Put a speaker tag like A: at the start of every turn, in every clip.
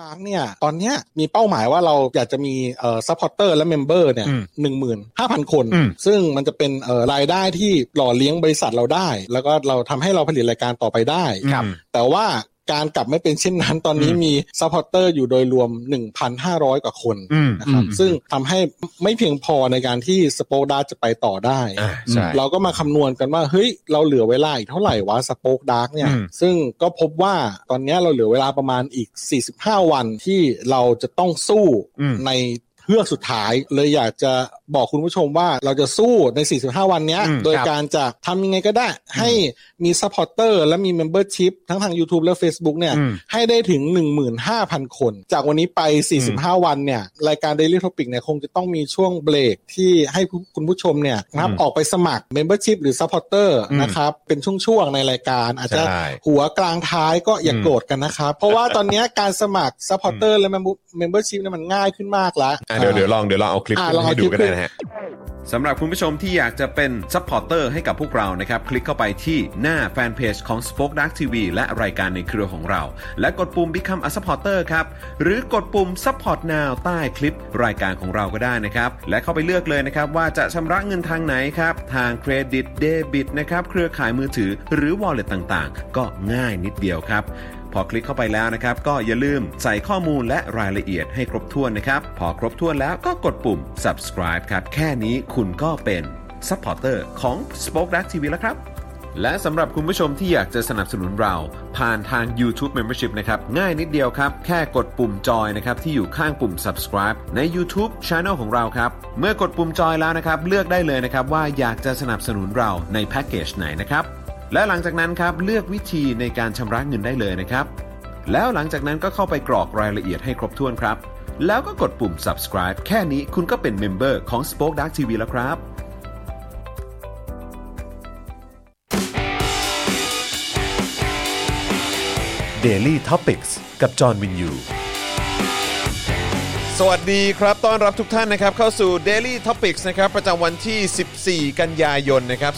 A: ดาร์กเนี่ย ตอนเนี้ยมีเป้าหมายว่าเราอยากจะมีเอ่อซัพพอร์เตอร์และเมมเบอร์เนี่ย
B: อืม
A: หนึ่งหมื่นห้าพันคน
B: อืม
A: ซึ่งมันจะเป็นเอ่อรายได้ที่หล่อเลี้ยงบริษัทเราได้ แล้วก็เราทำให้เราผลิตรายการต่อไปได้
B: ครับ
A: แต่ว่าการกลับไม่เป็นเช่นนั้น ตอนนี้
B: อืม
A: มีซัพพอร์เตอร์อยู่โดยรวม 1,500 กว่าคน
B: อืม
A: นะครับ
B: อืม
A: ซึ่งทำให้ไม่เพียงพอในการที่สโปกดาร์กจะไปต่อได้
B: อ่าใช่
A: เราก็มาคำนวณกันว่า เฮ้ย เราเหลือเวลาอีกเท่าไหร่วะสป o อ e ดาร์กเนี่ย
B: อืม
A: ซึ่งก็พบว่าตอนเนี้ยเราเหลือเวลาประมาณอีก 45 วันที่เราจะต้องสู้
B: อืม
A: ในเพื่อกสุดท้าย เลยอยากจะบอกคุณผู้ชมว่าเราจะสู้ใน 45 วันเนี้ย
B: อืม
A: โดย
B: ครับ
A: การจะทำยังไงก็ได้ ให้มีซัพพอร์เตอร์และมีเมมเบอร์ชิพทั้งทาง YouTube และ Facebook เนี่ย
B: อืม
A: ให้ได้ถึง 15,000 คน จากวันนี้ไป 45 วันเนี่ย รายการ Daily Topic เนี่ยคงจะต้องมีช่วงเบรกที่ให้ผู้คุณผู้ชมเนี่ยนะครับ
B: อืม
A: ออกไปสมัคร Membership หรือ Supporter
B: อืม
A: นะครับ เป็นช่วงๆ ในรายการ อาจจะ
B: ใช่
A: หัวกลางท้ายก็อย่า
B: อืม
A: โกรธกัน นะครับ เพราะว่าตอนเนี้ยการสมัคร Supporter และ Member- Membership เนี่ยมันง่ายขึ้นมากแล้ว
C: อ่ะเดี๋ยวเดี๋ยวลองเดี๋ยวลองเอาคลิป
A: อ่ะ
C: ขึ้น
A: ลองเอา
C: ให้ดู
A: คลิป
C: ก็ได้นะฮะ
D: สำหรับคุณผู้ชมที่อยากจะเป็นซัพพอร์เตอร์ให้กับพวกเรานะครับ คลิกเข้าไปที่หน้าแฟนเพจของ Spoke Dark TV และรายการในเครือของเรา และกดปุ่ม Become a supporter ครับ หรือกดปุ่ม support now ใต้คลิปรายการของเราก็ได้นะครับ และเข้าไปเลือกเลยนะครับว่าจะชำระเงินทางไหนครับ ทางเครดิตเดบิตนะครับ เครือข่ายมือถือหรือ wallet ต่างๆ ก็ง่ายนิดเดียวครับ พอคลิกเข้าไปแล้วนะครับ ก็อย่าลืมใส่ข้อมูลและรายละเอียดให้ครบถ้วนนะครับ พอครบถ้วนแล้วก็กดปุ่ม subscribe ครับ แค่นี้คุณก็เป็น supporter ของ Spoke Dark TV แล้วครับ และสำหรับคุณผู้ชมที่อยากจะสนับสนุนเรา ผ่านทาง YouTube Membership นะครับ ง่ายนิดเดียวครับ แค่กดปุ่มจอยนะครับ ที่อยู่ข้างปุ่ม subscribe ใน YouTube Channel ของเราครับ เมื่อกดปุ่มจอยแล้วนะครับ เลือกได้เลยนะครับว่าอยากจะสนับสนุนเราในแพ็กเกจไหนนะครับ และหลังจากนั้นครับเลือกวิธีในการชำระเงินได้เลยนะครับ แล้วหลังจากนั้นก็เข้าไปกรอกรายละเอียดให้ครบถ้วนครับ แล้วก็กดปุ่ม subscribe แค่นี้คุณก็เป็นเมมเบอร์ของ Spoke Dark TV แล้วครับ
E: Daily Topics กับจอห์นวินยู
C: สวัสดีครับ ต้อนรับทุกท่านนะครับ เข้าสู่ Daily Topics นะครับ ประจำวันที่ 14 กันยายน นะครับ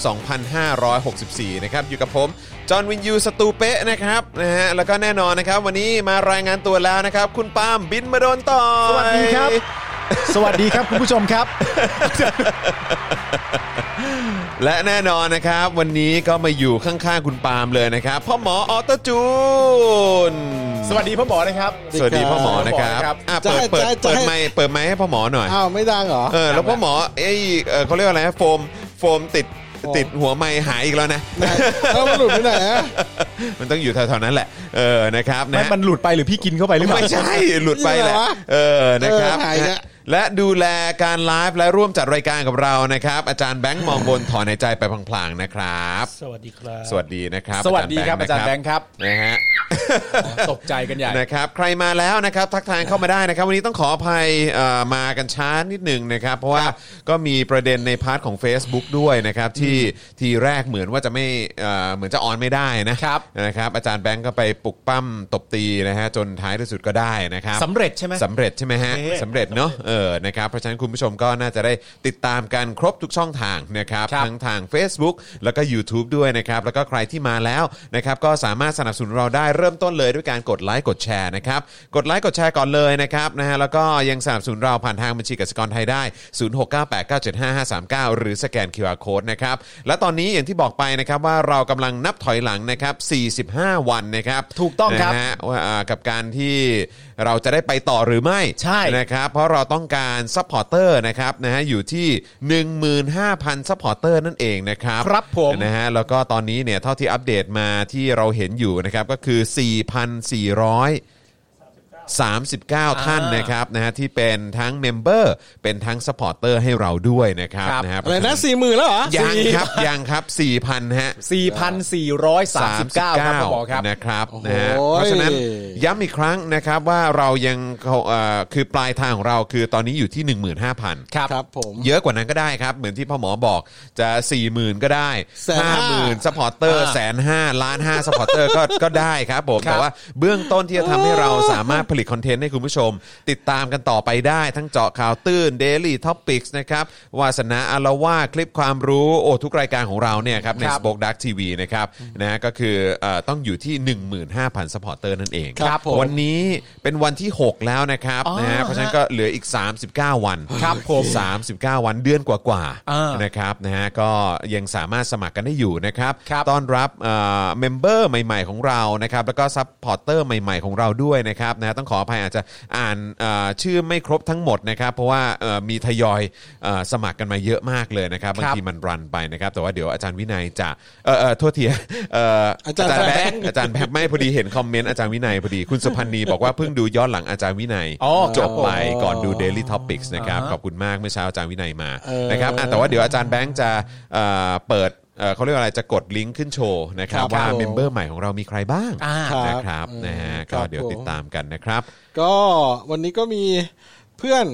C: 2564 นะครับ อยู่กับผม จอห์นวินยู สตูเปะนะครับ นะฮะ แล้วก็แน่นอนนะครับ วันนี้มารายงานตัวแล้วนะครับ คุณปาล์มบินมาโดนต่อ
B: สวัสดีครับ
F: สวัสดีครับ คุณผู้ชมครับ
C: และแน่นอนนะครับ วันนี้ก็มาอยู่ข้างๆ คุณปาล์มเลยนะครับ พ่อหมอออโตจูน
F: สวัสดีพ่อหมอนะครับ
C: สวัสดีพ่อหมอนะครับ อ่ะเปิดเปิดเปิดไมค์เปิดไมค์ให้พ่อหมอหน่อย
A: อ้าว ไม่ดังเหรอ
C: เออแล้วพ่อหมอไอ้เอ่อเขาเรียกว่าอะไรนะโฟมโฟมติด
A: โฟม
C: ติดหัวไม้หายอีกแล้วนะ
A: ไหนเอามาหลุดไปไหนอะ
C: มันต้องอยู่แถวๆนั้นแหละ เออนะครับ
F: มัน
C: นะ
F: มันหลุดไปหรือพี่กินเข้าไปหรือเปล่า
C: ไม่ใช่หลุดไปแหละ
A: นี่เหรอวะ
C: เออนะครับ
A: เออหายแล้ว
C: และดูแลการไลฟ์และร่วมจัดรายการกับเรานะครับ อาจารย์แบงค์มองบนถอนหายใจไปพลางๆนะครับ
F: สวัสดีครับ
C: สวัสดีนะครับ
F: สวัสดีครับอาจารย์แบงค์ครับ
C: นะฮะ
F: ตกใจกันใหญ่
C: นะครับใครมาแล้วนะครับทักทายเข้ามาได้นะครับ วันนี้ต้องขออภัยเอ่อมากันช้านิดหนึ่งนะครับ เพราะว่าก็มีประเด็นในพาร์ทของ Facebook ด้วยนะครับที่ทีแรกเหมือนว่าจะไม่เอ่อเหมือนจะออนไม่ได้นะครับ นะครับอาจารย์แบงก์ก็ไปปลุกปั้มตบตีนะฮะจนท้ายที่สุดก็ได้นะครับ
F: สำเร็จใช่ไหม
C: สำเร็จใช่ไหมฮะสำเร็จเนาะเออนะครับเพราะฉะนั้นคุณผู้ชมก็น่าจะได้ติดตามกันครบทุกช่องทางนะครับ
F: ครับ
C: ทั้งทาง Facebook แล้วก็ YouTube ด้วยนะครับแล้วก็ใครที่มาแล้วนะครับก็สามารถสนับสนุนเราได้เริ่มต้นเลยด้วยการกดไลค์กดแชร์นะครับกดไลค์กดแชร์ก่อนเลยนะครับนะฮะแล้วก็ยังสนับสนุนเราผ่านทางบัญชีกสิกรไทยได้ 0698975539 หรือสแกน QR Code นะครับและตอนนี้อย่างที่บอกไปนะครับว่าเรากำลังนับถอยหลังนะครับ45 วันนะครับ
F: ถูกต้องครับ
C: นะฮะ นะว่าอ่ากับการที่เราจะได้ไปต่อหรือไม่
F: ใช่
C: นะครับเพราะเราต้องการซัพพอร์เตอร์นะครับนะฮะอยู่ที่ 15,000ซัพพอร์เตอร์นั่นเองนะครับ
F: ครับผม
C: นะฮะแล้วก็ตอนนี้เนี่ยเท่าที่อัปเดตมาที่เราเห็นอยู่นะครับก็คือ 4,400 39 ท่านนะครับนะฮะที่เป็นทั้งเมมเบอร์เป็นทั้งสปอร์เตอร์ให้เราด้วยนะครับ
F: ครับ
C: นะฮะ
A: อะไรนะสี่หมื่นแล้วเหรอ
C: ยังครับยังครับ 4,000ฮะ
F: 4,439 ครับพ่อหมอครับ
C: นะครับ
A: โอ้โห
C: นะฮะเพราะฉะนั้นย้ำอีกครั้งนะครับว่าเรายังเขาเอ่อคือปลายทางของเราคือตอนนี้อยู่ที่ 15,000
F: ครับ
A: ครับผม
C: เยอะกว่านั้นก็ได้ครับ เหมือนที่พ่อหมอบอกจะ 40,000 ก็ได้
A: แสนห้า
C: 50,000สปอร์เตอร์
F: อ่า
C: แสนห้าล้านห้าสปอร์เตอร์ก็ก็ได้ครับผม แต่ว่าเบื้องต้นที่จะทำให้เราสามารถผ ลิตคอนเทนต์ให้คุณผู้ชม ติดตามกันต่อไปได้ทั้งเจาะข่าวตื้น Daily Topics นะครับวาสนาอารวาสคลิปความรู้โอ้ทุกรายการของเราเนี่ยครับใน
F: ครั
C: ส
F: บ
C: ป็อคดักทีวีนะครับนะฮะก็คือเอ่อต้องอยู่ที่ 15,000สปอร์เตอร์นั่นเอง
F: ครับผม
C: วันนี้เป็นวันที่ 6 แล้วนะครับ
F: อ๋อ
C: นะฮะเพราะฉะนั้นก็เหลืออีก 39 วัน
F: ครับผม
C: 39 วันเดือนกว่า
F: อ่า
C: ๆนะครับนะฮะก็ยังสามารถสมัครกันได้อยู่นะครับ
F: ครับ
C: ต้อนรับเมมเบอร์ใหม่ๆของเรานะครับแล้วก็ซัพพอร์เตอร์ใหม่ๆของเราด้วยนะครับนะต้องขออภัยอาจจะอ่านเอ่อชื่อไม่ครบทั้งหมดนะครับ เพราะว่าเอ่อมีทยอยเอ่อสมัครกันมาเยอะมากเลยนะครับบาง
F: ครับ
C: ทีมันรันไปนะครับ แต่ว่าเดี๋ยวอาจารย์วินัยจะเอ่อเอ่อโทษทีเอ่อ
A: อาจารย์
C: แบ
A: แบ
C: ง
A: งค์
C: ค์อาจารย์แบ งค์ไม่พอดีเห็นคอมเมนต์อาจารย์วินัยพอดีคุณสุพันธ์นีบอกว่าเพิ่งดูย้อนหลังอาจารย์วินัย
F: อ๋อครับ
C: จบไป
F: ผม
C: ก่อนดู Daily Topics นะครับ
F: อ่าฮะ
C: ขอบคุณมากเมื่อเช้าอาจารย์วินัยมานะครับอ่ะแต่ว่าเดี๋ยวอาจารย์แบงค์จะเอ่อเปิดเอ่อเขาเรียกว่าอะไรจะกดลิงก์ขึ้นโชว์นะค
A: ค
C: รับ
A: รับ
C: ว่า
A: ผม
C: เมมเบอร์ใหม่ของเรามีใครบ้าง
F: อ่า
C: นะครับนะฮะ
A: ค
C: ก็
A: รับ
C: เดี๋ยวติด
A: ผม
C: ตามกันนะครับ
A: ก็วันนี้ก็มีเพื่อน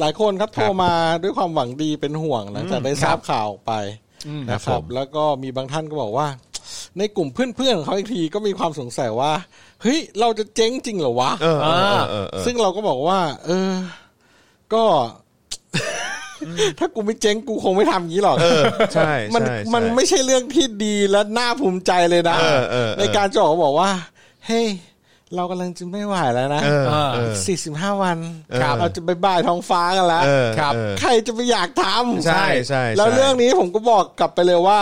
A: หลายคนครับโทรมาด้วยความหวังดีเป็นห่วงหลังจากได้ทราบข่าวไปนะค
C: ค
A: รับ
C: ผ
A: รับ
C: ม
A: แล้วก็มีบางท่านก็บอกว่า ในกลุ่มเพื่อนๆของเขาอีกทีก็มีความสงสัยว่าเฮ้ยเราจะเจ๊งจริงเหรอวะ
C: เออเออเออเออเออ
A: ซึ่งเราก็บอกว่า เออ ก็ ถ้ากูไม่เจ๊งกูคงไม่ทำอย่างนี้หรอก
C: เออใช่
A: มัน
C: ใช่ใช่
A: มันไม่ใช่เรื่องที่ดีและน่าภูมิใจเลยนะ
C: เออเออเออ
A: ในการจะออกมาบอกว่า เฮ้ยเรากำลังจะไม่ไหวแล้วนะ
C: เออเออ
A: สี่สิบห้าวัน
C: ครับ
A: เราจะไปบ่ายท้องฟ้ากันแล้ว
C: เออ
F: ครับ
C: เออ
A: ใครจะไปอยากทำ
C: ใช่ใช่ใช่
A: แล้วเรื่องนี้ผมก็บอกกลับไปเลยว่า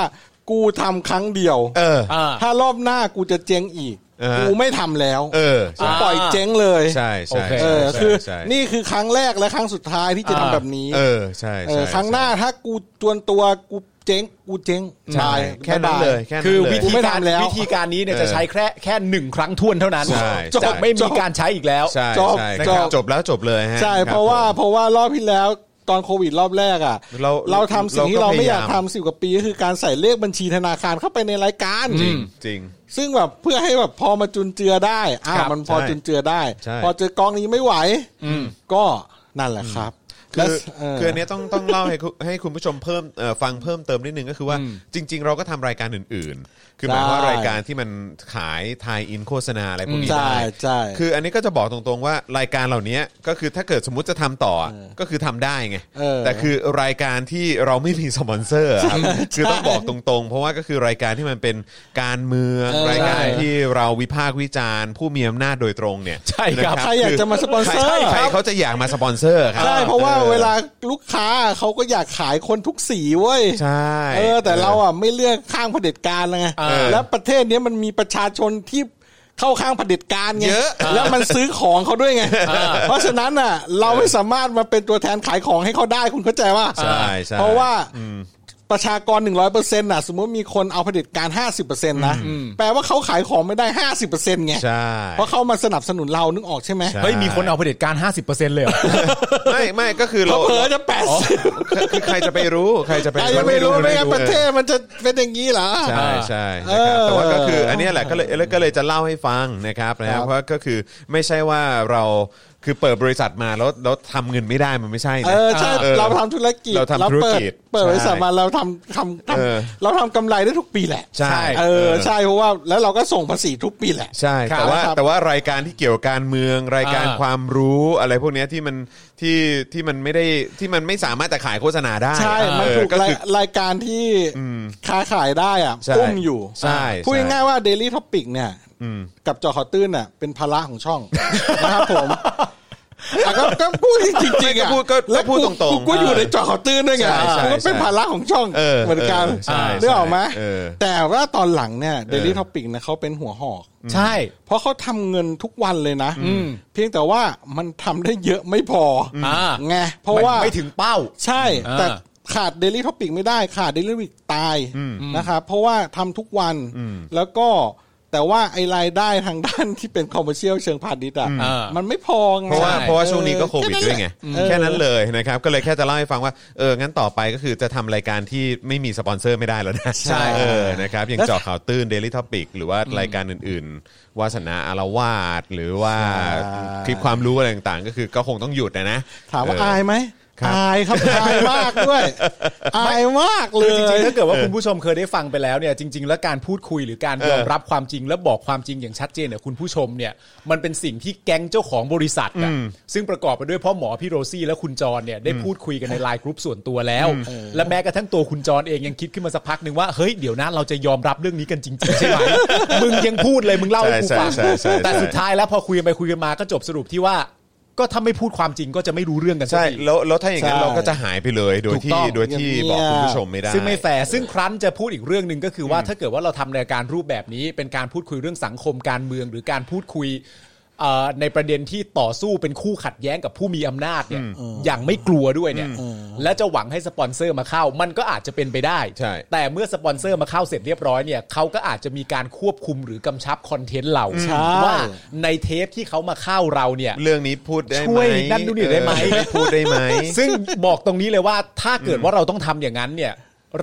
A: กูทำครั้งเดียว
C: เออ
F: อ่า
A: ถ้ารอบหน้ากูจะเจ๊งอีก
C: เออ
A: กูไม่ทำแล้ว
C: เออใช่
A: ปล่อยเจ๊งเลย
C: ใช่ใช่
F: โอเค
A: เอ
C: ใช่
A: อคือ
C: ใช่
A: นี่คือครั้งแรกและครั้งสุดท้ายที่จะ
F: อ่า
A: ทำแบบนี้
C: เออใช่
A: เอ
C: ใช่
A: อครั้งหน้าถ้ากูจวนตัวกูเจ๊งกูเจ๊ง
C: ใช่
A: ตาย
C: แค่นั้น
A: บ๊าบา
C: เลยแค่นั้น
F: คือ
C: เลย
F: วิ
A: กู
F: ธี
A: ไม่
F: การ
A: ทำแล้ว
F: วิธีการนี้เนี่ยจะใช้แค่แค่หนึ่งครั้งท่วนเท่านั้น
C: ใช่
F: จะ
C: ใช่
F: ไม่มีการใช้อีกแล้ว
C: ใช่
A: จบ
C: ใช่
A: จบ
C: จบแล้วจบเลยฮะ
A: ใช่
C: คบ
A: เพราะว่า
C: ผม
A: เพราะว่ารอบที่แล้วตอนโควิดรอบแรกอ่ะ
C: เรา
A: ทำสิ่งที่
C: เรา
A: เรา
C: ก็
A: ไม่อยาก
C: พยายาม
A: ทำสิบกว่าปีก็คือการใส่เลขบัญชีธนาคารเข้าไปในรายการ
C: จริงจริง
A: ซึ่งแบบเพื่อให้แบบพอมาจุนเจือได้อ่า
F: ครับ
A: มันพอ
C: ใช่
A: จุนเจือได้
C: ใช่
A: พอเจอกองนี้ไม่ไหวก็นั่นแหละครับ
C: คือ
A: เออ
C: คืออันเนี้ยต้องต้องเล่าให้คุณให้คุณผู้ชมเพิ่มเอ่อฟังเพิ่มเติมนิดนึงก็คือว่าจริง ๆ เราก็ทำรายการอื่น ๆ คือหมายความว่า
A: ใช่
C: รายการที่มันขายทายอินโฆษณาอะไรพวกนี้
A: ใช่
C: ได้
A: ใช่
C: คืออันนี้ก็จะบอกตรงๆว่ารายการเหล่านี้ก็คือถ้าเกิดสมมติจะทำต่ออ่ะก็คือทำได้ไง
A: เออ
C: แต่คือรายการที่เราไม่มีสปอนเซอร์อะครับคือต้องบอกตรงๆ เพราะว่าก็คือรายการที่มันเป็นการเมืองรายการที่เราวิพากษ์วิจารณ์ ผู้มีอำนาจโดยตรงเนี่ย
F: ใช่ครับ
C: นะ
A: ใครอยากจะมาสปอนเซอร์
C: ใช่ใครเขาจะอยากมาสปอนเซอร์ครับ
A: ใช่เพราะว่า
C: ออ
A: เวลาลูกค้าเขาก็อยากขายคนทุกสีเว้ย
C: ใช่
A: เออแต่เราอ่ะไม่เลือกข้างเผด็จการไง
F: เออ
A: แล้วประเทศเนี้ยมันมีประชาชนที่เข้าข้างเผด็จการไง
C: เยอะ
A: แล้วมันซื้อของเขาด้วยไงเพราะฉะนั้นอ่ะ เราไม่สามารถมาเป็นตัวแทนขายของให้เขาได้คุณเข้าใจว่า
C: ใช่ใช่
A: เพราะว่าประชากร 100%น่ะ สมมติมีคนเอาเผด็จการ 50%นะแปลว่าเขาขายของไม่ได้ 50%ไง
C: ใช่
A: เพราะเขามาสนับสนุนเรานึกออกใช่ไหม
C: ใช่
F: เฮ้ยมีคนเอาเผด็จการ 50%เลยเหรอ
C: ไม่ไม่ก็คือเรา
A: เขาเผลอจะแปดสิบ
C: คือใครจะไปรู้ใครจะไป
A: ใครจะไม่รู้ไม่งั้นประเทศมันจะเป็นอย่างนี้เหรอ
C: ใช่ใช่นะครับ
A: เออ
C: แต่ว่าก็คืออันเนี้ยแหละก็เลยก็เลยจะเล่าให้ฟังนะครับนะ
A: ค
C: ฮะ
A: รับ
C: เพราะก็คือไม่ใช่ว่าเราคือเปิดบริษัทมาแล้วแล้วทำเงินไม่ได้มันไม่ใช่นะ
A: เออใช่
C: เออ
A: เราทำธุรกิจ
C: เราทำธุรกิจ
A: เปิดเปิดบ
C: ใช่
A: ริษัทมาเราทำทำทำ
C: เออ
A: เราทำกำไรได้ทุกปีแหละ
C: ใช่
A: เออใช่เพราะว่าแล้วเราก็ส่งภาษีทุกปีแหละ
C: ใช่
F: ครับ
C: แต่ว่า
A: ครับ
C: แต่ว่ารายการที่เกี่ยวกับการเมืองรายการ
F: อ่า
C: ความรู้อะไรพวกเนี้ยที่มันที่ที่มันไม่ได้ที่มันไม่สามารถจะขายโฆษณาได้
A: ใช่
C: เออ
A: มันถูก
C: ก็
A: ราย
C: คือ
A: รายการที่ค้าขายได้อ่ะ
C: ใช่
A: อุ้มอยู่
C: ใช่
A: พูด
C: ใช่
A: ง่ายๆว่า Daily Topic เนี่ยกับจอขอตื้นน่ะเป็นภาระของ ช่อง นะครับผมแต่ก็ก็พูดจริงๆ
C: ก็
A: อ่ะ
C: พูดก็
A: แล้ว
C: ก็พูดตรงๆ
A: กูกูอยู่ในจอขอตื้นด้วยไง
C: ใช่ใช่
A: กูก็เป็น
C: ใช่
A: ภาระของช่อง
C: เออ
A: เหมือนกัน
C: เออใช่
A: เรื่องออกไหม
C: เออ
A: แต่ว่าตอนหลังเนี่ย Daily Topic นะเขาเป็นหัวหอก
F: ใช่
A: เพราะเขาทำเงินทุกวันเลยนะเพียงแต่ว่ามันทำได้เยอะไม่พออ
F: อ่า
A: ไงเพราะว่า
F: ไม่ถึงเป้า
A: ใช่
F: อ่า
A: แต่ขาด Daily Topic ไม่ได้ขาด Daily Topic ตายนะครับเพราะว่าทำทุกวันแล้วก็แต่ว่าไอรายได้ทางด้าน ที่เป็นคอมเมอร์เชียลเชิงพาณิชย์อ่ะ
F: อ่ามั
A: มันไม่พอไง
C: เพราะว่า
F: ใช่
C: เพราะว่าช่วงนี้ก็โควิด
A: แนั้น
C: ด้วยไง
A: เออ
C: แค่นั้นเลยนะครับก็เลยแค่จะเล่าให้ฟังว่าเอองั้นต่อไปก็คือจะทำรายการที่ไม่มีสปอนเซอร์ไม่ได้แล้วนะ
A: ใช่
C: เออนะครับอย่างเจาะข่าวตื้น Daily Topic หรือว่ารายการอื่นๆวาสนาอารวาสหรือว่าคลิปความรู้อะไรต่างๆ ก็คือก็คงต้องหยุดนะนะ
A: ถามว่า
C: เออ
A: อายไหม
C: ครับ
A: อายครับ อายมากด้วยอายมากเล
F: คือจริ
A: ย
F: งๆถ้าเกิดว่าคุณผู้ชมเคยได้ฟังไปแล้วเนี่ยจริง ๆ แล้วการพูดคุยหรือการยอมรับความจริงและบอกความจริงอย่างชัดเจนเนี่ยคุณผู้ชมเนี่ยมันเป็นสิ่งที่แก๊งเจ้าของบริษัทอะซึ่งประกอบไปด้วยพ่อหมอพี่โรซี่และคุณจรเนี่ยได้พูดคุยกันในไลน์กรุ๊ปส่วนตัวแล้ว และแม้กระทั่งตัวคุณจรเองยังคิดขึ้นมาสักพักหนึ่งว่าเฮ้ยเดี๋ยวนะเราจะยอมรับเรื่องนี้กันจริงๆใช่ไหม มึงยังพูดเลยมึงเล่าให้กูฟัง
C: ใช่ใช่ใช่ใช่
F: แต่สุดท้ายแล้วพอคุยกันไปคุยกันมาก็จบสรุปที่ว่า ก็ถ้าไม่พูดความจริงก็จะไม่รู้เรื่องกันสัก
C: ใช่
F: ที
C: แล้วแล้วถ้าอย่างนั้น
A: ใช่
C: เราก็จะหายไปเลยโดย
F: ถูกต้
C: ที่
F: อง
C: โดยที่
A: เงียบ
C: บอกคุณผู้ชมไม่ได้
F: ซึ่งไม่แฟร์ซึ่งครั้นจะพูดอีกเรื่องหนึ่งก็คือว่าถ้าเกิดว่าเราทำรายการรูปแบบนี้ เป็นการพูดคุยเรื่องสังคมการเมือง หรือการพูดคุยเอ่อในประเด็นที่ต่อสู้เป็นคู่ขัดแย้งกับผู้มีอำนาจเนี่ยอย่างไม่กลัวด้วยเนี่ยและจะหวังให้สปอนเซอร์มาเข้า มันก็อาจจะเป็นไปได้
C: ใช่
F: แต่เมื่อสปอนเซอร์มาเข้าเสร็จเรียบร้อยเนี่ยเขาก็อาจจะมีการควบคุมหรือกำชับคอนเทนต์เรา
A: ใช่
F: ว่าในเทปที่เขามาเข้าเราเนี่ย
C: เรื่องนี้พูดได้ไหม
F: ช่วยนั่นดูหน่อยได้ไหม
C: เออพูดได้ไหม
F: ซึ่งบอกตรงนี้เลยว่าถ้าเกิดว่าเราต้องทำอย่างนั้นเนี่ย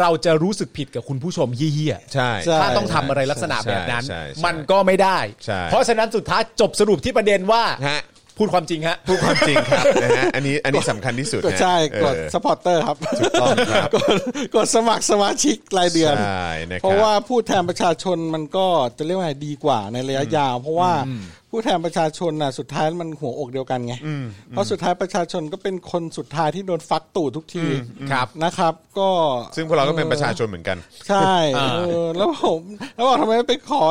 F: เราจะรู้สึกผิดกับคุณผู้ชมเยี่ยๆ
C: ใช่
A: ใช่
F: ถ้าต้องทำอะไรลักษณะแบบนั้น
C: ใช่ใช่ใช่
F: มันก็ไม่ได้
C: ใช่
F: เพราะฉะนั้นสุดท้ายจบสรุปที่ประเด็นว่า
C: ฮะ
F: พูดความจริงฮะ
C: พูดความจริง ครับนะฮะอันนี้อันนี้สำคัญที่สุด
A: ก็
C: นะ
A: ใช่กด
C: เออ
A: สปอร์เตอร์ครับ
C: ถูกต้องครับ
A: กดกดสมัครสมาชิกรายเดือน
C: ใช่นะครับ
A: เพราะว่าผู้แทนประชาชนมันก็จะเรียกว่าไงดีกว่าในระยะยาว เพราะว่าผู้แทนประชาชนน่ะสุดท้ายมันหัวอกเดียวกันไงเพราะสุดท้ายประชาชนก็เป็นคนสุดท้ายที่โดนฟักตู่ทุกที
F: ครับ
A: นะครับ ก็
C: ซึ่งพวกเราก็เป็นประชาชนเหมือนกัน
A: ใช่เออแล้วผมแล้วบอกทำไมไม่ไปขอ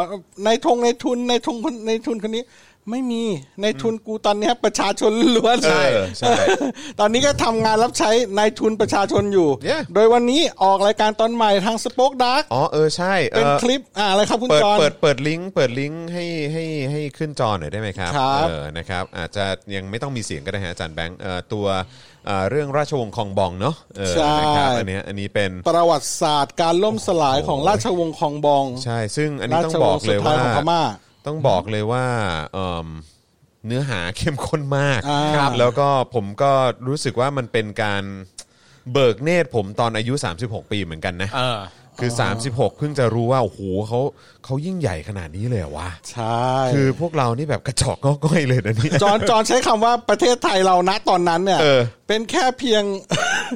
A: ในทงในทุนในทงคนในทุนคนนี้ ไม่มีในทุนกูตอนเนี้ยประชาชนล้วน
C: ใช่ใช่
A: เออตอนนี้ก็ทำงานรับใช้ในายทุนประชาชนอยู่
C: Yeah
A: โดยวันนี้ออกรายการตอนใหม่ทางสป็อคดาร์ก
C: อ๋อเออใช่
A: เป็น
C: อ่อ
A: คลิปอ่าอะไรครับคุณ
C: เปิด
A: จอน
C: เปิดเปิดลิงก์เปิดลิงก์ให้ให้ให้ขึ้นจอหน่อยได้ไหมครับ
A: ครับ
C: เออนะครับอาจจะยังไม่ต้องมีเสียงก็ได้ฮะอาจารย์แบงค์เอ่อตัวเอ่อเรื่องราชวงศ์คองบองเนาะเออ
A: ใช่
C: นะครับอันเนี้ยอันนี้เป็น
A: ประวัติศาสตร์การล่มสลายของราชวงศ์คองบอง
C: ใช่ ซึ่งอันนี้
A: ราช
C: ต้องบอกเลย
A: วงศ์สุดท้าขอ
C: ว่าย
A: งพม่า
C: ต้องบอกเลยว่าเอิ่มเนื้อหาเข้มข้นมาก
A: อ่าครับ
C: แล้วก็ผมก็รู้สึกว่ามันเป็นการเบิกเนตรผมตอนอายุ 36 ปีเหมือนกันนะ
F: เออ
C: คือ 36 เพิ่งจะรู้ว่า โอ้โหเขาเขายิ่งใหญ่ขนาดนี้เลยเหรอวะ
A: ใช่
C: คือพวกเรานี่แบบกระจอกงอกง่อยเลยนะเนี่ย
A: จอนจอนใช้คำว่าประเทศไทยเรานะตอนนั้นเนี่ย
C: เออ
A: เป็นแค่เพียง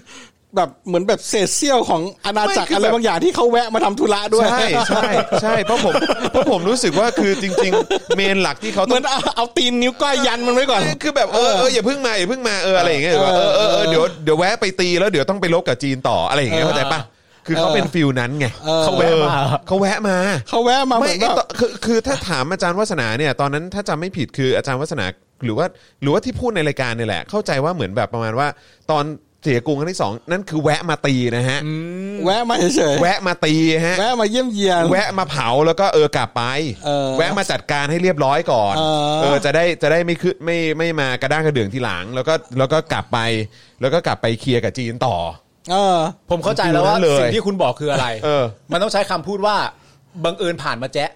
A: แบบเหมือนแบบเศษเสี้ยวของอาณาจักรอะไรบางอย่างที่เขาแวะมาทำธุระด้วย
C: ใช่ใช่ใช่เพราะผมเพราะผมรู้สึกว่าคือจริง ๆ เมนหลักที่เขา
A: เห
C: ต้
A: มือ
C: อ
A: ง นเอาเอาตีนนิ้วก้อยยันมันไว้ก่อน
C: คือแบบเออเอออย่าเพิ่งมาอย่าเพิ่งมาเอออะไรอย่างเงี้ยแบบเออเออเออเดี๋ยวเดี๋ยวแวะไปตีแล้วเดี๋ยวต้องไปลบกับจีนต่ออะไรอย่างเงี้ยเข้าใจปะคือเขาเป็นฟิลนั้นไง
A: เขาแวะมา
C: ออเขาแวะมา
A: เขาแวะมาเห
C: ไม่
A: มือนแบบ
C: ไอ้ตอนคือคือถ้าถามอาจารย์วัฒนาเนี่ยตอนนั้นถ้าจำไม่ผิดคืออาจารย์วัฒนาหรือว่าหรือว่าที่พูดในรายการเนี่ยแหละ เข้าใจว่าเหมือนแบบประมาณว่า ตอนเสียกรุงครั้งที่สองนั่นคือแวะมาตีนะฮะ
A: แวะมาเฉยๆ
C: แวะมาตีฮะ
A: แวะมาเยี่ยมเยียน
C: แวะมาเผาแล้วก็เออกลับไป
A: เออ
C: แวะมาจัดการให้เรียบร้อยก่อน
A: เออ
C: จะได้จะได้ไม่ขึ้นไม่ไม่มากระด้างกระเดื่องทีหลัง แล้วก็แล้วก็กลับไป แล้วก็กลับไปเคลียร์กับจีนต่อ
A: เออ
F: ผมเข้าใจแล้วว่า
C: ดูเลย
F: สิ่งที่คุณบอกคืออะไร
C: เออ
F: มันต้องใช้คำพูดว่าบังเอิญผ่านมาแจ๊ะ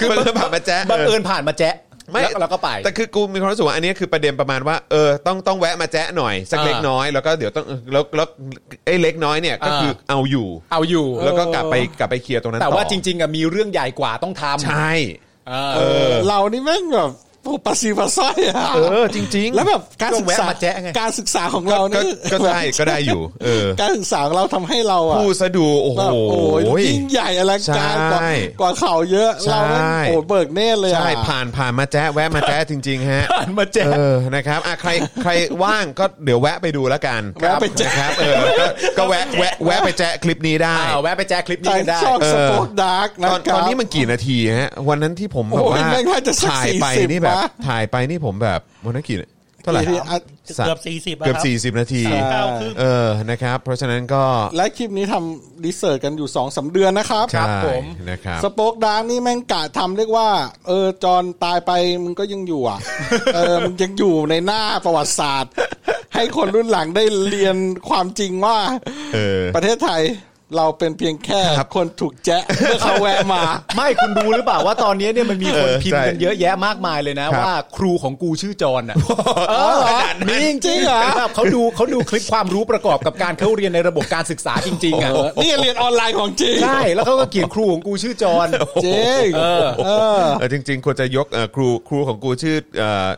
C: คือมันจะผ่านมาแจ๊ะ
F: บังเอิญผ่านมาแจ๊ะแล้วแล้วก็ไป
C: แต่คือกูมีความรู้สึกว่าอันนี้คือประเด็นประมาณว่าเออต้องต้องแวะมาแจ๊ะหน่อยสัก
F: เออ
C: เล็กน้อยแล้วก็เดี๋ยวต้องแล้วแล้วไอ้เล็กน้อยเนี่ยก็คือ
F: เออ
C: เอาอยู่
F: เอาอยู่
C: แล้วก็กลับไปกลับไปเคลียร์ตรงนั้น
F: แต่ว่าจ
C: อ
F: ริงๆอะมีเรื่องใหญ่กว่าต้องทำ
C: ใช่
F: เออ
A: เรานี่แม่งแบบโอ้ปลาซีปลาสร้อยอะ
C: เออจริง ๆ
A: แล้วแบบการ
F: ก็
A: ศึก
F: แวะ
A: ษา
F: มาแจ๊ะไง
A: การศึกษาของเรานี่
C: ก็ก็ได้ก็ได้อยู่เออ
A: การศึกษาของเราทำให้เราอะ
C: ผู้สะดูโอ้โห
A: แบบโอ้ยยิ่งใหญ่อลังการกว่า
C: ใช่
A: กว่าเขาเยอะ
C: ใช่
A: เราแม่งโอ้เบิกเนตรเลยอะ
C: ใช่ผ่านผ่านมาแจ๊ะแวะมาแจ๊ะจริง ๆ ฮะ
F: ผ่านมาแจ๊ะ
C: เออนะครับอ่ะใครใครว่างก็เดี๋ยวแวะไปดูแล้วกัน
A: แวะไปแจ๊ะ
C: นะครับเออ ก็ก็แวะแวะแวะไปแจ๊ะคลิปนี้ได้
F: เอาแวะไปแจ๊ะคลิปนี้
A: ใช่
F: กันได้
A: ช่องสปอคดาร์กนะ
C: ตอน
A: ครับ
C: ตอนนี้มันกี่นาทีฮะวันนั้นที่ผมแบบ
A: โอ้ย
C: ว่า
A: แม่งน่าจะสัก
C: ถ่ายไป
A: 40
C: นี่แบบ
A: วะ
C: ถ่ายไปนี่ผมแบบวันนั้นกี่เท่าไหร่
A: ที่อัด
C: สาม
B: เกือบสี่สิบ
C: เกือบสี่สิบนาที
B: เก้าครึ่ง
C: เออนะครับ เพราะฉะนั้นก็
A: และคลิปนี้ทำรีเสิร์ชกันอยู่สองสามเดือนนะครับ
C: ใช่
A: ผม
C: นะครับ
A: สปอคดาร์กนี่แม่งกะทำเรียกว่า เออจอนตายไปมึงก็ยังอยู่ อ่ะ เออมึงยังอยู่ในหน้าประวัติศาสตร์ ให้คนรุ่นหลังได้เรียนความจริงว่า
C: เออ
A: ประเทศไทยเราเป็นเพียงแค่คนถูกแจ๊ะเมื่อเขาแวะมา
F: ไม่คุณดูหรือเปล่าว่าตอนนี้เนี่ยมันมีคน
C: เออ
F: พิมพ์กัน
C: ใช่
F: เยอะแยะมากมายเลยนะ
C: ครับ
F: ว่าครูของกูชื่อจอนอ่ะเออ
A: ขนาดนั้น
F: มีจริงๆเหรอเขาดูเขาดูคลิปความรู้ประกอบกับการเข้าเรียนในระบบการศึกษาจริงๆอ่ะ
A: เออนี่เรียนออนไลน์ของจริง
F: ใช่แล้วเขาก็เขียนครูของกูชื่อจอน
A: จริง
F: เออ
A: เออ
C: เออจริงๆควรจะยกเอ่อครูครูของกูชื่อเอ่อ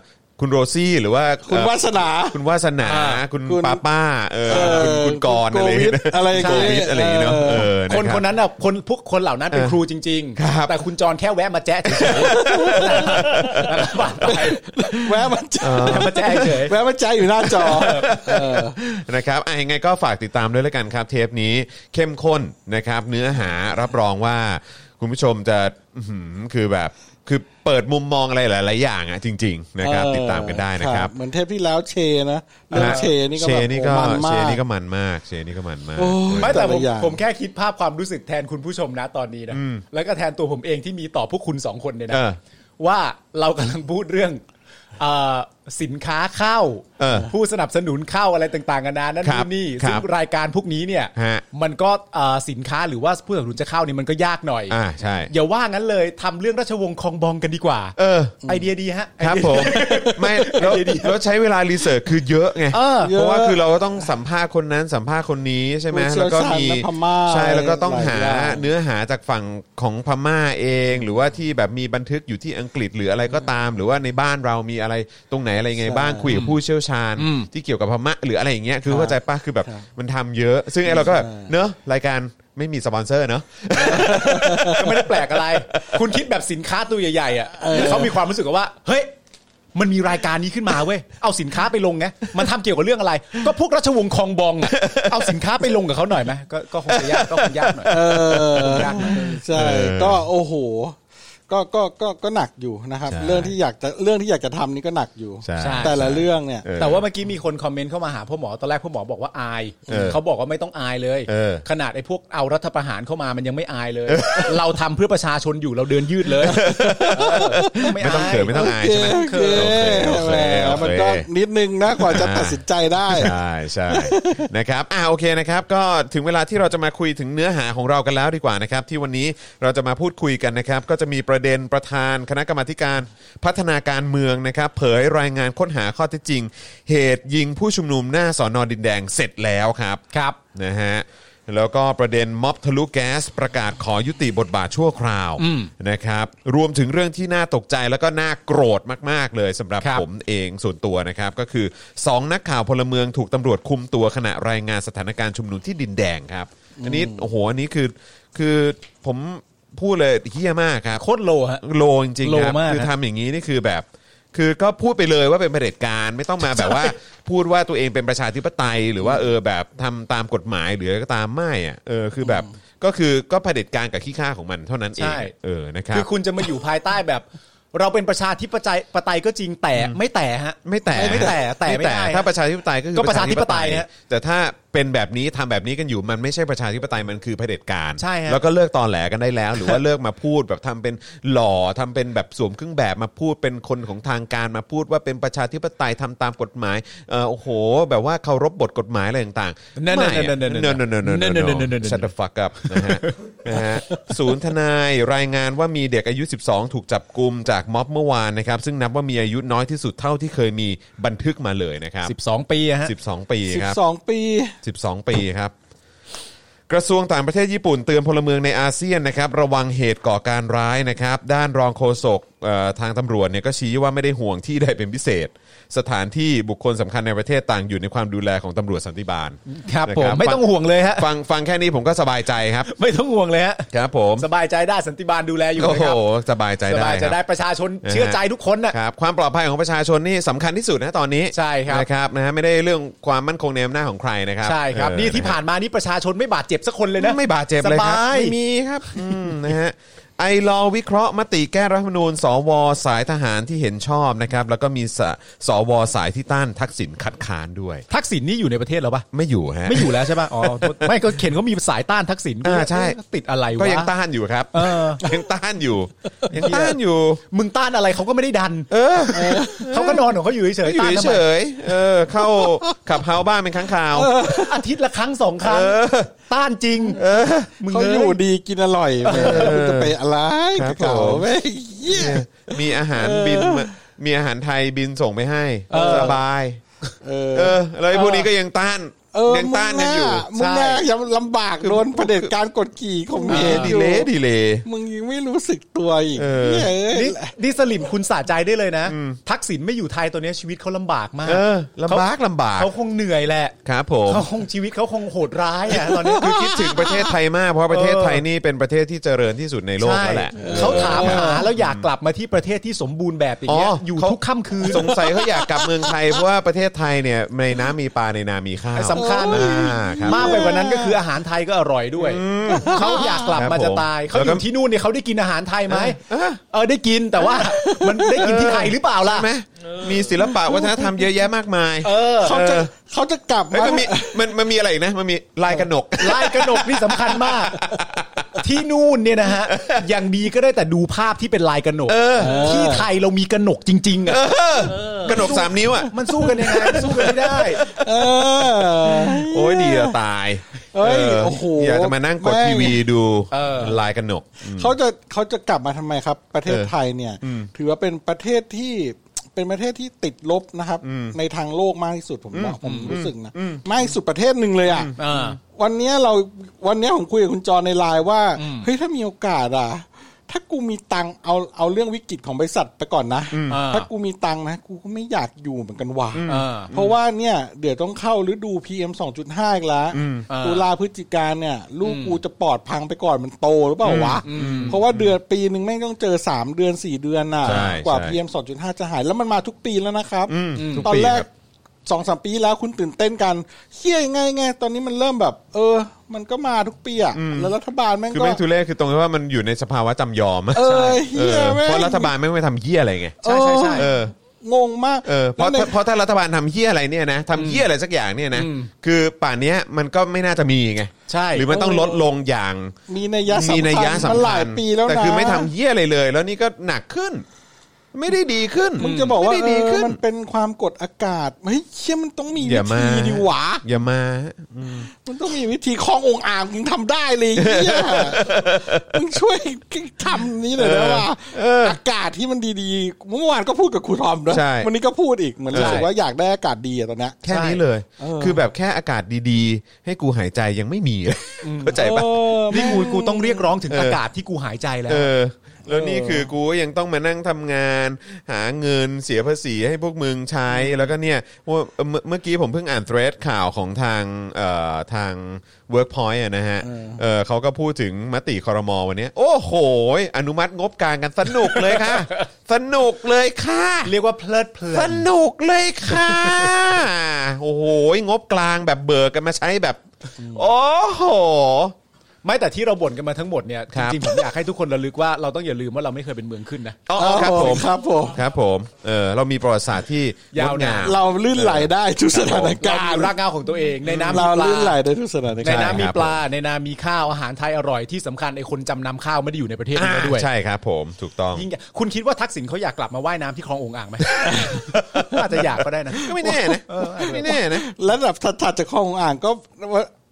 C: คุณโรซี่หรือว่า
A: คุณ
C: เอ่อ
A: วาสนา
C: คุณวาสนาคุณ
A: คุณ
C: ป้าป้าเออ
A: เอ่
C: คุณ
A: อ
C: คุณกรณ์อะไร
A: โวิดอะไร
C: โกวิดอะไรอย่างเงี้ยเนาะเออ
F: คน
C: รับ
F: คนนั้นอ่ะคนพวกคนเหล่านั้นเป็น
C: เออ
F: ครูจริง
C: ครับ
F: ๆ แต่คุณจรแค่แวะมาแจ๊ะเฉยๆแล้วก็ผ่านไป
A: แวะมันจะ
F: แวะมาแจ๊ะเฉย
A: แวะมันจะอยู่หน้าจอ
C: นะครับอ่ะยังไงก็ฝากติดตามด้วยแล้วกันครับ เทปนี้เข้มข้นนะครับ เนื้อหารับรองว่า คุณผู้ชมจะอื้อหือคือแบบคือเปิดมุมมองอะไรหลาย ๆ อย่างอ่ะจริง ๆ นะครับ
A: เออ
C: ติดตามกันได้นะครับ
A: เหมือนเทปที่แล้วเชนะเรื่องเชนี่ก็
C: เช
A: แบบ
C: นี่ก็
A: โอ้มันมา
C: เช
A: ก
C: นี่ก็มันมากเชนี่ก็มันมาก
A: โอ้ย
F: ไม่แต่
A: แต่
F: ผ
A: ละ
F: ม
A: อย่าง
F: ผมแค่คิดภาพความรู้สึกแทนคุณผู้ชมนะตอนนี้นะ แล้วก็แทนตัวผมเองที่มีต่อพวกคุณสองคนเนี่ยนะ
C: เออ
F: ว่าเรากำลังพูดเรื่องเอ่อสินค้าเข้า
C: เออ
F: ผู้สนับสนุนเข้าอะไรต่างๆกันานานั่น
C: ครับ
F: นู่นนี่
C: ครับ
F: ซึ่งรายการพวกนี้เนี่ย
C: ฮะ
F: มันก็เอ่อสินค้าหรือว่าผู้สนับสนุนจะเข้านี่มันก็ยากหน่อย
C: อ่าใช่
F: อย่าว่างั้นเลยทำเรื่องราชวงศ์คองบองกันดีกว่า
C: เออ
F: ไอเดียดีฮะ
C: ครับ
F: ไอเดีย
C: ผมไม่แล้ว
F: ไอเดียดี
C: แล้วใช้เวลารีเสิร์ชคือเยอะไง
F: เออ
C: เพราะว่าคือเราก็ต้องสัมภาษณ์คนนั้นสัมภาษณ์คนนี้ใช่ไหม
A: ผู้เชี่
C: แล้
A: ยว ว
C: ก็
A: ชาญ
C: มี
A: และพม่า
C: ใช่แล้วก็ต้องหา
A: หลายอย่าง
C: เนื้อหาจากฝั่งของพม่าเอง หรือว่าที่แบบมีบันทึกอยู่ที่อังกฤษหรืออะไรก็ตาม หรือว่าในบ้านเรามีอะไรตรงไหนอะไรไงบ้างคุยกับผู้เชี่ยวชาญ ที่เกี่ยวกับพม่าหรืออะไรอย่างเงี้ยคือเข้าใจป่ะคือแบบมันทำเยอะ ซึ่งไอ้เราก็แบบเนอะรายการไม่มีสปอนเซอร์เนอะ
F: ก็ไม่ได้แปลกอะไร คุณคิดแบบสินค้าตัวใหญ่ๆอ่ะแล้วเขามีความรู้สึกว่า เฮ้ย มันมีรายการนี้ขึ้นมาเว้ย เอาสินค้าไปลงไง มันทำเกี่ยวกับเรื่องอะไร ก็พวกราชวงศ์คองบองอะเอาสินค้าไปลงกับเขาหน่อยไหมก็ก็คงจะยาก ก็คงยากหน่อย
A: เออ
F: ยากนะ
A: ใช่ ก็โอ้โห ก็ก็ก็ก็หนักอยู่นะครับ
C: ใช่
A: เรื่องที่อยากจะเรื่องที่อยากจะทำนี่ก็หนักอยู่
C: ใช่
A: แต่ละเรื่องเนี่ย
C: เออ
F: แต่ว่าเมื่อกี้มีคนคอมเมนต์เข้ามาหาพ่อหมอ ตอนแรกพ่อหมอบอกว่าอาย
C: เออ
F: เขาบอกว่าไม่ต้องอายเลย
C: เออ
F: ขนาดไอ้พวกเอารัฐประหารเข้ามามันยังไม่อายเลย เราทำเพื่อประชาชนอยู่เราเดินยืดเลยเออ
C: ไม่ต้องเขินไม่ต้องอาย
A: โอ
C: ใช่ไหม
A: เคโอเค
C: โอเคโอเค
A: แหมมันก็นิดนึงนะกว่าจะตัดสินใจได้
C: ใช่ใช่ นะครับอ่าโอเคนะครับ ก็ถึงเวลาที่เราจะมาคุยถึงเนื้อหาของเรากันแล้วดีกว่านะครับ ที่วันนี้เราจะมาพูดคุยกันนะครับ ก็จะมีประเด็นประธานคณะกรรมาธิการพัฒนาการเมืองนะครับ เผยรายงานค้นหาข้อเท็จจริง เหตุยิงผู้ชุมนุมหน้าสอนอดินแดงเสร็จแล้วครับ
F: ครับ
C: นะฮะแล้วก็ประเด็นม็อบทะลุแก๊สประกาศขอยุติบทบาทชั่วคราวนะครับรวมถึงเรื่องที่น่าตกใจแล้วก็น่าโกรธมาก ๆ เลยสำหรับ
F: ครับ
C: ผมเองส่วนตัวนะครับ ก็คือ 2 นักข่าวพลเมืองถูกตำรวจคุมตัวขณะรายงานสถานการณ์ชุมนุมที่ดินแดงครับ อันนี้โอ้โหอันนี้คือคือผมพูดเลยเฮี้ยมากครับ
F: โคตรโลฮะ
C: โลจริงๆครับ
F: โลมาก
C: คือ
F: ฮะ
C: ทำอย่างนี้นี่คือแบบ คือก็พูดไปเลยว่าเป็นเผด็จการไม่ต้องมาแบบ ว่า พูดว่าตัวเองเป็นประชาธิปไตย หรือว่าเออแบบทำตามกฎหมายหรืออะไรก็ตามไม่อ่ะเออคือแบบก็คือก็เผด็จการกับขี้ข้าของมันเท่านั้นเอง
F: ใช่
C: เออนะครับ
F: คือคุณจะมาอยู่ภายใต้แบบ เราเป็นประชาธิปไตยปไตยก็จริงแต่ไม่แต่ฮะ
C: ไม่แต่
F: ไม่แต่แต่ไม่ได้
C: ถ้าประชาธิปไตยก็คือ
F: ก็ประชาธิปไตยฮะ
C: แต่ถ้าเป็นแบบนี้ทำแบบนี้กันอยู่มันไม่ใช่ประชาธิปไตยมันคือเผด็จการ
F: ใช่ฮะ
C: แล้วก็เลิกตอนแหลกันได้แล้ว หรือว่าเลิกมาพูดแบบทำเป็นหล่อทำเป็นแบบสวมเครื่องแบบมาพูดเป็นคนของทางการมาพูดว่าเป็นประชาธิปไตยทำตามกฎหมายเออโอ้โห แบบว่าเคารพบทกฎหมายอะไรต่างๆ
F: นั่นๆๆๆๆ
C: ไม่อะ no no no no no no no
F: นั่นๆๆๆๆ
C: shut the fuck up นะฮ ะนะฮะศูนย์ทนายรายงานว่ามีเด็กอายุ 12 ถูกจับกลุ่มจากม็อบเมื่อวานนะครับ ซึ่งนับว่ามีอายุน้อยที่สุดเท่าที่เคยมีบันทึกมาเลยนะครับ
F: 12 ปีอะฮะ
C: 12 ปีครับ
A: 12 ปี
C: 12 ปีครับ กระทรวงต่างประเทศญี่ปุ่นเตือนพลเมืองในอาเซียนนะครับ ระวังเหตุก่อการร้ายนะครับ ด้านรองโฆษกเอ่อทางตำรวจเนี่ยก็ชี้ว่าไม่ได้ห่วงที่ใดเป็นพิเศษ สถานที่บุคคลสำคัญในประเทศต่างอยู่ในความดูแลของตำรวจสันติบาล
F: ครับ
C: นะ
F: ผมไม่ต้องห่วงเลยฮะ
C: ฟังฟังแค่นี้ผมก็สบายใจครับ
F: ไม่ต้องห่วงเลยฮะ
C: ครับผม
F: สบายใจได้สันติบาลดูแลอยู่
C: โอ้
F: นะ
C: โห
F: ครับ
C: สบายใจ
F: ส
C: ได้
F: บายใจได้
C: ครับ
F: ประชาชน
C: นะฮะ
F: เชื่อใจทุกคนน่ะ
C: ครับความปลอดภัยของประชาชนนี่สำคัญที่สุดนะตอนนี้
F: ใช่ครับ
C: นะครับนะฮะไม่ได้เรื่องความมั่นคงในอำนาจของใครนะครับ
F: ใช่ครับ
C: เออ
F: นี่ที่ผ่านมานี่ประชาชนไม่บาดเจ็บสักคนเลยนะ
C: ไม่บาดเจ็บเลยครับ
F: สา
C: ไม่มีครับอืมนะฮะไอรอวิเคราะห์มติแก้รัฐธรรมนูญสวสายทหารที่เห็นชอบนะครับแล้วก็มีสสวสายที่ต้านทักษิณคัดค้านด้วย
F: ทักษิณนี่อยู่ในประเทศเหรอปะ
C: ไม่อยู่ฮะ
F: ไม่อยู่แล้วใช่ปะอ๋อโทษไม่ก็เข็นเขามีสายต้านทักษิณ
C: อ่าใช่
F: ติดอะไรวะ
C: ก็ยังต้านอยู่ครับ
F: เออ
C: ยังต้านอยู่ ยังต้านอยู่
F: มึงต้านอะไรเขาก็ไม่ได้ดัน เออเขาก็นอนของเขาอยู่เฉย
C: อ
F: ๆต้า
C: ยู่
F: นทำ
C: เฉ
F: ไม
C: ยๆเออเข้าขับเฮาบ้านเป็นครั้งคราว
F: อาทิตย์ละครั้งสองครั้งต้านจริงมึง
A: เขาอยู่ดีกินอร่อยแหมคุณจะไปอะไร
C: ครับ
A: เขา
C: ผม
A: ไม่เหี้ย
C: มีอาหารบินมามีอาหารไทยบินส่งไปให้สบาย
A: เออ
C: เออแล้วไอ้พวกนี้ก็ยังต้าน
A: เออ
C: ยัง
A: มึง
C: ต้านกัน
A: น่ะ
C: อยู่
A: มึง
C: ใช่
A: น่ะยังลำบากโดนประเผด็จการกดขี่ข่ม
C: เอ
A: เห
C: อง ดี
A: อยู่
C: เลยดีเลย
A: มึงยังไม่รู้สึกตัวอีก
C: เออ
A: เนี่ยเอ้ย
F: นี่นี่สลิมคุณสะใจได้เลยนะ ทักษิณไม่อยู่ไทยตอนนี้ชีวิตเขาลำบากมาก
C: เออลำบากลำบาก
F: เขาคงเหนื่อยแหละ
C: ครับผม
F: เขาคงชีวิตเขาคงโหดร้ายอะตอนนี้
C: คือคิดถึงประเทศไทยมาก เพราะประเทศไทยนี่เป็นประเทศที่เจริญที่สุดในโลก
F: ใช่
C: แล้วแหละ
F: เขาถามหาแล้วอยากกลับมาที่ประเทศที่สมบูรณ์แบบอย่างเงี้ย
C: อ๋ออ
F: อยู่
C: เขา
F: ทุกค่ำคืน
C: สงสัยเขาอยากกลับเมืองไทย เพราะว่าประเทศไทยเนี่ยในน้ำมีปลาในนามีข้าว
F: สำคัญ
C: อ่าครับ
F: มากไปกว่านั้นก็คืออาหารไทยก็อร่อยด้วยเขาอยากกลับมาจะตาย
C: ครับผม
F: เขาอยู่ที่นู่นเนี่ยเขาได้กินอาหารไทยไหมเออได้กินแต่ว่า มันได้กินที่ไทยหรือเปล่าล่ะ
C: ใช่ไหมมีศิลปะวัฒนธรรมเยอะแยะมากมาย
F: เออ
A: เขาจะเขาจะกลับ
C: เฮ้ย
A: มา
C: มันมีมันมันมีอะไรอีกนะ มันมีลายกระหนก
F: ไล่กระหนกนี่สำคัญมาก ที่นู่นเนี่ยนะฮะอย่างดีก็ได้แต่ดูภาพที่เป็นลายกระหนกที่ไทยเรามีกระหนกจริงๆอ่ะ
C: กระหนกสามนิ้วอ่ะ
F: มันสู้กันยังไงมันสู้กันไม่ได้
A: เออ
C: โอ้ยดีอะตาย
A: เอ้ย
C: เ
A: โอ้โห
C: อยากจะมานั่งกด
A: แม่ง
C: ทีวีดู
F: เออ
C: ลายกระหนก
A: เขาจะเขาจะกลับมาทำไมครับ ประเทศ
C: เออ
A: ไทยเนี่ย ถือว่าเป็นประเทศที่เป็นประเทศที่ติดลบนะครับ ในทางโลกมากที่สุดผมบอกผมรู้สึกนะมากที่สุดประเทศหนึ่งเลยอ่ะ
F: อ่า
A: วันเนี้ยเราวันเนี้ยผมคุยกับคุณจรในไลน์ว่าเฮ้ยถ้ามีโอกาสอ่ะ ถ้ากูมีตังค์เอาเอาเรื่องวิกฤตของบริษัทไปก่อนนะ
F: อ่า
A: ถ้ากูมีตังค์นะกูก็ไม่อยากอยู่เหมือนกันว่ะ
F: อ่า
A: เพราะว่าเนี่ยเดี๋ยวต้องเข้าฤดู PM 2.5 อีกแล้ว
F: อ่า
A: ตุลาพฤศจิกาเนี่ย ลูกกูจะปอดพังไปก่อนมันโตหรือเปล่าวะ เพราะว่าเดือนปีหนึ่งแม่งต้องเจอ 3 เดือน 4 เดือนน่ะ
C: ใช่
A: กว่า
C: ใช่
A: PM 2.5 จะหายแล้วมันมาทุกปีแล้วนะครับ
C: ทุก
A: ตอน
C: ปี
A: แร
C: ค
A: ก
C: รับ
A: สองสามปีแล้วคุณตื่นเต้นกันเชี่ยยังไงไงตอนนี้มันเริ่มแบบ เออ มันก็มาทุกปีอะแล้วรัฐบาลแม่ง
C: คือ
A: ก็
C: แม่งทุเรศคือตรงที่ว่ามันอยู่ในสภาวะจำยอมอะ
A: เออ
C: เอ
A: เหี้
C: อย
A: แม่ง
C: เพราะรัฐบาลไม่งไม่ทำเหี้ยอะไรไง
A: เออ
F: ใช่ใช่
C: เออ
A: งงมาก
C: เออเพราะ
A: แล้วใน
C: เพราะถ้ารัฐบาลทำเฮี้ยอะไรเนี่ยนะทำเฮี้ยอะไรสักอย่างเนี่ยนะคือป่านเนี้ยมันก็ไม่น่าจะมีไง
F: ใช่
C: หรือมันต้องลดลงอย่าง
A: มีนัยยะสำคัญ
C: มีนัยยะสำคัญ
A: มาหลายปีแล้วนะ
C: แต่คือไม่ทำเฮี้ยอะไรเลย แล้วนี่ก็หนักขึ้น ไม่ได้ดีขึ้น
A: มึงจะบอกว่า
C: ไม่ได้
A: เอ
C: ดี
A: อ
C: ขึ้น
A: มันเป็นความกดอากาศเฮ้ยเชี่ยมันต้องมี
C: อ
A: วิ
C: ย่ามา
A: ธีดีหวา
C: อย่ามา
A: มันต้องมีวิธีคล้ององค์อ่างมึงทำได้เลยเฮีย มึงช่วย ทำนี้เลยนะว่าอากาศที่มันดีๆ เมื่อวานก็พูดกับครูทอมด้วย
C: ใช่
A: วันนี้ก็พูดอีกเหมือนรู้สึก
F: ใช่
A: ว่าอยากได้อากาศดีอะตอนเนี้ย
C: แค่นี้เลย
A: เออ
C: คือแบบแค่อากาศดีๆ ให้กูหายใจยังไม่มีเลยเข้าใจปะ
A: เออ
F: นี่
A: แม่ง
F: กูกูต้องเรียกร้องถึงอากาศที่กูหายใจแล้ว
C: เออ แล้วนี่คือกูก็ยังต้องมานั่งทำงาน หาเงินเสียภาษีให้พวกมึงใช้แล้วก็เนี่ยว่าเมื่อเมื่อกี้ผมเพิ่งอ่านเทรดข่าวของทางเอ่อทาง Workpoint อะนะฮะเออเขาก็พูดถึงมติคอรมอวันเนี้ยโอ้โห อนุมัติงบกลางกันสนุกเลย ค่ะ สนุกเลยค่ะ
F: เรียกว่าเพลิดเพลิ
C: ส
F: น
C: นุกเลยค่ะ โอ้โห งบกลางแบบเบิกกันมาใช้แบบ โอ้โห
F: ไม่แต่ที่เราบ่นกันมาทั้งหมดเนี่ย
C: ค
F: จ
C: รับ
F: ริงๆผมอยากให้ทุกคนระลึกว่าเราต้องอย่าลืมว่าเราไม่เคยเป็นเมืองขึ้นนะ
C: อ๋ออ๋อครับผม
A: ครับผม
C: ครับผมเออเรามีประวัติศาสตร์ที่
F: ยาว
C: งดงาม
A: เราลื่นไหลได้ทุกสถาน
F: กา
A: การรณ์
F: รากเหงาของตัวเองในน้ำมี
A: เรา
F: ปล
A: ลื่นไหล
F: า
A: ได้ทุกสถาน
F: ใน
A: การณ์
F: น้ำมี
C: ใช่ครับ
F: ปลาในน้ำมีข้าวอาหารไทยอร่อยที่สำคัญไอ้คนจำนำข้าวไม่ได้อยู่ในประเทศ
C: อ่า
F: นี้ด้วย
C: ใช่ครับผมถูกต้อง
F: ยิ่งใหญ่คุณคิดว่าทักษิณเขาอยากกลับมาว่ายน้ำที่คลององอ่าง ไหม อาจจะอยากก็ได้นะ
C: ก็ไม่แน่นะไม่แน่นะ
A: ระดับถัดๆจากคลององอ่างก็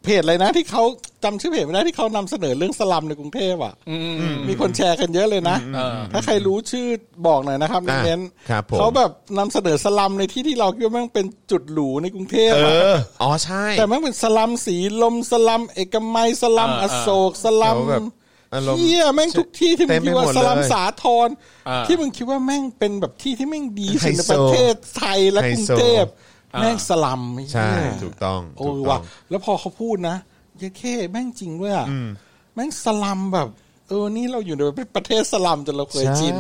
A: เพจอะไรนะที่เขาจำชื่อเพจไม่ได้ที่เขานำเสนอเรื่องสลัมในกรุงเทพอ่ะมีคนแชร์กันเยอะเลยนะถ้าใครรู้ชื่อบอกหน่อยนะครับใน
C: อ่ะ
A: เน้นต์
C: ครับผม
A: เขาแบบนำเสนอสลัมในที่ที่เราคิดว่าแม่งเป็นจุดหรูในกรุงเทพ
C: เอ
A: อะ
C: ออ๋อใช่
A: แต่แม่งเป็นสลัมสีลมสลัมเอกมัยสลัมอโศกสลัม
C: เขาแบบอารมณ์
A: เที่ยแม่งทุกที่ที่มึ
C: เต็
A: ง
C: มไป
A: คิดว่า
C: หมด
A: สลัม
C: เลย
A: สาทรที่มึงคิดว่าแม่งเป็นแบบที่ที่แม่งดีสุดใน
C: ไฮโซ
A: ประเทศไทยและ
C: ไฮ
A: กรุง
C: โซ
A: เทพแม่งสลัมไอ้
C: ใช่
A: เหี้ย
C: ถูกต้อง
A: โอ้
C: ถูกต้อง
A: ว่ะแล้วพอเขาพูดนะเยเคแม่งจริงด้วยอะแม่งสลัมแบบ เออนี่เราอยู่ในประเทศสลัมจนเราเคยชิน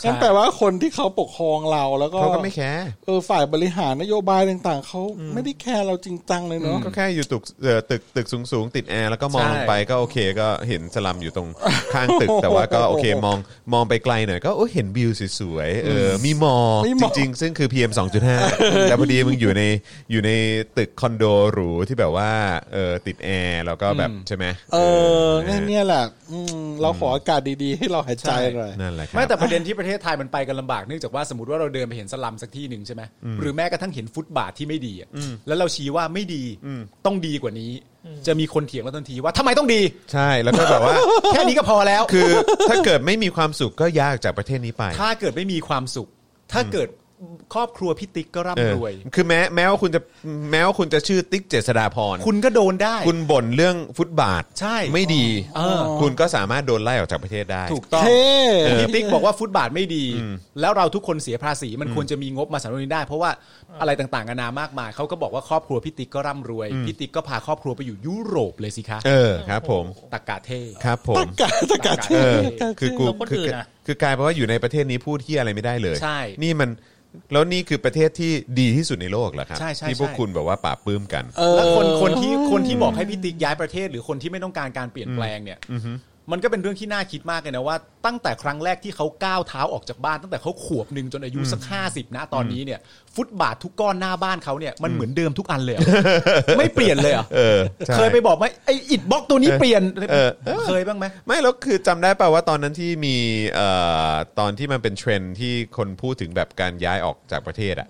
C: ใช่
A: นั่นแปลว่าคนที่เขาปกครองเราแล้วก็
C: เขาก็ไม่แคร์
A: เออฝ่ายบริหารนโยบายต่างๆเขาไม่ได้แคร์เราจริงจังเลยเนาะ
C: ก็แค่อยู่ตึกเอ่อตึกตึกสูงสูงๆติดแอร์แล้วก็มองลงไปก็โอเค ก็เห็นสลัมอยู่ตรงข้างตึก แต่ว่าก็โอเคมองมองไปไกลหน่อยก็โอ้เห็นวิวสวยๆเออมีหมอก
A: มีห
C: จ
A: มอก
C: ริงๆ ซึ่งคือ PM 2.5 แต่พอดีมึงอยู่ในอยู่ในตึกคอนโดหรูที่แบบว่าเออติดแอร์แล้วก็แบบใช่ไหม
A: เออ
C: นะฮะ
A: เนี่ยแหละอืมเราขออากาศดีๆ ให้เราหายใจหน่อย
C: นั่นแหละครับ
F: ไม่แต่ประเด็นที่ประเทศไทยมันไปกันลำบากเนื่องจากว่าสมมติว่าเราเดินไปเห็นสลัมสักที่หนึ่งใช่ไหมหรือแม้กระทั่งเห็นฟุตบาทที่ไม่ดีอะแล้วเราชี้ว่าไม่ดีต้องดีกว่านี้ จะมีคนเถียงเราทันทีว่าทำไมต้องดี
C: ใช่แล้วก็แบบว่า
F: แค่นี้ก็พอแล้ว
C: คือถ้าเกิดไม่มีความสุขก็ยากจากประเทศนี้ไป
F: ถ้าเกิดไม่มีความสุข ถ้าเกิด ครอบครัวพี่ติ๊กก็ร่ำรวย
C: เออคือแม้แม้ว่าคุณจะแม้ว่าคุณจะชื่อติ๊กเจษฎาพร
F: คุณก็โดนได้
C: คุณบ่นเรื่องฟุตบาท
F: ใช่
C: ไม่ดี
F: เออ
C: คุณก็สามารถโดนไล่ออกจากประเทศได้
F: ถูกต้อง
A: เท่
F: พี่ติ๊กบอกว่าฟุตบาทไม่ดี แล้วเราทุกคนเสียภาษีมันควรจะมีงบมาสนับสนุนได้ เพราะว่าอะไรต่างๆนานามากมายเขาก็บอกว่าครอบครัวพี่ติ๊กก็ร่ำรวยพี่ติ๊กก็พาครอบครัวไปอยู่ยุโรปเลยสิคะ
C: เออครับผม
F: ตักกะเท่
C: ครับผม
A: กาตะกาเท่
C: เออ
A: ตะกา
C: คือ
A: เท่
C: กู
B: แล้วคน
C: คือ
B: อื่นอะ
C: คือกลายเป็นว่าอยู่ในประเทศนี้พูดที่อะไรไม่ได้เลย
F: ใช่
C: นี่มันแล้วนี่คือประเทศที่ดีที่สุดในโลกเหรอครับ
F: ใช่ใช่
C: ที่พวก
F: ใช่
C: คุณแบบว่าปราบปลื้มกัน
A: เออ
F: แล้วคนคนที่คนที่บอกให้พี่ติ๊กย้ายประเทศ หรือคนที่ไม่ต้องการการเปลี่ยนแปลงเนี่ยมันก็เป็นเรื่องที่น่าคิดมากเลยนะว่า ตั้งแต่ครั้งแรกที่เขาก้าวเท้าออกจากบ้าน ตั้งแต่เขาขวบหนึ่งจนอายุสักห้าสิบนะตอนนี้เนี่ยฟุตบาททุกก้อนหน้าบ้านเขาเนี่ยมันเหมือนเดิมทุกอันเลยเหรอไม่เปลี่ยนเลยเหรอ
C: เออใช่
F: เคยไปบอกไหมไออิดบล็อกตัวนี้เปลี่ยน
C: เออเออ
F: เคยบ้างไหม
C: ไม่แล้วคือจำได้ป่าวว่าตอนนั้นที่มีเอ่อตอนที่มันเป็นเทรนด์ที่คนพูดถึงแบบการย้ายออกจากประเทศอ่ะ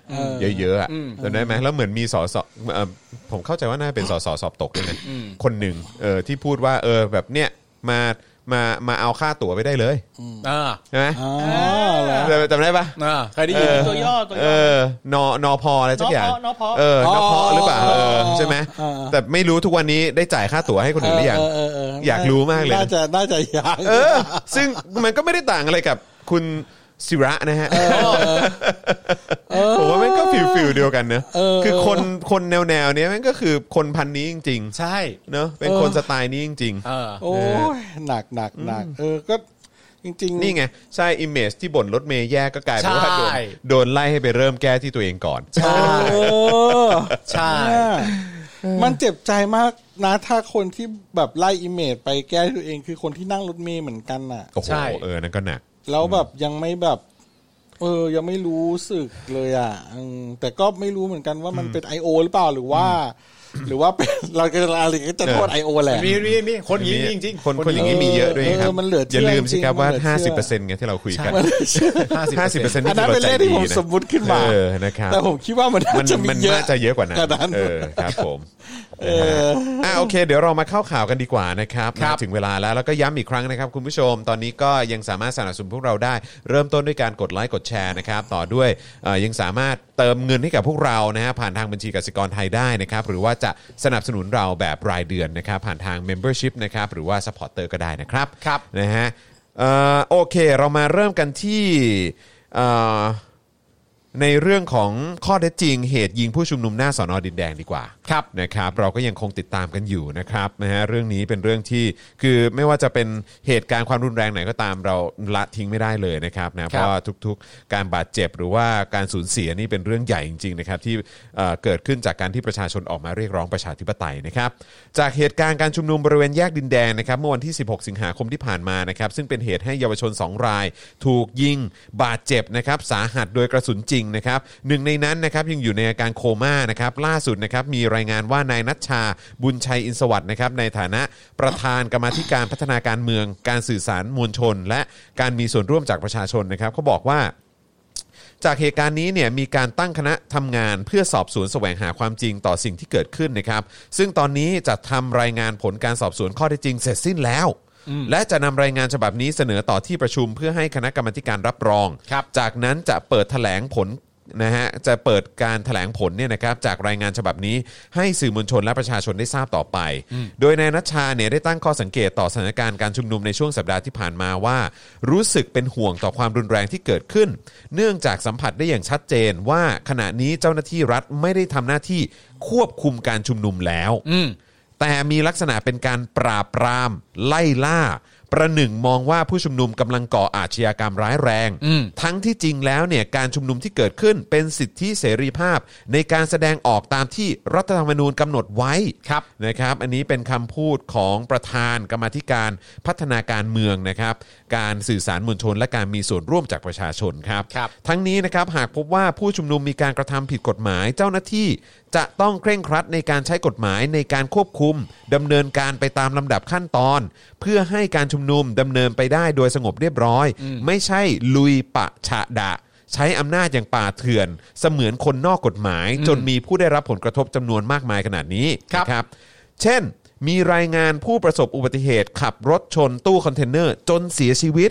C: เยอะๆอ่ะจำได้ไหมแล้วเหมือนมีสอสเอ่อผมเข้าใจว่าน่าเป็นสอสอสอบตกด้วยนะคนหนึ่งเออที่พูดว่าเออแบบเนี้ยมามามาเอาค่าตั๋วไปได้เลย
F: อ่า
C: ใช่ไหม
A: อ๋อเหรอ
C: จำได้ปะ
F: อ่าเคยได้
C: เอ
F: ยิน
C: อ
B: ตัวย่อตัวย่อ
C: เออนอนอพออะไรสักอย่าง
B: นอพอนอพอ
C: เออนอพอหรือเปล่าเออ
A: อ๋อ
C: ใช่ไหม
A: เออ
C: แต่ไม่รู้ทุกวันนี้ได้จ่ายค่าตั๋วให้คนอื่นหรือยัง
A: เเเเ
C: อยากรู้มากเลยนะ
A: น่าจะน่าจะอยาก
C: เออ ซึ่งมันก็ไม่ได้ต่างอะไรกับคุณศิระนะฮะผมว่ามันก็ฟิลฟิลเดียวกันเนอะคือคนคนแนวแนวๆเนี้ยมันก็คือคนพันนี้จริง
F: ใช่
C: ๆเนอะเป็นคนสไตล์นี้จริง
F: เออ
A: โอ้ยหนักหนักหนักเออก็จริง
C: ๆ
A: ๆ
C: นี่ไง ใช่อิมเมจที่บ่นรถเมย์แย่ก็กลายเป็นว่าโดน
F: ใช่
C: โดนไล่ให้ไปเริ่มแก้ที่ตัวเองก่อน
A: ใช่เออ
F: ใช่
A: เนี่ยมันเจ็บใจมากนะถ้าคนที่แบบไล่อิเมจไปแก้ตัวเองคือคนที่นั่งรถเมย์เหมือนกันน่ะ
C: โอ้โหเออนั่นก็หนัก
A: แล้วแบบยังไม่แบบ เออ ยังไม่รู้สึกเลยอ่ะอืมแต่ก็ไม่รู้เหมือนกันว่ามันเป็น I.O. หรือเปล่าหรือว่า หรือว่า เป็นเราจะอะไรก็จะโทษ I.O. แหละ
F: มีมีมีคนอย่างนี้จริงๆ
C: คนคนอย่างนี้มีเยอะด้วยครับ
A: เออมันเหลือเชื่อ
C: อย่าลืมสิครับว่า
A: จริงๆมันเหลือเชื่อ
C: 50%ไงที่เราคุยกัน
F: ห้าสิบ
C: 50%
A: อั
C: นี่
A: นนั้น
C: คื
A: เป็นเรื่อง
C: ราใจ
A: ที่ผม
C: ดีะ
A: สมมุติขึ้นมา
C: เออนะครับ
A: แต่ผมคิดว่ามัน
C: มั
A: น่าน จะมี
C: มัน
A: เยอะ
C: น่าจะเยอะกว่านั้น
A: กว่านั้น
C: เออครับผม
A: เออ
C: อ่ะโอเค เดี๋ยวเรามาเข้าข่าวกันดีกว่านะครับ
F: ครับ
C: ถึงเวลาแล้วแล้วก็ย้ำอีกครั้งนะครับ คุณผู้ชมตอนนี้ก็ยังสามารถสนับสนุนพวกเราได้ เริ่มต้นด้วยการกดไลค์กดแชร์นะครับต่อด้วยเอ่อยังสามารถเติมเงินให้กับพวกเรานะฮะผ่านทางบัญชีกสิกรไทยได้นะครับหรือว่าจะสนับสนุนเราแบบรายเดือนนะครับผ่านทาง Membership นะครับหรือว่า Supporter ก็ได้นะครับ
F: ครับ
C: นะฮะเอ่อโอเคเรามาเริ่มกันที่เอ่อในเรื่องของข้อเท็จจริง เหตุยิงผู้ชุมนุมหน้าสอนอดินแดงดีกว่า
F: ครับ
C: นะครับเราก็ยังคงติดตามกันอยู่นะครับนะฮะเรื่องนี้เป็นเรื่องที่คือไม่ว่าจะเป็นเหตุการณ์ความรุนแรงไหนก็ตามเราละทิ้งไม่ได้เลยนะครับนะเพราะว่าทุกๆ การบาดเจ็บหรือว่าการสูญเสียนี่เป็นเรื่องใหญ่จริงๆนะครับที่เอ่อเกิดขึ้นจากการที่ประชาชนออกมาเรียกร้องประชาธิปไตยนะครับจากเหตุการณ์การชุมนุมบริเวณแยกดินแดงนะครับเมื่อวันที่ 16 สิงหาคมที่ผ่านมานะครับซึ่งเป็นเหตุให้เยาวชน 2 ราย ถูกยิงบาดเจ็บนะครับสาหัสโดยกระสุนจริงนะครับหนึ่งในนั้นนะครับยังอยู่ในอาการโคม่านะครับล่าสุดนะครับมีรายงานว่านายนัชชาบุญชัยอินสวัสด์นะครับในฐานะประธานกรรมาธิการพัฒนาการเมือง การสื่อสารมวลชน และการมีส่วนร่วมจากประชาชนนะครับเขาบอกว่า จากเหตุการณ์นี้เนี่ยมีการตั้งคณะทำงานเพื่อสอบสวนแสวงหาความจริงต่อสิ่งที่เกิดขึ้นนะครับซึ่งตอนนี้จะทำรายงานผลการสอบสวนข้อเท็จจริงเสร็จสิ้นแล้ว และจะนำรายงานฉบับนี้เสนอต่อที่ประชุมเพื่อให้คณะกรรมาธิการรับรอง
F: ครับ
C: จากนั้นจะเปิดแถลงผลนะฮะจะเปิดการแถลงผลเนี่ยนะครับจากรายงานฉบับนี้ให้สื่อมวลชนและประชาชนได้ทราบต่อไป โดยนายนัชชาเนี่ยได้ตั้งข้อสังเกตต่อสถานการณ์การชุมนุมในช่วงสัปดาห์ที่ผ่านมาว่า รู้สึกเป็นห่วงต่อความรุนแรงที่เกิดขึ้น เนื่องจากสัมผัสได้อย่างชัดเจนว่าขณะนี้เจ้าหน้าที่รัฐไม่ได้ทำหน้าที่ควบคุมการชุมนุมแล้ว แต่มีลักษณะเป็นการปราบปราม ไล่ล่า ประหนึ่งมองว่าผู้ชุมนุมกำลังก่ออาชญากรรมร้ายแรง ทั้งที่จริงแล้วเนี่ยการชุมนุมที่เกิดขึ้นเป็นสิทธิเสรีภาพ ในการแสดงออกตามที่รัฐธรรมนูญกำหนดไว้
F: ครับ
C: นะครับ อันนี้เป็นคำพูดของประธานกรรมาธิการพัฒนาการเมืองนะครับ การสื่อสารมวลชน และการมีส่วนร่วมจากประชาชนครับ
F: ครับ
C: ทั้งนี้นะครับหากพบว่าผู้ชุมนุมมีการกระทำผิดกฎหมายเจ้าหน้าที่จะต้องเคร่งครัดในการใช้กฎหมายในการควบคุมดำเนินการไปตามลำดับขั้นตอน เพื่อให้การชุมนุมดำเนินไปได้โดยสงบเรียบร้อย ไม่ใช่ลุยปะฉะดะ ใช้อำนาจอย่างป่าเถื่อน เสมือนคนนอกกฎหมาย จนมีผู้ได้รับผลกระทบจำนวนมากมายขนาดนี้
F: ครับ
C: นะ ครับเช่น มีรายงานผู้ประสบอุบัติเหตุขับรถชนตู้คอนเทนเนอร์จนเสียชีวิต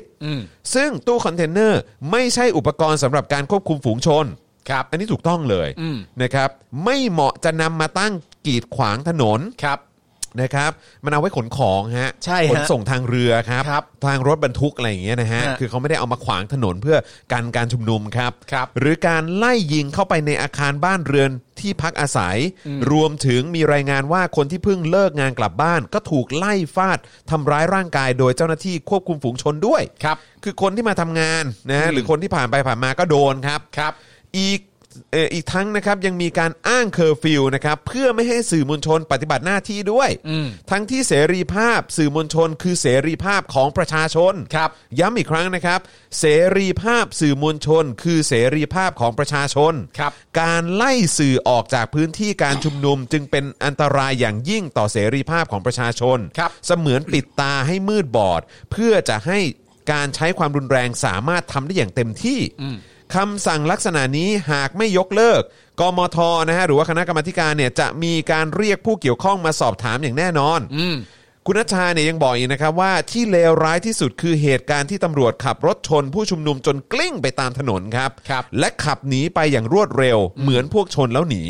C: ซึ่งตู้คอนเทนเนอร์ไม่ใช่อุปกรณ์สำหรับการควบคุมฝูงชน
F: ครับ
C: อันนี้ถูกต้องเลย
F: อืม
C: นะครับ ไม่เหมาะจะนำมาตั้งกีดขวางถนน
F: ครับ
C: นะครับมันเอาไว้ขนของฮะ
F: ใช่ฮะ
C: ขนส่งทางเรือครับ
F: ครับ
C: ทางรถบรรทุกอะไรอย่างเงี้ยนะฮะ
F: ฮะ
C: คือเขาไม่ได้เอามาขวางถนนเพื่อการการชุมนุมครับ
F: ครับ
C: หรือการไล่ยิงเข้าไปในอาคารบ้านเรือนที่พักอาศัย รวมถึงมีรายงานว่าคนที่เพิ่งเลิกงานกลับบ้าน ก็ถูกไล่ฟาดทำร้ายร่างกาย โดยเจ้าหน้าที่ควบคุมฝูงชนด้วย
F: ครับ
C: คือคนที่มาทำงานนะฮะหรือคนที่ผ่านไปผ่านมาก็โดนครับ
F: ครับ
C: อีกเอ่ออีกทั้งนะครับยังมีการอ้างเคอร์ฟิวนะครับเพื่อไม่ให้สื่อมวลชนปฏิบัติหน้าที่ด้วย
F: อืม
C: ทั้งที่เสรีภาพสื่อมวลชนคือเสรีภาพของประชาชน
F: ครับ
C: ย้ำอีกครั้งนะครับ เสรีภาพสื่อมวลชน คือเสรีภาพของประชาชน
F: ครับ
C: การไล่สื่อออกจากพื้นที่การชุมนุม จึงเป็นอันตรายอย่างยิ่งต่อเสรีภาพของประชาชน
F: ครับ
C: เสมือนปิดตาให้มืดบอด เพื่อจะให้การใช้ความรุนแรงสามารถทำได้อย่างเต็มที่คำสั่งลักษณะนี้หากไม่ยกเลิก กมทนะฮะหรือว่าคณะกรรมาธิการเนี่ยจะมีการเรียกผู้เกี่ยวข้องมาสอบถามอย่างแน่นอน คุณนัชชาเนี่ยยังบอกอีกนะครับว่าที่เลวร้ายที่สุดคือเหตุการณ์ที่ตำรวจขับรถชนผู้ชุมนุมจนกลิ้งไปตามถนนครับ
F: ครับ
C: และขับหนีไปอย่างรวดเร็ว เหมือนพวกชนแล้วหนี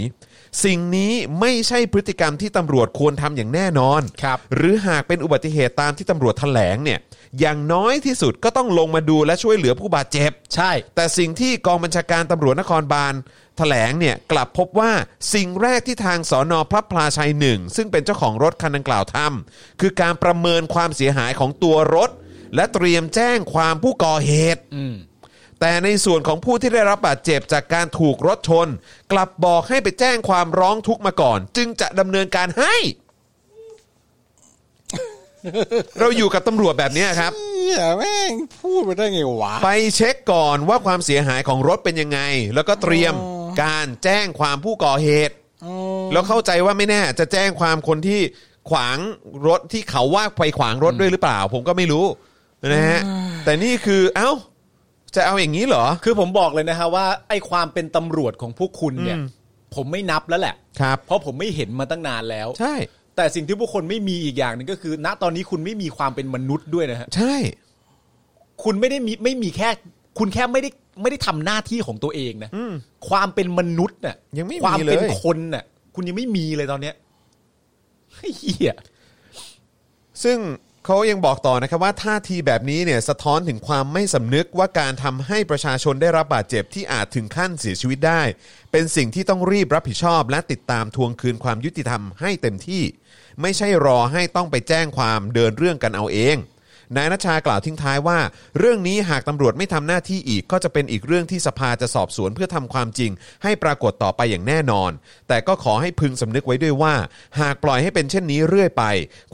C: สิ่งนี้ไม่ใช่พฤติกรรมที่ตำรวจควรทำอย่างแน่นอน
F: ครับ
C: หรือหากเป็นอุบัติเหตุตามที่ตำรวจแถลงเนี่ยอย่างน้อยที่สุดก็ต้องลงมาดูและช่วยเหลือผู้บาดเจ็บ
F: ใช่
C: แต่สิ่งที่กองบัญชาการตำรวจนครบาลแถลงเนี่ยกลับพบว่าสิ่งแรกที่ทางสอนอพระพลาชัยหนึ่งซึ่งเป็นเจ้าของรถคันดังกล่าวทำคือการประเมินความเสียหายของตัวรถ และเตรียมแจ้งความผู้ก่อเหตุ แต่ในส่วนของผู้ที่ได้รับบาดเจ็บจากการถูกรถชน กลับบอกให้ไปแจ้งความร้องทุกข์มาก่อน จึงจะดำเนินการให้ เราอยู่กับตำรวจแบบเนี้ยครับ
A: เหี้ยแม่งพูดไปได้ไงวะ
C: ไปเช็คก่อนว่าความเสียหายของรถเป็นยังไง แล้วก็เตรียม
A: อ๋อ
C: การแจ้งความผู้ก่อเหตุ
A: อ๋อ
C: แล้วเข้าใจว่าไม่แน่จะแจ้งความคนที่ขวางรถที่เขาว่าไปขวางรถด้วยหรือเปล่า ผมก็ไม่รู้นะฮะแต่นี่คือเอ้า จะเอาอย่างนี้เหรอ
F: คือผมบอกเลยนะฮะว่าไอ้ความเป็นตำรวจของพวกคุณเนี่ย ผมไม่นับแล้วแหละ
C: ครับ
F: เพราะผมไม่เห็นมาตั้งนานแล้ว
C: ใช่
F: แต่สิ่งที่พวกคนไม่มีอีกอย่างหนึ่งก็คือ ณตอนนี้คุณไม่มีความเป็นมนุษย์ด้วยนะฮะ
C: ใช่
F: คุณไม่ได้มีไม่มีแค่ คุณแค่ไม่ได้ไม่ได้ทำหน้าที่ของตัวเองนะความเป็นมนุษย์น่ะ
C: ยังไม่มี
F: ความเป็น
C: เลย
F: คนน่ะ คุณยังไม่มีเลยตอนเนี้ยเฮีย
C: ซึ่งเขายังบอกต่อนะครับว่าท่าทีแบบนี้เนี่ยสะท้อนถึงความไม่สำนึกว่าการทำให้ประชาชนได้รับบาดเจ็บที่อาจถึงขั้นเสียชีวิตได้ เป็นสิ่งที่ต้องรีบรับผิดชอบ และติดตามทวงคืนความยุติธรรมให้เต็มที่ ไม่ใช่รอให้ต้องไปแจ้งความเดินเรื่องกันเอาเอง นายนชชากล่าวทิ้งท้ายว่า เรื่องนี้หากตำรวจไม่ทำหน้าที่อีก ก็จะเป็นอีกเรื่องที่สภาจะสอบสวนเพื่อทำความจริง ให้ปรากฏต่อไปอย่างแน่นอน แต่ก็ขอให้พึงสำนึกไว้ด้วยว่า หากปล่อยให้เป็นเช่นนี้เรื่อยไป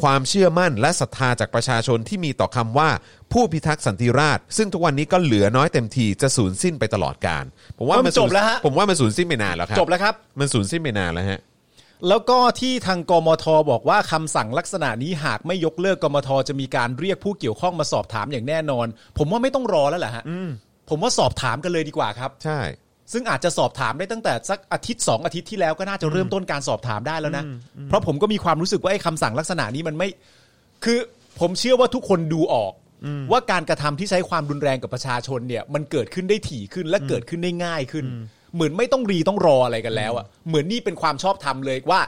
C: ความเชื่อมั่นและศรัทธาจากประชาชนที่มีต่อคำว่า ผู้พิทักษ์สันติราษฎร์ซึ่งทุกวันนี้ก็เหลือน้อยเต็มทีจะสูญสิ้นไปตลอดกาลผมว่ามัน
F: จบแล้วฮะ
C: ผมว่ามันสูญสิ้นไปนานแล้วครับ
F: จบแล้วครับ
C: มันสูญสิ้นไปนานแล้วฮะ
F: แล้วก็ที่ทางกมทบอกว่าคำสั่งลักษณะนี้หากไม่ยกเลิกกมทจะมีการเรียกผู้เกี่ยวข้องมาสอบถามอย่างแน่นอน ผมว่าไม่ต้องรอแล้วแหละฮะผมว่าสอบถามกันเลยดีกว่าครับ
C: ใช่
F: ซึ่งอาจจะสอบถามได้ตั้งแต่สักอาทิตย์สองอาทิตย์ที่แล้วก็น่าจะเริ่มต้นการสอบถามได้แล้วนะ เพราะผมก็มีความรู้สึกว่าไอ้คำสั่งลักษณะนี้มันไม่ คือผมเชื่อว่าทุกคนดูออก ว่าการกระทำที่ใช้ความรุนแรงกับประชาชนเนี่ย มันเกิดขึ้นได้ถี่ขึ้นและเกิดขึ้นได้ง่ายขึ้น เหมือนไม่ต้องรีต้องรออะไรกันแล้วอ่ะเหมือนนี่เป็นความชอบธรรมเลยว่า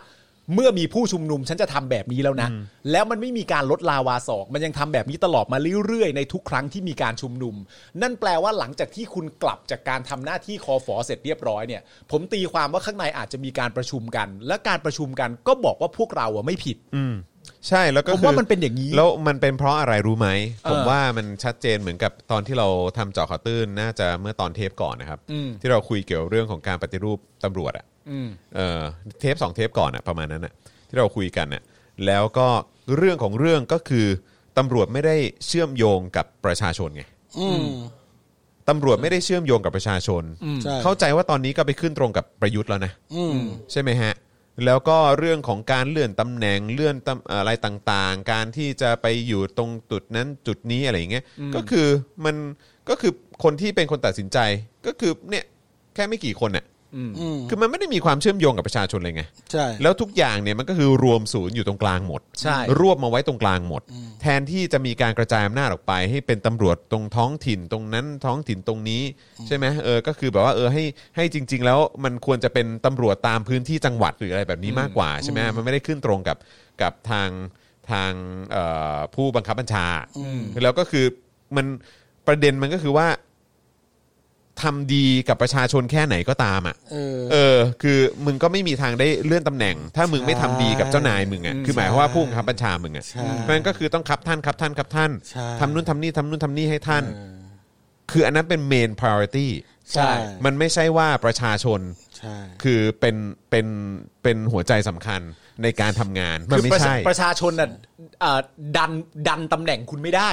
F: เมื่อมีผู้ชุมนุมฉันจะทำแบบนี้แล้วนะ แล้วมันไม่มีการลดลาวาสอก มันยังทำแบบนี้ตลอดมาเรื่อยๆในทุกครั้งที่มีการชุมนุม นั่นแปลว่าหลังจากที่คุณกลับจากการทำหน้าที่คอฟอเสร็จเรียบร้อยเนี่ย ผมตีความว่าข้างในอาจจะมีการประชุมกัน และการประชุมกันก็บอกว่าพวกเราอะไม่ผิด
C: ใช่แล้วก็
F: ผมว่า
C: คื
F: มันเป็นอย่างนี้
C: แล้วมันเป็นเพราะอะไรรู้ไหม
F: เออ
C: ผมว่ามันชัดเจนเหมือนกับตอนที่เราทำเจาะข่าวตื้นน่าจะเมื่อตอนเทปก่อนนะครับ
F: อืม
C: ที่เราคุยเกี่ยวเรื่องของการปฏิรูปตำรวจอะ
F: อืม
C: เออเทปสองเทปก่อนอะประมาณนั้นอะที่เราคุยกันอะแล้วก็เรื่องของเรื่องก็คือตำรวจไม่ได้เชื่อมโยงกับประชาชนไง
A: อืม
C: ตำรวจไม่ได้เชื่อมโยงกับประชาชน
A: ใช่
C: เข้าใจว่าตอนนี้ก็ไปขึ้นตรงกับประยุทธ์แล้วนะ
A: อืม
C: ใช่ไหมฮะ แล้วก็เรื่องของการเลื่อนตำแหน่งเลื่อนตำเอ่ออะไรต่างๆ การที่จะไปอยู่ตรงจุดนั้นจุดนี้อะไรอย่างเงี้ยก็คือมันก็คือคนที่เป็นคนตัดสินใจก็คือเนี่ยแค่ไม่กี่คนน่ะ คือมันไม่ได้มีความเชื่อมโยงกับประชาชนเลยไง
A: ใช่
C: แล้วทุกอย่างเนี่ยมันก็คือรวมศูนย์อยู่ตรงกลางหมด
F: ใช่
C: รวบมาไว้ตรงกลางหมด แทนที่จะมีการกระจายอำนาจออกไป ให้เป็นตำรวจตรงท้องถิ่นตรงนั้นท้องถิ่นตรงนี้ ใช่ไหมเออก็คือแบบว่าเออให้ให้จริง ๆ แล้วมันควรจะเป็นตำรวจตามพื้นที่จังหวัดหรืออะไรแบบนี้มากกว่าใช่ไหมมันไม่ได้ขึ้นตรงกับกับทางทางเอ่อผู้บังคับบัญชา แล้วก็คือมันประเด็นมันก็คือว่าทำดีกับประชาชนแค่ไหนก็ตามอ่ะ
A: เออ
C: เออ คือมึงก็ไม่มีทางได้เลื่อนตำแหน่ง ถ้ามึงไม่ทำดีกับเจ้านายมึงอ่ะ คือหมายความว่าผู้บังคับบัญชามึงอ่ะ
A: ใช่
C: มันก็คือต้องครับท่านครับท่านครับท่าน
A: ใช่
C: ทำนู่นทำนี่ทำนู่นทำนี่ให้ท่าน คืออันนั้นเป็นเมนพาริตี้
A: ใช่
C: มันไม่ใช่ว่าประชาชน
A: ใช่
C: คือเป็นเป็นเป็นหัวใจสำคัญในการทำงาน มัน
F: คือ
C: ไม่
F: ประชา
C: ใช่
F: ประชาชนน่ะเอ่อดันดันตำแหน่งคุณไม่ได้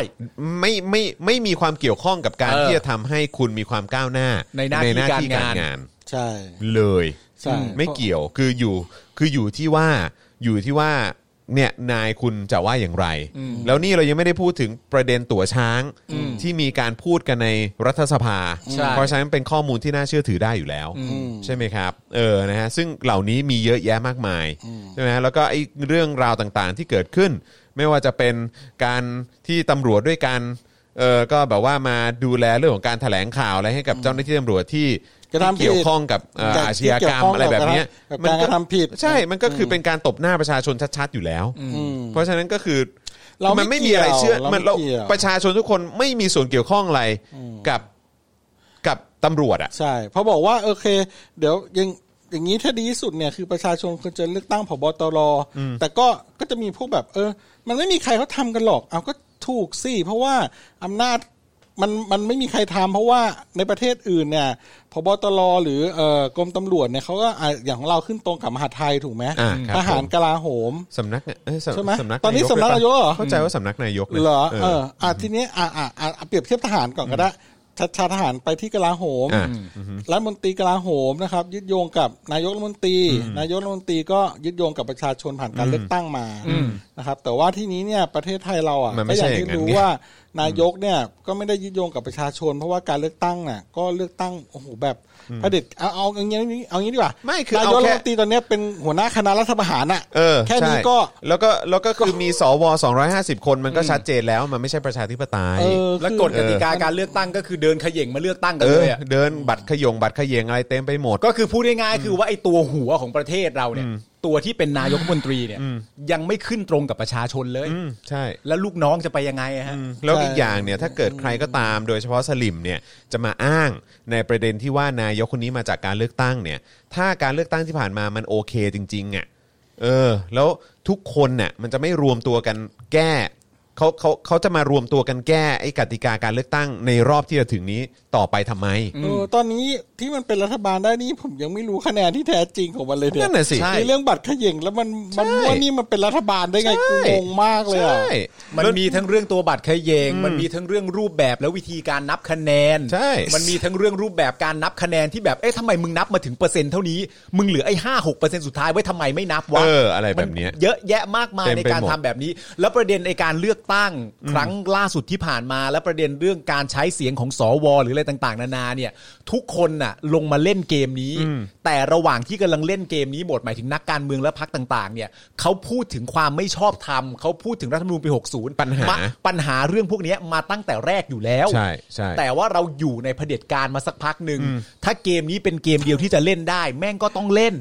C: ไม่ไม่ไม่มีความเกี่ยวข้องกับการ
F: เออ
C: ที่จะทำให้คุณมีความก้าวหน้า
F: ในหน้าที่การงาน
A: ใช่
C: เลย
A: ใช่
C: ไม่เกี่ยวคืออยู่คืออยู่ที่ว่าอยู่ที่ว่าเนี่ยนายคุณจะว่าอย่างไร แล้วนี่เรายังไม่ได้พูดถึงประเด็นตั๋วช้างที่มีการพูดกันในรัฐสภา
F: ใช่
C: เพราะฉะนั้นเป็นข้อมูลที่น่าเชื่อถือได้อยู่แล้ว ใช่ไหมครับเออนะฮะซึ่งเหล่านี้มีเยอะแยะมากมายใช่ไหมฮะแล้วก็ไอ้เรื่องราวต่างๆที่เกิดขึ้น ไม่ว่าจะเป็นการที่ตำรวจด้วยกันเออก็แบบว่ามาดูแลเรื่องของการแถลงข่าวอะไรให้กับเจ้าหน้าที่ตำรวจที่
A: กระทำผิด
C: ที่เกี่ยวข้องกับเอ่อ
A: แต่
C: อาชญากรรม
A: ที่เกี่ยวข้องกับ
C: อะไรแบบเนี้ย
A: กับการกระทำผิด
C: ใช่มันก็คือเป็นการตบหน้าประชาชนชัดๆอยู่แล้ว
A: อืม
C: เพราะฉะนั้นก็คือ
A: เราไม่
C: นไม่มีอะไรเชื่อ
A: เกี่ยว
C: มันเรา
A: เราไม่เกี่ยว
C: ประชาชนทุกคนไม่มีส่วนเกี่ยวข้องอะไรกับกับตำรวจอ่ะ
A: ใช่เพราะบอกว่าโอเค เดี๋ยวยังอย่างนี้ถ้าดีที่สุดเนี่ยคือประชาชนควรจะเลือกตั้งผบตรแต่ก็ก็จะมีพวกแบบ เออ มันไม่มีใครเขาทำกันหรอก เอาก็ถูกสิเพราะว่าอำนาจมันมันไม่มีใครทำเพราะว่าในประเทศอื่นเนี่ยพบตรหรือเอ่อกรมตำรวจเนี่ยเขาก็อ่ะอย่างของเราขึ้นตรงกับมหาดไทยถูกไหม
C: อ่าครับ
A: ทหารกลาโหม
C: สำนักเอ้ยสำ
A: ใช่ไหม
C: สำนัก
A: ตอนนี้
C: ย
A: สำนักนายกเหรอ
C: เข้าใจว่าสำนักนายกนะ
A: เหรอ
C: เอ
A: เอ
C: อ
A: ออ่ะทีนี้อ่ะอ่ะอ่ะอ่ะเปรียบเทียบทหารก่อนก็ได้ชาชาทหารไปที่กลาโหม
C: อ่ะ
A: รัฐมนตรีกลาโหมนะครับยึดโยงกับนายกรัฐมนตรี นายกรัฐมนตรีก็ยึดโยงกับประชาชนผ่านการเลือกตั้งมานะครับ แต่ว่าที่นี้เนี่ยประเทศไทยเราอ่ะ
C: มันไม่
A: ก็อ
C: ใช่
A: ย่าง
C: อย่าง
A: ที่
C: นั้น
A: รู้
C: ไง
A: ว่า นายกเนี่ยก็ไม่ได้ยึดโยงกับประชาชน เพราะว่าการเลือกตั้งน่ะก็เลือกตั้งโอ้โหแบบประเด็จเอาเอาอย่างนี้เอาอย่างนี้ดีกว่า
C: ไม่คือน
A: าย
C: เอา
A: กรั
C: แค่
A: ฐมนตรีตอนเนี้ยเป็นหัวหน้าคณะรัฐประหารอ่ะ
C: เออ
A: แค่นี้
C: ใช่
A: ก็
C: แล้วก็แล้วก็คือมีสว250 คนมันก็ชัดเจนแล้วมันไม่ใช่ประชาธิปไตย
A: เออ
F: แล้วกฎกติกาการเลือกตั้งก็คือเดินเขย่งมาเลือกตั้งกันเลยอะ
C: เดินบัตรขยงบัตรขยงอะไรเต็มไปหมด
F: ก็คือพูดง่ายๆคือว่าไอ้ตัวหัวของประเทศเราเนี่ย ตัวที่เป็นนายกรัฐมนตรีเนี่ย ยังไม่ขึ้นตรงกับประชาชนเลย
C: อืมใช่
F: แล้วลูกน้องจะไปยังไงอะฮะ
C: แล้ว
A: ใช่
C: อีกอย่างเนี่ยถ้าเกิดใครก็ตามโดยเฉพาะสลิมเนี่ยจะมาอ้างในประเด็นที่ว่านายกคนนี้มาจากการเลือกตั้งเนี่ย ถ้าการเลือกตั้งที่ผ่านมามันโอเคจริงๆอ่ะเออ แล้วทุกคนเนี่ยมันจะไม่รวมตัวกันแก้เขาเขาเขาจะมารวมตัวกันแก้ไอ้กติกาการเลือกตั้งในรอบที่จะถึงนี้ต่อไปทำไม
A: เออตอนนี้ที่มันเป็นรัฐบาลได้นี่ผมยังไม่รู้คะแนนที่แท้จริงของมันเลยเนี่ย
C: นั่นน่ะสิ
F: ใช่
A: ในเรื่องบัตรเขย่งแล้วมันมัน
C: ใช่
A: ว่านี่มันเป็นรัฐบาลได้ไงกูงงมากเลยอ่ะ
C: ใช่
F: มัน
C: แล้ว
F: มีทั้งเรื่องตัวบัตรเขยง มันมีทั้งเรื่องรูปแบบและวิธีการนับคะแนน
C: ใช่
F: มันมีทั้งเรื่องรูปแบบการนับคะแนนที่แบบ เอ๊ะทำไมมึงนับมาถึงเปอร์เซ็นต์เท่านี้ มึงเหลือไอ้ห้าหกเปอร์เซ็นต์สุดท้ายไว้ทำไมไม่นับวะ
C: เอออะไรแบบเนี้ย
F: มันเยอะแยะมากมาย
C: เต็ม
F: ใน
C: ไป
F: การ
C: หมด
F: ทำแบบนี้ แล้วประเด็นในการเลือกตั้งครั้งล่าสุดที่ผ่านมา และประเด็นเรื่องการใช้เสียงของสวหรืออะไรต่างๆ นานาเนี่ย ทุกคนน่ะลงมาเล่นเกมนี้ แต่ระหว่างที่กำลังเล่นเกมนี้หมดหมายถึงนักการเมืองและพักต่าง ๆ เนี่ยเขาพูดถึงความไม่ชอบธรรมเขาพูดถึงรัฐธรรมนูญปี 60
C: ปัญหาม
F: ะปัญหาเรื่องพวกเนี้ยมาตั้งแต่แรกอยู่แล้ว
C: ใช่ใช่
F: แต่ว่าเราอยู่ในเผด็จการมาสักพักหนึ่งถ้าเกมนี้เป็นเกมเดียวที่จะเล่นได้ แม่งก็ต้องเล่น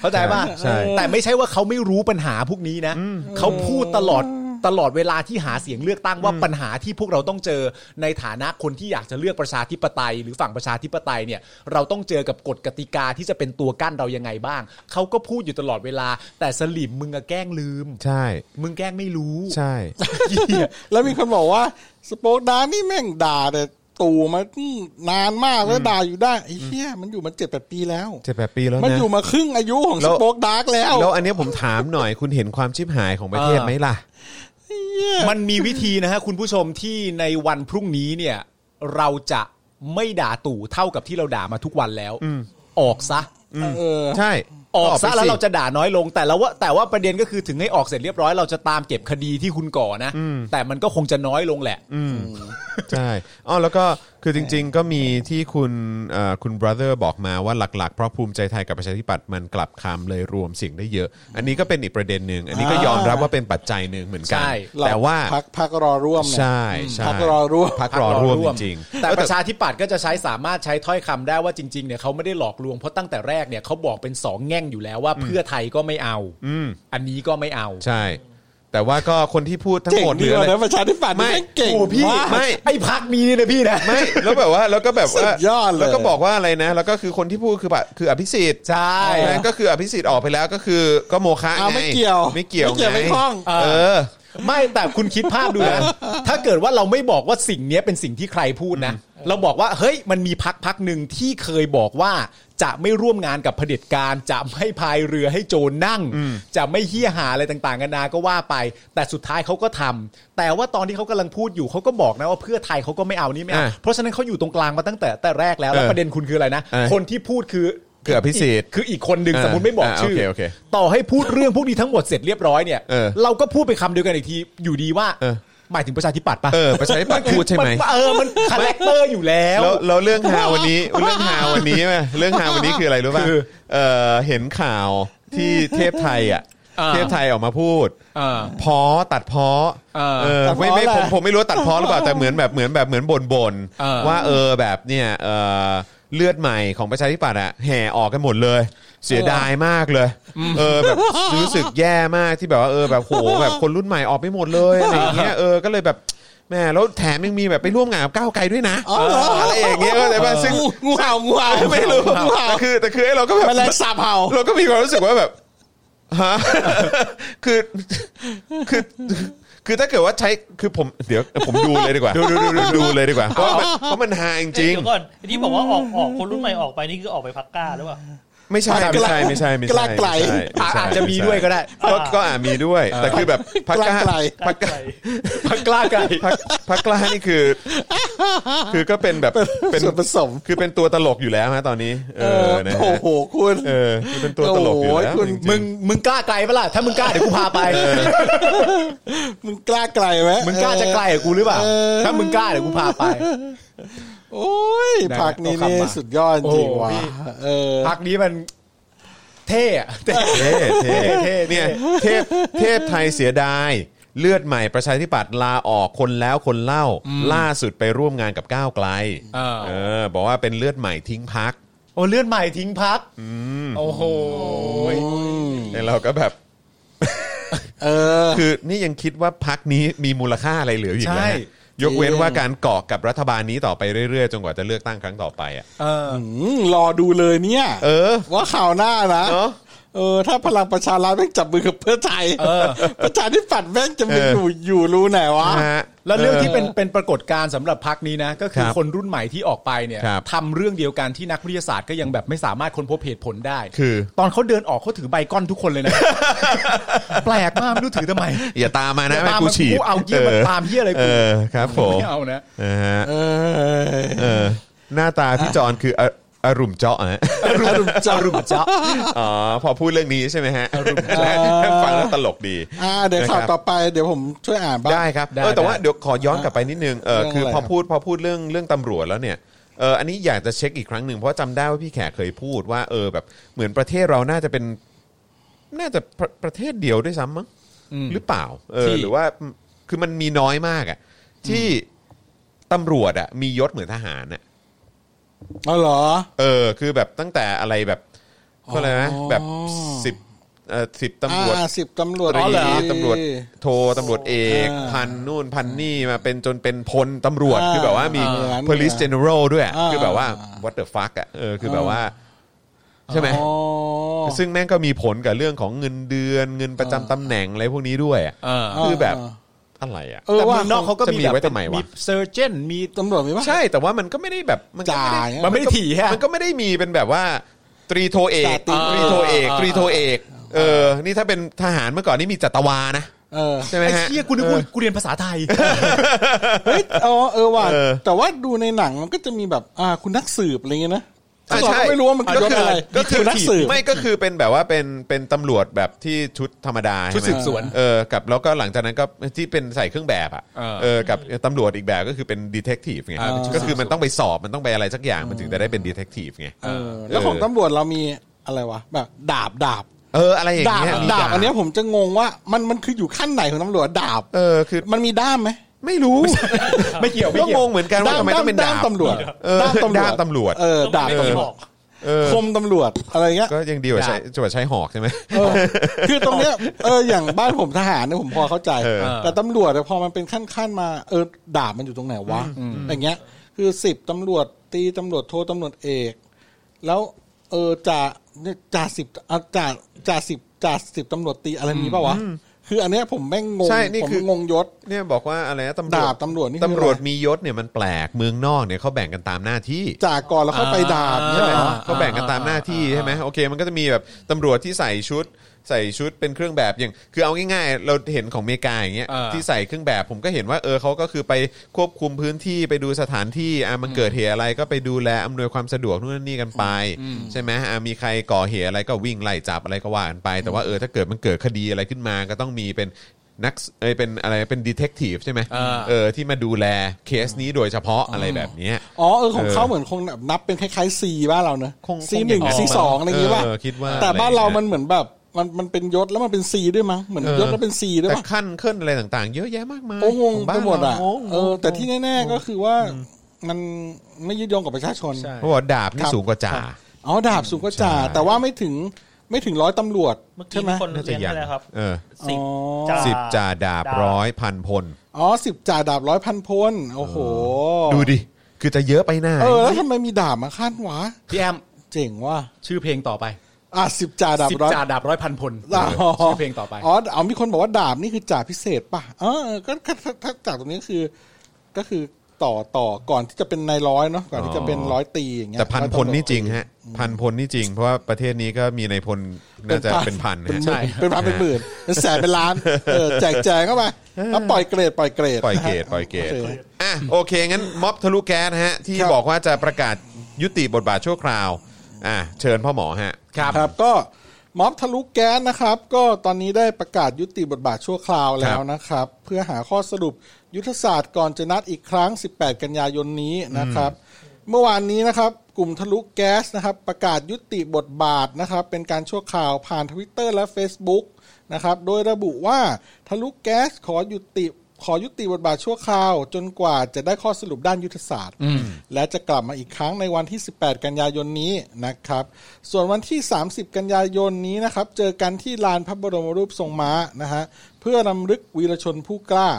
F: เข้าใจป่ะ
C: ใช่ใช่
F: แต่ไม่ใช่ว่าเขาไม่รู้ปัญหาพวกนี้นะเขาพูดตลอดตลอดเวลาที่หาเสียงเลือกตั้งว่าปัญหาที่พวกเราต้องเจอในฐานะคนที่อยากจะเลือกประชาธิปไตย หรือฝั่งประชาธิปไตยเนี่ยเราต้องเจอกับกฎกติกาที่จะเป็นตัวกั้นเรายังไงบ้างเขาก็พูดอยู่ตลอดเวลา แต่สลิมมึงอะแกล้งลืม
C: ใช่
F: มึงแกล้งไม่รู้
C: ใช่
A: แล้วมีคนบอกว่าสโป๊กดาร์กนี่แม่งด่าแต่ตู่มาอืมนานมากแล้วด่าอยู่ได้ไอ้เหี้ยมันอยู่มาเจ็ดแปดปีแล้ว
C: เจ็ดแปดปีแล้วนะ
A: มันอยู่มาครึ่งอายุของ
C: แล้
A: ส
C: ว
A: โป๊กดาร์กแล้ว
C: แล้วอันเนี้ยผมถามหน่อยคุณเห็นความชิบหายของประเทศไหมล่ะ
A: เหี้ย
F: มันมีวิธีนะฮะคุณผู้ชมที่ในวันพรุ่งนี้เนี่ย เราจะไม่ด่าตู่เท่ากับที่เราด่ามาทุกวันแล้วออกซะ
A: เออ
C: ใช่
F: ออกซะ
C: ไปสิ
F: แล้วเราจะด่าน้อยลง แต่ละว่าแต่ว่าประเด็นก็คือถึงให้ออกเสร็จเรียบร้อยเราจะตามเก็บคดีที่คุณก่อนะ แต่มันก็คงจะน้อยลงแหละ
C: ใช่อ๋อแล้วก็ คือจริงๆก็มีที่คุณเอ่อคุณ brother บอกมาว่าหลักๆ เพราะภูมิใจไทยกับประชาธิปัตย์มันกลับคำเลยรวมเสียงได้เยอะ อันนี้ก็เป็นอีกประเด็นหนึ่งอันนี้ก็ยอมรับว่าเป็นปัจจัยหนึ่งเหมือนกัน
F: ใช่
C: แต่ว่า
A: พักพักรอร่วมเนี่ย
C: ใช่ใช่
A: พักรอร่วม
C: พักรอร่วมจริงๆ
F: แต่ประชาธิปัตย์ก็จะใช้สามารถใช้ถ้อยคำได้ว่าจริงๆเนี่ยเขาไม่ได้หลอกลวงเพราะตั้งแต่แรกเนี่ยเขาบอกเป็นสองแง่งอยู่แล้วว่าเพื่อไทยก็ไม่เอาอันนี้ก็ไม่เอา
C: ใช่ แต่ว่าก็คนที่พูดทั้ง
A: เก่
C: ห
A: ง
C: มดห
A: ดี
C: รือ
A: เลย
C: อะไร
A: นะประชาธิปัตย์นี่
C: ไม่
A: แม่งเก่ง
F: โอ้พี่
A: มาก
C: ไม่
F: ไอ้พักนี้นะพี่นะ
C: ไม่แล้วแบบว่าแล้วก็แบบว่า
A: สุดยอดเลย
C: แล้วก็บอกว่าอะไรนะ แล้วก็คือคนที่พูดคือแบบคืออภิสิทธิ์
F: ใช่
C: นั่นก็คืออภิสิทธิ์ออกไปแล้วก็คือก็โมฆะ
A: อ้าว
C: ไง
A: ไม่เกี่ยว
C: ไม่เกี่ยว
A: ไม่เกี่ยว
C: ง
A: ไม่คล้อง
C: เออ
F: ไม่แต่คุณคิดภาพดู นะ ถ้าเกิดว่าเราไม่บอกว่าสิ่งเนี้ยเป็นสิ่งที่ใครพูดนะ เราบอกว่าเฮ้ยมันมีพักพักหนึ่งที่เคยบอกว่า จะไม่ร่วมงานกับเผด็จการ จะไม่พายเรือให้โจรนั่ง จะไม่เฮี้ยหาอะไรต่างๆกันานาก็ว่าไป แต่สุดท้ายเขาก็ทำแต่ว่าตอนที่เขากำลังพูดอยู่เขาก็บอกนะว่าเพื่อไทยเขาก็ไม่เอานี่ไม่เอา
C: อ่ะ
F: เพราะฉะนั้นเขาอยู่ตรงกลางมาตั้งแต่แต่แรกแล้วแล้ว
C: เออ
F: ประเด็นคุณคืออะไรนะ
C: เออ
F: คนที่พูดคือ
C: คืออภิสิทธิ์
F: คืออีกคนหนึ่ง
C: เออ
F: สมมติไม่บอก
C: อ่ะ
F: ชื่
C: โอเคโอเค
F: ต่อให้พูดเรื่องพวกนี้ทั้งหมดเสร็จเรียบร้อยเนี่ย
C: เออ
F: เราก็พูดไปคำเดียวกันอีกทีอยู่ดีว่า
C: เออ
F: หมายถึงประชาธิปัตย์ปะ
C: เออประชาธิปัตย์พูดใช่ไหม
F: นเออมันคาแรคเตอร์อยู่แล้ว
C: แล้วแล้วเรื่องฮาวันนี้ เรื่องฮาวันนี้ไหมเรื่องฮาวันนี้คืออะไรรู้ป่ะ
F: คือ
C: เออเห็นข่าวที่เทพไทยอ่ะ
F: อ่า
C: เทพไทยออกมาพูด
F: อ่า
C: พอตัดพอ
F: อ่า
C: เออ
A: ตัดพ้อ
C: ไม่ไม่
A: อะไร
C: ผมผมไม่รู้ว่าตัดพอหรือเปล่าแต่เหมือนแบบเหมือนแบบเหมือนบ่นบ่นๆ
F: อ่า
C: ว่าเออแบบเนี่ยเออเลือดใหม่ของประชาธิปัตย์อะแห่ออกกันหมดเลย เสียดายมากเลย เออแบบรู้สึกแย่มากที่แบบว่าเออแบบโหแบบคนรุ่นใหม่ออกไปหมดเลยอะไรอย่างเงี้ยเออก็เลยแบบแหม่แล้วแถมยังมีแบบไปร่วมงานกับก้าวไกลด้วยนะ
A: อ๋อเหรอ
C: อะไรอย่างเงี้ยเข้าใจป่ะซึ่ง
A: งูงูเห่างูเห่า
C: ไม่รู้
A: งูเห่า
C: แต่คือแต่คือไอ้เราก็แบบ
A: แมลงสาบเห่า
C: เราก็มีความรู้สึกว่าแบบฮะคือคือคือถ้าเกิดว่าใช้คือผมเดี๋ยวผมดูเลยดีกว่าดูดูดูดูเลยดีกว่าเพราะว่ามันเพราะมันหาจริง
B: เดี๋ยวก่อนที่บอกว่าออกออกคนรุ่นใหม่ออกไปนี่คือออกไปพักกล้าหรือเปล่า
C: ๆไม่ใช่ไม่ใช่ไม่ใช่ไม่ใช่
A: กล้าไกล
C: ม่ใช่
F: อ่ะ
C: ไใช่
F: อาจจะมีด้วยก็ได้
C: ก็ก็อาจมีด้วย แต่คือแบบพักกล้า
A: ไกล
C: พักกล้า
F: พักกล้าไกล
C: พักพักกล้านี่คือ คือก็เป็นแบบ
A: ส่วนผสม
C: คือเป็นตัวตลกอยู่แล้วฮะตอนนี้ เอ
A: เอ
C: อ
A: อ
C: นะฮะ
A: โอ้โหคุณ
C: เออคือเป็นตัวตลกอยู่แล้ว
A: โอ้โหคุณ
C: จริงๆ
F: มึงมึงกล้าไกลปะล่ะถ้ามึงกล้าเดี๋ยวกูพาไป
A: มึงกล้าไกลไหม
F: มึงกล้าจะไกลกับกูหรือเปล่า
A: เออ
F: ถ้ามึงกล้าเดี๋ยวกูพาไป
A: โอ้ยพักนี้นี่
F: เอาคำมา
A: สุดยอดจริง
F: โอ้โห
A: ว่ะ
F: พี่
A: เออ
F: พักนี้มัน เท่อะเท่
C: เท่เท่
F: เท่
C: เนี่ยเทพเทพไทยเสียดาย เลือดใหม่ประชาธิปัตย์ลาออกคนแล้วคนเล่า ล่าสุดไปร่วมงานกับก้าวไกล
F: เออ
C: เออ บอกว่าเป็นเลือดใหม่ทิ้งพัก
F: โอ้เลื่อนใหม่ทิ้งพักโอ้โห
C: แต่เราก็แบบ
A: เออ
C: คือนี่ยังคิดว่าพักนี้มีมูลค่าอะไรเหลืออยู่แล้วยกเว้นว่าการเกาะกับรัฐบาลนี้ต่อไปเรื่อยๆจนกว่าจะเลือกตั้งครั้งต่อไปอ่ะ
F: เออ
A: อืมรอดูเลยเนี่ย
C: เออ
A: ว่าข่าวหน้านะ
C: เนอะ
A: เออ ถ้าพลังประชารัฐแม่งจับมือกับเพื่อไทย
F: เออ
A: ประชาธิปัตย์แม่งจะไปอยู่อยู่รู้ไหนวะ
C: นะฮะ
F: แล้วเรื่องที่เป็นเป็นปรากฏการณ์สำหรับพักนี้นะ ก็คือ
C: ครับ
F: คนรุ่นใหม่ที่ออกไปเนี่ย
C: ครับ
F: ทำเรื่องเดียวกันที่นักวิทยาศาสตร์ก็ยังแบบไม่สามารถค้นพบเหตุผลได้
C: คือ
F: ตอนเขาเดินออกเขาถือใบก้อนทุกคนเลยนะ แปลกมากไม่รู้ถือทำไม
C: อย่าตามมานะไม่
F: ตาม
C: กูฉีด
F: กูเอาเยี่ยมันตามเยี่ยอะไร
C: เอ
F: กู
C: อครับผม
F: ไม่เอานะ
C: นะฮะ
A: เออ
C: เออหน้าตาพี่จอนคือออรุมเจาะฮะ
A: รุมจารุมจา
C: อ๋อพอพูดเรื่องนี้ใช่ไหมฮะฟังแล้วตลกดี
A: อ่าเดี๋ยวข่าวต่อไปเดี๋ยวผมช่วยอ่านบ้าง
C: ได้ครับ
F: ได้
C: เออแต่ว่า
F: ได้
C: เดี๋ยวขอย้อนกลับไปนิดนึงเออ
A: เรื่อง
C: คือ
A: อะไร
C: พ
A: ค
C: อ
A: รับ
C: พูดพอพูดเรื่องเรื่องตำรวจแล้วเนี่ยเอออันนี้อยากจะเช็คอีกครั้งหนึ่งเพราะจำได้ว่าพี่แขกเคยพูดว่าเออแบบเหมือนประเทศเราน่าจะเป็น น่าจะประประเทศเดียวด้วยซ้ำมั้งหรือเปล่าเอ
F: ที่
C: อหรือว่าคือมันมีน้อยมากอะที่ตำรวจอะมียศเหมือนทหารอะ
A: อ๋อเหรอ
C: เออคือแบบตั้งแต่อะไรแบบก็อะไรนะแบบสิบเอ่อสิบตำรวจ
A: อ่าสิบตำรวจ
C: ตรี
A: เหอ
C: ตำรวจโทตำรวจเอก
A: อ่า
C: พันนู่นพันนี่มาเป็นจนเป็นพลตำรวจ
A: อ่า
C: คือแบบว่ามี
A: เหมือน
C: police general ด้วยอะ
A: อ่า
C: คือแบบว่า
A: อ่า
C: what the fuck อ่ะเออคือแบบว่า ใช่ไหม
A: อ๋อ
C: ซึ่งแม่งก็มีผลกับเรื่องของเงินเดือนเงินประจำตำแหน่งอะไรพวกนี้ด้วยอะ
F: เออ
C: คือแบบอะไรอ่ะ
A: เออ
F: แต่
A: ว่า
F: เมืองนอกเขาก็
C: จะมี
F: แบบ
C: ไว้ทำไมวะ
F: มีเซอร์เจนมี
A: ตำรวจมีป่ะ
C: ใช่แต่ว่ามันก็ไม่ได้แบบมันก็ไม่
A: จ่า
C: ได้
A: ยอะ
F: มันไม่ได้
C: ก็
F: ถี่ฮะ
C: มันก็ไม่ได้มีเป็นแบบว่าตรีโทเอก
A: จ่าตี
C: ตรีโทเอก
F: เออ
C: ตรีโทเอกเออ นี่ถ้าเป็นทหารเมื่อก่อนนี่มีจัตวานะ
A: เออ
C: ใช่ไหม
F: ไอ้
C: ฮะ
F: เชี่ยกูนึกว่ากูเรียนภาษาไทย
A: เฮ้ยเออเออว่ะ
C: เออ
A: แต่ว่าดูในหนังมันก็จะมีแบบอ่าคุณนักสืบอะไรเงี้ยนะ
C: อ่ะ
A: เราก็ไม่รู้ว่ามันคือยศอะไร
C: ก็คือ
A: นี่คือนักสืบ
C: ไม่ก็คือเป็นแบบว่าเป็นเป็นตำรวจแบบที่ชุดธรรมดา
F: ชุด
C: ใช่ไหม
F: สืบสวน
C: เออกับแล้วก็หลังจากนั้นก็ที่เป็นใส่เครื่องแบบอ่ะ
F: เออ
C: เออกับตำรวจอีกแบบก็คือเป็นดีเทคทีฟไง
F: อ่าเป็นชุด
C: ก็คือมันต้องไปสอบมันต้องไปอะไรสักอย่างมันถึงจะได้เป็นดีเทคทีฟไง
A: เออแล้วของตำรวจเรามีอะไรวะแบบดาบดาบ
C: เอออะไรอย่าง
A: ดาบ
C: เงี้ยมี
A: ดาบอันเนี้ยผมจะงงว่ามันมันคืออยู่ขั้นไหนของตำรวจดาบ
C: เออคือ
A: มันมีด้ามไหม
C: ไม่รู้
F: ไม่เกี่ยวไม่
C: ก็
F: เกี่ย
C: ง
F: ว
C: งเหมือนกันว่าทำไมต้องเป็นดาบ
A: ตำรวจ
C: เออด้ามตำรวจ
A: เออดาบ
B: ไม่
A: ตำ
B: ได้
A: รวจ
B: บอก
C: เออ
A: คมตำรวจอะไรเงี้ย
C: ก็ยังดีกว่าใช้กว่าใช้หอกใช่ไหม
A: เออคือตรงเนี้ยเอออย่างบ้านผมทหารเนี่ยผมพอเข้าใจ
C: เออ
A: แต่ตำรวจเนี่ยพอมันเป็นขั้นขั้นๆมาเออดาบมันอยู่ตรงไหนวะอย่างเงี้ย คือสิบตำรวจตีตำรวจโทตำรวจเอก แล้วเออจ่าเนี่ยจ่าสิบอ่ะจ่าจ่าสิบจ่าสิบตำรวจตีอะไรมีป่าวะคืออันเนี้ยผมแม่งงง
C: ใช่นี่
A: ผม
C: คือ
A: งงยศ
C: เนี่ยบอกว่าอะไรนะตำรวจ
A: ดาบตำรวจนี่คือ
C: ตำรวจ
A: อะไร
C: มียศเนี่ยมันแปลกเมืองนอกเนี่ยเขาแบ่งกันตามหน้าที่
A: จ่าก่อนแล้วค่อยไปดาบ
F: อ่า
A: ใช่
C: ใช่
A: ไห
C: ไห
A: ม
C: ม
A: ฮะ
C: เขาแบ่งกันตามหน้าที่ใช่ไหมโอเค มันก็จะมีแบบตำรวจที่ใส่ชุด ใส่ชุดเป็นเครื่องแบบอย่าง คือเอาง่ายๆ เราเห็นของอเมริกาอย่างเงี้ย
F: อ่า
C: ที่ใส่เครื่องแบบผมก็เห็นว่าเออเขาก็คือไปควบคุมพื้นที่ไปดูสถานที่อ่ะมันเกิดเหตุอะไรก็ไปดูแลอำนวยความสะดวกนู่นนนนี่กันไป ใช่ไหมอ่ะมีใครก่อเหตุอะไรก็วิ่งไล่จับอะไรก็ว่ากันไป แต่ว่าเออถ้าเกิดมันเกิดคดีอะไรขึ้นมาก็ต้องมีเป็นนักเอยเป็นอะไรเป็นดีเทคทีฟใช่ไหม
F: อ่า
C: เออที่มาดูแลเคสนี้โดยเฉพาะอะไรแบบเนี้ย
A: อ๋อเออของ
C: เออ
A: เขาเหมือนคงแบบนับเป็นคล้ายๆ C บ้านเราเนอะ
C: คง
A: C หนึ่ง
C: คงอย่างนั้น
A: C สองอะไรอย่างงี้ป่ะ
C: เออคิดว่า
A: แต่บ้าน
C: อะไรอย่าง
A: เรา
C: เงี้ย
A: มันเหมือนแบบมันมันเป็นยศแล้วมันเป็น C ด้วยมั้งเหมือนยศแล้วเป็น C ด้วย
C: แต่
A: ป่ะ
C: ขั้นเคลื่อนอะไรต่างๆ เยอะแยะมากมาย
A: โอ้งง
C: ข
A: ไปหมดอ่ะ
C: บ้านเรางง
A: เออแต่ที่แน่ๆก็คือว่ามันไม่ยึดโยงกับประชาชน
C: เขาบอกว่าดาบนี่
A: ครับ
C: สูงกว่าจ่า
A: อ๋อดาบสูงกว่าจ่า
C: ใช่
A: แต่ว่าไม่ถึงไม่ถึงร้อยตำรวจ
B: เมื่อ
A: ใช่
B: กี้
A: ไหม
B: คน
C: น่าจะ
B: เรียน
C: ยั
B: ไป
C: ง
B: แล้วครับ
C: เออ
B: สิบ
A: อ๋อ
B: จ่า
C: สิบจ่าดาบร้อยพันพล
A: อ๋อสิบจ่าดาบร้อยพันพลโอ้โห
C: ดูดิ คือจะเยอะไปหน้า
A: เออแล้วทำไมมีดาบมาขั้นวะ
F: พี่แอม
A: เจ๋งว่ะ
F: ชื่อเพลงต่อไป
A: อ่ะสิบจ่าดาบ
F: สิบ
A: ร้อย
F: จ่าดาบร้อยพันพล
A: อ๋อ
F: ชื่อเพลงต่อไป
A: อ๋อเอามีคนบอกว่าดาบนี่คือจ่าพิเศษป่ะเออก็ก็ถ้าถ้าจากตรงนี้ก็คือ ก็คือต่อต่อก่อนที่จะเป็นนายร้อยเนาะก่อนที่จะเป็นร้อยตีอย่างเงี้ย
C: แต่พันพลนี่จริง
A: ฮะ
C: ฮะพันพลนี่จริง เพราะว่าประเทศนี้ก็มีในายพลน่าจะเป็นพัน
A: เป็นห
C: ฮะ
A: มื่นเป็นพันเป็นหมื่นเป็นแสนเป็นล้านเออแจกแจงเข้าไปแล้วปล่อยเกรดปล่อยเกรด
C: ปล่อยเกตปล่อยเกต
A: โอเค
C: อ่ะโอเคงั้นม็อบทะลุแก๊สฮะ ที่
A: ครับ
C: บอกว่าจะประกาศยุติบทบาทชั่วคราวอ่ะเชิญพ่อหมอฮะ
A: ครับก็ม็อบทะลุแก๊สนะครับ ก็ตอนนี้ได้ประกาศยุติบทบาทชั่วคราวแล้วนะครับ เพื่อหาข้อสรุปยุทธศาสตร์ก่อนจะนัดอีกครั้ง 18 กันยายนนี้นะครับ เมื่อวานนี้นะครับ กลุ่มทะลุแก๊สนะครับ ประกาศยุติบทบาทนะครับ เป็นการชั่วคราวผ่านทวิตเตอร์และ Facebook นะครับ โดยระบุว่าทะลุแก๊สขอยุติขอยุติบทบาทชั่วคราว จนกว่าจะได้ข้อสรุปด้านยุทธศาสตร์ และจะกลับมาอีกครั้งในวันที่ 18 กันยายนนี้นะครับ ส่วนวันที่ 30 กันยายนนี้นะครับ เจอกันที่ลานพระบรมรูปทรงม้านะฮะเพื่อนำลึกวีรชนผู้กล้า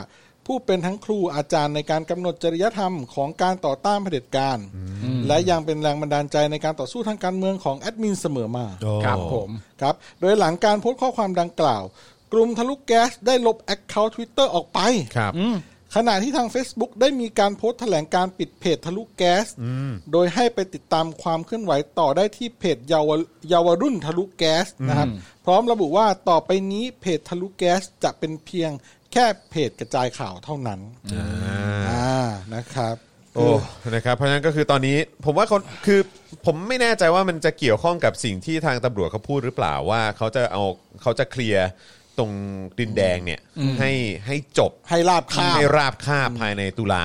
A: ผู้เป็นทั้งครูอาจารย์ในการกำหนดจริยธรรมของการต่อต้านเผด็จการ และยังเป็นแรงบันดาลใจในการต่อสู้ทางการเมืองของแอดมินเสมอมา
F: ครับผม
A: ครับ โดยหลังการโพสต์ข้อความดังกล่าว กลุ่มทะลุกแก๊สได้ลบแอคเคาท์ Twitter ออกไป
C: ครับ
A: ขณะที่ทาง Facebook ได้มีการโพสต์แถลงการปิดเพจทะลุแก๊ส โดยให้ไปติดตามความเคลื่อนไหวต่อได้ที่เพจเยาวเยาวรุ่นทะลุแก๊สนะครับ พร้อมระบุว่าต่อไปนี้เพจทะลุแก๊สจะเป็นเพียงแค่เพจกระจายข่าวเท่านั้นอ่านะครับ
C: โอ้นะครับเพราะฉะนั้นก็คือตอนนี้ผมว่าเขาคือผมไม่แน่ใจว่ามันจะเกี่ยวข้องกับสิ่งที่ทางตำรวจเขาพูดหรือเปล่าว่าเขาจะเอาเขาจะเคลียร์ตรงดินแดงเนี่ยให้ให้จบ
A: ให้ราบคาบ
C: ให้ราบคาบภายในตุลา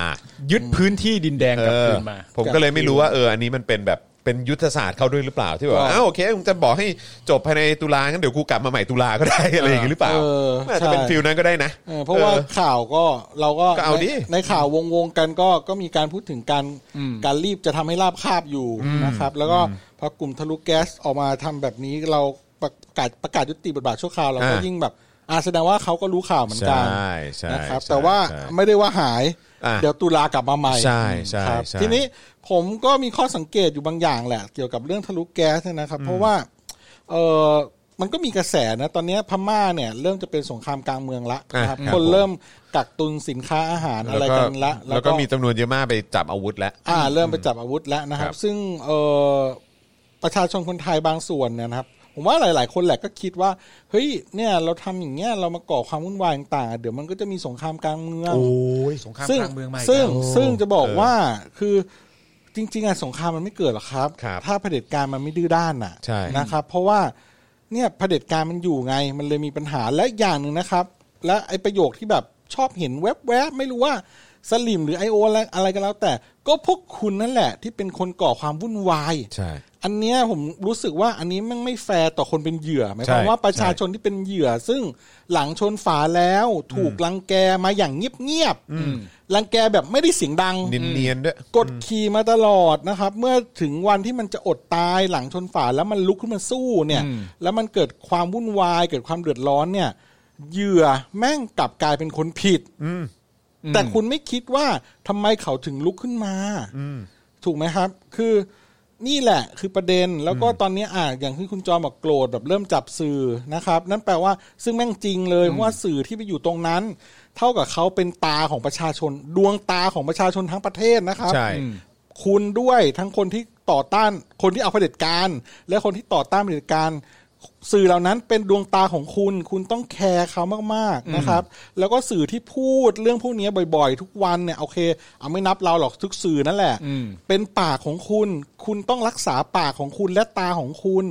F: ยึดพื้นที่ดินแดงกลับคืนมา
C: เออผมก็เลยไม่รู้ว่าเอออันนี้มันเป็นแบบเป็นยุทธศาสตร์เขาด้วยหรือเปล่าที่แบบว่า
A: ว่า
C: อ้าวโอเคผมจะบอกให้จบภายในตุลางั้นเดี๋ยวกูกลับมาใหม่ตุลาก็ได้อะไรอย่างนี้หรือเปล่า
A: เออ
C: น่าจะเป็น
A: ใช่
C: ฟิลนั้นก็ได้นะ
A: เออเพราะว่า
C: ออ
A: ข่าวก็เราก็
C: ก็เอาดิ
A: ในในข่าววงวงๆกันก็ก็มีการพูดถึงการการรีบจะทำให้ราบคาบอยู่นะครับ แล้วก็พอกลุ่มทะลุแก๊สออกมาทำแบบนี้เราประกาศประกาศยุติบทบาทชั่วคราวเราก็ยิ่งแบบอ่าแสดงว่าเขาก็รู้ข่าวเหมือน
C: ใช
A: กัน่
C: ใช่
A: นะครับ
C: ใช่
A: แต่ว่า
C: ใช่
A: ไม่ได้ว่าหาย
C: อ่ะ
A: เดี๋ยวตุลากลับมาใหม่
C: ใช่ใช่
A: ครับ
C: ใช่
A: ทีนี้ผมก็มีข้อสังเกตอยู่บางอย่างแหละ เกี่ยวกับเรื่องทะลุแก๊สเนี่ยนะครับ เพราะว่าเออมันก็มีกระแสนะตอนเนี้ยพม่าเนี่ยเริ่มจะเป็นสงครามกลางเมืองละ
C: อ่ะ
A: นะครับ
C: ครับ
A: คน
C: ผม
A: เริ่มกักตุนสินค้าอาหารอะไรกันละ
C: แล้วก็มีจำนวนเยอะมากไปจับอาวุธแล้ว
A: อ่าเริ่มไปจับอาวุธแล้วนะครั
C: ครับ บ
A: ซึ่งเออประชาชนคนไทยบางส่วนเนี่ยนะครับ ผมว่าหลาย ๆ คนแหละก็คิดว่า เฮ้ยเนี่ยเราทำอย่างเงี้ยเรามาก่อความวุ่นวายต่างๆเดี๋ยวมันก็จะมีสงครามกลางเมือง
F: สงคราม
A: ซึ่ง
F: กลางเมืองใหม่
A: ซึ่ง
F: ครับ
A: ซึ่งจะบอก
C: เออ
A: ว่าคือจ จริง ๆอ่ะสงครามมันไม่เกิดหรอกครับ
C: ครับ
A: ถ้าเผด็จการมันไม่ดื้อด้านน่ะ
C: ใช่
A: นะครับ เพราะว่าเนี่ยเผด็จการมันอยู่ไงมันเลยมีปัญหาและอีกอย่างหนึ่งนะครับ และไอประโยคที่แบบชอบเห็นแวบๆไม่รู้ว่าสลิมหรือไอโออะไรอะไรก็แล้ว แต่ก็พวกคุณนั่นแหละ ที่เป็นคนก่อความวุ่นวาย
C: ใช่
A: อันเนี้ยผมรู้สึกว่าอันนี้แมันไม่แฟร์ต่อคนเป็นเหยื่อหมายความ
C: ใช่
A: ว่าประชา
C: ใช่
A: ชนที่เป็นเหยื่อ ซึ่งหลังชนฝาแล้วถูกลังแกมาอย่างเงียบๆลังแกแบบไม่ได้เสียงดัง
C: เนียนๆด้วย
A: กดขี่มาตลอดนะครับ เมื่อถึงวันที่มันจะอดตายหลังชนฝาแล้วมันลุกขึ้นมาสู้เนี่ย แล้วมันเกิดความวุ่นวาย เกิดความเดือดร้อนเนี่ยเหยื่อแม่งกลับกลายเป็นคนผิดแต่คุณไม่คิดว่าทำไมเขาถึงลุกขึ้นมาถูกไหมครับ คือนี่แหละคือประเด็นแล้วก็ตอนนี้อ่ะอย่างที่คุณจอมบอกโกรธแบบเริ่มจับสื่อนะครับ นั่นแปลว่าซึ่งแม่งจริงเลยเพราะว่าสื่อที่ไปอยู่ตรงนั้น เท่ากับเขาเป็นตาของประชาชน ดวงตาของประชาชนทั้งประเทศนะครับ
C: ใช่
A: คุณด้วยทั้งคนที่ต่อต้านคนที่เอาเผด็จการ และคนที่ต่อต้านเผด็จการ สื่อเหล่านั้นเป็นดวงตาของคุณ คุณต้องแคร์เขามากๆนะครับ แล้วก็สื่อที่พูดเรื่องพวกนี้บ่อยๆ ทุกวันเนี่ยโอเค เอาไม่นับเราหรอกทุกสื่อนั่นแหละ เป็นปากของคุณ คุณต้องรักษาปากของคุณและตาของคุณ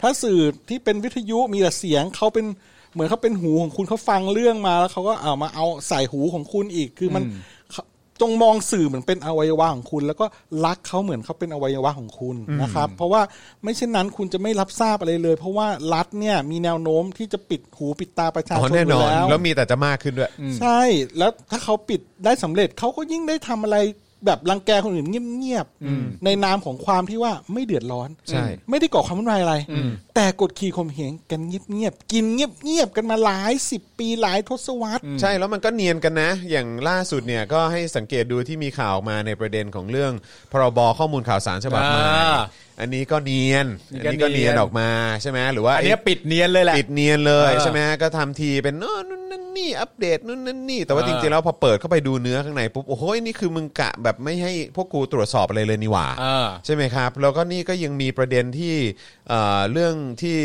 A: ถ้าสื่อที่เป็นวิทยุมีแต่เสียงเขาเป็น เหมือนเขาเป็นหูของคุณเขาฟังเรื่องมาแล้วเขาก็เอามาเอาใส่หูของคุณอีกคือมันเขาจงมองสื่อเหมือนเป็นอวัยวะของคุณ แล้วก็รักเขาเหมือนเขาเป็นอวัยวะของคุณนะครับ เพราะว่าไม่เช่นนั้นคุณจะไม่รับทราบอะไรเลย เพราะว่ารัฐเนี่ยมีแนวโน้มที่จะปิดหูปิดตาประชา
C: อ๋อ
A: ชน
C: แน่นอน
A: ยู่
C: แล้วมีแต่จะมากขึ้นด้วย
A: ใช่ แล้วถ้าเขาปิดได้สำเร็จเขาก็ยิ่งได้ทำอะไรแบบรังแกคนอื่นเงียบๆในนามของความที่ว่าไม่เดือดร้อน
C: ใช่
A: ไม่ได้ก่อความวุ่นวายอะไร แต่กดขี่ข่มเหงกันเงียบๆกินเงียบๆกันมาหลายสิบปีหลายทศวรรษ
C: ใช่แล้วมันก็เนียนกันนะ อย่างล่าสุดเนี่ยก็ให้สังเกตดูที่มีข่าวออกมาในประเด็นของเรื่องพรบข้อมูลข่าวสารฉบับใหม่
F: อ่า
C: อันนี้ก็เนียน
F: นี่
C: อัน
F: ก็
C: นี้ก็เนียน
F: เนียน
C: ออกมาใช่ไหมหรือว่า
F: อันเนี้ย
C: ไ
F: ปิดเนียนเลยแหละ
C: ปิดเนียนเลย
F: เออ
C: ใช่ไหมก็ทำทีเป็นเนอะนู่นนั่นนี่อัปเดตนู่นนั่นนี่แต่ว่า
F: เออ
C: จริงๆแล้วพอเปิดเข้าไปดูเนื้อข้างในปุ๊บโอ้โหนี่คือมึงกะแบบไม่ให้พวกกูตรวจสอบอะไรเลยนี่หว่า
F: เออ
C: ใช่ไหมครับ แล้วก็นี่ก็ยังมีประเด็นที่เอ่อเรื่องที่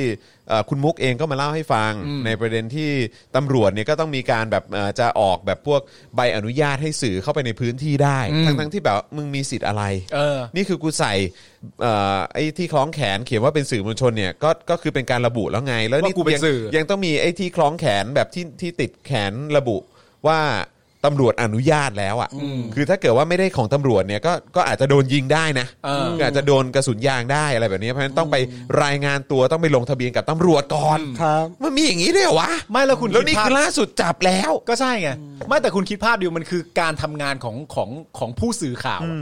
C: เอ่อคุณมุกเองก็มาเล่าให้ฟังในประเด็นที่ตำรวจเนี่ยก็ต้องมีการแบบเอ่อจะออกแบบพวกใบอนุญาตให้สื่อเข้าไปในพื้นที่ได้
F: อืม
C: ทั้งๆที่แบบมึงมีสิทธิ์อะไร
F: เออ
C: นี่คือกูใส่เอ่อไอ้ที่คล้องแขนเขียนว่าเป็นสื่อมวลชนเนี่ยก็ก็คือเป็นการระบุแล้วไง แล้วนี่
F: ว่ากูเป็น
C: ยัง
F: สื่อ
C: ยังต้องมีไอ้ที่คล้องแขนแบบที่ที่ติดแขนระบุว่าตำรวจอนุญาตแล้วอะ่ะคือถ้าเกิดว่าไม่ได้ของตำรวจเนี่ยก็ก็อาจจะโดนยิงได้นะ
F: เออ
C: ก็อาจจะโดนกระสุนยางได้อะไรแบบนี้เพราะฉะนั้นต้องไปรายงานตัวต้องไปลงทะเบียนกับตำรวจก่อน
A: ครับ
C: มันมีอย่างนี้ด้วยเหรอวะ
F: ไม่แล้วคุณ
C: แล้วนี่
F: คิดภาพ
C: คือล่าสุดจับแล้ว
F: ก็ใช่ไงไม่แต่คุณคิดภาพดิวมันคือการทำงานของของของผู้สื่อข่าวอะ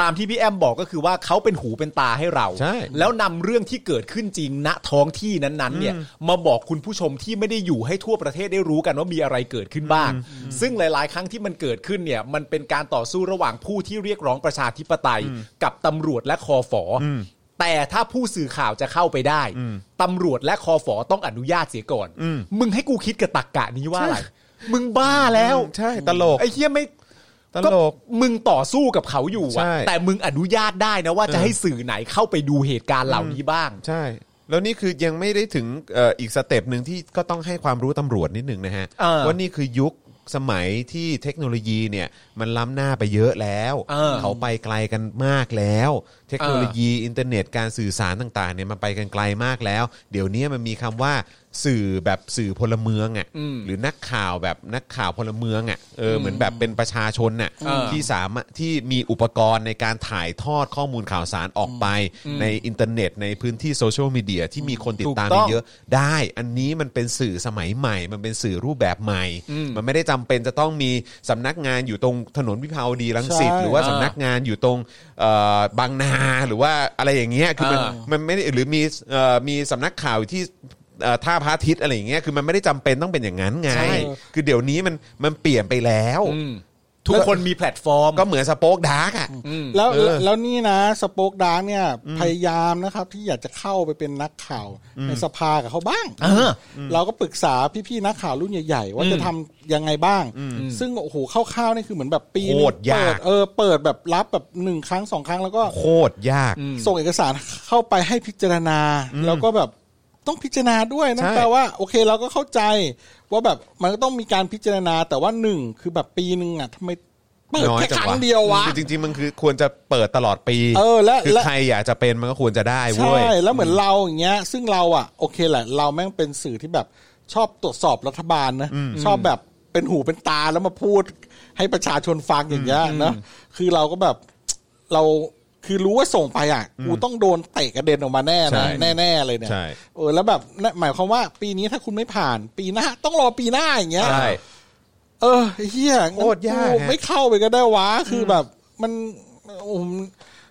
F: ตามที่พี่แอมบอกก็คือว่าเขาเป็นหูเป็นตาให้เรา
C: ใช่
F: แล้วนำเรื่องที่เกิดขึ้นจริงณท้องที่นั้นๆเนี่ยมาบอกคุณผู้ชมที่ไม่ได้อยู่ให้ทั่วประเทศได้รู้กันว่ามีอะไรเกิดขึ้นบ้าง ซึ่งหลาย ๆ ครั้งที่มันเกิดขึ้นเนี่ยมันเป็นการต่อสู้ระหว่างผู้ที่เรียกร้องประชาธิปไตย กับตำรวจและคอฟออแต่ถ้าผู้สื่อข่าวจะเข้าไปได้ตำรวจและคอฟอต้องอนุญาตเสียก่อนมึงให้กูคิดกับตักกะนี้ว่าอะไรมึงบ้าแล้ว
C: ใช่ตลก
F: ไอ้เหี้ยไม่
C: ตลก
F: มึงต่อสู้กับเขาอยู่
C: ใช่
F: อะแต่มึงอนุญาตได้นะว่าจะให้สื่อไหนเข้าไปดูเหตุการณ์เหล่านี้บ้าง
C: ใช่ แล้วนี่คือยังไม่ได้ถึงเอ่ออีกสเต็ปหนึ่งที่ก็ต้องให้ความรู้ตำรวจนิดหนึ่งนะฮะ
F: เออ
C: ว่านี่คือยุคสมัยที่เทคโนโลยีเนี่ยมันล้ำหน้าไปเยอะแล้ว
F: เออ
C: เขาไปไกลกันมากแล้ว เทคโนโลยีอินเทอร์เน็ตการสื่อสารต่างๆเนี่ยมันไปกันไกลมากแล้ว เดี๋ยวนี้มันมีคำว่าสื่อแบบสื่อพลเมืองอะ่ะ
F: อืม
C: หรือนักข่าวแบบนักข่าวพลเมืองอะ่ะเอออเหมือนแบบเป็นประชาชนน่ะ
F: เออ
C: ที่ ที่สามารถที่มีอุปกรณ์ในการถ่ายทอดข้อมูลข่าวสารออกไป ในอินเทอร์เน็ต ในพื้นที่โซเชียลมีเดียที่มีคนติดตาม
F: ถูกต้อง
C: เยอะๆได้ อันนี้มันเป็นสื่อสมัยใหม่ มันเป็นสื่อรูปแบบใหม่ มันไม่ได้จำเป็นจะต้องมีสำนักงานอยู่ตรงถนนวิภาวดีรังสิต
A: ใช่
C: หรือว่า
F: อ่า
C: สำนักงานอยู่ตรงเอ่อบางนาหรือว่าอะไรอย่างเงี้ยคือมัน
F: อ่า
C: มันไม่ได้หรือมีเอ่อมีสำนักข่าวอยู่ที่เอ่อท่าพระอาทิตย์อะไรอย่างเงี้ยคือมันไม่ได้จำเป็นต้องเป็นอย่างนั้นไง
A: ใช่
C: คือเดี๋ยวนี้มันมันเปลี่ยนไปแล้ว
F: ทุกคนมีแพลตฟอร์ม
C: ก็เหมือนสโป๊กดาร์กอ่ะ
A: แล้ว
C: เออ
A: แล้วนี่นะสปอคดาร์กเนี่ยพยายามนะครับ ที่อยากจะเข้าไปเป็นนักข่าวในสภากับเขาบ้าง
F: เออ
A: เราก็ปรึกษาพี่ๆนักข่าวรุ่นใหญ่ๆ ว่าจะทำยังไงบ้าง ซึ่งโอ้โหคร่าวๆนี่คือเหมือนแบบปีนึง
C: โคตรยา
A: เปิ
C: ก
A: ดเออเปิดแบบรับแบบหนึ่งครั้งสองครั้งแล้วก็
C: โคตรยาก
A: ส่งเอกสารเข้าไปให้พิจารณา แล้วก็แบบต้องพิจารณาด้วยนั่น
C: ใช่
A: แปลว่าโอเคเราก็เข้าใจ ว่าแบบมันก็ต้องมีการพิจารณาแต่ว่าหนึ่งคือแบบปีหนึ่งอ่ะทำไม เปิด
C: น้อย
A: แค่
C: จั
A: คว
C: งะ
A: รั้งเดียววะ
C: คือจริงๆมันคือควรจะเปิดตลอดปี
A: เออและ
C: คือ
A: และ
C: ใครอยากจะเป็นมันก็ควรจะได้เว้ย
A: ใช่ แล้วเหมือนเราอย่างเงี้ย ซึ่งเราอ่ะ โอเคแหละ เราแม่งเป็นสื่อที่แบบชอบตรวจสอบรัฐบาลนะ ชอบแบบเป็นหูเป็นตาแล้วมาพูดให้ประชาชนฟังอย่างเงี้ยนะคือเราก็แบบเราคือรู้ว่าส่งไปอ่ะกูต้องโดนเตะกระเด็นออกมาแน่
C: ใช่
A: นะแน่ๆเลยเนี่ย
C: ใช่
A: เออแล้วแบบนั่นหมายความว่าปีนี้ถ้าคุณไม่ผ่าน ปีหน้าต้องรอปีหน้าอย่างเงี้ย
C: ใช่
A: เออไอ้เฮียงั้น
C: โคตรยากฮะ
A: ไม่เข้าไปก็ได้วะคือแบบ มันโอ้โห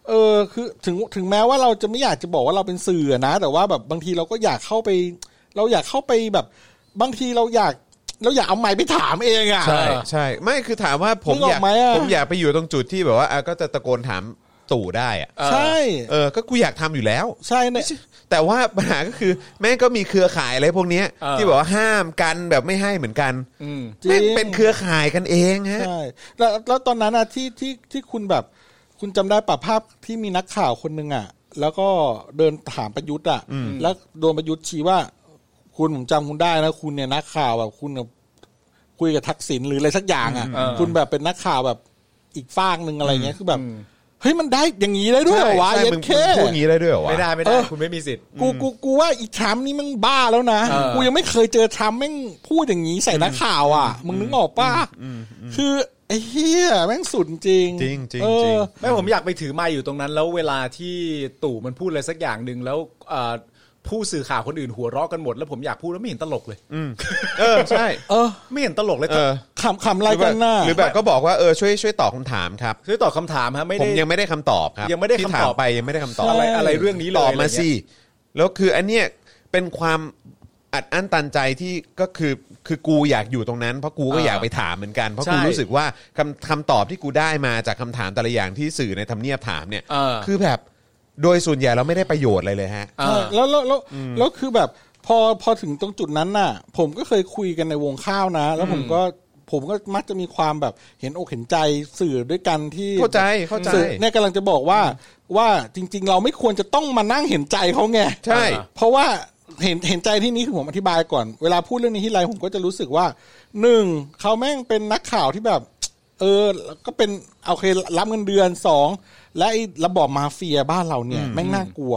A: เออคือถึงถึงแม้ว่าเราจะไม่อยากจะบอกว่าเราเป็นสื่ออะนะ แต่ว่าแบบบางทีเราก็อยากเข้าไป เราอยากเข้าไปแบบ บางทีเราอยากเราอยากเอาไม้ไปถามเองอ่ะ
C: ใช่ใช่ไม่คือถามว่าผม
A: นึกออก
C: อยาก
A: ไหมอะ
C: ผมอยากไปอยู่ตรงจุดที่แบบว่าอ่ะก็จะตะโกนถามตู่ได้อะ
A: ใช่
C: เออ ก็กูอยากทำอยู่แล้ว
A: ใช่ใน
C: แต่ว่าปัญหาก็คือแม่งก็มีเครือข่ายอะไรพวกเนี้ย
F: เออ
C: ที่แบบว่าห้ามกันแบบไม่ให้เหมือนกัน
F: อืม
A: จริง
C: แม่งเป็นเครือข่ายกันเองฮะ
A: ใช่แล้วแล้วตอนนั้นอะที่ที่ที่คุณแบบ คุณจำได้ป่ะภาพที่มีนักข่าวคนหนึ่งอะแล้วก็เดินถามประยุทธ์อะแล้วโดนประยุทธ์ชี้ว่า คุณผมจำคุณได้นะคุณเนี่ยนักข่าวแบบคุณกับคุยกับทักษิณหรืออะไรสักอย่างอะ
F: อืม
A: คุณแบบเป็นนักข่าวแบบอีกฟากหนึ่งอะไรเงี้ยคือแบบเฮ้ยมันได้อย่างนี้ได้ด้วยเหรอวะ
C: ใช่
A: เย็
C: มึ
A: น
C: ง
A: เค
C: มึงพูดงี้ได้ด้วยเหรอวะ
F: ไม่ได้ไม่ได้
A: เออ
F: คุณไม่มีสิทธิ์
A: กูกูกูว่าอีทรัมป์นี่มันบ้าแล้วนะ
F: เออ
A: กูยังไม่เคยเจอทรัมป์แม่งพูดอย่างนี้ใส่นักข่าวอ่ะ มึงนึกออกป่ะคือไอ้เฮียแม่งสุดจริง
C: จริงจริง
A: เอ
C: จริง
A: อ
F: ไม่ผมอยากไปถือไม้อยู่ตรงนั้น แล้วเวลาที่ตู่มันพูดอะไรสักอย่างหนึ่งแล้วเอ่อผู้สื่อข่าวคนอื่นหัวเราะกันหมด แล้วผมอยากพูดแล้วไม่เห็นตลกเลย
C: เออใช่
A: เออ
F: ไม่เห็นตลกเลย
C: เออ
A: ขำขำอะไรกันน่ะ
C: หรือแบบก็บอกว่าเออช่วยช่วยตอบคำถามครับ
F: ช่วยตอบคำถามฮะไม่
C: ผม
F: ได้
C: ยังไม่ได้คำตอบครับ
F: ยังไม่ได้
C: ที่
F: คำตอบ
C: ถามไปยังไม่ได้คำตอบ
F: อะไรอะไรเรื่องนี้เลย
C: ตอบมา
F: ะไรเงี้ย
C: สิแล้วคืออันเนี้ยเป็นความอัดอั้นตันใจที่ก็คือคือกูอยากอยู่ตรงนั้นเพราะกูก็
F: เอออย
C: อากไปถามเหมือนกัน เพราะ
F: ใช่
C: กูรู้สึกว่าคำคำตอบที่กูได้มาจากคำถามแต่ละอย่างที่สื่อในทำเนียบถามเนี่ย
F: เออ
C: คือแบบโดยส่วนใหญ่เราไม่ได้ประโยชน์อะไรเลยฮะ
F: เออ
A: แล้วแล้วแล้วแล้วคือแบบพอพอถึงตรงจุดนั้นน่ะ ผมก็เคยคุยกันในวงข้าวนะ แล้วผมก็ผมก็มักจะมีความแบบเห็นอกเห็นใจสื่อด้วยกันที่
C: เข้าใจเข้าใจ
A: สื่อเนี่ยกำลังจะบอกว่าว่าจริง ๆ เราไม่ควรจะต้องมานั่งเห็นใจเขาไง
C: ใช่
A: เพราะว่าเห็นเห็นใจที่นี้คือผมอธิบายก่อน เวลาพูดเรื่องนี้ที่ไรผมก็จะรู้สึกว่าหนึ่งเขาแม่งเป็นนักข่าวที่แบบ เออแล้วก็เป็นโอเครับเงินเดือนสองและไอ้ระบอบมาเฟียบ้านเราเนี่ยแม่งน่ากลัว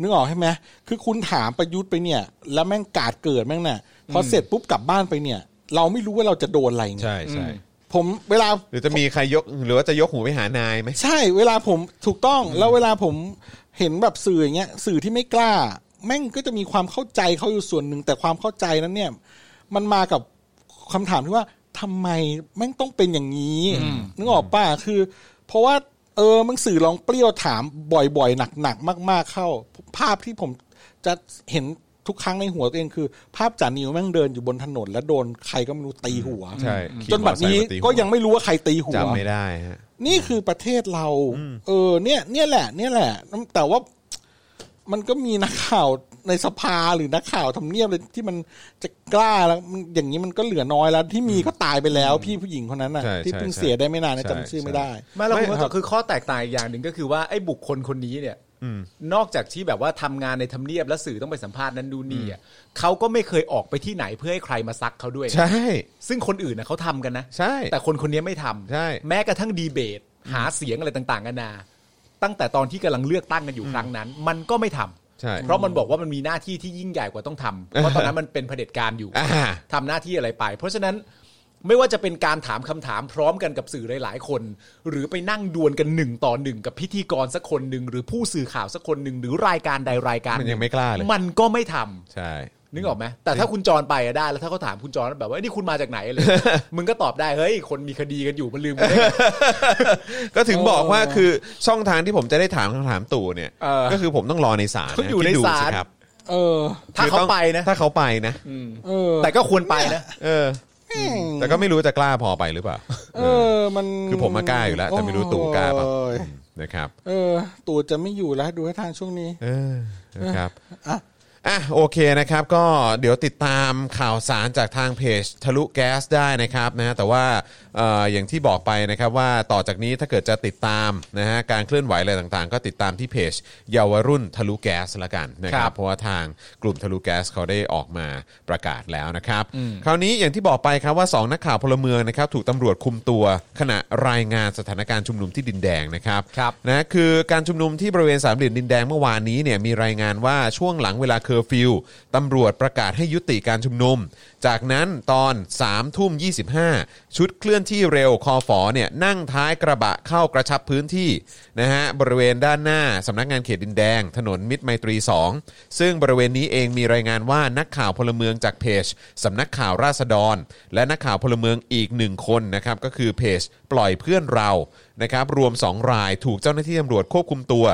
A: นึกออกใช่ไหมคือคุณถามประยุทธ์ไปเนี่ย แล้วแม่งกาดเกิดแม่งเนี่ยพอเสร็จปุ๊บกลับบ้านไปเนี่ย เราไม่รู้ว่าเราจะโดนอะไรไง
C: ใช่ใช่
A: ผมเวลา
C: หรือจะมีใครยกหรือว่าจะยกหูไปหานายไหม
A: ใช่เวลาผมถูกต้องแล้วเวลาผมเห็นแบบสื่ออย่างเงี้ยสื่อที่ไม่กล้า แม่งก็จะมีความเข้าใจเขาอยู่ส่วนหนึ่งแต่ความเข้าใจนั้นเนี่ย มันมากับคำถามที่ว่าทำไมแม่งต้องเป็นอย่างนี้นึกออกป่ะคือ เพราะว่าเออมึงสื่อลองเปรี้ยวถามบ่อยๆ หนักๆ มาก ๆเข้า ภาพที่ผมจะเห็นทุกครั้งในหัวตัวเองคือ ภาพจานิวแม่งเดินอยู่บนถนน แล้วโดนใครก็ไม่รู้ตีหัว
C: ใช่
A: จนบัดนี้
C: ขี่มอเตอร์ไซค์มาตีหัว
A: ก็ยังไม่รู้ว่าใครตีหัว
C: จำไม่ได้ฮะ
A: นี่คือประเทศเรา เออ เนี่ย เนี่ยแหละ เนี่ยแหละ แต่ว่า มันก็มีนักข่าวในสภาหรือนักข่าวทำเนียบเลยที่มันจะกล้าแล้วมันอย่างนี้มันก็เหลือน้อยแล้ว ที่มีก็ตายไปแล้ว พี่ผู้หญิงคนนั้นน่ะ
C: ใช่
A: ที่
C: ใช่
A: เพิ่ง
C: ใช่
A: เสียได้ไม่นานนะ
C: ใช่
A: จำชื่อไม่ได้
F: ไม่เรา
C: ไม่
F: คุณ
C: ครั
F: ก็
C: บ
F: คือข้อแตกต่างอีกอย่างหนึ่งก็คือว่าไอ้บุคคลคนนี้เนี่ยนอกจากที่แบบว่าทำงานในทำเนียบและสื่อต้องไปสัมภาษณ์นั้นดูนี่อ่ะเขาก็ไม่เคยออกไปที่ไหนเพื่อให้ใครมาซักเขาด้วย
C: ใช่
F: ซึ่งคนอื่นนะเขาทำกันนะ
C: ใช่
F: แต่คนคนนี้ไม่ทำ
C: ใช่
F: แม้กระทั่งดีเบต หาเสียงอะไรต่างๆกันานา ตั้งแต่ตอนที่กำลังเลือกตั้งกันอยู่ครั้งนั้น มันก็ไม่ทำ
C: ใช่
F: เพราะมันบอกว่ามันมีหน้าที่ที่ยิ่งใหญ่กว่าต้องทำเพราะตอนนั้นมันเป็นเผด็จการอยู่
C: อ่า
F: ทำหน้าที่อะไรไป เพราะฉะนั้นไม่ว่าจะเป็นการถามคำถามพร้อมกันกับสื่อหลาย ๆ คน หรือไปนั่งดวลกันหนึ่งต่อหนึ่งกับพิธีกรสักคนหนึ่งหรือผู้สื่อข่าวสักคนหนึ่งหรือรายการใดรายการห
C: มันยังไม่กล้าเลย
F: มันก็ไม่ทำ
C: ใช่
F: นึกออกไหมแต่ถ้าคุณจรไปอะได้ แล้วถ้าเขาถามคุณจรแบบว่าเอ้ยนี่คุณมาจากไหนอะไร มึงก็ตอบได้เฮ้ยคนมีคดีกันอยู่มันลืมกันได้ไง
C: ก็ถึงบอกว่าคือช่องทางที่ผมจะได้ถามคำถามตู่เนี่ย
F: เออ
C: ก็คือผมต้องรอในศาล
F: ต้อง
C: นะ
F: อยู่ใน
C: คิดดู
F: ศาล
C: ครับ
A: เออ
F: ถ้า
C: คือ
F: เขา
C: ต้อง
F: ไปนะ
C: ถ้าเขาไปนะ
A: เออ
F: แต่ก็ควรไปนะ
C: เออ แต่ก็ไม่รู้จะกล้าพอไปหรือเปล่า
A: เออ มัน
C: คือผมมากล้าอยู่แล้ว แต่ไม่รู้ตู่กล้าเปล่า
A: โอ้ย
C: นะครับ
A: เออ ตู่จะไม่อยู่แล้วดูท่าทางช่วงนี้
C: เออนะครับ อ่ะโอเคนะครับก็เดี๋ยวติดตามข่าวสารจากทางเพจทะลุแก๊สได้นะครับนะฮะแต่ว่าเอ่ออย่างที่บอกไปนะครับว่าต่อจากนี้ถ้าเกิดจะติดตามนะฮะการเคลื่อนไหวอะไรต่างๆ ก็ติดตามที่เพจเยาวรุ่นทะลุแก๊สละกันนะค
F: ค
C: รั
F: รับ บ
C: เพราะว่าทางกลุ่มทะลุแก๊สเขาได้ออกมาประกาศแล้วนะครับ คราวนี้อย่างที่บอกไปครับว่า 2 นักข่าวพลเมืองนะครับถูกตำรวจคุมตัวขณะรายงานสถานการณ์ชุมนุมที่ดินแดงนะครับ
F: ครับ
C: นะคือการชุมนุมที่บริเวณสามเหลี่ยมดินแดงเมื่อวานนี้เนี่ยมีรายงานว่าช่วงหลังเวลาเคอร์ฟิวตำรวจประกาศให้ยุติการชุมนุม จากนั้นตอน3ามทุ่มยีชุดเคลื่อนที่เร็วคอฝอเนี่ยนั่งท้ายกระบะเข้ากระชับพื้นที่นะฮะบริเวณด้านหน้าสำนักงานเขตดินแดง ถนนมิตรไมตรี 2 ซึ่งบริเวณนี้เองมีรายงานว่านักข่าวพลเมืองจากเพจสำนักข่าวราษฎร และนักข่าวพลเมืองอีกหนึ่งคนนะครับก็คือเพจปล่อยเพื่อนเรา นะครับรวม 2 รายถูกเจ้าหน้าที่ตำรวจควบคุมตัว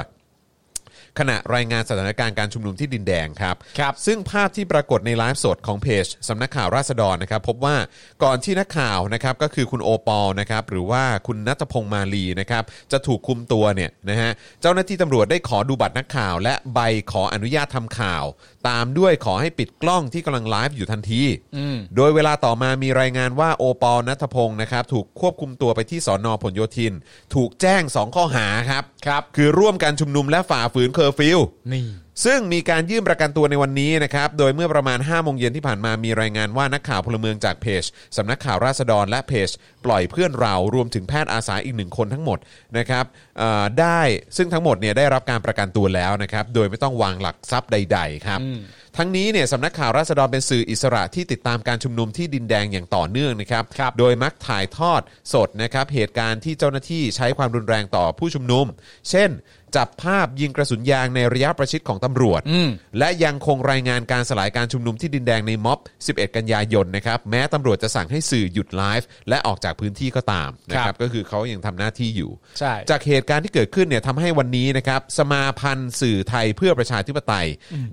C: ขณะรายงานสถานการณ์การชุมนุมที่ดินแดงครับ
F: ครับ
C: ซึ่งภาพที่ปรากฏในไลฟ์สดของเพจสำนักข่าวราษฎรนะครับ พบว่าก่อนที่นักข่าวนะครับก็คือคุณโอปอลนะครับหรือว่าคุณนัทพงษ์มาลีนะครับจะถูกคุมตัวเนี่ยนะฮะเจ้าหน้าที่ตำรวจได้ขอดูบัตรนักข่าว และใบขออนุญาตทำข่าว ตามด้วยขอให้ปิดกล้องที่กำลังไลฟ์อยู่ทันที
F: อืม
C: โดยเวลาต่อมามีรายงานว่าโอปอลนัทพงศ์นะครับถูกควบคุมตัวไปที่สอนอผลโยธิน ถูกแจ้ง 2 ข้อหาครับ
F: ครับ
C: คือร่วมกันชุมนุมและฝ่าฝืนเคอร์ฟิว
F: นี่
C: ซึ่งมีการยื่นประกันตัวในวันนี้นะครับ โดยเมื่อประมาณ 5 โมงเย็นที่ผ่านมามีรายงานว่านักข่าวพลเมืองจากเพจสำนักข่าวราษฎรและเพจ ปล่อยเพื่อนเรารวมถึงแพทย์อาสาอีกหนึ่งคนทั้งหมดนะครับเอ่อได้ซึ่งทั้งหมดเนี่ยได้รับการประกันตัวแล้วนะครับ โดยไม่ต้องวางหลักทรัพย์ใด ๆ ครับ ทั้งนี้เนี่ยสำนักข่าวราษฎรเป็นสื่ออิสระที่ติดตามการชุมนุมที่ดินแดงอย่างต่อเนื่องนะครับ
F: ครับ
C: โดยมักถ่ายทอดสดนะครับเหตุการณ์ที่เจ้าหน้าที่ใช้ความรุนแรงต่อผู้ชุมนุม เช่น จับภาพยิงกระสุนยางในระยะประชิดของตำรวจ และยังคงรายงานการสลายการชุมนุมที่ดินแดงในม็อบ 11 กันยายนนะครับแม้ตำรวจจะสั่งให้สื่อหยุดไลฟ์และออกจากพื้นที่ก็ตามนะค
F: ครั
C: รับบ ก็คือเขายังทำหน้าที่อยู่
F: ใช่
C: จากเหตุการณ์ที่เกิดขึ้นเนี่ยทำให้วันนี้นะครับสมาพันธ์สื่อไทยเพื่อประชาธิปไตย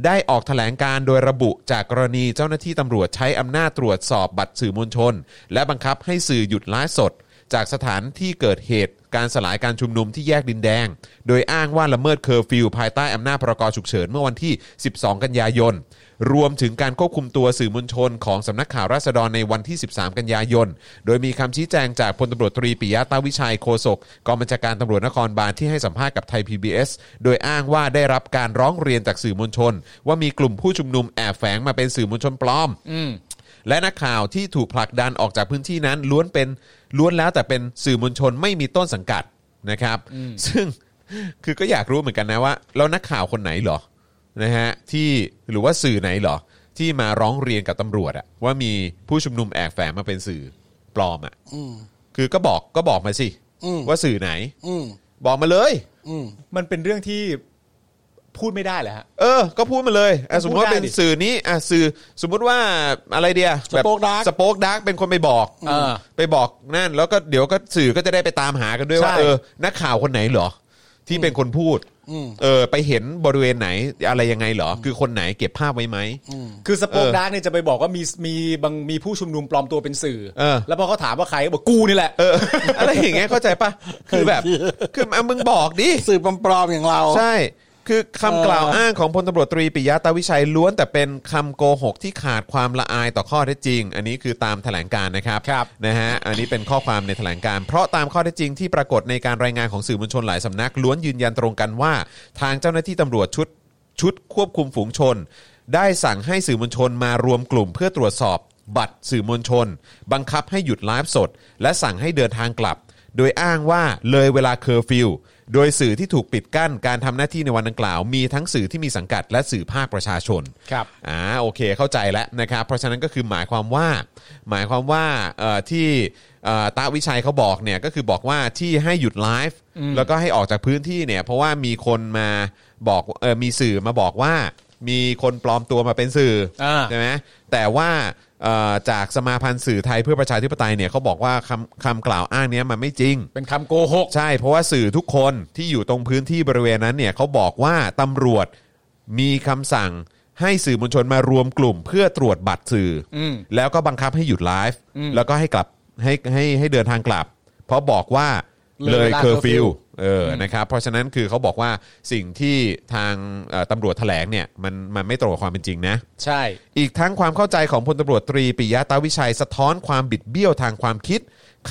C: ได้ออกแถลงการโดยระบุจากกรณีเจ้าหน้าที่ตำรวจใช้อำนาจตรวจสอบบัตรสื่อมวลชน และบังคับให้สื่อหยุดไลฟ์สด จากสถานที่เกิดเหตุการสลายการชุมนุมที่แยกดินแดง โดยอ้างว่าละเมิดเคอร์ฟิวภายใต้อำนาจพรกฉุกเฉินเมื่อวันที่ 12 กันยายน รวมถึงการควบคุมตัวสื่อมวลชนของสำนักข่าวราษฎรในวันที่ 13 กันยายน โดยมีคำชี้แจงจากพลตำรวจตรีปิยะตาวิชัยโฆษกกองบัญชาการตำรวจนครบาลที่ให้สัมภาษณ์กับไทย PBS โดยอ้างว่าได้รับการร้องเรียนจากสื่อมวลชน ว่ามีกลุ่มผู้ชุมนุมแอบแฝงมาเป็นสื่อมวลชนปลอม และนักข่าวที่ถูกผลักดันออกจากพื้นที่นั้นล้วนเป็นล้วนแล้วแต่เป็นสื่อมวลชนไม่มีต้นสังกัดนะครับ ซึ่ง คือก็อยากรู้เหมือนกันนะว่าแล้วนักข่าวคนไหนเหรอนะฮะที่หรือว่าสื่อไหนเหรอ ที่มาร้องเรียนกับตำรวจอะว่ามีผู้ชุมนุมแอบแฝงมาเป็นสื่อปลอมอะคือก็บอกก็บอกมาสิ
A: อืม
C: ว่าสื่อไหน
A: อืม
C: บอกมาเลย
A: อืม
F: มันเป็นเรื่องที่พูดไม่ได้แหละฮะ
C: เออ ก็พูดมาเลยอ่ะสมมติว่า
F: พูดได้
C: เป็น
F: ดิ
C: สื่อนี้อ่ะสื่อสมมุติว่าอะไรเดีย
A: Spoke Dark
C: สปอคดักเป็นคนไปบอก
F: เออ
C: ไปบอกนั่น แล้วก็เดี๋ยวก็สื่อก็จะได้ไปตามหากันด้วยว่า
F: ใช่
C: เออนักข่าวคนไหนเหรอ ที่เป็นคนพูด
A: อืม
C: เออ ไปเห็นบริเวณไหนอะไรยังไงเหรอ คือคนไหนเก็บภาพไว้ไหม
F: คือสปอค
C: เออ
F: ดาร์กเนี่ยจะไปบอกว่ามีมีบางมีผู้ชุมนุมปลอมตัวเป็นสื่อ
C: เออ
F: แล้วพอเขาถามว่าใครก็บอกกูนี่แหละ
C: เออ อะไรอย่างเงี้ยเข้าใจปะคือ แบบ คืออ่ะมึงบอกดิ
A: สื่อปลอมๆอย่างเรา
C: ใช่ คือ
A: เออ
C: คำกล่าวอ้างของพลตำรวจตรีปิยะตาวิชัยล้วนแต่เป็นคำโกหกที่ขาดความละอายต่อข้อเท็จจริง อันนี้คือตามแถลงการนะครับ
F: ครับ
C: นะฮะ อันนี้เป็นข้อความในแถลงการ เพราะตามข้อเท็จจริงที่ปรากฏในการรายงานของสื่อมวลชนหลายสำนักล้วนยืนยันตรงกันว่า ทางเจ้าหน้าที่ตำรวจชุดชุดควบคุมฝูงชน ได้สั่งให้สื่อมวลชนมารวมกลุ่มเพื่อตรวจสอบ บัตรสื่อมวลชน บังคับให้หยุดไลฟ์สด และสั่งให้เดินทางกลับ โดยอ้างว่าเลยเวลาเคอร์ฟิว โดยสื่อที่ถูกปิดกั้นการทำหน้าที่ในวันดังกล่าว มีทั้งสื่อที่มีสังกัดและสื่อภาคประชาชน
F: ครับ
C: อ่าโอเคเข้าใจแล้วนะครับ เพราะฉะนั้นก็คือหมายความว่า หมายความว่าเอ่อที่เอ่อตาวิชัยเขาบอกเนี่ยก็คือบอกว่าที่ให้หยุดไลฟ์แล้วก็ให้ออกจากพื้นที่เนี่ยเพราะว่ามีคนมาบอกเออมีสื่อมาบอกว่า มีคนปลอมตัวมาเป็นสื่อ
F: อ่า
C: ใช่ไหมแต่ว่าเอ่อจากสมาพันธ์สื่อไทยเพื่อประชาธิปไตยเนี่ยเขาบอกว่าคำคำกล่าวอ้างเนี้ยมันไม่จริง
F: เป็นคำโกหก
C: ใช่เพราะว่าสื่อทุกคนที่อยู่ตรงพื้นที่บริเวณนั้นเนี่ยเขาบอกว่าตำรวจมีคำสั่งให้สื่อมวลชนมารวมกลุ่ม เพื่อตรวจบัตรสื่ออ
F: ม
C: แล้วก็บังคับให้หยุดไลฟ์แล้วก็ให้กลับให้ให้ให้เดินทางกลับ เพราะบอกว่า เล
F: เลย ย
C: เคอร์ฟิ
F: curfew
C: วเอออนะครับเพราะฉะนั้นคือเขาบอกว่าสิ่งที่ทางเอ่อตำรวจแถลงเนี่ยมันมันไม่ตรงกับความเป็นจริงนะ
F: ใช่
C: อีกทั้งความเข้าใจของพลตำรวจตรีปิยะตาวิชัยสะท้อนความบิดเบี้ยวทางความคิด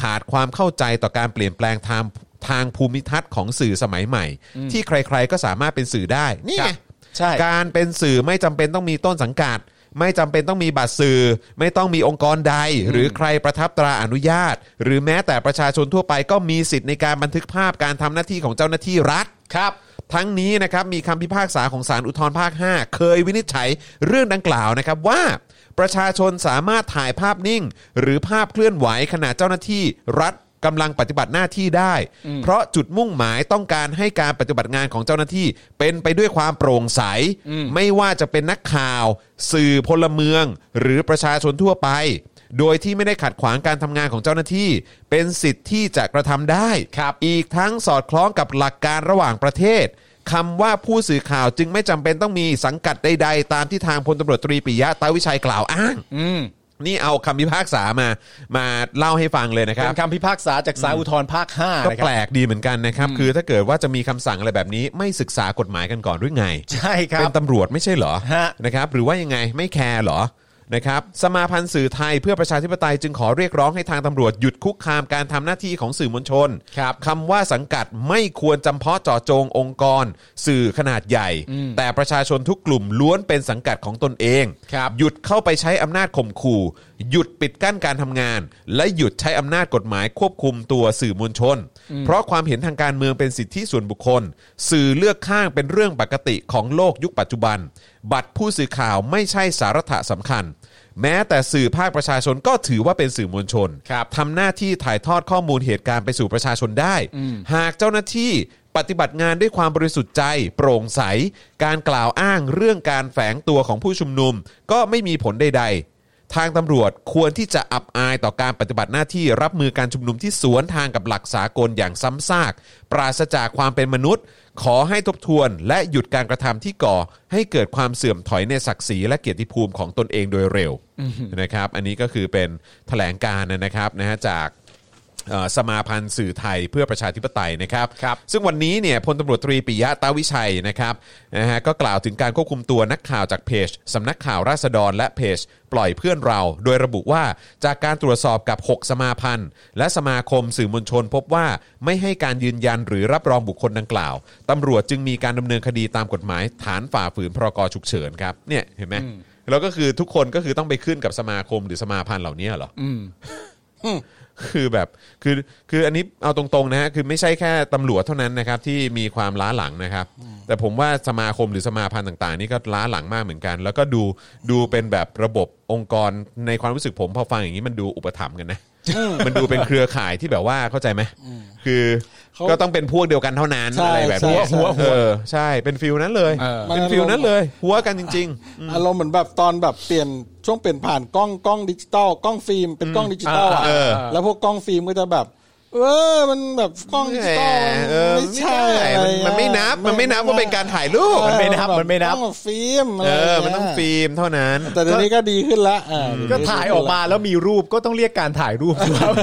C: ขาดความเข้าใจต่อการเปลี่ยนแปลงทางทางภูมิทัศน์ของสื่อสมัยใหม่ ที่ใครๆก็สามารถเป็นสื่อได้นี่ไง
F: ใช่
C: การเป็นสื่อไม่จำเป็นต้องมีต้นสังกัด ไม่จำเป็นต้องมีบัตรสื่อ ไม่ต้องมีองค์กรใด หรือใครประทับตราอนุญาต หรือแม้แต่ประชาชนทั่วไปก็มีสิทธิ์ในการบันทึกภาพการทำหน้าที่ของเจ้าหน้าที่รัฐ
F: ครับ
C: ทั้งนี้นะครับมีคำพิพากษาของศาลอุทธรภาค 5 เคยวินิจฉัยเรื่องดังกล่าวนะครับว่า ประชาชนสามารถถ่ายภาพนิ่ง หรือภาพเคลื่อนไหวขณะเจ้าหน้าที่รัฐกำลังปฏิบัติหน้าที่ได้ เพราะจุดมุ่งหมายต้องการให้การปฏิบัติงานของเจ้าหน้าที่ เป็นไปด้วยความโปร่งใส ไม่ว่าจะเป็นนักข่าว สื่อพลเมือง หรือประชาชนทั่วไป โดยที่ไม่ได้ขัดขวางการทำงานของเจ้าหน้าที่ เป็นสิทธิ์ที่จะกระทำได้
F: ครับ
C: อีกทั้งสอดคล้องกับหลักการระหว่างประเทศคำว่าผู้สื่อข่าวจึงไม่จำเป็นต้องมีสังกัดใดๆ ตามที่ทางพลตำรวจตรีปิยะตาวิชัยกล่าวอ้าง
F: อืม
C: นี่เอาคำพิพากษามา มาเล่าให้ฟังเลยนะค
F: เป็
C: รับ
F: นคำพิพากษาจากศาลอุทธรณ์ภาคห้า
C: ก็
F: นะค
C: แปล
F: รับ
C: กดีเหมือนกันนะครับ คือถ้าเกิดว่าจะมีคำสั่งอะไรแบบนี้ไม่ศึกษากฎหมายกันก่อนหรือไง
F: ใช่ครั
C: เป็
F: บ
C: นตำรวจไม่ใช่เหรอ
F: ฮะ
C: นะครับ หรือว่ายังไงไม่แคร์เหรอ นะครับ สมาพันธ์สื่อไทยเพื่อประชาธิปไตยจึงขอเรียกร้องให้ทางตำรวจหยุดคุกคามการทำหน้าที่ของสื่อมวลชน
F: ครับ
C: คำว่าสังกัดไม่ควรจำเพาะเจาะจงองค์กร สื่อขนาดใหญ่ แต่ประชาชนทุกกลุ่มล้วนเป็นสังกัดของตนเอง
F: ครับ
C: หยุดเข้าไปใช้อำนาจข่มขู่ หยุดปิดกั้นการทำงาน และหยุดใช้อำนาจกฎหมายควบคุมตัวสื่อมวลชน เพราะความเห็นทางการเมืองเป็นสิทธิส่วนบุคคล สื่อเลือกข้างเป็นเรื่องปกติของโลกยุคปัจจุบัน บัตรผู้สื่อข่าวไม่ใช่สาระสำคัญ แม้แต่สื่อภาคประชาชนก็ถือว่าเป็นสื่อมวลชน
F: ครับ
C: ทำหน้าที่ถ่ายทอดข้อมูลเหตุการณ์ไปสู่ประชาชนได้ หากเจ้าหน้าที่ปฏิบัติงานด้วยความบริสุทธิ์ใจ โปร่งใส การกล่าวอ้างเรื่องการแฝงตัวของผู้ชุมนุม ก็ไม่มีผลใด ๆ ทางตำรวจควรที่จะอับอายต่อการปฏิบัติหน้าที่รับมือการชุมนุมที่สวนทางกับหลักสากลอย่างซ้ำซาก ปราศจากความเป็นมนุษย์ ขอให้ทบทวนและหยุดการกระทำที่ก่อ ให้เกิดความเสื่อมถอยในศักดิ์ศรีและเกียรติภูมิของตนเองโดยเร็วนะครับ อันนี้ก็คือเป็นแถลงการณ์นะครับนะฮะจาก เอ่อสมาพันธ์สื่อไทยเพื่อประชาธิปไตยนะครับ
F: ครับ
C: ซึ่งวันนี้เนี่ยพลตำรวจตรีปิยะตาวิชัยนะครับนะฮะก็กล่าวถึงการควบคุมตัวนักข่าวจากเพจสำนักข่าวราษฎรและเพจ ปล่อยเพื่อนเรา โดยระบุว่าจากการตรวจสอบกับ 6 สมาพันธ์ และสมาคมสื่อมวลชนพบว่าไม่ให้การยืนยันหรือรับรองบุคคลดังกล่าวตำรวจจึงมีการดำเนินคดีตามกฎหมาย ฐานฝ่าฝืนพรกฉุกเฉินครับเนี่ยเห็นไหมแล้วก็คือทุกคนก็คือต้องไปขึ้นกับสมาคมหรือสมาพันธ์เหล่านี้เหรอ คือแบบคือคืออันนี้เอาตรงๆนะฮะคือไม่ใช่แค่ตำรวจเท่านั้นนะครับที่มีความล้าหลังนะครับ แต่ผมว่าสมาคมหรือสมาพันธ์ต่างๆ นี่ก็ล้าหลังมากเหมือนกัน แล้วก็ดูดูเป็นแบบระบบองค์กรในความรู้สึกผมพอฟังอย่างนี้มันดูอุปถัมภ์กันนะมันดูเป็นเครือข่ายที่แบบว่าเข้าใจไหมคือ
A: เขา
C: ก็ต้องเป็นพวกเดียวกันเท่านั้น
A: ใช่
C: อะไรแบบนี้
A: ใช่ใช่
C: เออใช่เป็นฟิลนั้นเลย
F: เออ
C: เป็นฟิลนั้นเลยหัวกันจริง ๆ
A: อารมณ์เหมือนแบบตอนแบบเปลี่ยนช่วงเปลี่ยนผ่านกล้องกล้องดิจิตอลกล้องฟิล์มเป็นกล้องดิจิตอลอ่ะ
C: เออ
A: แล้วพวกกล้องฟิล์มก็จะแบบ เออมันแบบกล้องดิจิตอล
C: เออ
A: ไม่ใช่อะ
C: มัน
A: ร
C: มันไม่นับมันไม่นับว่าเป็นการถ่ายรูป
A: เออ
F: มันไม่นับ
A: แบบ
F: มันไม่นับ
A: กล้องฟิล์มะ
C: เอ
A: ไร
C: อ
A: ย่าเย
C: มันต้องฟิล์มเท่านั้น
A: แต่เดี๋ยวนี้ก็ดีขึ้นละอ่า
F: ก็ถ่ายออกมาแล้วมีรูปก็ต้องเรียกการถ่ายรูปครับ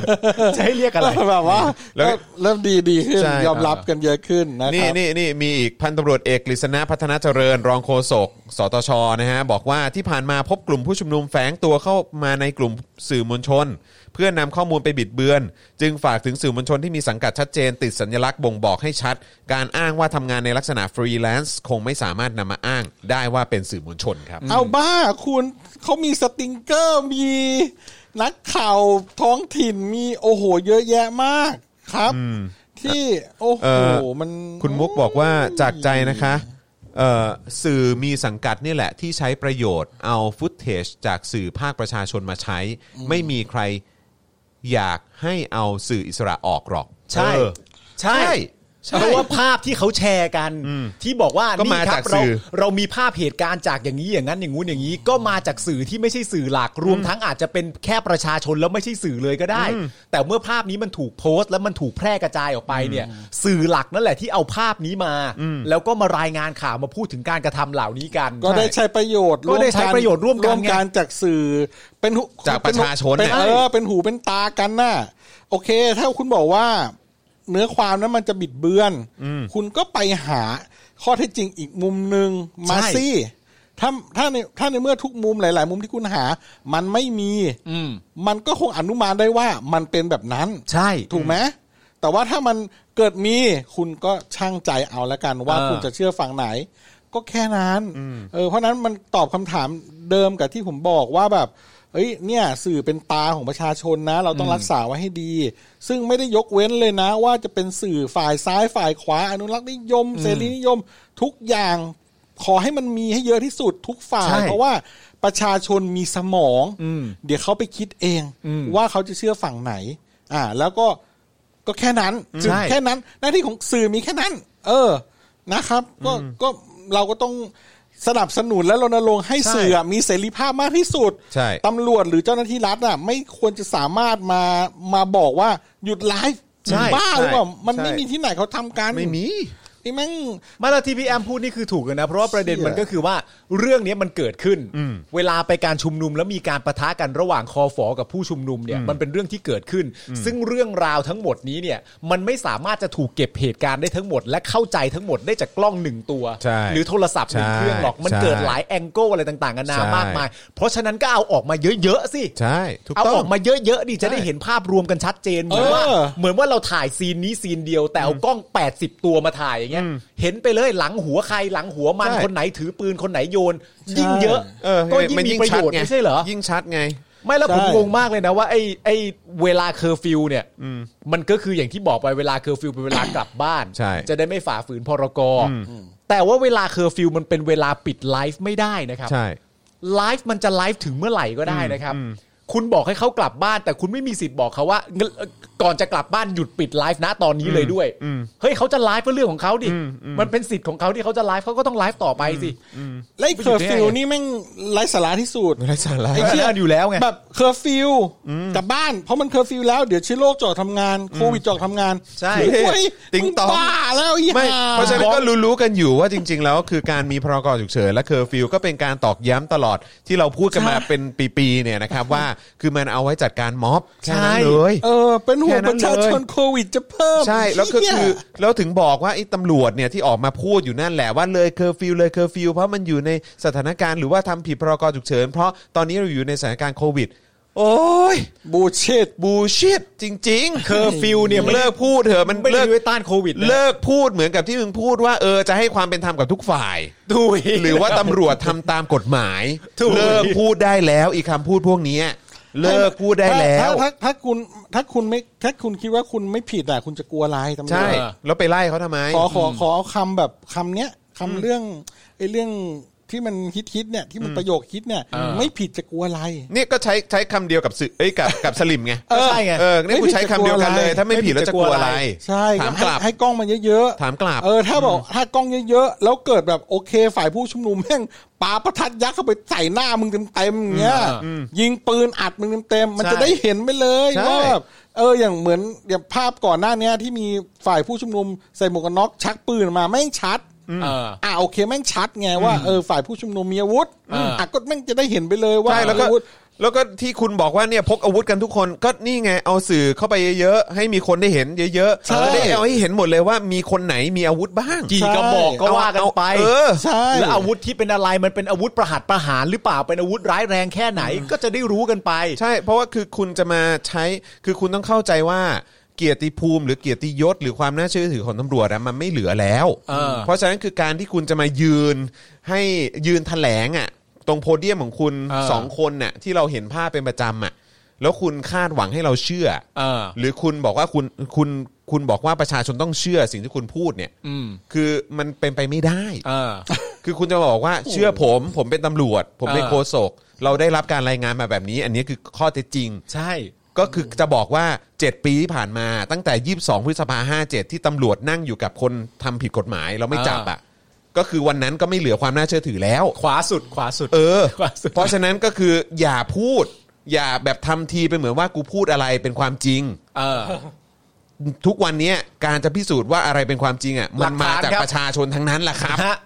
F: จะให้เรียกอะไร
A: แบบว่า
C: แล้ว
A: เริ่มดีดีขึ้น
C: ใช่
A: ยอมรับกันเยอะขึ้นนะครับ
C: นี่นี่นี่มีอีกพันตำรวจเอกกฤษณะพัฒนาเจริญ รองโฆษกสตชนะฮะบอกว่าที่ผ่านมาพบกลุ่มผู้ชุมนุมแฝงตัวเข้ามาในกลุ่มสื่อมวลชน เพื่อนนำข้อมูลไปบิดเบือน จึงฝากถึงสื่อมวลชนที่มีสังกัดชัดเจน ติดสัญลักษณ์บ่งบอกให้ชัด การอ้างว่าทำงานในลักษณะฟรีแลนซ์คงไม่สามารถนำมาอ้างได้ว่าเป็นสื่อมวลชนครับ
A: เอาบ้าคุณเขามีสติงเกอร์มีนักข่าวท้องถิ่นมีโอ้โห เยอะแยะมากครับ ที่โอ้โห
C: เอ่อ
A: มัน
C: คุณมุกบอกว่าจากใจนะคะเอ่อสื่อมีสังกัดนี่แหละที่ใช้ประโยชน์เอาฟุตเทจจากสื่อภาคประชาชนมาใช้ ไม่มีใครอยากให้เอาสื่ออิสระออกหรอก
F: ใช่
C: เออ
F: ใช่
C: ใช่
F: เพราะว่าภาพที่เขาแชร์กันที่บอกว่า
C: ก็
F: นี่
C: มา
F: ค
C: จา
F: รั
C: ก
F: บเรา
C: สื่อ
F: เรามีภาพเหตุการณ์จากอย่างนี้อย่างนั้นอย่างงู้นอย่างนี้ ก็มาจากสื่อที่ไม่ใช่สื่อหลักรวมทั้งอาจจะเป็นแค่ประชาชนแล้วไม่ใช่สื่อเลยก็ได้ แต่เมื่อภาพนี้มันถูกโพสต์ แล้วมันถูกแพร่กระจายออกไปเนี่ย สื่อหลักนั่นแหละที่เอาภาพนี้มา แล้วก็มารายงานข่าวมาพูดถึงการกระทำเหล่านี้กัน
A: ก็ได้ใช้ประโยชน์
F: ก็ได้
A: วม
F: ใช้ประโยชน์ร่วมกัน
A: ร่วมกันจากสื่อเป็นหู
C: จากประชาชน
A: เป็น
C: เนี่ย
A: เออเป็นหูเป็นตากันน่ะโอเค ถ้าคุณบอกว่า เนื้อความนั้นมันจะบิดเบือน คุณก็ไปหาข้อเท็จจริงอีกมุมหนึ่งมา
F: ใช่
A: สิถ้าถ้าในถ้าในเมื่อทุกมุมหลาย ๆ มุมที่คุณหา มันไม่มี
F: อืม
A: มันก็คงอนุมานได้ว่ามันเป็นแบบนั้น
F: ใช่
A: ถูกไหมแต่ว่าถ้ามันเกิดมีคุณก็ช่างใจเอาละกันว่า
F: เออ
A: คุณจะเชื่อฝั่งไหน ก็แค่นั้นเออเพราะนั้นมันตอบคำถามเดิมกับที่ผมบอกว่าแบบเอ้ยเนี่ยสื่อเป็นตาของประชาชนนะ เราต้องรักษาไว้ให้ดี ซึ่งไม่ได้ยกเว้นเลยนะ ว่าจะเป็นสื่อฝ่ายซ้ายฝ่ายขวาอนุรักษ์นิยม เสรีนิยม ทุกอย่างขอให้มันมีให้เยอะที่สุดทุกฝ่า
F: ใช่
A: ย เพราะว่าประชาชนมีสมอง เดี๋ยวเขาไปคิดเองว่าเขาจะเชื่อฝั่งไหน อ่า แล้วก็ก็แค่นั้น
F: ใช่
A: แค่นั้น หน้าที่ของสื่อมีแค่นั้น เออนะครับ ก็ก็เราก็ต้องสนับสนุนและรณรงค์ให้สื่อมีเสรีภาพมากที่สุด
C: ใช่
A: ตำรวจหรือเจ้าหน้าที่รัฐอ่ะ ไม่ควรจะสามารถมามาบอกว่าหยุดไลฟ์
F: ใช่
A: บ้าหรือเปล่า
C: ใช่
A: มันไม่
C: ใช่
A: มีที่ไหนเขาทำกัน
C: ไม่มี
A: นี่แม่ง
F: มาแล้วที่พี่แอมพูดนี่คือถูกเลยนะ เพราะว่าประเด็น
A: เชี่ย
F: มันก็คือว่าเรื่องนี้มันเกิดขึ้น เวลาไปการชุมนุมแล้วมีการประทะกันระหว่างคอฟอกับผู้ชุมนุมเนี่ยมันเป็นเรื่องที่เกิดขึ้น ซึ่งเรื่องราวทั้งหมดนี้เนี่ยมันไม่สามารถจะถูกเก็บเหตุการณ์ได้ทั้งหมด และเข้าใจทั้งหมดได้จากกล้องหนึ่งตัว
C: ใช่
F: หรือโทรศัพท์หนึ่ง
C: ใช่
F: เครื่องหรอกมัน
C: ใช่
F: เกิดหลายแองเกิลอะไรต่างๆกันานา
C: ใช่
F: มากมาย เพราะฉะนั้นก็เอาออกมาเยอะๆสิ
C: ใช่ถูก
F: เอา
C: ต้อ
F: ออง กมาเยอะๆดิจะได้เห็นภาพรวมกันชัดเจน เหมือนว่า
A: เออ
F: เหมือนว่าเราถ่ายซีนนี้ซีนเดียว แต่เอากล้อง 80 ตัวมาถ่ายอย่างเงี้ยเห็นไปเลยหลังหัวใครหลังหัวมัน
C: ใช่
F: คนไหนถือปืนคนไหนโยน ยิ่งเยอะ
C: เออ
F: ก็
C: มั
F: ยิ่งมีประ
C: ชั
F: โย
C: ด
F: ชน์ไม่ใช่เหรอ
C: ยิ่งชัดไง
F: ไม่แล้วผม
A: ใช่
F: งงมากเลยนะว่าไอ้ไอ้เวลาเคอร์ฟิวเนี่ยมันก็คืออย่างที่บอกไปเวลาเคอร์ฟิวเป็นเวลากลับบ้าน
C: ใช่
F: จะได้ไม่ฝ่าฝืนพรกรแต่ว่าเวลาเคอร์ฟิวมันเป็นเวลาปิดไลฟ์ไม่ได้นะครับ
C: ใช่
F: ไลฟ์มันจะไลฟ์ถึงเมื่อไหร่ก็ได้นะครับ คุณบอกให้เขากลับบ้าน แต่คุณไม่มีสิทธิ์บอกเขาว่าเอ่อก่อนจะกลับบ้านหยุดปิดไลฟ์นะตอนนี้เลยด้วยเฮ้ยเขาจะไลฟ์เพื่อเรื่องของเขาดิมันเป็นสิทธิ์ของเขาที่เขาจะไลฟ์เขาก็ต้องไลฟ์ต่อไปสิ
A: ไล่เคอร์ฟิวนี่แม่งไร้สาระที่สุด
C: ไร้สาระ
A: ไอ้เชี่ย
F: เอออยู่แล้วไง
A: แบบเคอร์ฟิวกลับบ้านเพราะมันเคอร์ฟิวแล้วเดี๋ยวเชื้อโรคจะออกทำงานโควิดจะออกทำงาน
C: ใช่
A: โอ้ย
C: ติ๊งต๊อง
A: มึบ้าแล้ว อี
C: ไม่
A: ห่า
C: เพราะฉะนั้นก็รู้ๆกันอยู่ว่าจริง ๆ แล้วคือการมีพรกฉุกเฉินและเคอร์ฟิวก็เป็นการตอกย้ำตลอดที่เราพูดกันมาเป็นปีๆเนี่ยนะครับว่าคือมันเอาไว้จัดการม็อบแค่นั้นเลย
A: เออเป็นห่วง
C: แค่นั้
A: ป
C: น
A: ระชาชน
C: เลย
A: โควิดจะเพิ่ม
C: ใช่แล้วก็
A: เหี้ย
C: คือแล้วถึงบอกว่าไอ้ตำรวจเนี่ยที่ออกมาพูดอยู่นั่นแหละว่าเลยเคอร์ฟิวเลยเคอร์ฟิวเพราะมันอยู่ในสถานการณ์หรือว่าทำผิดพรกฉุกเฉินเพราะตอนนี้เราอยู่ในสถานการณ์โควิด โอ้ย
A: บูชิด
C: บูชิตจริงๆ
F: เคอร์ฟิวเนี่ยไม่ได้
C: เลิกพูดเถอะมัน
F: ไม่ได้
C: เลิก
F: ด้วยต้านโควิดนะ
C: เลิกพูดเหมือนกับที่มึงพูดว่าเออจะให้ความเป็นธรรมกับทุกฝ่าย
F: ดู
C: หรือว่าตำรวจทำตามกฎหมาย เลิกพูดได้แล้วอีกคำพูดพวกเนี้ยเลิกพูดได้แล้ว
A: ถ้าถ้าถ้าคุณถ้าคุณไม่ถ้าคุณคิดว่าคุณไม่ผิดอ่ะคุณจะกลัวอะไรตำรว
C: ใช่
A: จ
C: แล้วไปไล่เขาทำไม
A: ขอขอขอเอาคำแบบคำเนี้ยคำเรื่องไอ้เรื่องที่มันฮิตฮิตๆเนี่ยที่มันประโยคฮิตเนี่ยไม่ผิดจะกลัวอะไร
C: นี่ก็ใช้ใช้คำเดียวกับสื่อเอ้ยกับกับสลิมไง
F: ก็ใช่ไง
C: เออนี่กูใช้คำเดียวกันเลย ถ้าไม่ผิดแล้วจะกลัวอะไร
A: ใช่
C: ถามกลับ
A: ให้ให้กล้องมันเยอะๆ
C: ถามกลับ
A: เออถ้าบอกถ้ากล้องเยอะๆแล้วเกิดแบบโอเค ฝ่ายผู้ชุมนุมแม่งปาประทัดยักษ์เข้าไปใส่หน้ามึงเต็มๆอย่างเงี้ยยิงปืนอัดมึงเต็มๆมัน
C: ใช่
A: จะได้เห็นไปเลย
C: ใช่
A: ว่าแบบเอออย่างเหมือนอย่างภาพก่อนหน้าเนี้ยที่มีฝ่ายผู้ชุมนุมใส่หมวกกันน็อกชักปืนมาแม่งชัด
F: เออ
A: อ่าโอเคแม่งชัดไงว่าเออฝ่ายผู้ชุมนุมมีอาวุธ
F: อ่า
A: อ่ะก็แม่งจะได้เห็นไปเลยว่า
C: ใช่แล้วก็
A: อาวุธ
C: แล้วก็ที่คุณบอกว่าเนี่ยพกอาวุธกันทุกคนก็นี่ไงเอาสื่อเข้าไปเยอะๆให้มีคนได้เห็นเยอะ
A: ใช่
C: ๆแล้วได้เอาให้เห็นหมดเลยว่ามีคนไหนมีอาวุธบ้าง
F: กี่กระบอกก็ว่ากันไป
C: เออ
A: ใช่
F: แล้วอาวุธที่เป็นอะไรมันเป็นอาวุธประหัตประหารหรือเปล่าเป็นอาวุธร้ายแรงแค่ไหนก็จะได้รู้กันไป
C: ใช่ เพราะว่าคือคุณจะมาใช้ คือคุณต้องเข้าใจว่าเกียรติภูมิหรือเกียรติยศ หรือความน่าเชื่อถือของตำรวจอะมันไม่เหลือแล้ว
F: เออ
C: เพราะฉะนั้นคือการที่คุณจะมายืนให้ยืนแถลงอ่ะตรงโพเดียมของคุณ
F: เออ
C: สองคนน่ะที่เราเห็นภาพเป็นประจำอ่ะแล้วคุณคาดหวังให้เราเชื่อ
F: เออ
C: หรือคุณบอกว่าคุณคุณคุณบอกว่าประชาชนต้องเชื่อสิ่งที่คุณพูดเนี่ย
F: อืม
C: คือมันเป็นไปไม่ได้
F: เออ
C: คือคุณจะมาบอกว่าเชื่อผม ผมเป็นตำรวจ ผมเป็น
F: เออ
C: โฆษกเราได้รับการรายงานมาแบบนี้ อันนี้คือข้อเท็จจริง
F: ใช่
C: ก็คือจะบอกว่า 7 ปีที่ผ่านมา ตั้งแต่ 22 พฤษภา57 ที่ตำรวจนั่งอยู่กับคนทำผิดกฎหมายเราไม่จับอ่ะ ก็คือวันนั้นก็ไม่เหลือความน่าเชื่อถือแล้ว
F: ขวาสุดขวาสุด
C: เออ
F: ว่าสุด
C: เพราะฉะนั้นก็คืออย่าพูด อย่าแบบทำทีเป็นเหมือนว่ากูพูดอะไรเป็นความจริง
F: เออ
C: ทุกวันเนี้ยการจะพิสูจน์ว่าอะไรเป็นความจริงอ่ะมันมาจาก
F: หลักฐานครับ
C: ประชาชนทั้งนั้นแหละครับ
F: ฮะ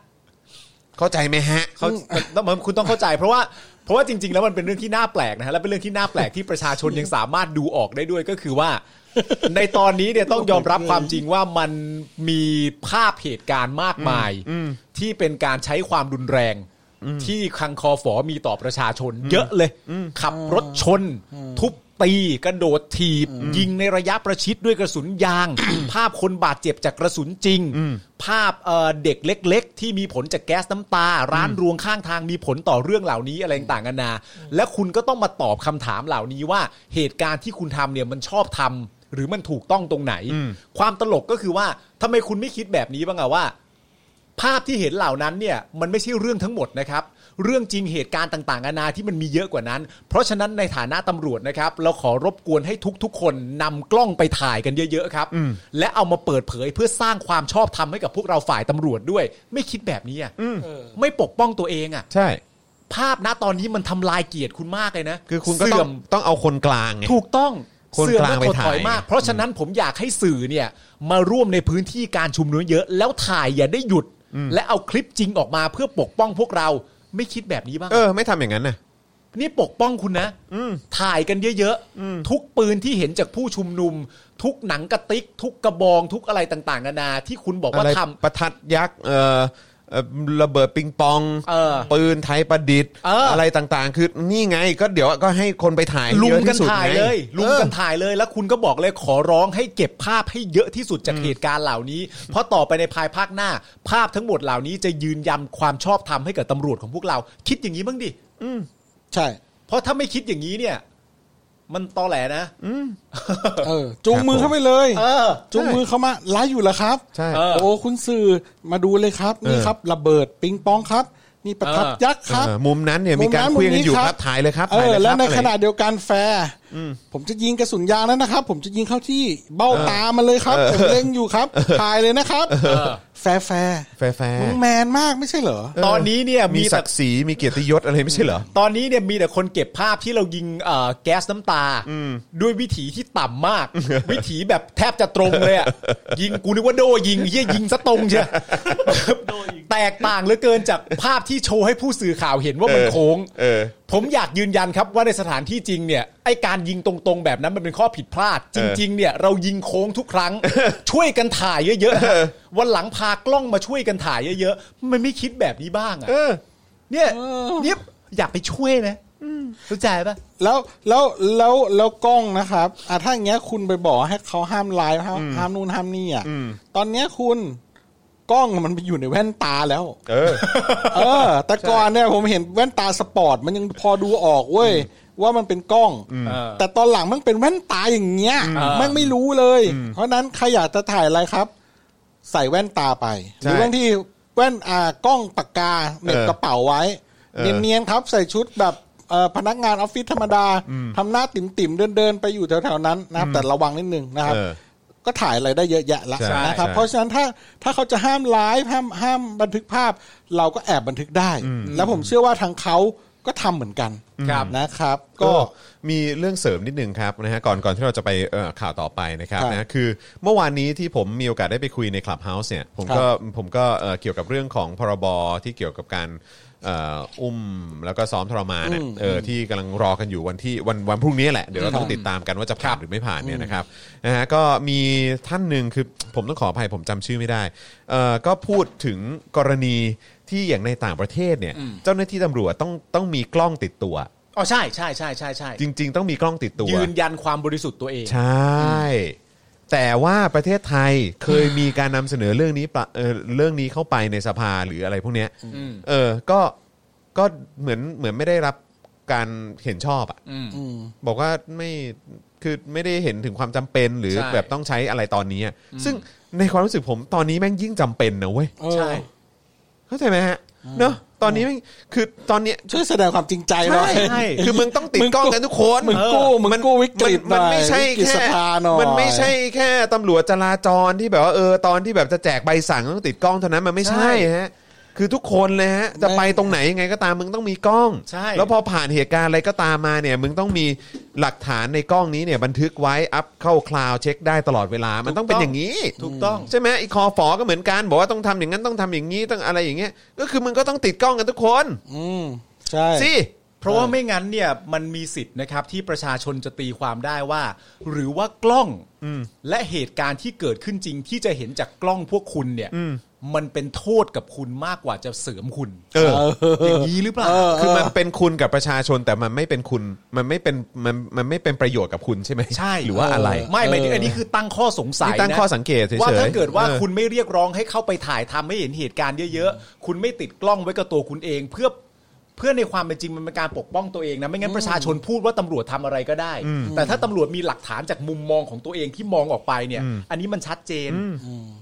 C: เข้าใจไหมฮะ
F: เขาต้องมันคุณต้องเข้าใจเพราะว่าเพรา ะว่าจริง ๆ แล้วมันเป็นเรื่องที่น่าแปลกนะฮะและเป็นเรื่องที่น่าแปลกที่ประชาชนยังสามารถดูออกได้ด้วยก็คือว่า ในตอนนี้เนี่ยต้องยอมรับความจริงว่ามันมีภาพเหตุการณ์มากมาย ที่เป็นการใช้ความรุนแรง ที่คังคอฝอมีต่อประชาชน เยอะเลย ขับรถชน ทุบตีกระโดดถีบ ยิงในระยะประชิดด้วยกระสุนยาง ภาพคนบาดเจ็บจากกระสุนจริง ภาพเอ่อเด็กเล็ก ๆ ที่มีผลจากแก๊สน้ำตา ร้านรวงข้างทางมีผลต่อเรื่องเหล่านี้อะไรต่างกันานาและคุณก็ต้องมาตอบคำถามเหล่านี้ว่าเหตุการณ์ที่คุณทำเนี่ยมันชอบทำหรือมันถูกต้องตรงไหน ความตลกก็คือว่าทำไมคุณไม่คิดแบบนี้บ้างอะว่า ภาพที่เห็นเหล่านั้นเนี่ยมันไม่ใช่เรื่องทั้งหมดนะครับ เรื่องจริงเหตุการณ์ต่างๆนานาที่มันมีเยอะกว่านั้น เพราะฉะนั้นในฐานะตำรวจนะครับ เราขอรบกวนให้ทุกๆ คนนำกล้องไปถ่ายกันเยอะๆครับ และเอามาเปิดเผยเพื่อสร้างความชอบธรรมให้กับพวกเราฝ่ายตำรวจด้วย ไม่คิดแบบนี้อ่ะ
A: เออ
F: ไม่ปกป้องตัวเองอ่ะ
C: ใช่
F: ภาพณตอนนี้มันทำลายเกียรติคุณมากเลยนะ
C: คือคุณก็ต้
F: เสื่
C: อ
F: อง ม
C: ต้องเอาคนกลางไง
F: ถูกต้อง
C: คน
F: เสื่อก ม
C: ลาง
F: และ
C: ไป
F: ถดถอย
C: ถ่าย
F: มาก เพราะฉะนั้นผมอยากให้สื่อเนี่ยมาร่วมในพื้นที่การชุมนุมเยอะ แล้วถ่ายอย่าได้หยุด และเอาคลิปจริงออกมาเพื่อปกป้องพวกเราไม่คิดแบบนี้บ้าง
C: เออ ไม่ทำอย่างนั้นนะ
F: นี่ปกป้องคุณนะถ่ายกันเยอะๆทุกปืนที่เห็นจากผู้ชุมนุม ทุกหนังกระติก ทุกกระบอง ทุกอะไรต่างๆนานาที่คุณบอกว่า
C: อะไร
F: ทำ
C: ประทัดยักษ์เออเอ่อระเบิดปิงปอง
F: เออ
C: ปืนไทยประดิษฐ์
F: เอออ
C: ไรต่างๆ คือนี่ไงก็เดี๋ยวก็ให้คนไปถ่าย
F: ลุ
C: เย
F: ม
C: อะ
F: กัน
C: ที่สุด
F: ถ่าย
C: ไง
F: เลยลุมกัน
C: เออ
F: ถ่ายเลยแล้วคุณก็บอกเลยขอร้องให้เก็บภาพให้เยอะที่สุดจากเหตุการณ์เหล่านี้ เพราะต่อไปในภายภาคหน้า ภาพทั้งหมดเหล่านี้จะยืนยันความชอบธรรมให้กับตำรวจของพวกเรา คิดอย่างนี้บ้างดิ
A: ใช่
F: เพราะถ้าไม่คิดอย่างนี้เนี่ย มันตอแหลนะ
A: เออจูงมือ
C: ครับ
A: เข้า
C: ผม
A: ไปเลย
F: เออ
A: จูงมือเข้ามาไลฟ์อยู่เหรอครับ
C: ใช่
F: เออ
A: โอ้คุณสื่อมาดูเลยครับ นี่ครับระเบิดปิงปองครับนี่ประทัด
F: เออ
A: ยักษ์ครับ
C: เออมุมนั้นเนี่ยมีการคุยกันอยู่ครับถ่ายเลยครับ
A: เอ
C: ถ่าย
A: อ
C: เลยครับ
A: แล้วใน
C: อไร
A: ขณะเดียวกันแฟร์ผมจะยิงกระสุนยางแล้วนะครับ ผมจะยิงเข้าที่เบ้าตามันเลยครับผมเล็งอยู่ครับถ่ายเลยนะครับแฟร์แฟร์
C: แฟร์แฟร์
A: มึงแมนมากไม่ใช่เหรอ
F: ตอนนี้เนี่ย
C: มี
F: มี
C: ศั
F: แต่
C: กดิ์ศรีมีเกียรติยศอะไรไม่ใช่เหรอ
F: ตอนนี้เนี่ยมีแต่คนเก็บภาพที่เรายิงเอ่อแก๊สน้ำตาด้วยวิถีที่ต่ำมาก วิถีแบบแทบจะตรงเลยอะยิงกูนึกว่าโดยิงเยี่ยยิงซะตรงเชียว
B: โดยอีก
F: แตกต่างเหลือเกินจากภาพที่โชว์ให้ผู้สื่อข่าวเห็นว่ามันโค้ง
C: เออ
F: ผมอยากยืนยันครับว่าในสถานที่จริงเนี่ยไอการยิงตรงๆแบบนั้นมันเป็นข้อผิดพลาด จริง ๆ เนี่ยเรายิงโค้งทุก ครั้ง ช่วยกันถ่ายเยอะๆนะวันหลังพากล้องมาช่วยกันถ่ายเยอะๆมันไม่คิดแบบนี้บ้างอะ
C: เออ
F: เนี่ยเนี่ยอยากไปช่วยนะรู้ใจปะ
A: แล้วแล้วแล้วแล้วกล้องนะครับอ่ะถ้าอย่างเงี้ยคุณไปบอกให้เขาห้ามไลฟ์ห้ามห้ามนู่นห้ามนี่อ่ะตอนเนี้ยคุณกล้องมันไปอยู่ในแว่นตาแล้ว
C: เออ
A: เออ แต่ก่อนเนี่ยผมเห็นแว่นตาสปอร์ตมันยังพอดูออกเว้ยว่ามันเป็นกล้อง แต่ตอนหลังมันเป็นแว่นตาอย่างเงี้ยมันไม่รู้เลย เพราะนั้นใครอยากจะถ่ายอะไรครับ ใส่แว่นตาไป ห
C: ใช่
A: รือบางที่แว่นอ่ากล้องปากกาเหน็บ
C: เออก
A: ระเป๋าไว้
C: เออ
A: เนียนๆครับ ใส่ชุดแบบเอ่อพนักงานออฟฟิศธรรมดาทำหน้าติ่มๆเดินๆไปอยู่แถวๆนั้นนะครับ แต่ระวังนิดนึงนะครับ
C: เออ
A: ก็ถ่ายอะไรได้เยอะแยะละ
C: ใช่
A: นะครับ
C: ใช่
A: เพราะฉะนั้นถ้าถ้าเขาจะห้ามไลฟ์ห้ามห้ามบันทึกภาพ เราก็แอบบันทึกได้ แล้วผมเชื่อว่าทางเขาก็ทำเหมือนกัน
F: ครับ
A: นะครับ ก็
C: ก็มีเรื่องเสริมนิดหนึ่งครับนะฮะก่อนก่อนที่เราจะไปเอ่อข่าวต่อไปนะครับ
A: ครับ
C: นะฮะคือเมื่อวานนี้ที่ผมมีโอกาสได้ไปคุยในคลับเฮาส์เนี่ยผมก็ผมก็เอ่อเกี่ยวกับเรื่องของพรบที่เกี่ยวกับการเอ่ออุ้มแล้วก็ซ้อมทรมานเนี่ยเออที่กำลังรอกันอยู่วันที่วันวันพรุ่งนี้แหละ เดี๋ยวเราต้องติดตามกันว่าจะผ่านหรือไม่ผ่านเนี่ยนะครับนะฮะก็มีท่านหนึ่งคือผมต้องขออภัยผมจำชื่อไม่ได้เอ่อก็พูดถึงกรณีที่อย่างในต่างประเทศเนี่ยเจ้าหน้าที่ตำรวจต้องต้องมีกล้องติดตัว
F: อ๋อใช่ใช่ใช่ใช่ใช่
C: จริง ๆ ต้องมีกล้องติดตัว
F: ยืนยันความบริสุทธิ์ตัวเอง
C: ใช่ แต่ว่าประเทศไทยเคยมีการนำเสนอเรื่องนี้ปะเออเรื่องนี้เข้าไปในสภาหรืออะไรพวกเนี้ยเออก็ก็เหมือนเหมือนไม่ได้รับการเห็นชอบอ่ะบอกว่าไม่คือไม่ได้เห็นถึงความจำเป็นหรือ
F: ใช่
C: แบบต้องใช้อะไรตอนนี้อะซึ่งในความรู้สึกผมตอนนี้แม่งยิ่งจำเป็นนะเว้ย
A: เออ
F: ใช่
C: เข้าใจไหมฮะเนาะตอนนี้แม่งคือตอนเนี้ย
A: ช่วยแสดงความจริงใจหน่อย
C: ใช่ คือมึงต้องติดกล้องกันทุกคน
A: มึงกู้
C: เออ
A: มึงกู้วิกฤต
C: มัน
A: หน่อย
C: ไม่ใช่
A: วิกฤต
C: แค่
A: สภาหน่อย
C: มันไม่ใช่แค่ตำรวจจราจรที่แบบว่าเออตอนที่แบบจะแจกใบสั่งต้องติดกล้องเท่านั้นมันไม่ใช่ฮะ คือทุกคนเลยฮะ จะไปตรงไหนยังไงก็ตามมึงต้องมีกล้อง
F: ใช่
C: แล้วพอผ่านเหตุการณ์อะไรก็ตามมาเนี่ย มึงต้องมีหลักฐานในกล้องนี้เนี่ยบันทึกไว้อัพเข้าคลาวด์เช็คได้ตลอดเวลา มันต้องเป็นอย่างนี้
F: ถูกต้อง
C: ใช่ไหมไอีคอฟอก็เหมือนกันบอกว่าต้องทำอย่างนั้นต้องทำอย่างนี้ต้องอะไรอย่างเงี้ย ก็คือมึงก็ต้องติดกล้องกันทุกคน
A: อืมใช่
C: สิ
F: เพราะว่าไม่งั้นเนี่ยมันมีสิทธิ์นะครับที่ประชาชนจะตีความได้ว่า หรือว่ากล้องและเหตุการณ์ที่เกิดขึ้นจริงที่จะเห็นจากกล้องพวกคุณเนี่ยมันเป็นโทษกับคุณมากกว่าจะเสริมคุณ
C: เออ
F: อย่างนี้หรือเปล่า
C: คือมันเป็นคุณกับประชาชนแต่มันไม่เป็นคุณมันไม่เป็นมันมันไม่เป็นประโยชน์กับคุณใช่ไหม
F: ใช่
C: หรือว่าอะไร
F: ไม่ไม่อันนี้คือตั้งข้อสงสัย
C: นี่ตั้ง
F: นะ
C: ข้อสังเกตเฉยๆ
F: ว่าถ้าเกิดว่า
C: เออ
F: คุณไม่เรียกร้องให้เข้าไปถ่ายทำให้เห็นเหตุการณ์เยอะๆ คุณไม่ติดกล้องไว้กับตัวคุณเอง เพื่อเพื่อในความเป็นจริงมันเป็นการปกป้องตัวเองนะไม่งั้นประชาชนพูดว่าตำรวจทำอะไรก็ได้ แต่ถ้าตำรวจมีหลักฐานจากมุมมองของตัวเองที่มองออกไปเนี่ย อันนี้มันชัดเจน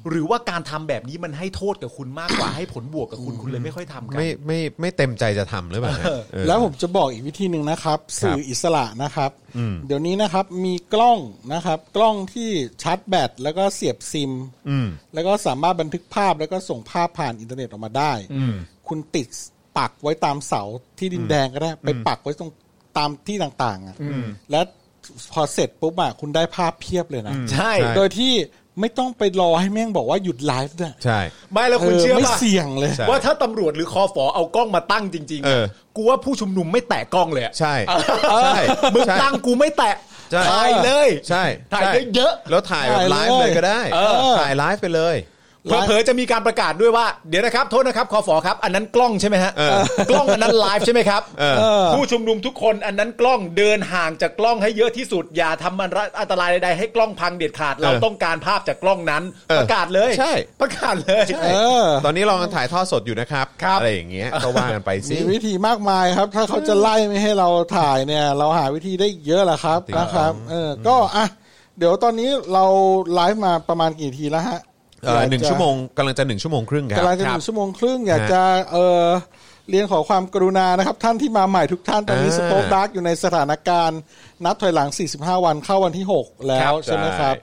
F: หรือว่าการทำแบบนี้มันให้โทษกับคุณมากกว่าให้ผลบวกกับคุณคุณเลยไม่ค่อยทำกัน
C: ไม่ไม่ไม่เต็มใจจะทำหรือเปล่าฮะเออ
A: แล้วผมจะบอกอีกวิธีหนึ่งนะครับ สื่ออิสระนะครับ เดี๋ยวนี้นะครับมีกล้องนะครับ กล้องที่ชาร์จแบตแล้วก็เสียบซิม
C: อืม
A: แล้วก็สามารถบันทึกภาพแล้วก็ส่งภาพผ่านอินเทอร์เน็ตออกมาได้ คุณติดปักไว้ตามเสาที่ดินแดงก็ได้ ไปปักไว้ตรงตามที่ต่างๆอะแล้วพอเสร็จปุ๊บอะคุณได้ภาพเพียบเลยนะ
F: ใช่
A: โดยที่ไม่ต้องไปรอให้แม่งบอกว่าหยุดไลฟ์ด้วย
C: ใช่
F: ไม่แล้วคุณเชื่อ
A: ไม่
F: ปะ
A: เสี่ยงเลย
C: ใช่
F: ว่าถ้าตำรวจหรือคอฟอเอากล้องมาตั้งจริงๆ
C: เอ
F: อะ
C: อ
F: กูว่าผู้ชุมนุมไม่แตะกล้องเลยอะ
C: ใช่ใช่
F: มึง
C: ใช่
F: ตั้งกูไม่แตะ
C: ใช่
F: ถ่ายเลย
C: ใช่
F: ถ่าย
C: ใช่
F: เยอะ
C: แล้วถ่ายแบบไล
A: ถ่ายเลย
C: ฟ์เลยก็ได้
A: เออ
C: ถ่ายไลฟ์ไปเลย
F: เผลอๆจะมีการประกาศด้วยว่า เดี๋ยวนะครับโทษนะครับคอฟอครับ อันนั้นกล้องใช่ไหมฮะกล้องอันนั้นไลฟ์ใช่ไหมครับผู้ชุมนุมทุกคนอันนั้นกล้องเดินห่างจากกล้องให้เยอะที่สุดอย่าทำอันตรายใดๆให้กล้องพังเด็ดขาดเราต้องการภาพจากกล้องนั้น ประกาศเลย
C: ใช่
F: ประกาศเลย
C: ใช่
A: เออ
C: ตอนนี้ลองถ่ายทอดสดอยู่นะครับ
A: ครับ
C: อะไรอย่างเงี้ยก็ว่ากันไปสิ
A: มีวิธีมากมายครับ ถ้าเขาจะไล่ไม่ให้เราถ่ายเนี่ย เราหาวิธีได้เยอะแหละครับนะครับ เออก็อ่ะเดี๋ยวตอนนี้เราไลฟ์มาประมาณกี่ทีแล้วฮะ
C: เอ่อหนึ่ง
A: อยากจะ
C: ชั่วโมงกำลังจะหนึ่งชั่วโมงครึ่งครับ
A: กำลังจะหนึ่งชั่วโมงครึ่ง อยากจะเออเรียนขอความกรุณานะครับ ท่านที่มาใหม่ทุกท่านตอนนี้
C: อ่า
A: สป o คดักอยู่ในสถานการณ์ นับถอยหลัง 45 วันเข้าวันที่ 6 แล้
C: ครั
A: ว
C: บ
A: ใช่ไหม
C: ใช่
A: ครับ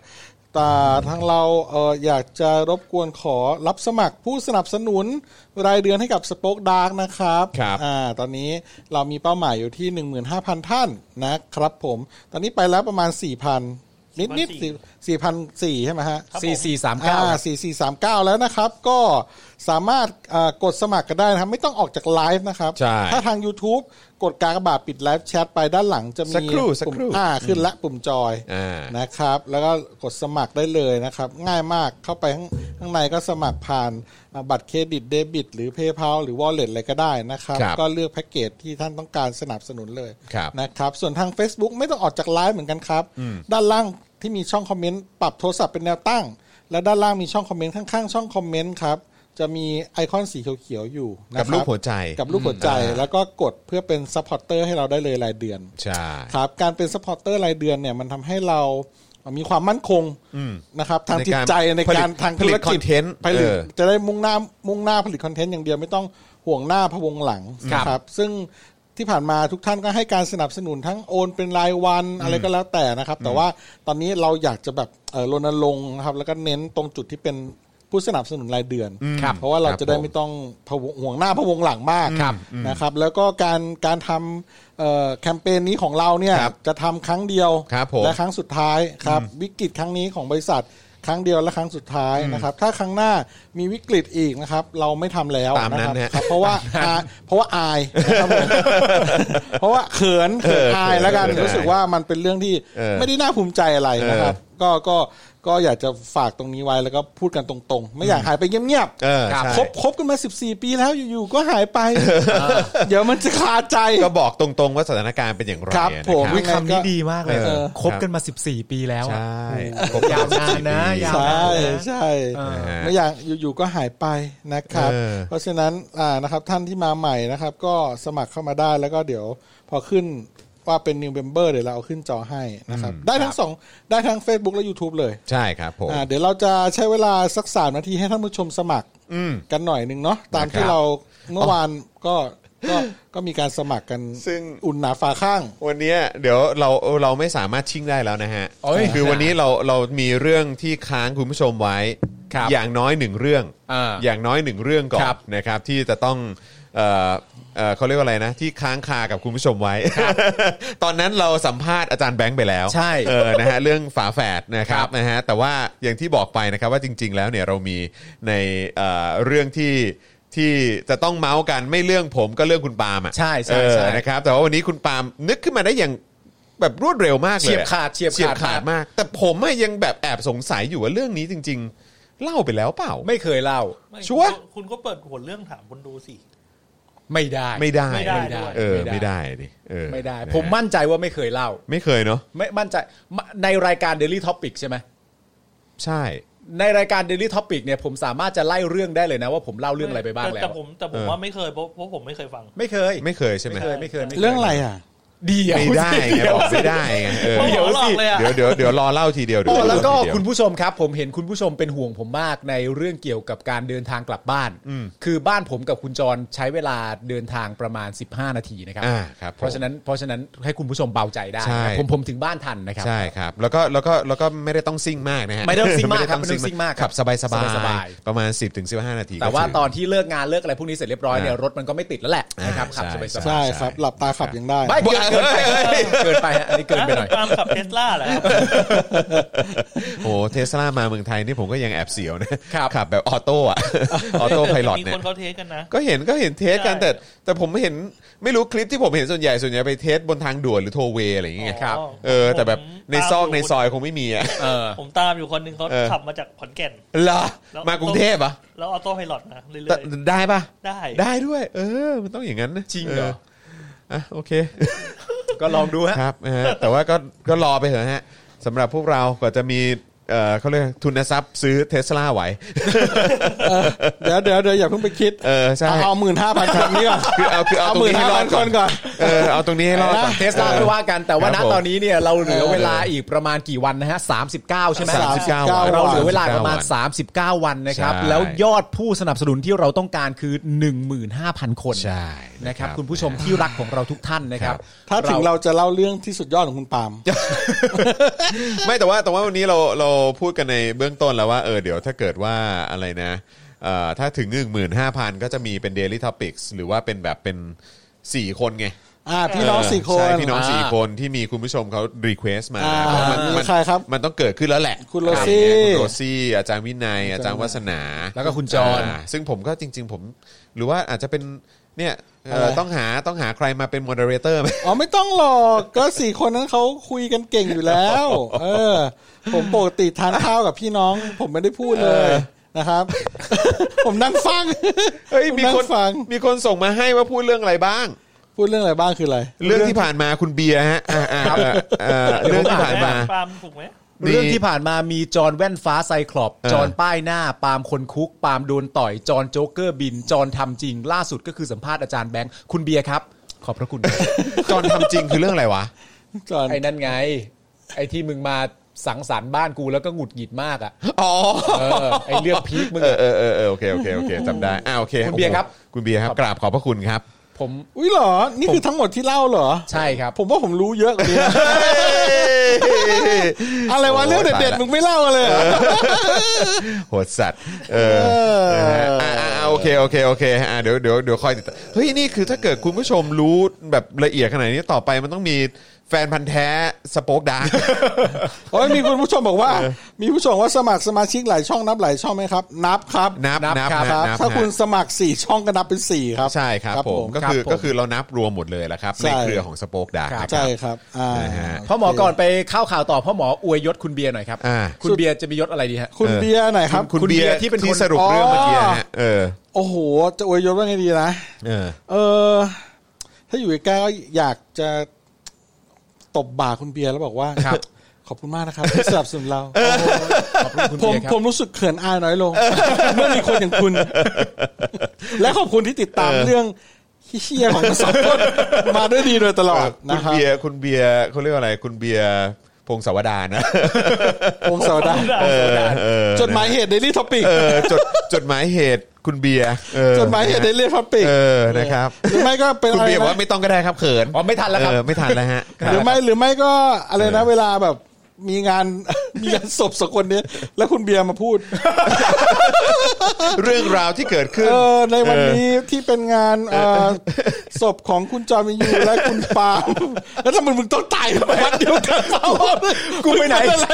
A: แต่ทางเราเอออยากจะรบกวนขอรับสมัครผู้สนับสนุนรายเดือนให้กับสป o คดักนะครับ
C: ครับ
A: อ่า ตอนนี้เรามีเป้าหมายอยู่ที่ 15,000 ท่านนะครับผม ตอนนี้ไปแล้วประมาณ 4,000 นิดนิดสี่พันสี่ใช่ไหมฮะ
F: สี่สี่สาม
A: อ่
F: เก้า
A: สี่สี่สามเก้าแล้วนะครับ ก็สามารถอ่ากดสมัครกันได้นะครับ ไม่ต้องออกจากไลฟ์นะครับ
C: ใช่
A: ถ้าทาง YouTube กดกากบาทปิดไลฟ์แชทไปด้านหลังจะมี
C: สักครู่สัก
A: ปุ่ม
C: ครู่
A: อ่าขึ้นละปุ่มจอย
C: อ่าน
A: นะครับ แล้วก็กดสมัครได้เลยนะครับ ง่ายมากเข้าไปข้างข้างในก็สมัครผ่านอ่าบัตรเครดิตเดบิต หรือ PayPal หรือ Wallet อะไรก็ได้นะครับ
C: ครับ
A: ก็เลือกแพ็กเกจที่ท่านต้องการสนับสนุนเลย
C: ครับ
A: นะครับ ส่วนทาง Facebook ไม่ต้องออกจากไลฟ์เหมือนกันครับ ด้านล่างที่มีช่องคอมเมนต์ปรับโทรศัพท์เป็นแนวตั้ง และด้านล่างมีช่องคอมเมนต์ข้างๆ ช่องคอมเมนต์ครับ จะมีไอคอนสีเขียวๆอยู่นะครับ
C: กับรูปหัวใจ
A: กับรูปหัวใจ
C: อืม
A: แล้วก็กดเพื่อเป็นซัพพอร์เตอร์ให้เราได้เลยรายเดือน
C: ใช่
A: ครับการเป็นสปอร์เตอร์รายเดือนเนี่ยมันทำให้เรามีความมั่นคงนะครับทาง
C: ใน
A: จิต
C: การ
A: ใจใน
C: ผลิต
A: การทางธุร
C: ผลิตค
A: กิ
C: อ
A: จ
C: นเทนต์
A: ผลิต
C: เออ
A: จะได้มุ่งหน้ามุ่งหน้าผลิตคอนเทนต์อย่างเดียวไม่ต้องห่วงหน้าพะวงหลัง
F: ครับ
A: นะครับซึ่งที่ผ่านมาทุกท่านก็ให้การสนับสนุนทั้งโอนเป็นรายวันอะไรก็แล้วแต่นะครับ แต่ว่าตอนนี้เราอยากจะแบบเอ่อรณรงค์นะครับแล้วก็เน้นตรงจุดที่เป็นผู้สนับสนุนรายเดือน
F: ครับ
A: เพราะว่าเรา
C: ครับ
A: จะได้
C: ผม
A: ไม่ ต้องพะวงห่วงหน้าพะวงหลังมาก
F: ครับ
A: นะครับแล้วก็การการทำเอ่อแคมเปญนี้ของเราเนี่ย
C: ครับ
A: จะทำครั้งเดียว
C: ครับผม
A: และครั้งสุดท้ายครับวิกฤตครั้งนี้ของบริษัทครั้งเดียวและครั้งสุดท้ายนะครับถ้าครั้งหน้ามีวิกฤตอีกนะครับเราไม่ทำแล้ว
C: ตามนั้นะค
A: ค
C: รับ ฮะ
A: รับเพ ราะว่าอาเพราะว่าอายนะครับผมเพราะว่าเขินเขินอายแล้วกัน
C: เขินอาย
A: รู้สึกว่ามันเป็นเรื่องที่
C: เออ
A: ไม่ได้น่าภูมิใจอะไรนะครับ
C: เออ
A: ก็ก็ก็อยากจะฝากตรงนี้ไว้แล้วก็พูดกันตรงๆ ไม่อยากหายไปเงียบๆ
C: เออ
F: ครับ
C: ใช่
A: คบคบกันมา 14 ปีแล้วอยู่ๆก็หายไป เดี๋ยวมันจะคาใจ
C: ก็บอกตรงๆว่าสถานการณ์เป็นอย่างไร
A: ครับ
C: นะ
A: ผม
F: วิคำนี้ดีมากเลย
C: เออ
F: คบกันมา 14 ปีแล้วอะ
C: ใช่
F: ยาวนานนะยาว
A: ใช่
F: เออ
A: ใช่
C: นะฮะ
A: ไม่อยากอยู่ๆก็หายไปนะครับ
C: เออ
A: เพราะฉะนั้นอ่านะครับท่านที่มาใหม่นะครับ ก็สมัครเข้ามาได้แล้วก็เดี๋ยวพอขึ้นว่าเป็น New Member เดี๋ยวเราเอาขึ้นจอให้นะครับ ได้ทั้งสองได้ทั้ง Facebook และ YouTube เลย
C: ใช่ครับผม
A: อ่าเดี๋ยวเราจะใช้เวลาสักสามนาทีให้ท่านผู้ชมสมัครกันหน่อยหนึ่งเนาะตาม
C: นะครับ
A: ที่เราเมื่อวานก็ก็ก็มีการสมัครกัน
C: ซึ่ง
A: อุ่นหนาฝาข้าง
C: วันเนี้ยเดี๋ยวเราเราไม่สามารถชิ่งได้แล้วนะฮะ
F: เอ้ย
C: คือวันนี้เราเรามีเรื่องที่ค้างคุณผู้ชมไว้
F: ครับ
C: อย่างน้อยหนึ่งเรื่อง
F: อ่า
C: ย่างน้อยหนึ่งเรื่องก่อน
F: ครับ
C: นะครับที่จะต้องเอ่อเอ่อเขาเรียกว่าอะไรนะ ที่ค้างคากับคุณผู้ชมไว้ ตอนนั้นเราสัมภาษณ์อาจารย์แบงค์ไปแล้ว
F: ใช่
C: เออนะฮะเรื่องฝาแฝดนะครั
F: ครับ บ
C: นะฮะแต่ว่าอย่างที่บอกไปนะครับว่าจริง ๆ แล้วเนี่ยเรามีในเอ่อเรื่องที่ ที่จะต้องเมาส์กันไม่เรื่องผมก็เรื่องคุณปาล์มอ่ะ
F: ใช่ใช่ใช่
C: เออนะครับ แต่ว่าวันนี้คุณปาล์มนึกขึ้นมาได้อย่างแบบรวดเร็วมากเลย
F: เฉียบ
C: อะ
F: ขาดเฉียบ
C: เฉียบ
F: ขา
C: ขา
F: ด
C: ดมาก แต่ผมอะยังแบบแอบสงสัยอยู่ว่าเรื่องนี้จริง ๆ เล่าไปแล้วเปล่า
F: ไม่เคยเล่า
B: ไม่
C: ชัวร์
B: คุณคุณก็เปิดหัวเรื่องถามคนดูสิ
F: ไม่ได้
C: ไม่ได้
B: ไม่ได้ด้วย
C: เออไม่ได้ดิเออ
F: ไม่ได้
C: นะฮะ
F: ผมมั่นใจว่าไม่เคยเล่า
C: ไม่เคยเนาะ
F: ไม่มั่นใจมในรายการ Daily Topic ใช่ไหม
C: ใช่
F: ในรายการ Daily Topic เนี่ยผมสามารถจะไล่เรื่องได้เลยนะว่าผมเล่าเรื่องอะไรไปบ้าง
B: แต่
F: แล้
B: แต่
F: ว
B: ผมแต่ผม
C: เออ
B: ว่าไม่เคยเพราะเพราะผมไม่เคยฟัง
F: ไม่เคย
C: ไม่เคยใช่ไหม
F: เคยไม่เคยม่คย
A: เรื่องอะไรอ่ะ
F: เดียว
C: ไม่ได้ไง
F: เดี๋ย
C: บ
F: ว
C: อกไม่ได้ไงเออ
B: เดี๋ยวสิ
C: เดี๋ยวเดี๋ยวเดี๋ยวรอเล่าทีเดียวเดี๋
F: โอ้
C: ย
F: แล้วก็
C: รอทีเดีย
F: คุณผู้ชมครับ ผมเห็นคุณผู้ชมเป็นห่วงผมมากในเรื่องเกี่ยวกับการเดินทางกลับบ้าน
C: อืม
F: คือบ้านผมกับคุณจรใช้เวลาเดินทางประมาณ 15 นาทีนะครับ
C: อ่าครับผม
F: เพราะฉะนั้นเพราะฉะนั้นให้คุณผู้ชมเบาใจได้
C: ใช่
F: นะผมผมถึงบ้านทันนะครั
C: ใช่ครับ แล้วก็แล้วก็แล้วก็ไม่ได้ต้องซิ่งมากนะฮะ
F: ไม่ได้ต้องซิ่งมากครับ
C: ไ
F: ไม่ต้องซิ่งมากครั
C: ขั
F: บ
C: บสบายสบาย
F: สบาย
C: ประมาณ 10-15ถึงนาที
F: แต่ว่า
C: ก็ถึง
F: ตอนที่เลิกงานเลิกอะไรพวกนี้เสร็จเรียบร้อยเนี่ย
C: อ่าร ร
F: ถมันก็ไม่ติดแล้วแหละนะครับ
C: อ่า
F: ขับ
C: ใช่
F: สบายส
C: ใช่
F: บาย
A: ใช่
C: ใช่
A: ครับ หลับตาขับยังได้
F: ไม่เกินเกินไปเกินไปฮะอันนี้เกินไปหน่อย
B: ตามขับเทสลาแหละครับ
C: โอ้เทสลามาเมืองไทยนี่ผมก็ยังแอบเสียวนะครับ ขับแบบออโต้ อะออโต้ไพลอตเนี่ย
B: มีคนเขาเทสกันนะ
C: ก็เห็นก็เห็นเทสกัน
B: ใช่
C: แต่แต่ผมเห็นไม่รู้คลิปที่ผมเห็นส่วนใหญ่ส่วนใหญ่ไปเทสบนทางด่วนหรือโทเวย์อะไรอย่างเงี้ย
F: ครับ
B: อ๋อ
C: เออ แต่แบบ
B: ผม
C: ในซอก
B: ตาม
C: ใน
B: ยู่
C: ซอยคงไม่มีอ่ะ
F: เออ
B: ผมตามอยู่คนหนึ่งเขา
C: เออ
B: ขับมาจากขอนแก่น
C: เหรอ
B: แล้ว
C: มากรุงเทพเหรอ่ะ
B: แล้วออโต้ไพลอตนะเรื่อย
C: ได้ปะ
B: ๆได้
C: ได้ด้วย เออ มันต้องอย่างนั้นนะ
F: จริงเหรอ
C: อ่ะโอเค
F: ก็ลองดูฮะ
C: ครับนะฮะแต่ว่าก็ก็รอไปเถอะฮะสำหรับพวกเรากว่าจะมีเออเขาเรียกทุนทรัพย์ซื้อเทสลาไหว
A: เดี๋ยวเดี๋ยวเดี๋ยวอย่าเพิ่งไปคิด
C: เออใช่
A: เอาเอาหมื่นห้าพันคนนี้ก่อน
C: คือเอาคือเอา
A: เอา
C: ตร
A: ห
C: ง
A: มื่น
C: นี้ให้
A: ห้าร
C: อ
A: พั
C: ด
A: น
C: ก่
A: ค
C: อน
A: นก่อน
C: เออเอาตรงนี้ให้รอดก่อน
F: เทสลาไม่ว่ากันแต่ว่า
C: ค
F: ณ
C: รับผม
F: ตอนนี้เนี่ยเราเหลือเวลาอีกประมาณกี่วันนะฮะ 39 ใช่ไหม
C: สามสิบเก้าวัน
F: เราเหลือเวลาประมาณ 39 วันนะครับ
C: ใช่
F: แล้วยอดผู้สนับสนุนที่เราต้องการคือ 15,000 คน
C: ใช่
F: นะครับคุณผู้ชมที่รักของเราทุกท่านนะครับ
A: ถ้าถึงเราจะเล่าเรื่องที่สุดยอดของคุณปาล์ม
C: ไม่แต่ว่าแต่ว่าวันนี้เราเราพูดกันในเบื้องต้นแล้วว่าเออเดี๋ยวถ้าเกิดว่าอะไรนะเอ่อถ้าถึง 15,000 ก็จะมีเป็น Daily Topics หรือว่าเป็นแบบเป็น 4 คนไง
A: อ่าพี่น้อง
C: เ
A: สี่คน
C: ใช่พี่น้อง
F: อ่า
C: สี่คนที่มีคุณผู้ชมเขารีเควสมา
A: อ่า
C: เพราะมัน
A: มี
C: มัน
A: ใครครับ
C: มันต้องเกิดขึ้นแล้วแหละ
A: คุณโรซี่
C: อะไรอย่างเงี้ยคุณโรซี่อาจารย์วินัย อาจารย์วัฒนา
F: แล้วก็คุณจอน
C: อ่าซึ่งผมก็จริง ๆ ผม หรือว่าอาจจะเป็นเนี่ยเอ่ออะไร ต้องหาต้องหาใครมาเป็นโมเดเลเตอร์ไหม
A: อ๋อไม่ต้องหรอกก็สี่คนนั้นเขาคุยกันเก่งอยู่แล้ว เออ ผมปกติทานข้าวกับพี่น้อง ผมไม่ได้พูดเลยนะครับ ผมนั่งฟัง
C: เฮ้ย
A: ผ
C: มี
A: นั่ง
C: คน
A: ฟัง
C: มีคนส่งมาให้ว่าพูดเรื่องอะไรบ้าง
A: พูดเรื่องอะไรบ้างคืออะไร
C: เรื่องที่ผ่านมาคุณเบียร์ฮะอ่าอ่าอ่าอ่าเรื่องที่ผ่านมา
B: ปาล์มถูกไหม
C: นี่
F: เรื่องที่ผ่านมามีจอห์นแว่นฟ้าไซคลอบ
C: เออ
F: จอห์นป้ายหน้า ปาล์มคนคุก ปาล์มโดนต่อย จอห์นโจ๊กเกอร์บิน จอห์นทำจริง ล่าสุดก็คือสัมภาษณ์อาจารย์แบงค์คุณเบียร์ครับ ขอบพระคุณ
C: จอนทำจริงคือเรื่องอะไรวะ
A: จอน
F: ไอ้นั่นไง ไอ้ที่มึงมาสังสรรค์บ้านกูแล้วก็หงุดหงิดมากอ่ะ
C: อ๋อ
F: เออไอ้เรื่องพีคมึง
C: เออ
F: อะ
C: เออเออเออโอเคโอเคโอเคจำได้อ่าโอเค
F: คุณเบียร์ครับ
C: โอ้โหคุณเบียร์ครับกราบขอบพระคุณครับ
F: ผม
A: อุ้ยเหรอ นี่คือทั้งหมดที่เล่าเหรอ
F: ใช่ครับ
A: ผมว่าผมรู้เยอะกว่านี้นะ อะไรวะ
C: โอ้ย
A: เรื่อง
C: ตาย
A: เด็ด
C: ละ
A: ๆมึงไม่เล่าเลยเหรอ
C: โหดสัตว์ เออนะฮะอ่ะอ่ะอ่ะโอเค โอเค โอเคอ่ะเดี๋ยวเดี๋ยวเดี๋ยวคอยติดตามเฮ้ย นี่คือถ้าเกิดคุณผู้ชมรู้แบบละเอียดขนาดนี้ต่อไปมันต้องมีแฟนพันธ์แท้สโป๊กดาร์ก
A: โอ้ยมีคุณผู้ชมบอกว่า มีผู้ชมว่าสมัครสมาชิกหลายช่องนับหลายช่องไหมครับ นับครับ
C: นับนับ
A: ครับ
C: นับ
A: ถ้า
C: นับ
A: คุณสมัครสี่ช่องก็นับเป็นสี่ครับ
C: ใช่ครับผม ก็คือก็คือเรานับรวมหมดเลยแหละครับ
A: ใช่
C: ในเครือของสโป๊กดาร์ก
F: ครับ
C: นะค
A: ใช่
C: รับ
A: ครับอ่า
C: นะฮะ
F: พ่อหมอก่อนไปเข้าข่าวต่อพ่อหมออวยยศคุณเบียร์หน่อยครับ
C: อ่า
F: คุณเบียร์จะมียศอะไรดีฮะ
A: คุณ
C: เออ
A: เบียร์หน่อยครับ
C: คุณเบียร์
F: ที่
C: ที่เป็
F: เป็
C: น น
F: คน
C: ที่สรุปเรื่องเมื่อกี้นะฮะเออ
A: โอ้โห จะอวยยศว่าไงดีนะ
C: เออ
A: เออ ถ้าอยู่ใกล้ๆก็อยากจะตบบ่าคุณเบียร์แล้วบอกว่า
F: ครับ
A: ขอบคุณมากนะครับที่สนับสนุนเรา
F: ขอบคุณคุณ
A: ผม
F: เบียร์ครับ
A: ผมรู้สึกเขินอายน้อยลง เมื่อมีคนอย่างคุณ และขอบคุณที่ติดตาม
C: เออ
A: เรื่องเฮี้ยๆของเราสอง คนมาด้วยดีโดยตลอด
C: คุ
A: นะ
C: ณ
A: ครับ
C: เบียร์คุณเบียร์เขาเรียกว่าอะไร คุณเบียร์พงศาวดารนะ
A: วงสวัสดา
C: เออเออ
A: จดหมายเหตุเดลี่ท็อปิก
C: เออจดจดหมายเหตุคุณเบียร์เออ
A: จดหมายเหตุเดลี่ท็อปิก
C: เออ นะครับ
A: หรือไม่ก็เป็น
C: คุณ
A: อะไร
C: เบียร์บอก
A: นะ
C: ว่าไม่ต้องก็ได้ครับเขิน
F: อ๋อไม่ทันแล้วครับ
C: เออไม่ทันแล้วฮะ
A: หรือไม่หรือไม่ก็อะไรนะ เวลาแบบ มีงาน มีงานศพสักคนเนี้ยแล้วคุณเบียร์มาพูด
C: เรื่องราวที่เกิดขึ้น
A: เออในวันนี้ที่เป็นงานเอ่อศพของคุณจอมินยูและคุณปาล์ม แล้วทำไมมึงต้องตายในวันเดียวกันวะ
F: กูไปไหน
A: มึงเป็อะไร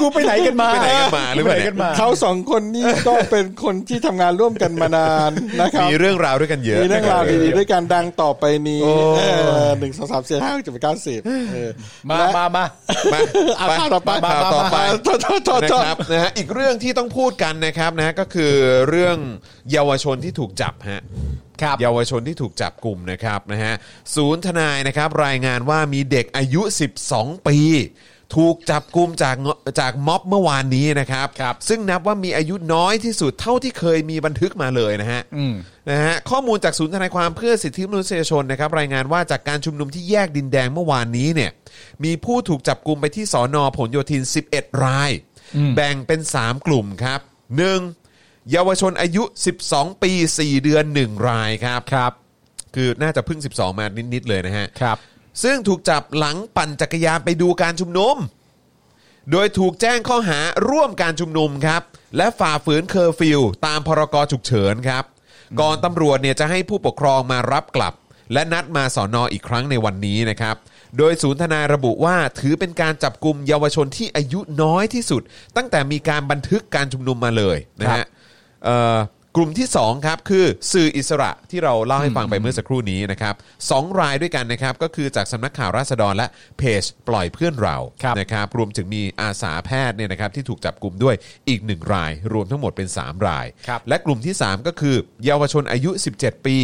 F: กูไปไหนกันมา
C: ไปไหนกันมาหรือ
F: ไป
C: เปล่า
F: ไหน
C: เนี่ย
F: กันมา
A: เขาสองคนนี่ก็เป็นคนที่ทำงานร่วมกันมานาน นะครับ
C: มีเรื่องราวด้วยกันเยอะ
A: มีเรื่องราวดีๆด้วยกันดังต่อไปนี้
C: โอ้
A: หนึ่งสองสามสี่ห้าจุดเก้าสิบ
F: มามามา
C: มา
A: เอาข่าวต่อไป
C: ข่าวต่อไป
A: โทษโทษโทษ
C: นะ
A: โทษ
C: ครับนะฮะอีกเรื่องที่ต้องพูดกันนะครับนะฮะก็คือเรื่องเยาวชนที่ถูกจับฮะ
F: ครับ
C: เยาวชนที่ถูกจับกลุ่มนะครับนะฮะศูนย์ทนายนะครับรายงานว่ามีเด็กอายุ 12 ปี ถูกจับกลุ่มจากเงจากม็อบเมื่อวานนี้นะครับ ซึ่งนับว่ามีอายุน้อยที่สุดเท่าที่เคยมีบันทึกมาเลยนะฮะนะฮะข้อมูลจากศูนย์ทนายความเพื่อสิทธิมนุษยชนนะครับรายงานว่าจากการชุมนุมที่แยกดินแดงเมื่อวานนี้เนี่ยมีผู้ถูกจับกลุ่มไปที่สอนอผลโยธิน 11 ราย แบ่งเป็น 3 กลุ่มครับ 1. เยาวชนอายุ 12 ปี 4 เดือน 1 รายครับ
F: ครับ
C: คือน่าจะเพิ่ง 12 มานิด ๆ เลยนะฮะ
F: ครับ
C: ซึ่งถูกจับหลังปั่นจักรยานไปดูการชุมนุม โดยถูกแจ้งข้อหาร่วมการชุมนุมครับ และฝ่าฝืนเคอร์ฟิวตามพรกฉุกเฉินครับ ก่อนตำรวจเนี่ยจะให้ผู้ปกครองมารับกลับ และนัดมาสอนออีกครั้งในวันนี้นะครับ โดยศูนย์ทนายระบุว่าถือเป็นการจับกลุ่มเยาวชนที่อายุน้อยที่สุด ตั้งแต่มีการบันทึกการชุมนุมมาเลยนะฮะ เอ่อกลุ่มที่ 2 ครับ คือสื่ออิสระที่เราเล่าให้ฟังไปเมื่อสักครู่นี้นะครับสองรายด้วยกันนะครับ ก็คือจากสำนักข่าวราษฎรและเพจปล่อยเพื่อนเรา
F: ครับ
C: นะครับรวมถึงมีอาสาแพทย์เนี่ยนะครับที่ถูกจับกลุ่มด้วยอีก 1 ราย รวมทั้งหมดเป็น 3 ราย และกลุ่มที่ 3 ก็คือ เยาวชนอายุ 17 ปี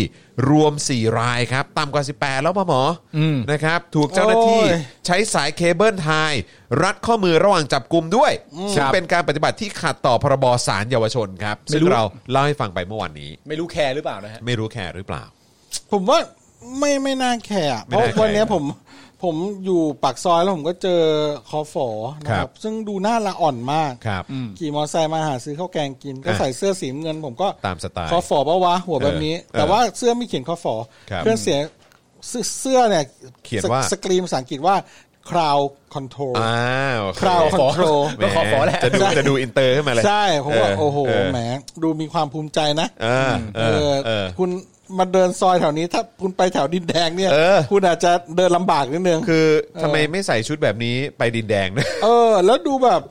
C: รวม 4 รายครับต่ำกว่า 18 แล้วป่ะหมออนะครับถูกเจ้าหน้าที่
A: โอ้ย
C: ใช้สายเคเบิลไทย รัดข้อมือระหว่างจับกลุ่มด้วย ซึ่ง
F: ครับ
C: เป็นการปฏิบัติที่ขัดต่อพรบสารเยาวชนครับ ซึ่งเราเล่าให้ฟังไปเมื่อวานนี้
F: ไม่รู้แคร์หรือเปล่านะฮะ
C: ไม่รู้แคร์หรือเปล่า
A: ผมว่าไม่ไม่น่าแคร์อะ
C: ไม่
A: เพราะ
C: น่าแคร์
A: วันเนี้ยผมผมอยู่ปากซอยแล้วผมก็เจอคอฝอนะค
C: ครั
A: รับ
C: บ
A: ซึ่งดูหน้าละอ่อนมาก
C: ครับ
A: ขี่มอเตอร์ไซค์มาหาซื้อข้าวแกงกิน ก็
C: อ่ะ
A: ใส่เสื้อสีเงิน ผมก็
C: ตามสไตล์
A: คอฝอปะวะหัวแบบนี้
C: เออ
A: แต่ว่าเสื้อไม่เขียนคอฝอ
C: ครับ
A: เพื่อนเสียเสื้อเสื้อเนี่ย
C: เขียนว่า
A: สสกรีมภาษาอังกฤษว่า crowd control
C: อ้าวโอเค
A: คราวคอนโทรล
C: แหม
F: ก็ขอขอแหละ
C: จะดูจะดูอินเตอร์ขึ้นมาเลย
A: ใช่ผมว่า
C: เ
A: โอ้โห
C: เ
A: แหมดูมีความภูมิใจนะ
C: เออเอ
A: เอ
C: อ
A: อ
C: เออ
A: คุณมาเดินซอยแถวนี้ถ้าคุณไปแถวดินแดงเนี่ย
C: เออ
A: คุณอาจจะเดินลำบากนิดนึง
C: คือทำไมไม่ใส่ชุดแบบนี้ไปดินแดงนะ
A: เออ แล้วดูแบบ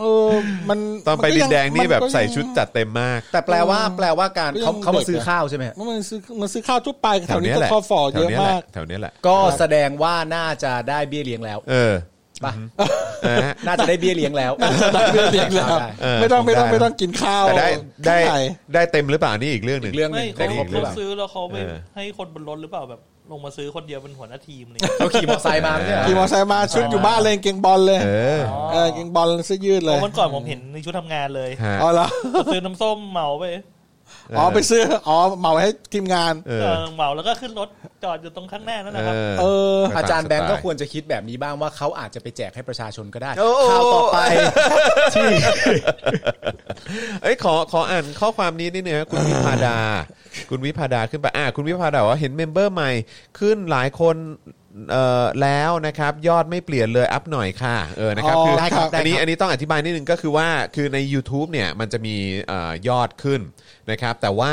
A: เออมัน
C: ตอนไป
A: มัก็
C: ดิ
A: ยั
C: นแดงนี่
A: มัก็
C: แบบ
A: ยัง
C: ใส่ชุดจัดเต็มมาก
F: แต่แปลว่าแปลว่าการ
A: เรื่อง
F: เขาเขามา
A: เด็ก
F: ซื้อข้าวใช่ไหมฮะ
A: มันซื้อมันซื้อข้าวทั่วไปแถ
C: แถ
A: ว
C: ว
A: นี้
C: เนี้ย
A: ก็
C: แหละ
A: คอฟอ
C: แถ
A: เยว อะ
C: เนี้ยแห
A: มา
C: ละ
A: ก
C: แถวเนี้ยแหละ
F: ก็แสดงว่าน่าจะได้เบี้ยเลี้ยงแล้ว
C: เออ
F: ป่ะน่าจะได้เบี้ยเลี้ยง แล้ว
A: ได้เรื่องเดียวแล้ว
F: ได้
C: เออ
A: ไม่ต้องไม่ต้อง
C: ได้
A: ไม่ต้องกินข้าว
C: แต่ได้ได้
A: ข้างใน
C: ได้เต็มหรือเปล่านี่อีกเรื่องหนึ่ง
F: เรื่องห
B: ไม่
F: นึ่ง
B: เขา
F: ได้ครบหรือ
B: เขา
F: เปล่า
B: ซื้อแล้วเขาไม่
C: เออ
B: ให้คนบนรถหรือเปล่าแบบลงมาซื้อคนเดียวเป็นหัวหน้าทีมอะไร
F: เขาขี่มอเตอร์ไซค์มาไม่ใช่เหรอ
A: ขี่มอเตอร์ไซค์มาชุดอยู่บ้านเลยกางเกงบอลเลย
C: เออ
A: เออเกงบอลเสื้อยืดเลย
B: วันก่อนผมเห็นในชุดทำงานเลย
C: ฮะ
A: อ๋อเหรอ
B: ซื้อน้ำส้มเหมาไป
A: อ๋อไปซื้ออ๋อเหมาให้ทีมงาน
C: เอ
B: เอ
C: อ
B: อเหมาแล้วก็ขึ้นรถจอดอยู่ตรงข้างหน้านั่นนะครับ
A: เออ
F: อาจารย์แบงก์ก็ควรจะคิดแบบนี้บ้างว่าเขาอาจจะไปแจกให้ประชาชนก็ได้
C: โอ้
F: ข่าวต่อไปที่
C: เอ้ยขอขออ่านข้อความนี้นิดนึงนะคุณวิพาดา คุณวิพาดาขึ้นไปอ่าคุณวิพาดาบอกว่าเห็นเมมเบอร์ใหม่ขึ้นหลายคนเอ่อแล้วนะครับ ยอดไม่เปลี่ยนเลยอัพหน่อยค่ะเออนะครับ
A: อ๋อ
C: คือ
A: ได้ครับได้ครับ
C: อันนี้อันนี้ต้องอธิบายนิดนึงก็คือว่าคือใน YouTube เนี่ยมันจะมีเอ่อยอดขึ้นนะครับ แต่ว่า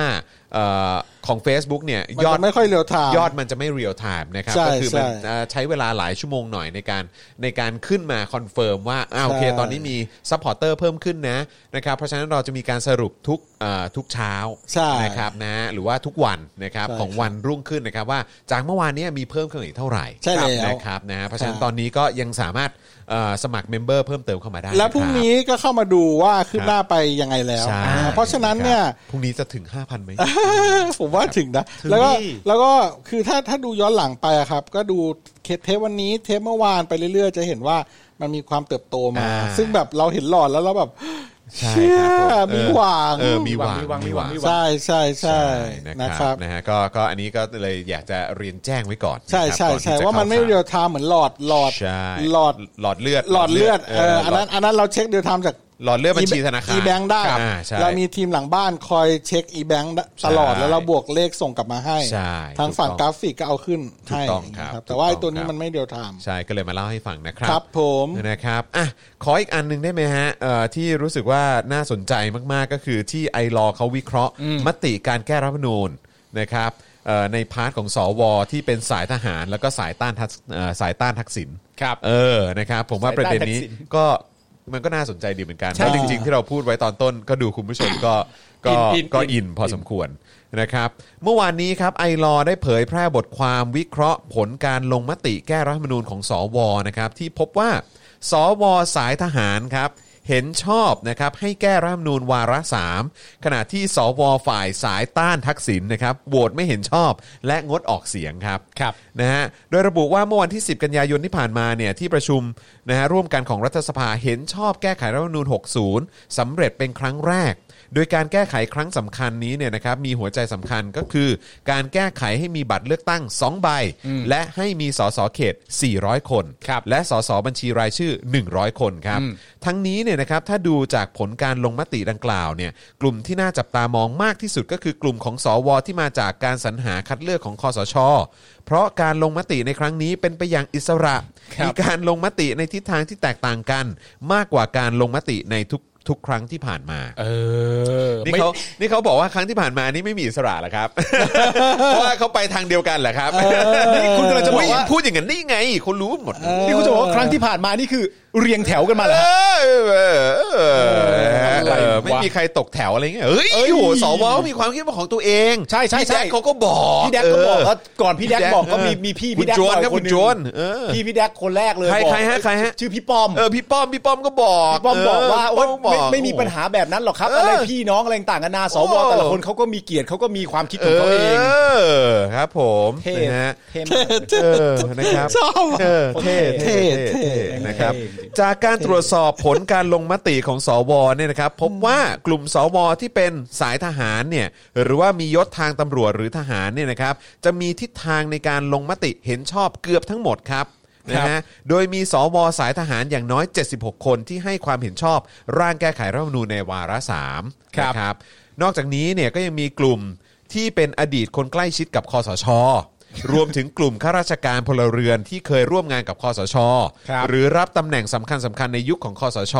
C: เอ่อของ Facebook เนี่ย
A: มัน
C: ยอด
A: จะไม่ค่อย real time
C: ยอดมันจะไม่เรียลไทม์นะครับ
A: ใช่
C: ก็คือมัน
A: ใช่
C: เอ่อใช้เวลาหลายชั่วโมงหน่อยในการในการขึ้นมาคอนเฟิร์มว่าอ้าวโอเค ตอนนี้มีซัพพอร์เตอร์เพิ่มขึ้นนะนะครับเพราะฉะนั้นเราจะมีการสรุปทุกเอ่อทุกเช้า
A: ใช่
C: นะครับนะหรือว่าทุกวันนะครับ
A: ใช่
C: ของวันรุ่งขึ้นนะครับว่าจากเมื่อวานเนี้มีเพิ่มขึ้นอีกเท่าไหร่
A: ใช่แล้ว
C: นะครับนะเพราะฉะนั้น
A: ครับ
C: ตอนนี้ก็ยังสามารถเอ่อสมัครเมมเบอร์เพิ่มเติมเข้ามาได้
A: แล้วพรุ่งนี้ก็เข้ามาดูว่าขึ้นหน้าไปยังไงแล้ว
C: ใช่
A: อ่าเพราะฉะนั้นเนี่ย
C: พรุ่งนี้จะถึง 5,000ไหม
A: ผมว่าถึงนะ
C: ถึง
A: แล้วก็
C: ดิ
A: แล้วก็คือถ้าถ้าดูย้อนหลังไปอะครับ ก็ดูเคสเทปวันนี้เทปเมื่อวานไปเรื่อยๆ จะเห็นว่ามันมีความเติบโตมา ซึ่งแบบเราเห็นหลอดแล้วเราแบบ
C: ใช่
A: เชี่ย
C: ครับผ
A: มีหวัง
C: เออมีหวัง
F: มีหวังมีหวังมีหวัง
A: ใช่ใช่ใช่
C: ใช่นะ
A: นะ
C: ค
A: ค
C: รั
A: รั
C: บบ นะฮะก็ก็อันนี้ก็เลยอยากจะเรียนแจ้งไว้ก่อน
A: ใช่
C: นะครับ
A: ใช่
C: ก่อที่
A: ใช่
C: จะข้
A: ว่ามันไม่เรียลไทม์เหมือนหลอดหลอด
C: ใช่
A: หลอด
C: หลอดเลือด
A: หลอดเลือดเอออันนั้น
C: หล
A: อันนั้นเราเช็คเรียลไทม์จาก
C: หลอดเลือดบัญชีธนาคาร
A: อีแบงได้
C: อ่าใช่
A: เรามีทีมหลังบ้านคอยเช็คอีแบงตลอด
C: ใช่
A: แล้วเราบวกเลขส่งกลับมาให้
C: ใช่
A: ทางฝั่ง
C: ถูก
A: ก
C: ต้อง
A: ราฟิกก็เอาขึ้นให้
C: ถูกต้องครับ
A: แต่ว่าไอ้ตัว
C: ถู
A: นี้
C: กต้อง
A: มันไม่เดียวทาม
C: ใช่ก็เลยมาเล่าให้ฟังนะครับ
A: ครับผม
C: นะครับอ่ะขออีกอันหนึ่งได้ไหมฮะเอ่อที่รู้สึกว่าน่าสนใจมากๆก็คือที่ไอรอว์เขาวิเคราะห์ มติการแก้รัฐธรรมนูญนะครับเอ่อในพาร์ทของสวที่เป็นสายทหาร แล้วก็สายต้านทักเอ่อสายต้านทักษิณ
F: ครับ
C: เออนะครับผมว่าประเด็นนี้
F: สายต้านทักษิณ
C: ก็มันก็น่าสนใจดีเหมือนกัน
A: ใช่
C: แล้วจริง ๆ ที่เราพูดไว้ตอนต้นก็ดูคุณผู้ชมก็ก็
F: อินอิน
C: ก็อินพอสมควรนะครับ เมื่อวานนี้ครับไอรอได้เผยแพร่บทความวิเคราะห์ผลการลงมติแก้รัฐธรรมนูญของสวนะครับ ที่พบว่า สวสายทหารครับ เห็นชอบนะครับให้แก้รัฐธรรมนูญวาระ 3 ขณะที่สวฝ่ายสายต้านทักษิณนะครับโหวตไม่เห็นชอบและงดออกเสียงครับ
F: ครับ
C: นะฮะ โดยระบุว่าเมื่อวันที่ 10 กันยายนที่ผ่านมาเนี่ยที่ประชุมนะฮะร่วมกันของรัฐสภาเห็นชอบแก้ไขรัฐธรรมนูญ 60 สำเร็จเป็นครั้งแรก โดยการแก้ไขครั้งสำคัญนี้เนี่ยนะครับมีหัวใจสำคัญก็คือ การแก้ไขให้มีบัตรเลือกตั้ง 2 ใบ และให้มีสสเขต 400 คน
F: ครับ
C: และสสบัญชีรายชื่อ 100 คนครับ ทั้งนี้เนี่ยนะครับถ้าดูจากผลการลงมติดังกล่าวเนี่ยกลุ่มที่น่าจับตามองมากที่สุดก็คือกลุ่มของสวที่มาจากการสรรหาคัดเลือกของคอสช เพราะการลงมติในครั้งนี้เป็นไปอย่างอิสระ
F: ครับ
C: มีการลงมติในทิศทางที่แตกต่างกัน มากกว่าการลงมติในทุกทุกครั้งที่ผ่านมา
F: เออ
C: นี่
F: ไม่
C: เขานี่เขาบอกว่าครั้งที่ผ่านมานี่ไม่มีอิสระเหรอครับ เพราะว่าเขาไปทางเดียวกันเหรอครับ
F: นี่คุณกำลังจะบอกว่า
C: เฮ้ยพูดอย่างนั้นได้ยังไงเขารู้หมด
F: นี่คุณจะบอกว่าครั้งที่ผ่านมานี่คือเรียงแถวกันมาแล้ว
C: เออเออเออ
F: อะไรวะ
C: ไม่มีใครตกแถวอะไรเงี้ยเฮ้ย
F: เอ้ย
C: โหสวมีความคิดเป็นของตัวเอง
F: ใช่ใช่
C: พี่
F: ใช่
C: แจ็คเขาก็บอก
F: พี่แดกก็บอกว่าก่อนพี่แดก
C: จ็
F: บอกก็มี
C: เออ
F: มีพี่
C: คุณ
F: พี่แดก
C: จวน
F: บอก
C: ครับ
F: ค
C: คุ
F: น
C: ณ
F: หนึ่
C: จ
F: ง
C: วนเออ
F: พี่พี่แดกคนแรกเลย
C: ใคร
F: บอก
C: ใครฮะใครฮะ
F: ชื่อพี่ป้อม
C: เออพี่ป้อมพี่ป้อมก็บอก
F: ป้อมบอกว่า
C: เ
F: โอ๊ย
C: ป้อ
F: ไม่
C: บอก
F: ไม่มีปัญหาแบบนั้นหรอกครับ
C: เอออ
F: อะไรพี่น้องอะไรต่างกันานาสว
C: โอ้
F: แต่ละคนเขาก็มีเกียรติเขาก็มีความคิดข
C: เอ
F: องเขาเอง
C: อครับผม
F: เท่
C: นะฮะ
F: เท่มาก
C: เออนะครับ
A: ชอบอะ
C: เออเท่เท่
A: เท่
C: เท่
A: เท่
C: นะครับ
F: เท่จริง
C: จากการตรวจสอบผลการลงมติของสวเนี่ยนะครับ พบว่ากลุ่มสวที่เป็นสายทหารเนี่ยหรือว่ามียศทางตำรวจหรือทหารเนี่ยนะครับ จะมีทิศทางในการลงมติเห็นชอบเกือบทั้งหมดครับนะฮะโดยมีสวสายทหารอย่างน้อย 76 คนที่ให้ความเห็นชอบ ร่างแก้ไขรัฐธรรมนูญในวาระสาม
F: ครับ
C: นะครับ นอกจากนี้เนี่ยก็ยังมีกลุ่มที่เป็นอดีตคนใกล้ชิดกับคอสช รวมถึงกลุ่มข้าราชการพลเรือนที่เคยร่วมงานกับคอสช
F: ครับ
C: หรือรับตำแหน่งสำคัญสำคัญๆในยุคของคอสช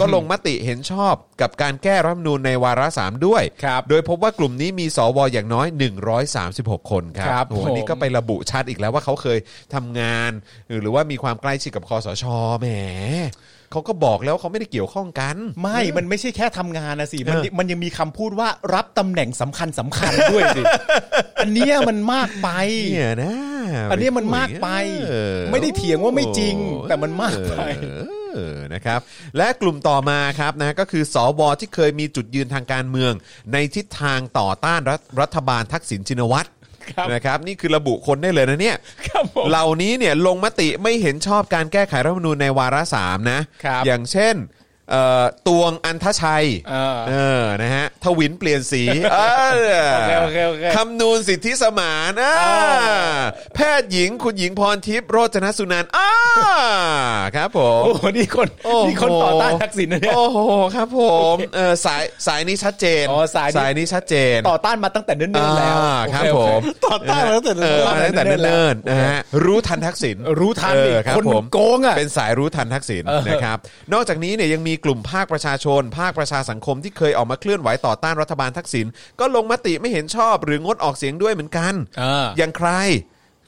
C: ก็ลงมติเห็นชอบกับการแก้รัฐธรรมนูญในวาระสามด้วย
F: ครับ
C: โดยพบว่ากลุ่มนี้มีสวอย่างน้อย 136 คนครั
F: ครับ
C: โอ้โหอันนี้
F: ผม
C: ก็ไประบุชัดอีกแล้วว่าเขาเคยทำงาน หรือว่ามีความใกล้ชิดกับคอสชแหมเขาก็บอกแล้วเขาไม่ได้เกี่ยวข้องกัน
F: ไม่ มันไม่ใช่แค่ทำงานนะสิมัน
C: เออ
F: มันยังมีคำพูดว่ารับตำแหน่งสำคัญสำคัญด้วยสิ อันเนี้ยมันมากไป
C: เนี่ยนะ
F: อันเนี้ยมันมากไป
C: เออ
F: ไม่ได้เถียงว่าไม่จริง
C: โอ้
F: แต่มันมากไป
C: เออนะครับ และกลุ่มต่อมาครับนะก็คือสวที่เคยมีจุดยืนทางการเมือง ในทิศทางต่อต้านรัฐรัฐบาลทักษิณชินวัตรนะครับนี่คือระบุคนได้เลยนะเนี่ย
F: ครับผม
C: เหล่านี้เนี่ยลงมติไม่เห็นชอบการแก้ไขรัฐธรรมนูญในวาระสามนะ
F: ครับ
C: อย่างเช่นเอ่อตวงอันทชัย
F: เออ
C: เออนะฮะทวินเปลี่ยนสีเออ
F: โอเคโอเคโอเค
C: คำนูนสิทธิสมานอ่า
F: เออ
C: แพทย์หญิงคุณหญิงพรทิพย์โรจนสุนันท์อ่าครับผม
F: โอ้โหนี่คน
C: โอ้โห
F: นี่คนต่อต้านทักษิณนะเนี่ย
C: โอ้โหครับผมเออสายสายนี้ชัดเจน
F: อ๋อสายนี้
C: สายนี้ชัดเจน
F: ต่อต้านมาตั้งแต่เนิ่นๆแล้ว
C: อ่าครับ
F: โอเโอ
C: ผ
F: เ
C: ม
A: ต่อต้านมาตั้งแต่เนิ่
C: เอน
A: ๆ
C: อมาตั้งแต่เนิ่นๆนะฮะรู้ทันทักษิณ
F: รู้ทัน
C: เอ
F: ดิ
C: อรับ
F: คนมัน
C: ผม
F: โกงอะ
C: เป็นสายรู้ทันทักษิณ
F: เออ
C: นะครับนอกจากนี้เนี่ยยังมีกลุ่มภาคประชาชน ภาคประชาสังคมที่เคยออกมาเคลื่อนไหวต่อต้านรัฐบาลทักษิณก็ลงมติไม่เห็นชอบหรืองดออกเสียงด้วยเหมือนกัน
F: อ่า
C: อย่างใคร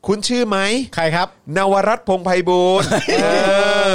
C: คุณชื่อไหม
F: ใครครับ
C: นวรัตน์พงษ์ไพบูลย์เอ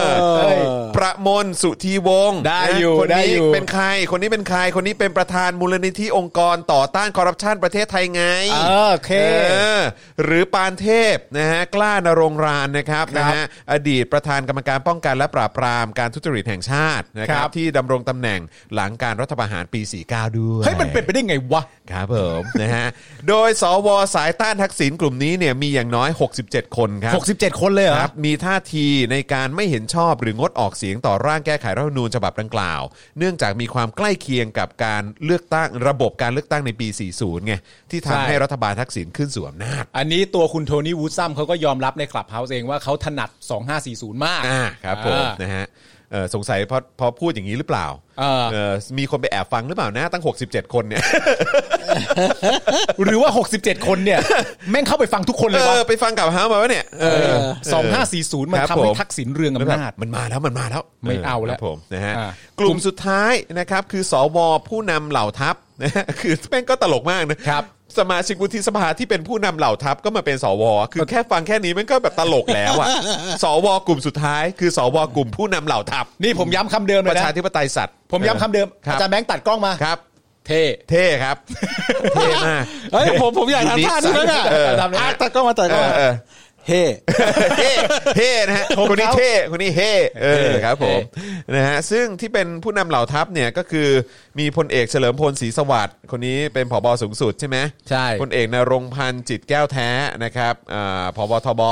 C: อ
F: เฮ้ย
C: ประมนสุธีวงศ์
F: ได้
C: นะ
F: อยู่
C: คน
F: ได้
C: นี้
F: อยู่
C: เป็นใคร คนนี้เป็นใคร คนนี้เป็นประธานมูลนิธิองค์กรต่อต้านคอร์รัปชันประเทศไทยไง
F: เออโอเค
C: เออหรือปานเทพนะฮะกล้านรงค์รานนะครับนะฮะอดีตประธานกรรมการป้องกันและปราบปรามการทุจริตแห่งชาตินะค
F: ค
C: รั
F: รั
C: บบ ที่ดำรงตำแหน่งหลังการรัฐประหารปี 49 ด้วย
F: เฮ้ยมันเป็นไปได้ไงวะ
C: ครับผม นะฮะ โดยสวสายต้านทักษิณกลุ่มนี้เนี่ยมีอย่างน้อย 67 คนครับ
F: 67 คนเลยเหรอ
C: ครับมีท่าทีในการไม่เห็นชอบหรืองดออกเสียงต่อร่างแก้ไขรัฐธรรมนูญฉบับดังกล่าว เนื่องจากมีความใกล้เคียงกับการเลือกตั้งระบบการเลือกตั้งในปี 40 ไงที่
F: ใช่
C: ทำให้รัฐบาลทักษิณขึ้นสู่อำนาจ
F: อันนี้ตัวคุณโทนี่วูดซัมเขาก็ยอมรับในคลับเฮาส์เองว่าเขาถนัด 2540 มาก
C: อ่าครับผม
F: อ่า
C: นะฮะ เออสงสัยพอพอพูดอย่างนี้หรือเปล่า
F: เออ
C: เออมีคนไปแอบฟังหรือเปล่านะตั้ง 67 คนเนี่ย
F: หรือว่า 67 คน เนี่ย แม่งเข้าไปฟังทุกคนเล
C: เอย
F: ว่า
C: อไปฟังกับฮาวมาว่าเนี่ยเออ
F: สองห้าสี่ศูนย์มัน
C: ครับ
F: ทำ
C: ผ
F: ให้
C: ม
F: ทักษิณเรือง
C: แล้วแบ
F: อำ
C: บ
F: นาจ
C: มันมาแล้วมันมาแล้ว
F: ไม่เอาแล้
C: ค
F: ว
C: รับผมนะฮะ
F: อ่าก
C: ลุ่มสุดท้ายนะครับ คือสวผู้นำเหล่าทัพนะฮะคือแม่งก็ตลกมากนะครับ สมาชิกวุฒิสภาที่เป็นผู้นำเหล่าทัพก็มาเป็นสว คือแค่ฟังแค่นี้มันก็แบบตลกแล้วอ่ะ สวกลุ่มสุดท้าย คือสวกลุ่มผู้นำเหล่าทัพ
F: นี่ผมย้ำคำเดิมเล
C: ป
F: ย
C: ระ
F: นะ
C: ชาธิปไตยสัตว์
F: ผมย้ำคำเดิม
C: ครั
F: อา
C: บ
F: จารย์แบงค์ตัดกล้องมา
C: ครับ
F: เท่
C: เท่ครับ เท่มาก
A: เฮ้ยผมผมอยากทำท่านี้แล้วเนี่ย
C: เออ
A: ทำท่าตะก็มาตะก็มา
C: เออ
A: เฮ้
C: เท่เท่นะฮะคนนี้เท่คนนี้เท่เออครับผมนะฮะซึ่งที่เป็นผู้นำเหล่าทัพเนี่ยก็คือมีพลเอกเฉลิมพลศรีสวัสดิ์คนนี้เป็นผบสูงสุดใช่ไหม
F: ใช่
C: พลเอกนรงค์พันธ์จิตรแก้วแท้นะครับอ่าผบทบ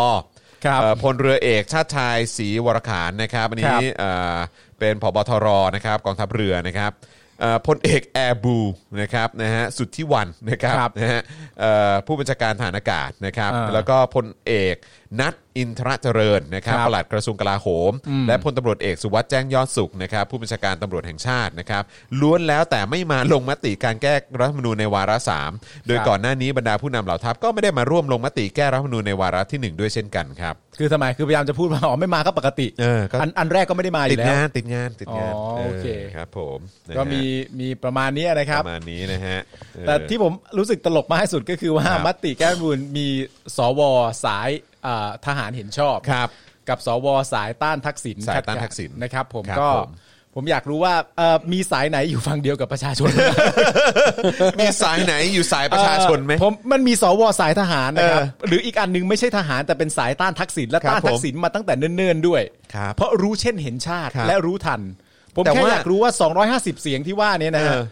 F: ครับ
C: เอ่อพลเรือเอกชาติชายศรีวรขานนะครับอัน
F: ครั
C: นี้
F: บ
C: เอ่อเป็นผบทรนะครับกองทัพเรือนะครับเอ่อพลเอกแอร์บูนะครับนะฮะสุดที่วันนะครับ
F: ครับ
C: นะฮะเอ่อผู้บัญชาการฐานอากาศนะครับ
F: อ่า
C: แล้วก็พลเอกนัทอินทรเจริญนะครับ
F: ครับ
C: ปลัดกระทรวงกลาโหม และพลตำรวจเอกสุวัสด์แจ้งยอดสุขนะครับ ผู้บัญชาการตำรวจแห่งชาตินะครับ ล้วนแล้วแต่ไม่มาลงมติการแก้รัฐธรรมนูญในวาระสามโดย
F: ครับ
C: ก่อนหน้านี้บรรดาผู้นำเหล่าทัพก็ไม่ได้มาร่วมลงมติแก้รัฐธรรมนูญในวาระทีหนึ่งด้วยเช่นกันครับ
F: คือทำไมคือพยายามจะพูดว่าอ๋อไม่มาก็ปกติ
C: เออก็
F: นอันแรกก็ไม่ได้มาอ
C: ติด
F: ยู่แล้ว
C: งานติดงานติดงาน
F: อ๋อโอเค
C: ครับผมนะฮะ
F: ก็มีมีประมาณเนี้ยนะค
C: ป
F: รับ
C: ระมาณนี้นะฮะเออ
F: แต่ที่ผมรู้สึกตลกมากที่สุดก็คือว่า
C: ครับ
F: มติแก้รัฐธรรมนูญมีสวสายอ่าทหารเห็นชอบ
C: ครับ
F: กับสวสายต้านทักษิณ
C: สายต้านทักษิณ
F: นะครับ ผม
C: ครับ
F: ก็
C: ผม
F: ผมอยากรู้ว่าเอ่อมีสายไหนอยู่ฝั่งเดียวกับประชาชน
C: มีสายไหนอยู่สายประชาชนไหม
F: เอ่อผมมันมีสวสายทหารนะครับ
C: เออ
F: หรืออีกอันหนึงไม่ใช่ทหารแต่เป็นสายต้านทักษิณและ
C: ครับ
F: ต้านทักษิณมาตั้งแต่เนิ่นๆด้วย
C: ครับ
F: เพราะรู้เช่นเห็นชาติ
C: ครับ
F: และรู้ทัน ผม
C: แต่
F: แค่
C: ว่า
F: อยากรู้ว่า 250 เสียงที่ว่าเนี้นะฮะ
C: เออ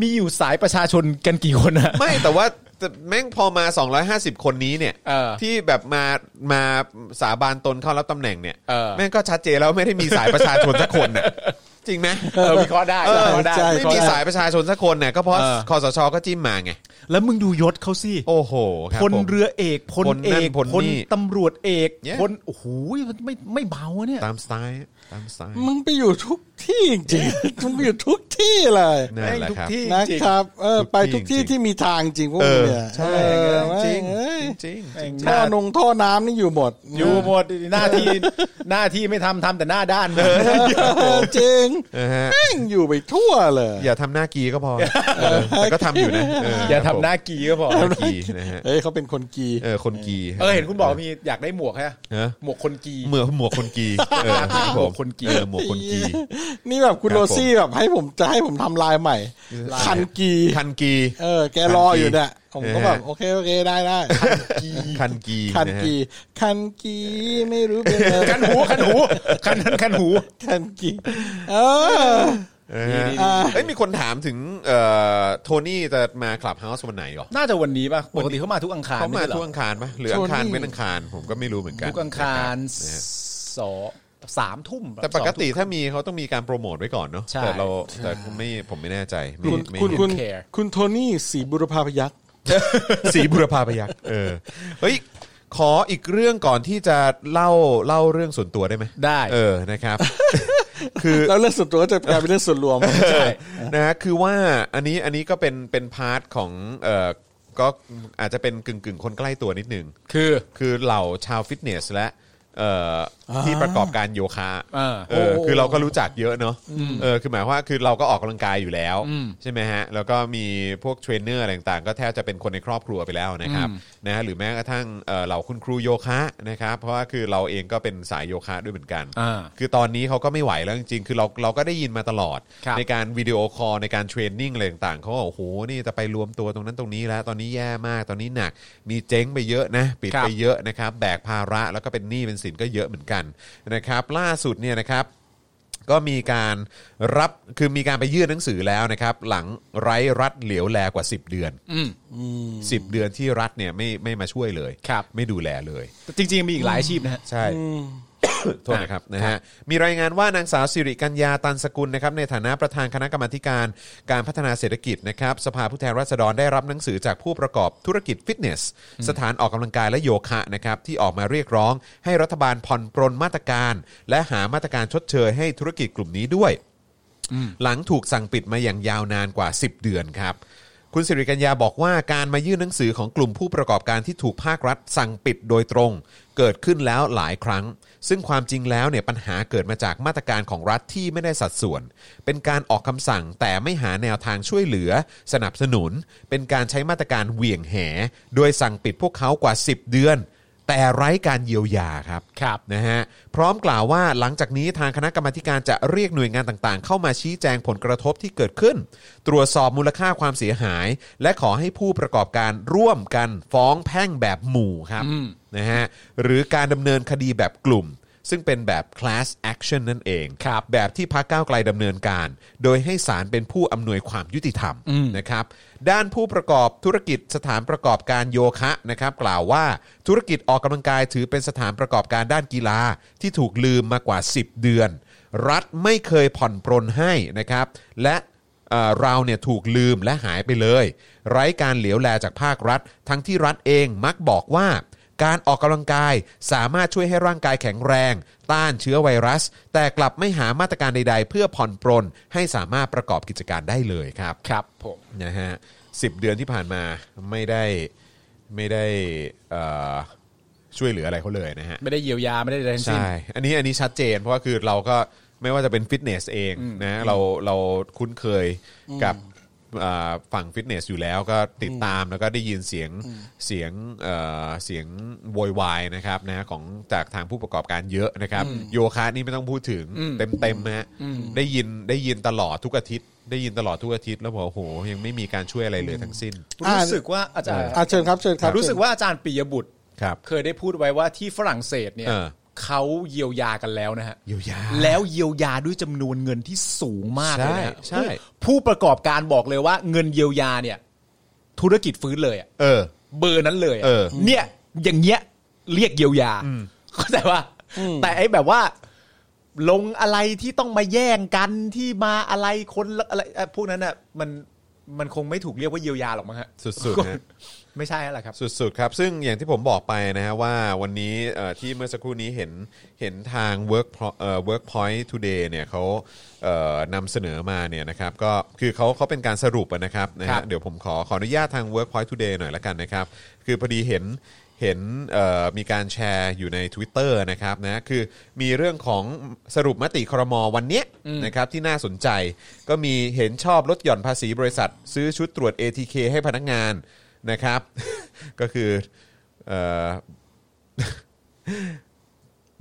F: มีอยู่สายประชาชนกันกี่คนอะ
C: ไม่แต่ว่าแต่แม่งพอมา 250 คนนี้เนี่ย
F: เออ
C: ที่แบบมามาสาบานตนเข้ารับตำแหน่งเนี่ย
F: เออ
C: แม่งก็ชัดเจนแล้วไม่ได้มีสายประชาชนสัก คนน่ะจริงไหม
F: เออวิเคราะห์ได้
C: เออ
F: วิเคราะห์ได้
A: ใช่
C: ไม่มีสายประชาชนสักคนเนี่ยก็เพราะคอสชก็จิ้มมาไง
F: แล้วมึงดูยศเขาสิ
C: โอ้โหครับ
F: พล
C: ผม
F: เรือเอกพ
C: พล
F: ล
C: นั่น
F: เอก
C: พลนี่
F: ตำรวจเอก
C: เนี่ย
F: พลโอ้โหมันไม่ไม่เบาอะเนี่ย
C: ตามสไตล์ตามสไตล์
A: มึงไปอยู่ทุกที่จริงๆ มึงไปอยู่ทุกที่เลย
C: นั่นแหละครับ
F: แม่ง
A: นะ
F: ทุกที่จริง
A: ครับเออ
C: ทุกที่
A: ไปทุกที่
C: จริง
A: ที่มีทางจริงพวกมึงเนี่ย
C: ใช่
A: เออ
C: จริง
A: แม่เอ้ย
C: จริง
F: แม่ง
A: ท่อนงท่อน้ำนี่อยู่หมด
F: อยู่หมดหน้าที่หน้าที่ไม่ทำทำแต่หน้าด้าน
A: เออจริง
C: นะฮะ
A: แม่งอยู่ไปทั่วเลย
C: อย่าทำหน้ากีก็พอเออแต่ก็ทำอยู่นะเ
F: อย่าทำหน้ากีก็พอ
C: หน้ากีนะฮะ
A: เอ้ยเขาเป็นคนกี
C: เออคนกี
F: เออเห็นคุณบอกมีอยากได้หมวกฮะ
C: ฮะ
F: หมวกคนกี
C: เหมือนหมวกคนกีเออครับผ
F: หมวกคนกี
C: เออหมวกคนกี
A: นี่แบบคุณ
C: ครับ
A: โร
C: ผม
A: ซี่แบบให้ผมจะให้ผมทำลายใหม่ คันกี
C: คันกี
A: เออ แกรออยู่เนี่ยผมก็แบบ
C: เออ
A: โอเคโอเคได้ได้
C: คันกี
A: คันะ
C: ฮะ
A: กี คันกีไม่รู้เป็นอะไร
F: คันหูคัน หูคันนั้นคันหู
A: คันกี เออ
F: ดีๆ
A: อ่า
C: เอ้ยมีคนถามถึงเอ่อโทนี่จะมาคลับเฮาส์วันไหนเหรอ
F: น่าจะวันนี้ป่ะปกติเขามาทุกอังคาร
C: เขามา
F: ไใช่หรอ
C: ทุกอังคารปะหรืออังคาร
A: โทนี่
C: เป็นอังคาร ผมก็ไม่รู้เหมือนกัน
F: ทุกอังคาร
C: นะฮะ
F: สองสามทุ่มบบ
C: แต่ปกติ
F: สองทุ่ม
C: ถ้ามีเขาต้องมีการโปรโมทไว้ก่อนเนาะ
F: ใช่
C: แต่เราแต่ไม่ผมไม่แน่ใจไม่
A: คุณ
C: ไม่
A: คุณคุณ
F: care
A: คุณโทนี่สีบุรพาพยักษ์
C: สีบุรพาพยักษ์เออเฮ้ยขออีกเรื่องก่อนที่จะเล่าเล่าเรื่องส่วนตัวได้ไหม
F: ได้
C: เออนะครับ คือ
A: แล้วเรื่องส่วนตัวก็จะกลายเป็นเรื่องส่วนรวม
C: นะฮะคือว่าอันนี้อันนี้ก็เป็นเป็นพาร์ทของเอ่อก็อาจจะเป็นกึ่งกึ่งๆคนใกล้ตัวนิดนึง
F: คือ
C: คือเหล่าชาวฟิตเนสและเอ่ออที่ประกอบการโยคะ
F: เออ
C: เออคือเราก็รู้จักเยอะเนาะเออคือหมายความว่าคือเราก็ออกกำลังกายอยู่แล้ว ใช่ไหมฮะ แล้วก็มีพวกเทรนเนอร์อะไรต่างๆ ก็แทบจะเป็นคนในครอบครัวไปแล้วนะครับนะฮะหรือแม้กระทั่งเอ่อเหล่าคุณครูโยคะนะครับเพราะว่าคือเราเองก็เป็นสายโยคะด้วยเหมือนกัน
F: อ่า
C: คือตอนนี้เขาก็ไม่ไหวแล้วจริงๆ คือเราเราก็ได้ยินมาตลอด
F: ครับ
C: ในการวิดีโอคอลในการเทรนนิ่งอะไรต่างๆเขาบอกโอ้โหนี่จะไปรวมตัวตรงนั้นตรงนี้แล้ว ตอนนี้แย่มากตอนนี้หนัก มีเจ๊งไปเยอะนะ ปิด
F: ครับ
C: ไปเยอะนะครับ แบกภาระแล้วก็เป็นหนี้เป็นสินก็เยอะเหมือนกันนะครับ ล่าสุดเนี่ยนะครับ ก็มีการรับคือมีการไปยื่นหนังสือแล้วนะครับ หลังไร้รัฐเหลียวแลกว่า 10 เดือน
F: อืม
C: 10 เดือนที่รัฐเนี่ยไม่ไม่มาช่วยเลย
F: ครับ
C: ไม่ดูแลเลย
F: จริง ๆ มีอีกหลายอาชีพนะฮะ
C: ใช่ โทษนะครับนะฮะมีรายงานว่านางสาวสิริกัญญาตันสกุลนะครับในฐานะประธานคณะกรรมาธิการการพัฒนาเศรษฐกิจนะครับสภาผู้แทนราษฎรได้รับหนังสือจากผู้ประกอบธุรกิจฟิตเนส สถานออกกำลังกายและโยคะนะครับที่ออกมาเรียกร้อง ให้รัฐบาลผ่อนปรนมาตรการ และหามาตรการชดเชยให้ธุรกิจกลุ่มนี้ด้วย หลังถูกสั่งปิดมาอย่างยาวนานกว่า 10 เดือนครับ คุณสิริกัญญาบอกว่าการมายื่นหนังสือของกลุ่มผู้ประกอบการที่ถูกภาครัฐสั่งปิดโดยตรง เกิดขึ้นแล้วหลายครั้ง ซึ่งความจริงแล้วเนี่ยปัญหาเกิดมาจากมาตรการของรัฐที่ไม่ได้สัดส่วน เป็นการออกคำสั่งแต่ไม่หาแนวทางช่วยเหลือ สนับสนุน เป็นการใช้มาตรการเหวี่ยงแห โดยสั่งปิดพวกเขากว่า 10 เดือน แต่ไร้การเยียวยาครับ
F: ครับ
C: นะฮะพร้อมกล่าวว่าหลังจากนี้ทางคณะกรรมาธิการจะเรียกหน่วยงานต่างๆ เข้ามาชี้แจงผลกระทบที่เกิดขึ้น ตรวจสอบมูลค่าความเสียหาย และขอให้ผู้ประกอบการร่วมกันฟ้องแพ่งแบบหมู่ครับนะฮะหรือการดำเนินคดีแบบกลุ่ม ซึ่งเป็นแบบ class action นั่นเอง
F: ครับ
C: แบบที่พักก้าวไกลดำเนินการ โดยให้ศาลเป็นผู้อำนวยความยุติธรรมนะครับ ด้านผู้ประกอบธุรกิจสถานประกอบการโยคะนะครับ กล่าวว่าธุรกิจออกกำลังกายถือเป็นสถานประกอบการด้านกีฬาที่ถูกลืมมากว่า 10 เดือน รัฐไม่เคยผ่อนปรนให้นะครับ และเอ่อเราเนี่ยถูกลืมและหายไปเลย ไร้การเหลียวแลจากภาครัฐ ทั้งที่รัฐเองมักบอกว่า การออกกำลังกายสามารถช่วยให้ร่างกายแข็งแรง ต้านเชื้อไวรัส แต่กลับไม่หามาตรการใดๆ เพื่อผ่อนปรนให้สามารถประกอบกิจการได้เลยครับ
F: ครับผม
C: นะฮะสิเดือนที่ผ่านมาไม่ได้ไม่ได้เอ่อช่วยเหลืออะไรเขาเลยนะฮะ
F: ไม่ได้เยียวยาไม่ได้อะไรทั้งสิ้น
C: ใช่ อันนี้อันนี้ชัดเจนเพราะว่าคือเราก็ไม่ว่าจะเป็นฟิตเนสเองนะเราเราคุ้นเคยกับอ่าฝั่งฟิตเนสอยู่แล้วก็ติดตามแล้วก็ได้ยินเสียงเสียงเอ่อเสียงโวยวายนะครับนะของจากทางผู้ประกอบการเยอะนะครับ โยคะนี่ไม่ต้องพูดถึงเต็มเต็มๆฮะได้ยินได้ยินตลอดทุกอาทิตย์ ได้ยินตลอดทุกอาทิตย์แล้วบอกโอ้โหยังไม่มีการช่วยอะไรเลยทั้งสิ้น
A: อ่า
F: รู้สึกว่าอาจารย์
A: อ่ะเชิญครับเชิญครับ
F: รู้สึกว่าอาจารย์ปิยบุตร
C: ครับ
F: เคยได้พูดไว้ว่าที่ฝรั่งเศสเนี่ย
C: เออ
F: เขาเยียวยากันแล้วนะฮะ
C: เยียวยา
F: แล้วเยียวยาด้วยจำนวนเงินที่สูงมากเลยนะฮะ
C: ใช่ใช่
F: ผู้ประกอบการบอกเลยว่าเงินเยียวยาเนี่ย ธุรกิจฟื้นเลยอะ
C: เออ
F: เบอร์นั้นเลยอะ
C: เออ
F: เนี่ยอย่างเงี้ยเรียกเยียวยาเข้าใจว่า แต่ไอ้แบบว่า ลงอะไรที่ต้องมาแย่งกันที่มาอะไรคนละอะไรเอ่อพวกนั้นอ่ะมันมันคงไม่ถูกเรียกว่าเยียวยาหรอกมั้งฮะ
C: สุดๆนะ
F: ไม่ใช่แล้วล่ะครับ
C: สุดๆครับ ซึ่งอย่างที่ผมบอกไปนะฮะว่าวันนี้เอ่อที่เมื่อสักครู่นี้เห็นเห็นทาง work Pro- เอ่อ workpoint today เนี่ยเขาเอ่อนำเสนอมาเนี่ยนะครับก็คือเขาเขาเป็นการสรุปอะนะครับนะ
F: ครั
C: ฮะ
F: บ
C: เดี๋ยวผมขอขออนุญาตทาง workpoint today หน่อยละกันนะครับ คือพอดีเห็นเห็นเอ่อมีการแชร์อยู่ใน Twitter นะครับนะคือมีเรื่องของสรุปมติครมวันเนี้ยนะครับที่น่าสนใจ ก็มีเห็นชอบลดหย่อนภาษีบริษัท ซื้อชุดตรวจ ATK ให้พนักงาน นะครับ ก็คือเอ่อ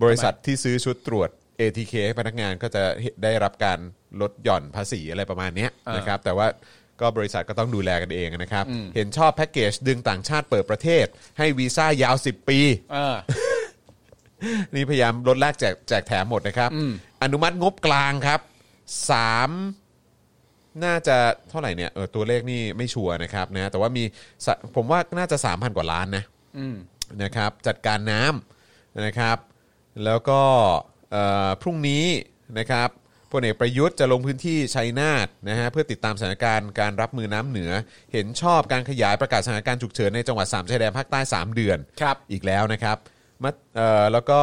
C: บริษัทที่ซื้อชุดตรวจ ATK ให้พนักงานก็จะได้รับการลดหย่อนภาษีอะไรประมาณเนี้ยนะครับ แต่ว่าก็บริษัทก็ต้องดูแลกันเองนะครับ เห็นชอบแพ็กเกจดึงต่างชาติเปิดประเทศ ให้วีซ่ายาว 10 ปี
F: เออ
C: นี่พยายามลดแลกแจกแจกแถมหมดนะครับ อนุมัติงบกลางครับสามน่าจะเท่าไหร่เนี่ยเออตัวเลขนี่ไม่ชัวร์นะครับนะแต่ว่ามีสะผมว่าน่าจะ 3,000 กว่าล้านนะนะครับจัดการน้ำนะครับ แล้วก็เอ่อพรุ่งนี้นะครับพลเอกประยุทธ์จะลงพื้นที่ชัยนาทนะฮะเพื่อติดตามสถานการณ์การรับมือน้ำเหนือ เห็นชอบการขยายประกาศสถานการณ์ฉุกเฉินในจังหวัดสามชายแดนภาคใต้สามเดือน
F: ครับ
C: อีกแล้วนะครับมาเอ่อแล้วก็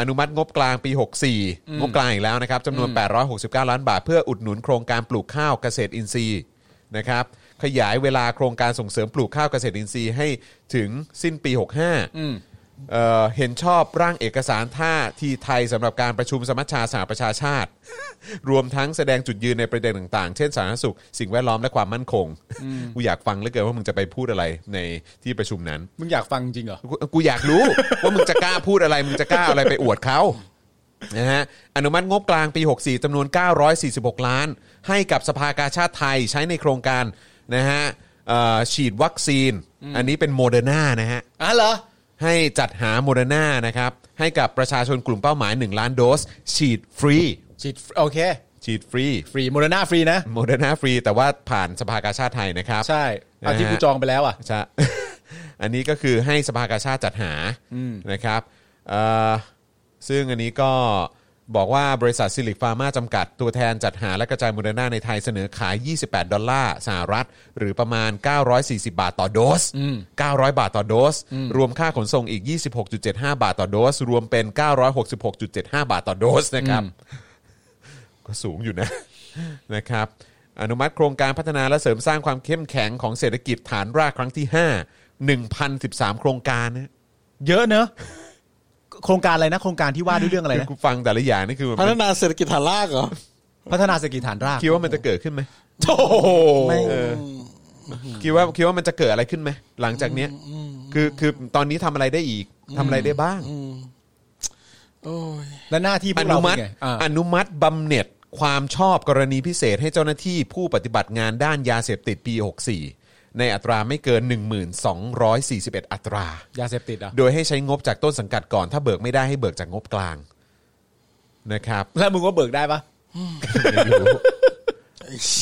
C: อนุมัติงบกลางปี 64 งบกลางอีกแล้วนะครับจำนวน 869 ล้านบาท เพื่ออุดหนุนโครงการปลูกข้าวเกษตรอินทรีย์นะครับ ขยายเวลาโครงการส่งเสริมปลูกข้าวเกษตรอินทรีย์ให้ถึงสิ้นปี 65เอ่อเห็นชอบร่างเอกสารท่าทีไทยสำหรับการประชุมสมัชชาสหประชาชาติ รวมทั้งแสดงจุดยืนในประเด็นต่างๆ เช่นสาธารณสุข สิ่งแวดล้อมและความมั่นคงกูอยากฟังเหลือเกินว่ามึงจะไปพูดอะไรในที่ประชุมนั้น
F: มึงอยากฟังจริงเหรอ
C: กูกูอยากรู้ ว่ามึงจะกล้าพูดอะไร มึงจะกล้าเอาอะไรไปอวดเขานะฮะอนุมัติงบกลางปี 64จำนวน 946 ล้าน ให้กับสภากาชาติไทยใช้ในโครงการนะฮะเอ่อฉีดวัคซีน อันนี้เป็นโมเดอร์นานะฮะ
F: อ่ะเหรอ
C: ให้จัดหาโมเดอร์นานะครับ ให้กับประชาชนกลุ่มเป้าหมาย 1 ล้านโดส ฉีดฟรี
F: ฉีดโอเค
C: ฉีดฟรี
F: ฟรีโมเดอร์นาฟรีนะ
C: โมเดอร์นาฟรี แต่ว่าผ่านสภากาชาติไทยนะครับ
F: ใช่เอาที่กูจองไปแล้วอ่ะ
C: ใช่ อันนี้ก็คือให้สภากาชาติจัดหานะครับเอ่อ ซึ่งอันนี้ก็บอกว่าบริษัทซิลิกฟาร์มาจำกัดตัวแทนจัดหาและกระจายโมเดอร์นาในไทยเสนอขาย 28 ดอลลาร์สหรัฐ หรือประมาณ 940 บาทต่อโดส 900 บาทต่อโดส รวมค่าขนส่งอีก 26.75 บาทต่อโดส รวมเป็น 966.75 บาทต่อโดสนะครับ ก็สูงอยู่นะ นะครับ อนุมัติโครงการพัฒนาและเสริมสร้างความเข้มแข็งของเศรษฐกิจฐานรากครั้งที่ 5 1,013 โครงการนะ
F: เยอะเนอะโครงการอะไรนะ โครงการที่ว่าด้วยเรื่องอะไร
C: คือ
F: นะ
C: กูฟังแต่ละอย่างนี่คือ
A: พัฒ
C: มัน
A: นาเศรษฐกิจฐานรากเหรอ
F: พัฒนาเศรษฐกิจฐานราก
C: คิดว่ามันจะเกิดขึ้นไหม
F: โอ้โห
A: ไม่ง
C: คิดว่าคิดว่ามันจะเกิดอะไรขึ้นไหม หลังจากเนี้ยคือคือตอนนี้ทำอะไรได้อีกทำอะไรได้บ้าง
A: โอ้ย
F: และหน้าที่พ
C: อ
F: ว
C: นุ
F: กเรา
C: มั
F: เป็
C: ติ
F: นไงอ่า
C: อนุมัติบำเหน็จความชอบกรณีพิเศษให้เจ้าหน้าที่ผู้ปฏิบัติงานด้านยาเสพติดปี 64 ในอัตราไม่เกิน 1241 อัตรา
F: ยาเสพติดเหรอ่ะ
C: โดยให้ใช้งบจากต้นสังกัดก่อน ถ้าเบิกไม่ได้ให้เบิกจากงบกลางนะครับ
F: แล้วมึงว่าเบิกได้ปะ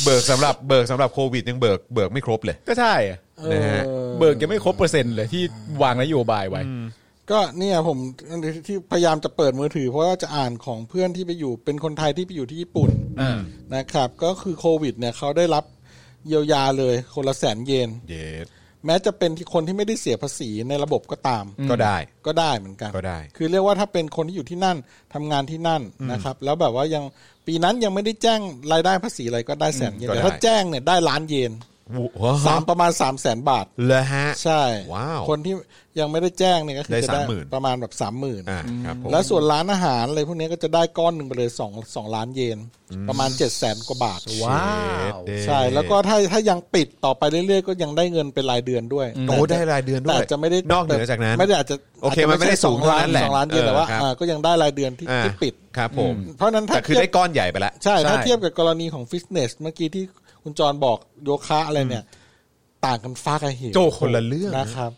C: เบิกสำหรับเบิกสำหรับโควิดยังเบิกเบิกไม่ครบเลย
F: ก็ใช่อะ
C: นะฮะ
F: เบิกยังไม่ครบเปอร์เซ็นต์เลยที่วางนโยบายไว้
A: ก็เนี่ยผมที่พยายามจะเปิดมือถือ เพราะว่าจะอ่านของเพื่อนที่ไปอยู่เป็นคนไทยที่ไปอยู่ที่ญี่ปุ่นนะครับ ก็คือโควิด เนี่ยเขาได้รับเยียวยาเลยคนละแสนเยน
C: เยส
A: แม้จะเป็นที่คนที่ไม่ได้เสียภาษีในระบบก็ตาม
C: ก็ได้
A: ก็ได้เหมือนกัน
C: ก็ได้
A: คือเรียกว่าถ้าเป็นคนที่อยู่ที่นั่นทำงานที่นั่นนะครับ แล้วแบบว่ายังปีนั้นยังไม่ได้แจ้งรายได้ภาษีอะไรก็ได้แสนเยน
C: ก็ได้
A: แต่ถ้าแจ้งเนี่ยได้ล้านเยนสามประมาณสามแสนบาท
C: เลยฮะ
A: ใช่
C: ว้าว
A: คนที่ยังไม่ได้แจ้งเนี่ยก็คือ
C: ได้
A: จะ
C: สามหมื่น
A: ประมาณแบบสามหมื่น
C: อ่าครับผม
A: แล้วส่วนร้านอาหารอะไรพวกเนี้ยก็จะได้ก้อนหนึ่งไปเลยสองสองล้านเยน ประมาณเจ็ดแสนกว่าบาท
F: ว้าว
C: Shit
A: ใช่ แล้วก็ถ้าถ้ายังปิดต่อไปเรื่อยๆ ก็ยังได้เงินเป็นรายเดือนด้วย
C: โอ้
A: แต่จ
C: ได้รายเดือนด้วย
A: แต่จจะไม่ได้
C: นอกเหนือจากนั้น
A: ไม่ได้อาจจะ
C: โอเคมันไม่ได้
A: าจจะ
C: สูงเท่า
A: ล้า
C: นั้น นแหละ
A: สองล้านเยนแต่ว่า
C: เออครับ
A: อ่าก็ยังได้รายเดือนที่
C: อ่า
A: ที่ปิด
C: ครับผม
A: เพราะฉะนั้นถ้า
C: แต่คือ
A: เทียบ
C: ได้ก้อนใหญ่ไปแล้ว
A: ใช่ ถ้า
F: ใช่
A: เทียบกับกรณีของฟิตเนส เมื่อกี้ที่คุณจรบอกโยคะอะไรเนี่ย ต่างกันฟ้ากับเหว
C: โจ้คนละเรื่อง
A: นะครับ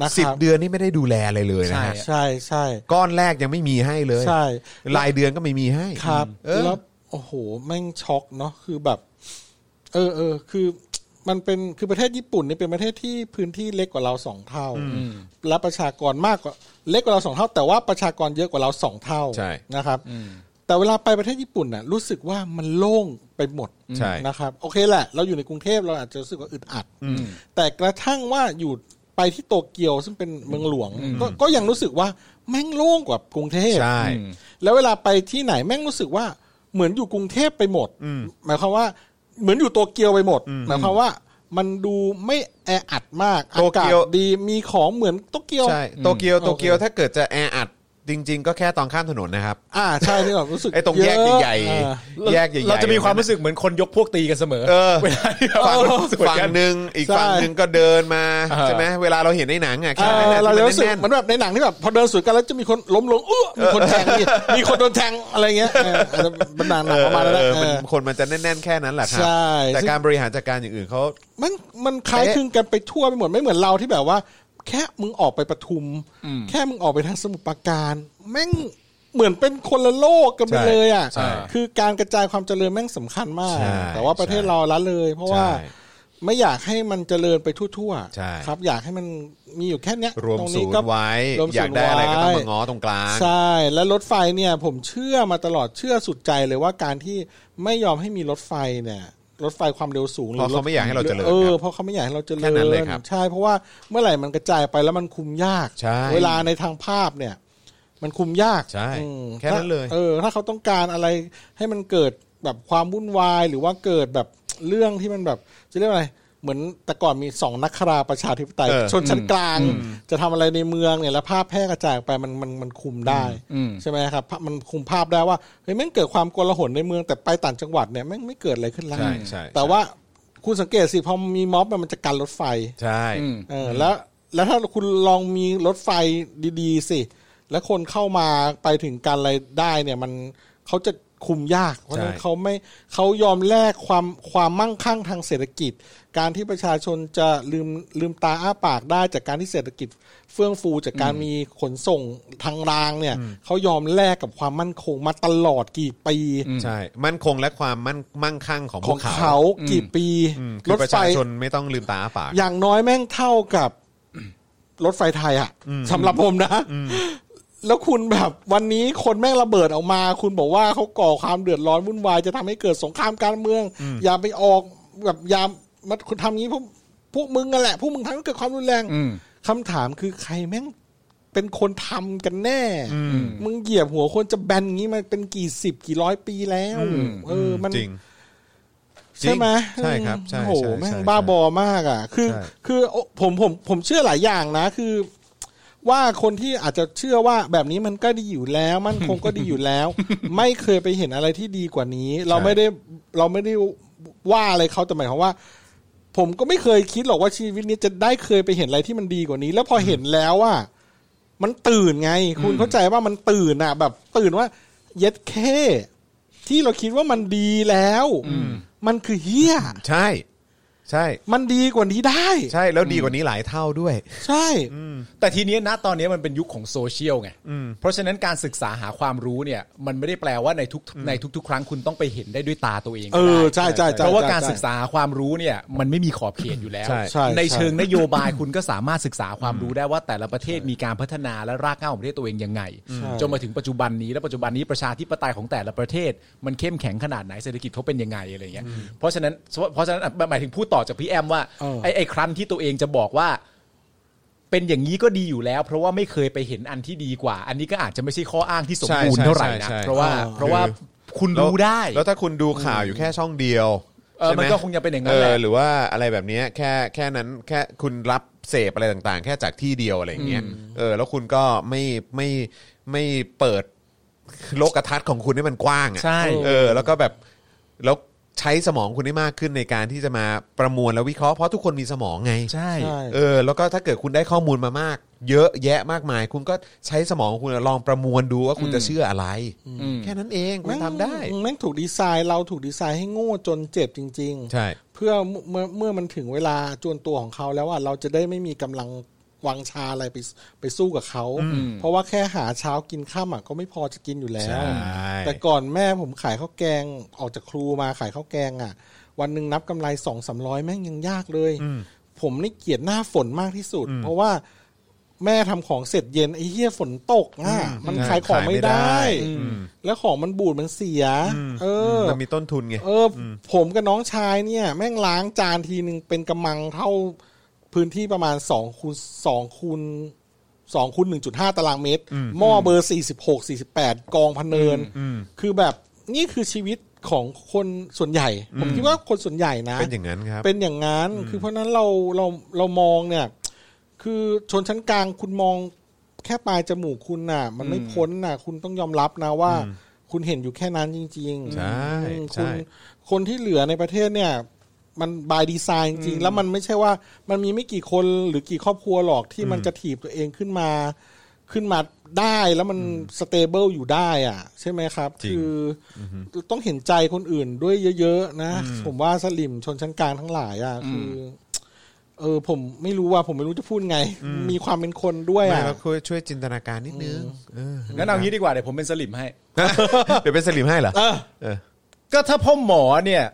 A: นะค
C: สิบ
A: รับ
C: เดือนนี่ไม่ได้ดูแลอะไรเลยนะ
F: ใช่
C: ฮะ
A: ใช่ใช่
C: ก้อนแรกยังไม่มีให้เลย
A: ใช่
C: รายเดือนก็ไม่มีให้
A: ครับ
C: เออ
A: แล้วโอ้โหแม่งช็อกเนาะคือแบบ เออเออคือ มันเป็นคือประเทศญี่ปุ่นเนี่ยเป็นประเทศที่พื้นที่เล็กกว่าเราสองเท่า และประชากรมากกว่าเล็กกว่าเราสองเท่า แต่ว่าประชากรเยอะกว่าเราสองเท่า
C: ใช่
A: นะครับ แต่เวลาไปประเทศญี่ปุ่นน่ะรู้สึกว่ามันโล่งไปหมด
C: ใช่
A: นะครับโอเคแหละ เราอยู่ในกรุงเทพเราอาจจะรู้สึกว่าอึดอัด แต่กระทั่งว่าอยู่ไปที่โตเกียวซึ่งเป็นเมืองหลวงกก็ยังรู้สึกว่าแม่งโล่งกว่ากรุงเทพ
C: ใช่
A: แล้วเวลาไปที่ไหนแม่งรู้สึกว่าเหมือนอยู่กรุงเทพไปหมด หมายความว่าเหมือนอยู่โตเกียวไปหมด หมายความว่ามันดูไม่แออัดมาก
C: โต
A: อากา
C: เกี
A: ศ
C: ยว
A: ดีมีของเหมือนโตเกียว
C: ใช่โตเกียว
A: อืม
C: โตเกียวถ้าเกิดจะแออัดจริง ๆ ก็แค่ตอนข้ามถนนนะครับ
A: อ่าใช่นี่แบบรู้สึก
C: ไอ้ตรงแยก
A: เอะ
C: ใหญ่
A: อ่า
C: ๆแยกใหญ่ๆ
F: เราจะมีความรู้สึกเหมือนคนยกพวกตีกันเสมอ
C: เออ
F: เวลาที่เรา
C: ฝั่ง
F: รู้สึกเหมือ
C: ฝั่
F: น
C: ง
F: กัน
C: หนึ่งอีก
A: ใช่
C: ฝั่งหนึ่งก็เดินมา
F: เออ
C: ใช่ไหมเวลาเราเห็นในหนังอ่ะ
A: เอ
C: แค่นั้น
A: อ
C: แหละ
A: เราจะ
C: ที่มัน
A: รู้สึก
C: แน่น
A: เหมือนแบบในหนังที่แบบพอเดินสวนกันแล้วจะมีคนล้มลงอื้อมีคนแทงมีมีคนโดนแทงอะไรเงี้ยเอออาจจะเป็นหนัง
C: ๆเออ
A: ประมาณนั้นแหละ
C: เออ
A: เอ
C: มัน
A: อ
C: คนมันจะแน่นๆแค่นั้นแหละครั
A: ใช่
C: แต่การบริหารจัดการอย่างอื่นเขา
A: มันมันคล้ายคลึงกันไปทั่วไปหมดไม่เหมือนเราที่แบบว่า แค่มึงออกไปปทุม แค่มึงออกไปทางสมุทรปราการ แม่งเหมือนเป็นคนละโลกกันไป
C: ใช่
A: เลยอ่ะ
C: ใช่
A: คือการกระจายความเจริญแม่งสำคัญมาก
C: ใช่
A: แต่ว่าประเทศเราละเลย เพราะว่า
C: ใช่
A: ไม่อยากให้มันเจริญไปทั่ว
C: ใช่
A: ครับ อยากให้มันมีอยู่แค่เนี้ย
C: รวม
A: ตง
C: ศู
A: นี้
C: น
A: ก็
C: ย์ไว้
A: รวม
C: อยาก
A: ศูน
C: ได้อะไรก็ต้อง
A: ไว้
C: มาง้อตรงกลาง
A: ใช่และรถไฟเนี่ยผมเชื่อมาตลอดเชื่อสุดใจเลยว่าการที่ไม่ยอมให้มีรถไฟเนี่ย รถไฟความเร็วสูง
C: เพราะเขาไม่อยากให้เราเจริญ
A: เอ
C: ค
A: อ
C: รับ
A: เพราะเขาไม่อยากให้เราเจริญ
C: แค่นั้นเลยครับ
A: ใช่เพราะว่าเมื่อไหร่มันกระจายไปแล้วมันคุมยาก
C: ใช่
A: เวลาในทางภาพเนี่ย มันคุมยาก
C: ใช่
A: อืม
C: แค่นั้นเลย
A: ถ้าเออ ถ้าเขาต้องการอะไรให้มันเกิดแบบความวุ่นวายหรือว่าเกิดแบบเรื่องที่มันแบบจะเรียกว่าอะไร เหมือนแต่ก่อนมีสองนักคราประชาธิปไตย
C: เออ
A: ชนชั้นกลาง จะทำอะไรในเมืองเนี่ยแล้วภาพแพร่กระจายออกไปมันมันมันคุมได้ ใช่ไหมครับภาพมันคุมภาพได้ว่าเฮ้ยแม่งเกิดความโกลาหลในเมืองแต่ไปต่างจังหวัดเนี่ยแม่งไม่เกิดอะไรขึ้นแล้ว
C: ใช่ใช่ใช่
A: แต่ว่าคุณสังเกตสิพอมีม็อบมันจะกันรถไฟ
C: ใช่
A: เออแล้วแล้วถ้าคุณลองมีรถไฟดีๆ สิ แล้วคนเข้ามาไปถึงการอะไรได้เนี่ยมันเขาจะคุมยากเพราะฉะนั้น
C: ใช่
A: เขาไม่เขายอมแลกความความมั่งคั่งทางเศรษฐกิจ การที่ประชาชนจะลืมลืมตาอ้าปากได้จากการที่เศรษฐกิจ เฟื่องฟูจากการมีขนส่งทางรางเนี่ยเขายอมแลกกับความมั่นคงมาตลอดกี่ปี
C: ใช่ มั่นคงและความมั่นมั่งคั่งของ
A: ข
C: พ
A: อ
C: ว
A: ง
C: กเขา
A: เขากี่ปี
C: อืมคื
A: ร
C: อ
A: ถ
C: ประ
A: ไฟ
C: ชาชนไม่ต้องลืมตาอ้าปาก
A: อย่างน้อยแม่งเท่ากับ รถไฟไทยอะสำหรับผมนะ แล้วคุณแบบวันนี้คนแม่งระเบิดออกมา คุณบอกว่าเขาก่อความเดือดร้อนวุ่นวายจะทำให้เกิดสงครามการเมือง อย่าไปออกแบบอย่ามาคุณทำงี้พวกพวกมึงกันแหละพวกมึงทำให้เกิดความรุนแรง
F: อืม
A: คำถามคือใครแม่งเป็นคนทำกันแน่ มึงเหยียบหัวคนจะแบนงี้มาเป็นกี่สิบกี่ร้อยปีแล้วเออมัน
C: จริง
A: ใช่ไหม
C: จริงใช่ครับใช่
A: โอ้โห
C: ใช่
A: แม่ง
C: ใช่
A: บ้าบอมากอ่ะ คือ
C: ใช่
A: คือโอ้ผมผมผมเชื่อหลายอย่างนะ คือ ว่าคนที่อาจจะเชื่อว่าแบบนี้มันก็ดีอยู่แล้ว มันคงก็ดีอยู่ แล้ว ไม่เคยไปเห็นอะไรที่ดีกว่านี้ เราไม่ได้เราไม่ได้ว่าอะไรเขาแต่หมายความว่า ผมก็ไม่เคยคิดหรอกว่าชีวิตนี้จะได้เคยไปเห็นอะไรที่มันดีกว่านี้ แล้วพอเห็นแล้วว่า มันตื่นไง คุณเข้าใจว่ามันตื่นอ่ะ แบบตื่นว่า เย็ดเค ที่เราคิดว่ามันดีแล้วมันคือเฮี้ย
C: ใช่ ใช่
A: มันดีกว่านี้ได้
C: ใช่แล้วดีกว่านี้หลายเท่าด้วย
A: ใช่
F: แต่ทีเนี้ยนะตอนเนี้ยมันเป็นยุคของโซเชียลไง เพราะฉะนั้นการศึกษาหาความรู้เนี่ย มันไม่ได้แปลว่าในทุกในทุก ๆ ครั้งคุณต้องไปเห็นได้ด้วยตาตัวเอง
A: เอ
F: ก็ได้
A: อใช่ใช่ใช่
F: เพราะว่าการ
A: ใช่
F: ศึกษาหาความรู้เนี่ยมันไม่มีขอบเขตอยู่แล้ว
C: ใช่
A: ใช่ใช่
F: เชิงนโยบายคุณก็สามารถศึกษาความรู้ได้ว่าแต่ละประเทศมีการพัฒนาและรากเหง้าของประเทศตัวเองยังไง จนมาถึงปัจจุบันนี้และปัจจุบันนี้ประชาธิปไตยของแต่ละประเทศ มันเข้มแข็งขนาดไหนเศรษฐกิจเขาเป็นยังไงอะไรเงี้ยเพราะฉะนั้นเพราะฉะนั้นอ่ะหมายถึงพูดต่อจากพี่แอมว่า
A: เออ
F: ไอ้ไอ้ครั้นที่ตัวเองจะบอกว่า เป็นอย่างนี้ก็ดีอยู่แล้ว เพราะว่าไม่เคยไปเห็นอันที่ดีกว่า อันนี้ก็อาจจะไม่ใช่ข้ออ้างที่สมบูรณ์
C: ใช่
F: เท่าไหร่นะ
C: ใช่ใช่
F: เพราะว่า
C: เออ
F: เพราะว่าคุณรู้ได้
C: แล้วถ้าคุณดูข่าวอยู่แค่ช่องเดียว
F: เออ
C: ใช่ไห
F: มันก็คงจะเป็นอย่างนั้นแหละ
C: เหรือว่าอะไรแบบเนี้ยแค่แค่นั้นแค่คุณรับเสพอะไรต่างๆ แค่จากที่เดียวอะไรอย่างเงี้ยเออแล้วคุณก็ไม่ไม่ไม่เปิดโลกทัศน์ของคุณให้มันกว้างอะ
F: ใช่
C: เออ แล้วก็แบบแล้วใช้สมองคุณให้มากขึ้นในการที่จะมาประมวลและวิเคราะห์เพราะทุกคนมีสมองไง
F: ใช่
A: ใช่
C: เออแล้วก็ถ้าเกิดคุณได้ข้อมูลมามาก เยอะแยะมากมาย คุณก็ใช้สมองของคุณลองประมวลดูว่าคุณจะเชื่ออะไร แค่นั้นเองคุณ
A: แม่ง
C: ทำได้
A: แม่งถูกดีไซน์เราถูกดีไซน์ให้โง่จนเจ็บจริง ๆ
C: ใช่
A: เพื่อเมื่อเมื่อเมื่อมันถึงเวลาจวนตัวของเขาแล้วอ่ะเราจะได้ไม่มีกำลังวังชาอะไรไปไปสู้กับเขา เพราะว่าแค่หาเช้ากินข้ามอ่ะก็ไม่พอจะกินอยู่แล้
C: ใช่
A: ว แต่ก่อนแม่ผมขายข้าวแกงออกจากครูมาขายข้าวแกงอ่ะ วันหนึ่งนับกำไรสองสามร้อยแม่งยังยากเลย ผมนี่เกลียดหน้าฝนมากที่สุด เพราะว่าแม่ทำของเสร็จเย็นไอ้เหี้ยฝนตกอ่ะมันขายของไม่ได้
C: ขายไม่ได้อืม
A: แล้วของมันบูดมันเสีย เออ
C: มันมีต้นทุนไง
A: เอออผมกับน้องชายเนี่ย แม่งล้างจานทีหนึ่งเป็นกำมังเท่าพื้นที่ประมาณสองคูณสองคูณสองคูณหนึ่งจุดห้าตารางเมตร หม้อเบอร์สี่สิบหกสี่สิบแปดกองพันเนิน คือแบบนี่คือชีวิตของคนส่วนใหญ่ ผมคิดว่าคนส่วนใหญ่นะ
C: เป็นอย่างนั้นครับ
A: เป็นอย่างนั้น คือเพราะฉะนั้นเราเราเรามองเนี่ย คือชนชั้นกลางคุณมองแค่ปลายจมูกคุณน่ะ มันไม่พ้นน่ะ คุณต้องยอมรับนะว่า คุณเห็นอยู่แค่นั้นจริงๆ
C: ใช่
A: อืม
C: ใช่
A: คุณคนที่เหลือในประเทศเนี่ย มันบายดีไซน์จริงๆแล้วมันไม่ใช่ว่า มันมีไม่กี่คนหรือกี่ครอบครัวหรอกที่มันจะถีบตัวเองขึ้นมา ขึ้นมาได้แล้วมันสเตเบิลอยู่ได้อ่ะ ใช่ไหมครับ
C: จริง
A: คืออต้องเห็นใจคนอื่นด้วยเยอะ ๆ นะ ผมว่าสลิมชนชั้นกลางทั้งหลายอ่ะคือ เออ ผมไม่รู้ว่า ผมไม่รู้จะพูดไง มีความเป็นคนด้วย
C: ไม่
A: อ่ะ
C: แล้วช่วยช่วยจินตนาการนิดนึงเออ
F: งั้นเอางี้ดีกว่าเดี๋ยวผมเป็นสลิมให้
C: เดี๋ยวเป็นสลิมให้เหรอ
F: ก็ถ้าพ่อหมอเนี่ย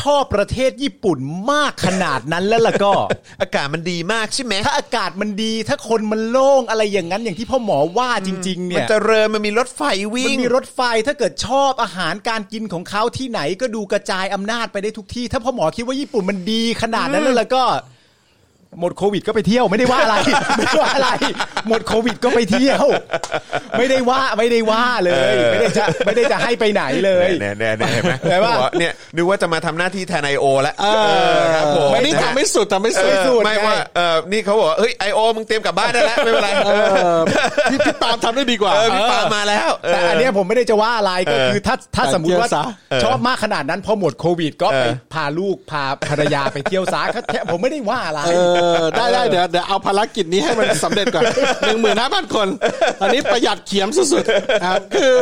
F: ชอบประเทศญี่ปุ่นมากขนาดนั้นแล้วล่ะก็
C: อากาศมันดีมากใช่ไหม
F: ถ้าอากาศมันดีถ้าคนมันโล่งอะไรอย่างนั้นอย่างที่พ่อหมอว่าจริง
C: มั
F: ๆเนี่
C: น
F: ย
C: เจริญมันมีรถไฟวิ่
F: มัน
C: ง
F: มีรถไฟถ้าเกิดชอบอาหารการกินของเขาที่ไหนก็ดูกระจายอำนาจไปได้ทุกที่ ถ้าพ่อหมอคิดว่าญี่ปุ่นมันดีขนาดนั้นแล้วล่ะก็ หมดโควิดก็ไปเที่ยวไม่ได้ว่าอะไร ไม่ได้ว่าอะไร หมดโควิดก็ไปเที่ยว ไม่ได้ว่าไม่ได้ว่าเลย ไม่ได้จะไม่ได้จะให้ไปไหนเลย
C: แน่แน่แน่เห็นไหม
F: เห็น
C: บอ
F: ปะ
C: กว่าเนี่ยนึกว่าจะมาทำหน้าที่แทนไอโอแล้ว
A: เออ
C: ครับผม
A: ไม่ได้ทำไม่สุดทำไม่สุด
C: เออไม่ว่าเออนี่เขาบอกว่าเฮ้ยไอโอมึงเตรียมกลับบ้านได้แล้วไม่เป็นไรเออ
A: เออพี่พี่ปาล์มทำได้ดีกว่า
C: เออพี่ปาล์มมาแล้วเ
F: แต่อันเนี้ยผมไม่ได้จะว่าอะไรก็คือถ้าถ้าสมมติว่า
A: เจอซะ
F: ชอบมากขนาดนั้นพอหมดโควิดก็ไป
C: เออ
F: พาลูกพาภรรยาไปเที่ยวซะก็แค่ผมไม่ได้ว่าอะไร
A: เออ ได้ได้เดี๋ยวเดี๋ยวเอาภารกิจนี้ให้มันสำเร็จ ก่อนหนึ่งหมื่นห้าพันคน อันนี้ประหยัดเขียมสุดๆ ครับคือ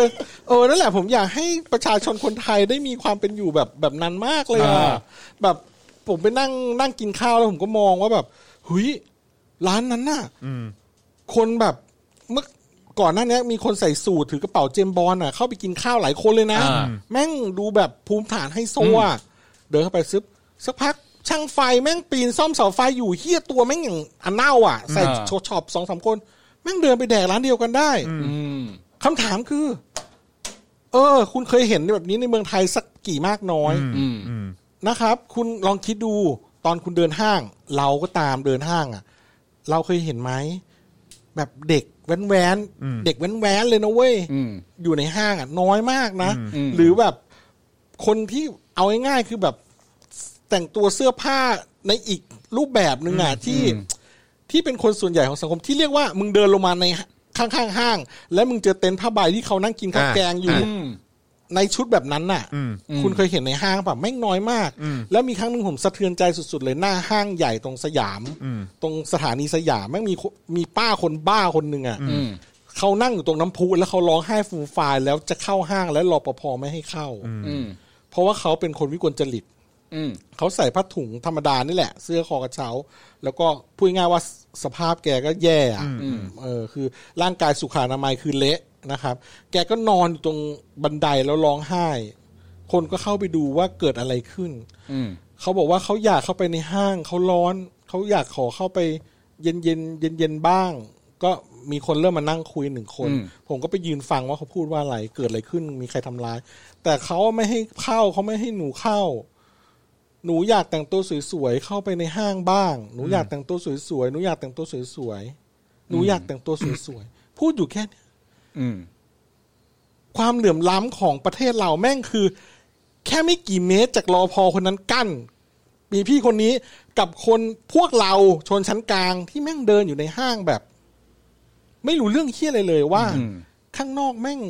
A: เออนั่นแหละผมอยากให้ประชาชนคนไทยได้มีความเป็นอยู่แบบแบบนั้นมากเลยอ่ะ
F: อ่า
A: แบบผมไปนั่งนั่งกินข้าวแล้วผมก็มองว่าแบบหุยร้านนั้นน่ะคนแบบเมื่อก่อนหน้านี้มีคนใส่สูทถือกระเป๋าเจมส์บอลอ่ะเข้าไปกินข้าวหลายคนเลยนะ
F: อ่า
A: แม่งดูแบบภูมิฐานไฮโซอ่ะเดินเข้าไปซึบสักพักช่างไฟแม่งปีนซ่อมเสาไฟอยู่เฮี้ยตัวแม่งอย่างอันเน่าอ่ะ ใส่
F: อ่า
A: โชว์ช็อปสองสามคน แม่งเดินไปแดกร้านเดียวกันได้คำถามคือ เออ คุณเคยเห็นแบบนี้ในเมืองไทยสักกี่มากน้อย
F: อืม
A: นะครับ คุณลองคิดดูตอนคุณเดินห้าง เราก็ตามเดินห้างอะ่ะ เราเคยเห็นไหมแบบเด็กแว้นแว้นๆเด็กแว้นแว้นๆเลยนะเว้ย
F: อืม
A: อยู่ในห้างอะ่ะ น้อยมากนะ
F: อืม
A: หรือแบบคนที่เอาง่ายๆคือแบบแต่งตัวเสื้อผ้าในอีกรูปแบบหนึ่งอ่ะที่ที่เป็นคนส่วนใหญ่ของสังคมที่เรียกว่า มึงเดินลงมาในข้างๆห้าง และมึงเจอเต็นท์ผ้าใบที่เขานั่งกินข้าว
C: อ่า
A: แกงอยู่
C: อ่า
F: อืม
A: ในชุดแบบนั้นน่ะ
C: อืม
A: คุณเคยเห็นในห้างป่ะแม่งน้อยมาก แล้วมีครั้งหนึ่งผมสะเทือนใจสุดๆ เลยหน้าห้างใหญ่ตรงสยาม
C: อืม
A: ตรงสถานีสยามแม่งมีคนมีป้าคนบ้าคนหนึ่งอ่ะ
F: อืม
A: เขานั่งอยู่ตรงน้ำพุแล้วเขาร้องไห้ฟูมฟายแล้วจะเข้าห้างและรอปภไม่ให้เข้า
F: อืม
A: เพราะว่าเขาเป็นคนวิกลจริต
F: อืม
A: เขาใส่ผ้าถุงธรรมดานี่แหละ เสื้อคอกระเช้า แล้วก็พูดง่ายๆว่าสสภาพแกก็แย่อะเออคือร่างกายสุขานามัยคือเละนะครับ แกก็นอนอยู่ตรงบันไดแล้วร้องไห้ คนก็เข้าไปดูว่าเกิดอะไรขึ้น
F: อืม
A: เขาบอกว่าเขาอยากเข้าไปในห้าง เขาร้อนเขาอยากขอเข้าไปเย็นเย็นเย็นเย็นๆบ้าง ก็มีคนเริ่มมานั่งคุยหนึ่งคน
F: อืม
A: ผมก็ไปยืนฟังว่าเขาพูดว่าอะไรเกิดอะไรขึ้นมีใครทำร้าย แต่เขาไม่ให้เข้าเขาไม่ให้หนูเข้า หนูอยากแต่งตัวสวยๆเข้าไปในห้างบ้าง หนูอยากแต่งตัวสวยๆหนูอยากแต่งตัวสวยๆหนูอยากแต่งตัวสวยๆพูดอยู่แค่เนี้ย
F: อืม
A: ความเหลื่อมล้ำของประเทศเราแม่งคือ แค่ไม่กี่เมตรจากรอพอคนนั้นกั้น มีพี่คนนี้กับคนพวกเราชนชั้นกลางที่แม่งเดินอยู่ในห้างแบบ ไม่รู้เรื่องเฮี้ยอะไรเลยว่า
F: อืม
A: ข้างนอกแม่ง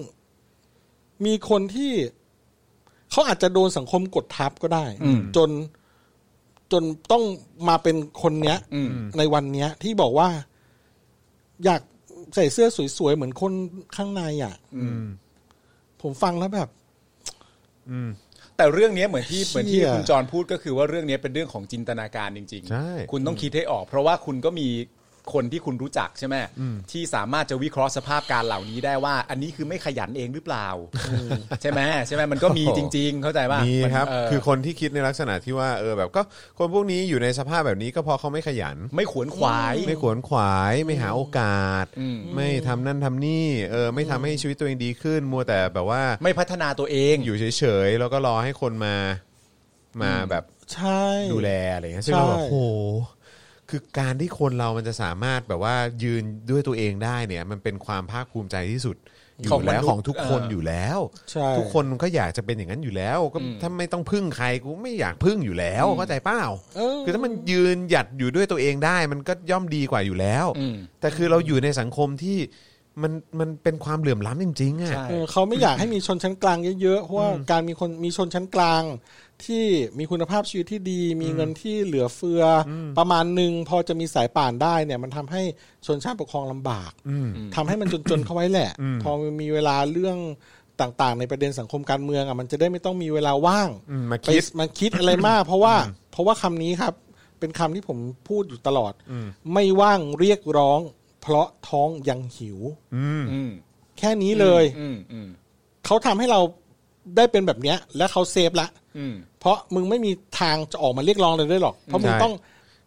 A: มีคนที่เขาอาจจะโดนสังคมกดทับก็ได้
F: อืม
A: จนจนต้องมาเป็นคนเนี้ย
F: อืม
A: ในวันเนี้ย ที่บอกว่า อยากใส่เสื้อสวยๆเหมือนคนข้างในอ่ะผมฟังแล้วแบบ
F: แต่เรื่องเนี้ยเหมือนที่
A: เชี่ย
F: เหมือนที่คุณจรพูดก็คือว่าเรื่องเนี้ยเป็นเรื่องของจินตนาการจริง
C: ใช่
F: คุณต้องคิดให้ออก เพราะว่าคุณก็มีคนที่คุณรู้จักใช่ไหมที่สามารถจะวิเคราะห์สภาพการเหล่านี้ได้ว่า อันนี้คือไม่ขยันเองหรือเปล่าใช่ไหมใช่ไหมมันก็มีจริง ๆ เข้าใจป่ะ
C: มีครับ
F: นเออ
C: คือคนที่คิดในลักษณะที่ว่าเออแบบก็คนพวกนี้อยู่ในสภาพแบบนี้ก็เพราะเขาไม่ขยัน
F: ไม่ขวนขวาย
C: ไม่ขวนขวายไม่หาโอกาส
F: อืม
C: ไม่ทำนั่นทำนี่เออไม่ทำให้ชีวิตตัวเองดีขึ้น มัวแต่แบบว่า
F: ไม่พัฒนาตัวเอง
C: อยู่เฉยๆแล้วก็รอให้คนมามาแบบ
A: ใช่
C: ดูแลอะไรเงี้ยซึ่งเราแบบ
A: ใช่
C: โหคือการที่คนเรามันจะสามารถแบบว่ายืนด้วยตัวเองได้เนี่ย มันเป็นความภาคภูมิใจที่สุดอยู่
F: ของมนุษย์
C: แล้วของทุกคน
F: เออ
C: อ
F: อ
C: ยู่แล้ว
A: ใช่
C: ทุกคนก็อยากจะเป็นอย่างนั้นอยู่แล้ว ก็ถ้าไม่ต้องพึ่งใครกูไม่อยากพึ่งอยู่แล้วเข้าใจเปล่า
A: เออ
C: คือถ้ามันยืนหยัดอยู่ด้วยตัวเองได้ มันก็ย่อมดีกว่าอยู่แล้ว
F: อืม
C: แต่คือเราอยู่ในสังคมที่มันมันเป็นความเหลื่อมล้ำจริงๆอ่ะ
F: ใช่
A: เออเขาไม่อยากให้มีชนชั้นกลางเยอะๆ เพราะว่าการมีคนมีชนชั้นกลาง ที่มีคุณภาพชีวิตที่ดี มีเงินที่เหลือเฟืออประมาณหนึ่งพอจะมีสายป่านได้เนี่ย มันทำให้ชนชาติปกครองลำบากทำให้มันจนๆ เข้าไว้แหละ พอมีเวลาเรื่องต่างๆ ในประเด็นสังคมการเมืองอ่ะมันจะได้ไม่ต้องมีเวลาว่าง
C: อืมมา
A: ไป
C: คิด
A: มาคิดอะไรมาก เพราะว่าเพราะว่าคำนี้ครับ เป็นคำที่ผมพูดอยู่ตลอด ไม่ว่างเรียกร้อง เพราะท้องยังหิว
C: อืม
F: อืม
A: แค่นี้เลย
F: อืมอืม
A: เขาทำให้เราได้เป็นแบบเนี้ย และเขาเซฟละ
F: อืม
A: เพราะมึงไม่มีทางจะออกมาเรียกร้องเลยด้วยหรอก เพราะมึง
C: ใช่
A: ต้อง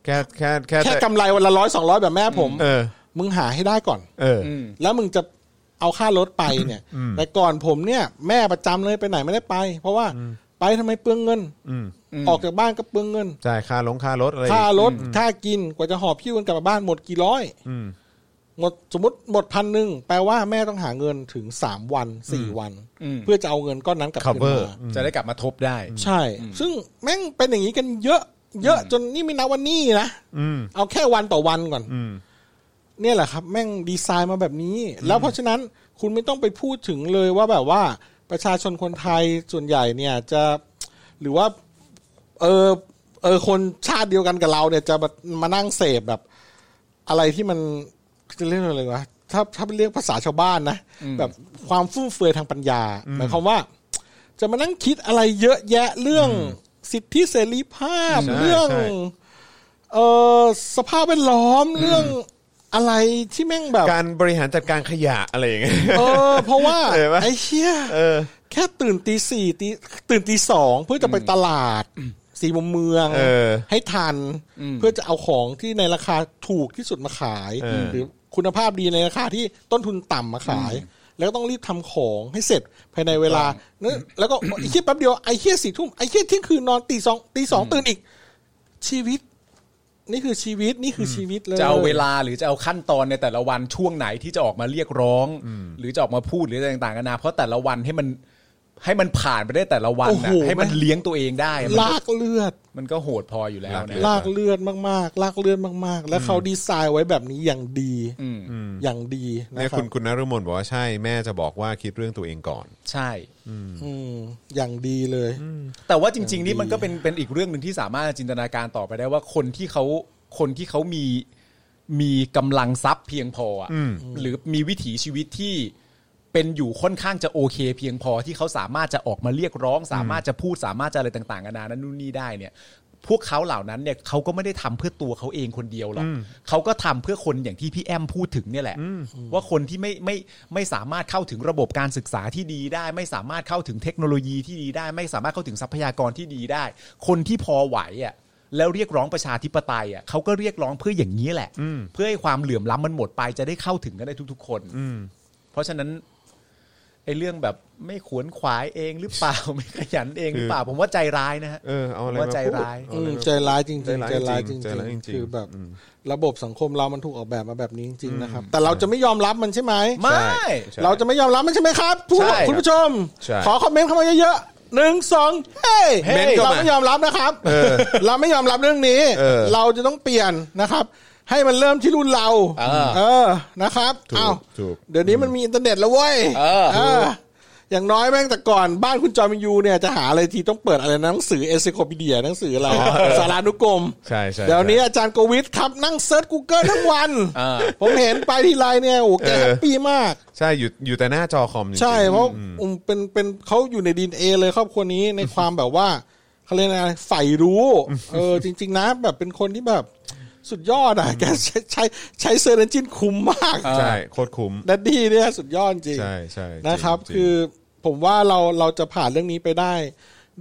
C: แค่แค่แค่
A: แค่กำไรวันละร้อยสองร้อยแบบแม่ผม
C: เออ
A: มึงหาให้ได้ก่อน
C: เออ
F: อืม
A: แล้วมึงจะเอาค่ารถไปเนี่ย แต่ก่อนผมเนี่ย แม่ประจำเลยไปไหนไม่ได้ไป เพราะว่าไปทำไมเปลืองเงิน
C: อืม
A: ออกจากบ้านก็เปลืองเงิน
C: จ่ายค่าลงค่ารถอะไร
A: ค่ารถค่ากินกว่าจะหอบพิ้วกันกลับมาบ้านหมดกี่ร้อย
C: อืม
A: หมดสมมติหมดพันหนึ่งแปลว่าแม่ต้องหาเงินถึงสามวันสี่วัน
F: อืม
A: เพื่อจะเอาเงินก้อนนั้นกลับคืน
C: cover
A: มา
F: จะได้กลับมาทบได้
A: ใช่ ซึ่งแม่งเป็นอย่างนี้กันเยอะ เยอะจนนี่ไม่นับวันนี้นะ
C: อืม
A: เอาแค่วันต่อวันก่อน
C: อืม
A: เนี่ยแหละครับ แม่งดีไซน์มาแบบนี้ แล้วเพราะฉะนั้นคุณไม่ต้องไปพูดถึงเลยว่าแบบว่าประชาชนคนไทยส่วนใหญ่เนี่ยจะหรือว่า เออเออคนชาติเดียวกันกับเราเนี่ยจะมามานั่งเสพแบบ อะไรที่มันจะเรียกอะไรวะถ้าถ้าเรียกภาษาชาวบ้านนะ แบบความฟุ่มเฟือยทางปัญญาหมายความว่า จะมานั่งคิดอะไรเยอะแยะเรื่องสิทธิเสรีภาพ
C: ใช่
A: เรื่อง
C: ใช่
A: เออสภาพแวดล้อมเรื่องอะไรที่แม่งแบบ
C: การบริหารจัดการขยะอะไรอย่างเงี้ย
A: เออ เพราะว่า
C: เห็นไหม
A: ไอ้เชี่ย
C: เออ
A: แค่ตื่นตีสี่ตีตื่นตีสองเพื่อจะไปตลาดสีมุมเมือง
C: เออ
A: ให้ทัน
F: อืม
A: เพื่อจะเอาของที่ในราคาถูกที่สุดมาขาย
C: เออ
A: หรือ คุณภาพดีในราคาที่ต้นทุนต่ำมาขาย แล้วก็ต้องรีบทำของให้เสร็จภายในเวลาเนอะแล้วก็ ไอ้เคี้ยแป๊บเดียวไอ้เคี้ยสี่ทุ่มไอ้เคี้ยเที่ยงคืนนอนตีสองตีสองตื่นอีก ชีวิต นี่คือชีวิตนี่คือชีวิตเลย
F: จะเอาเวลาหรือจะเอาขั้นตอนในแต่ละวันช่วงไหนที่จะออกมาเรียกร้อง หรือจะออกมาพูดหรืออะไรต่างๆกันานาเพราะแต่ละวันให้มันให้มันผ่านไปได้แต่ละวัน
A: โอ้โห
F: นะให้มันเลี้ยงตัวเองได้มันก็
A: ลากเลือด
F: มันก็โหดพออยู่แล้วนะ
A: ลากเลือดมากๆ ลากเลือดมากๆ แล้วเขาดีไซน์ไว้แบบนี้อย่างดีอย่างดีนะ
C: เนี่ย
A: ครั
C: คุ
A: บ
C: ณคุณนฤมลบอกว่าใช่แม่จะบอกว่าคิดเรื่องตัวเองก่อน
F: ใช่
A: อืมอย่างดีเลย
F: แต่ว่าจริง ๆ นี่มันก็เป็นเป็นอีกเรื่องหนึ่งที่สามารถจินตนาการต่อไปได้ว่าคนที่เขาคนที่เขามีมีกำลังทรัพย์เพียงพออะหรือมีวิถีชีวิตที่เป็นอยู่ค่อนข้างจะโอเค เพียงพอที่เขาสามารถจะออกมาเรียกร้อง สามารถจะพูดสามารถจะอะไรต่างๆกันานานั้นนู่นนี่ได้เนี่ย พวกเขาเหล่านั้นเนี่ยเขาก็ไม่ได้ทำเพื่อตัวเขาเองคนเดียวหรอกเขาก็ทำเพื่อคนอย่างที่พี่แอมพูดถึงเนี่ยแหละ ว่าคนที่ไม่ไม่ไม่สามารถเข้าถึงระบบการศึกษาที่ดีได้ ไม่สามารถเข้าถึงเทคโนโลยีที่ดีได้ ไม่สามารถเข้าถึงทรัพยากรที่ดีได้ คนที่พอไหวอ่ะแล้วเรียกร้องประชาธิปไตยอ่ะเขาก็เรียกร้องเพื่ออย่างนี้แหละ เพื่อให้ความเหลื่อมล้ำมันหมดไปจะได้เข้าถึงกันได้ทุก ๆ คนเพราะฉะนั้นไอ้เรื่องแบบไม่ขวนขวายเองหรือเปล่า ไม่ขยันเองหรือเปล่า ผมว่าใจร้ายนะฮะ
C: เออเอาอะไร
F: ว่าใจ
C: พูด
F: ร้าย
C: เอ
A: อื
C: อะไม
A: ม
C: พูด
A: ใจร้ายจริงๆ
C: ใจ
A: ใจ
C: ร้า
A: ร้าย ยจ
C: จริ
A: ริ
C: ง
A: ง
C: ๆใจร้ายจริง
A: ๆ
C: ๆ
A: คือแบบ
C: อืม
A: ระบบสังคมเรามันถูกออกแบบมาแบบนี้จริงๆนะครับ แต่เราจะไม่ยอมรับมันใช่ไหม
F: ไม่
C: ใช่
A: เราจะไม่ยอมรับมันใช่ไหมครับผู้
F: ใช่
A: คุณผู้ชม
C: ใช่
A: ขอคอมเมนต์เข้ามาเยอะๆหนึ่งสองเฮ้ย
C: เม้นต์เข้ามา
A: เราไม่ยอมรับนะครับ เราไม่ยอมรับเรื่องนี้
C: เออ
A: เราจะต้องเปลี่ยนนะครับ ให้มันเริ่มที่รุ่นเรา
F: เออ
A: เออ นะครับ
C: ถูก
A: อ้าว
C: ถูก
A: เดี๋ยวนี้มันมีอินเทอร์เน็ตแล้วเว้ย
F: เออ
A: เอย่างน้อยแม่งแต่ก่อนบ้านคุณจอมินยูเนี่ยจะหาอะไรทีต้องเปิดอะไรนะหนังสือเอ c ซโคปีเดียหนังสืออะไรสารานุกรม
C: ใช่ใช่
A: เดี๋ยวนี้อาจารย์โกวิทครับนั่งเซิร์ช Google ทั้งวัน
F: เออ
A: ผมเห็นไปทีไรเนี่ยโอ้โหแก
C: เออ
A: แฮปปี้มาก
C: ใช่อยู่อยู่แต่หน้าจอคอมจริงๆ
A: ใช่เพราะ
C: อืม
A: อืมเป็นเป็นเขาอยู่ในดีเอเลยครอบครัวนี้ในความ แบบว่าเขาเรียกอะไรใฝ่รู้เออจริง ๆ นะแบบเป็นคนที่แบบสุดยอดอ่ะ แกใช้ใช้ใช้เซอร์เรนจินคุ้มมาก
C: ใช่โคตรคุ้ม
A: ดัดดี้เนี่ยสุดยอดจริง
C: ใช่ใช่จง
A: นะครับ
C: จง
A: คือผมว่าเราเราจะผ่านเรื่องนี้ไปได้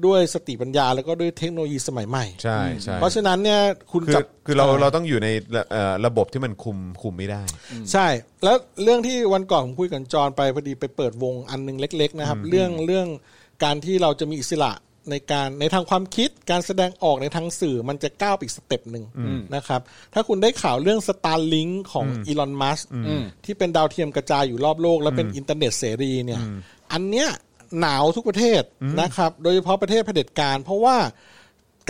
A: ด้วยสติปัญญาแล้วก็ด้วยเทคโนโลยีสมัยใหม่
C: ใช่ใช่
A: เพราะฉะนั้นเนี่ยคุณ
C: คือ
A: จับ
C: คือเราเราต้องอยู่ในระเอ่อระบบที่มันคุมคุมไม่ได้
A: ใช่ แล้วเรื่องที่วันก่อนผมคุยกับจอห์นไปพอดีไปเปิดวงอันหนึงเล็ก ๆ นะครับ เรื่องเรื่องการที่เราจะมีอิสระในการในทางความคิดการแสดงออกในทางสื่อมันจะก้าวไปอีกสเต็ปหนึ่งนะครับถ้าคุณได้ข่าวเรื่อง Starlink ของอีลอนมัสที่เป็นดาวเทียมกระจายอยู่รอบโลก และเป็นอินเทอร์เน็ตเสรีเนี่ยอันเนี้ยหนาวทุกประเทศนะครับโดยเฉพาะประเทศเผด็จการ เพราะว่า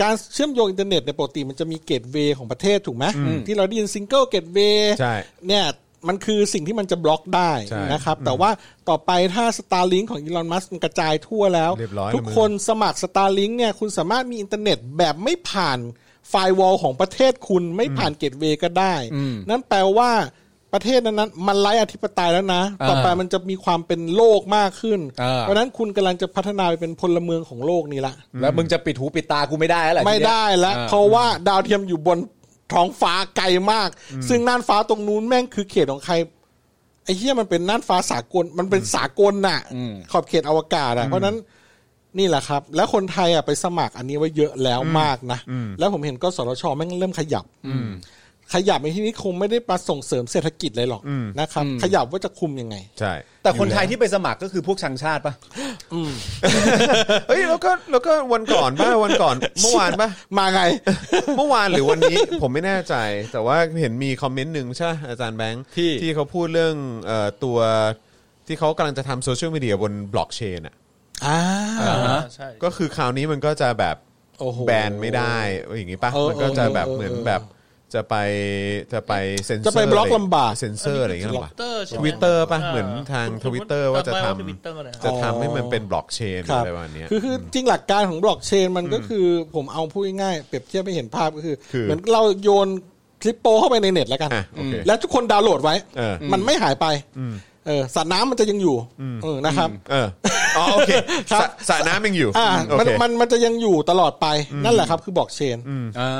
A: การเชื่อมโยงอินเทอร์เน็ตในยปกติมันจะมีเกตเวย์ของประเทศถูกไหมที่เราได้ยินซิงเกิลเกตเวย์
C: ใช่
A: เนี่ยมันคือสิ่งที่มันจะบล็อกได้
C: ใช่
A: นะครับ แต่ว่าต่อไปถ้า Starlink ของ Elon Musk มันกระจายทั่วแล้ว
C: เรียบร้อย
A: ทุกคนสมัคร Starlink เนี่ยคุณสามารถมีอินเทอร์เน็ตแบบไม่ผ่านไฟวอลของประเทศคุณไม่ผ่านเกตเวย์ก็ได้ นั่นแปลว่าประเทศนั้นๆมันไร้อธิปไตยแล้วนะ
F: อ่า
A: ต่อไปมันจะมีความเป็นโลกมากขึ้น
F: อ่า
A: เพราะฉะนั้นคุณกำลังจะพัฒนาไปเป็นพลเมืองของโลกนี้ละ
F: แล้วมึงจะปิดหูปิดตากูไม่ได้แล้วแหละ
A: ไม่ได้แล้ว
F: ทีเนี้ย
A: เพราะว่าดาวเทียมอยู่บนท้องฟ้าไกลมาก ซึ่งน่านฟ้าตรงนู้นแม่งคือเขตของใครไอ้เหี้ยมันเป็นน่านฟ้าสากลมันเป็นสากลน่ะ ขอบเขตอวกาศอ่ะเพราะฉะนั้นนี่แหละครับ แล้วคนไทยอ่ะไปสมัครอันนี้ไว้เยอะแล้วมากนะ แล้วผมเห็นก็สทชแม่งเริ่มขยับขยับในที่นี้คงไม่ได้มาส่งเสริมเศรษฐกิจเลยหรอกนะครับ ขยับว่าจะคุมยังไง
C: ใช่
F: แต่คนไทยที่ไปสมัครก็คือพวกชังชาติปะ
C: เอ้ยแล้วก็แล้วก็วันก่อนป่ะวัน ก่อนเมื่อวานป่ะ
A: มาไง
C: เมื่อวานหรือวันนี้ ผมไม่แน่ใจ แต่ว่าเห็นมีคอมเมนต์หนึ่งใช่ไหมอาจารย์แบงค์
F: ที่
C: ที่เขาพูดเรื่องเอ่อตัวที่เขากำลังจะทำโซเชียลมีเดียบนบล็อกเชนอ่ะ
A: อ่า
B: ใช่
C: ก็คือคราวนี้มันก็จะแบบ
A: โอ้โห
C: แบนไม่ได้อย่างนี้ป่ะ
A: เออ
C: มันก็จะแบบ
A: เออเออ
C: เหมือนแบบจะไปจะไปเซ็นเซอร์
A: จะไปบล็อกลำบาก
C: เซ็นเซอร์อะไรอย่างเงี้ยหรอปะ
B: Twitter ใช่ไหม
C: ทวิตเตอร์ป่ะ
B: า
C: เหมือนทาง
B: คุณ
C: ทวิตเตอร์ว่าจะท
B: ำไม Twitter นะ
C: ำจะทำให้มันเป็นบล็อกเชน
A: ค
C: อะไรประมาณเนี้ย
A: คือคือจริงหลักการของบล็อกเชนมันก็คือผมเอาพูดง่ายๆเปรียบเทียบไม่เห็นภาพก็คือ
C: คือ
A: เหมือนเราโยนคลิปโปเข้าไปในเน็ตแล้วกัน
C: อ่ะโอเค
A: แล้วทุกคนดาวน์โหลดไว้
C: เออ
A: มันไม่หายไปเออสัตว์น้ำมันจะยังอยู่เออนะครับ
C: เอออ๋อโอเค
A: ครับ
C: สระสระน้ำยังอยู่
A: อ่า
C: โอ
A: มัน
C: เค
A: มันมันจะยังอยู่ตลอดไปนั่นแหละครับคือบล็อกเชน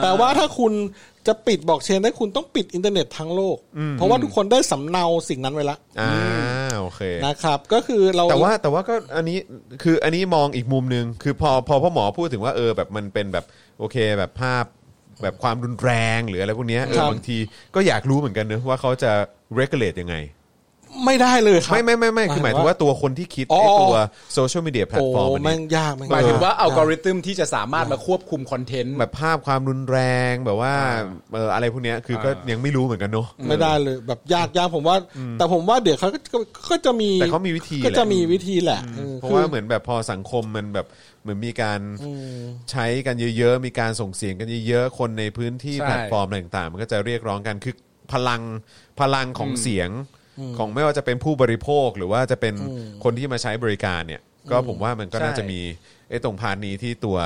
A: แต่ว่าถ้าคุณจะปิดบล็อกเชนได้คุณต้องปิดอินเทอร์เน็ตทั้งโลก เพราะว่าทุกคนได้สำเนาสิ่งนั้นไว้ละ
C: อ่าโอเค
A: นะครับ ก็คือเรา
C: แต่ว่าแต่ว่าก็อันนี้คืออันนี้มองอีกมุมหนึ่งคือพอพอพ่อหมอพูดถึงว่าเออแบบมันเป็นแบบโอเคแบบภาพ แบบความรุนแรงหรืออะไรพวกเนี้ยเออ
A: ครับ
C: บางทีก็อยากรู้เหมือนกันเนอะว่าเขาจะ regulate ยังไง
A: ไม่ได้เลยครับ
C: ไม่ไม่ไม่ไม่คือหมายถึงว่าตัวคนที่คิด
A: อ๋อ
C: ไอ้ตัวโซเชียลมีเดียแพลต
A: โอ้
C: ฟอร์ม
A: แมั
C: เนี่ย
A: นยากมัน
F: หมายถึงว่าอัลกอ
A: ม
F: ริทึมที่จะสามารถมาควบคุมคอนเทนต์
C: แบบภาพความรุนแรงแบบว่าเอออะไรพวกเนี้ยคือก็ยังไม่รู้เหมือนกันเนาะ
A: ไม่ได้เลยแบบยากยากผมว่า แต่ผมว่าเดี๋ยวเขาก็ก็ก็จะมี
C: แต่เขามีวิธีแหละ
A: ก็จะมีวิธีแหละออ
C: เพราะว่า
A: คือ
C: เหมือนแบบพอสังคมมันแบบเหมือนมีการใช้กันเยอะๆ มีการส่งเสียงกันเยอะๆ คนในพื้นที่
F: ใช่
C: แพลตฟอร์มอะไรต่างๆ มันก็จะเรียกร้องกันคือพลังพลังของเสียงของไม่ว่าจะเป็นผู้บริโภคหรือว่าจะเป็นคนที่มาใช้บริการเนี่ย ก็ผมว่ามันก็น่าจะมีไอ้ตรงพาร์ทนี้ที่ตัว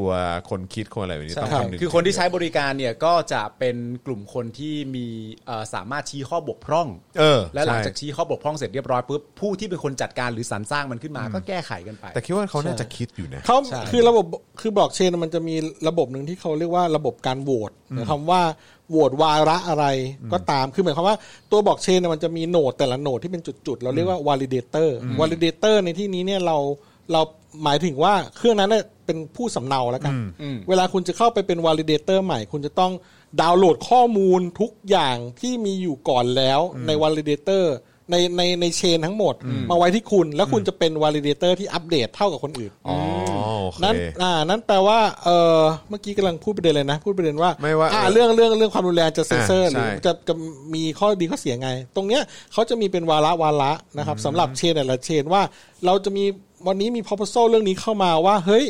C: ตัวคนคิดคนอะไรแบบนี้
F: ใช่
C: ต้อง
F: ครับ
C: คำนึง
F: คือคนที่ใช้บริการเนี่ยก็จะเป็นกลุ่มคนที่มีเอ่อสามารถชี้ข้อบกพร่อง
C: เออ
F: และหลัง
C: ใช่
F: จากชี้ข้อบกพร่องเสร็จเรียบร้อยปุ๊บผู้ที่เป็นคนจัดการหรือสรรสร้างมันขึ้นมา ก็แก้ไขกันไป
C: แต่คิดว่าเขาน่า
A: ใช่
C: จะคิดอยู่นะ
A: เขา
F: ใช่
A: คือระบบคือบล็อกเชนมันจะมีระบบหนึ่งที่เขาเรียกว่าระบบการโหวตหมายความว่าโหวตวาระอะไรก็ตามคือหมายความว่าตัวบล็อกเชนมันจะมีโหนดแต่ละโหนดที่เป็นจุดๆ เราเรียกว่าวอลิเดเตอร์วอลิเดเตอร์ในที่นี้เนี่ยเราเราหมายถึงว่าเครื่องนั้นเนยเป็นผู้สำเนาแล้วกัน เวลาคุณจะเข้าไปเป็นวอลิเดเตอร์ใหม่ คุณจะต้องดาวน์โหลดข้อมูลทุกอย่างที่มีอยู่ก่อนแล้วในวอลิเดเตอร์ในในในเชนทั้งหมด มาไว้ที่คุณแล้วคุณจะเป็นวอลิเดเตอร์ที่อัปเดตเท่ากับคนอื่น
C: อ๋อโอเค
A: นั่นอ่านั่นแปลว่าเออเมื่อกี้กำลังพูดประเด็นเลยนะ พูดประเด็นว่า
C: ไม่ว่า
A: อ่า
C: เออ
A: เรื่องเรื่องเรื่องความรุนแรงจะเซ็นเซอร์
C: อ่า
A: ห
C: ใช่
A: รือจะจะมีข้อดีข้อเสียไง ตรงเนี้ยเขาจะมีเป็นวาระวาระนะครับสำหรับเชนแต่ละเชนว่า เราจะมีวันนี้มีพ o พ o s a l เรื่องนี้เข้ามาว่า เฮ้ย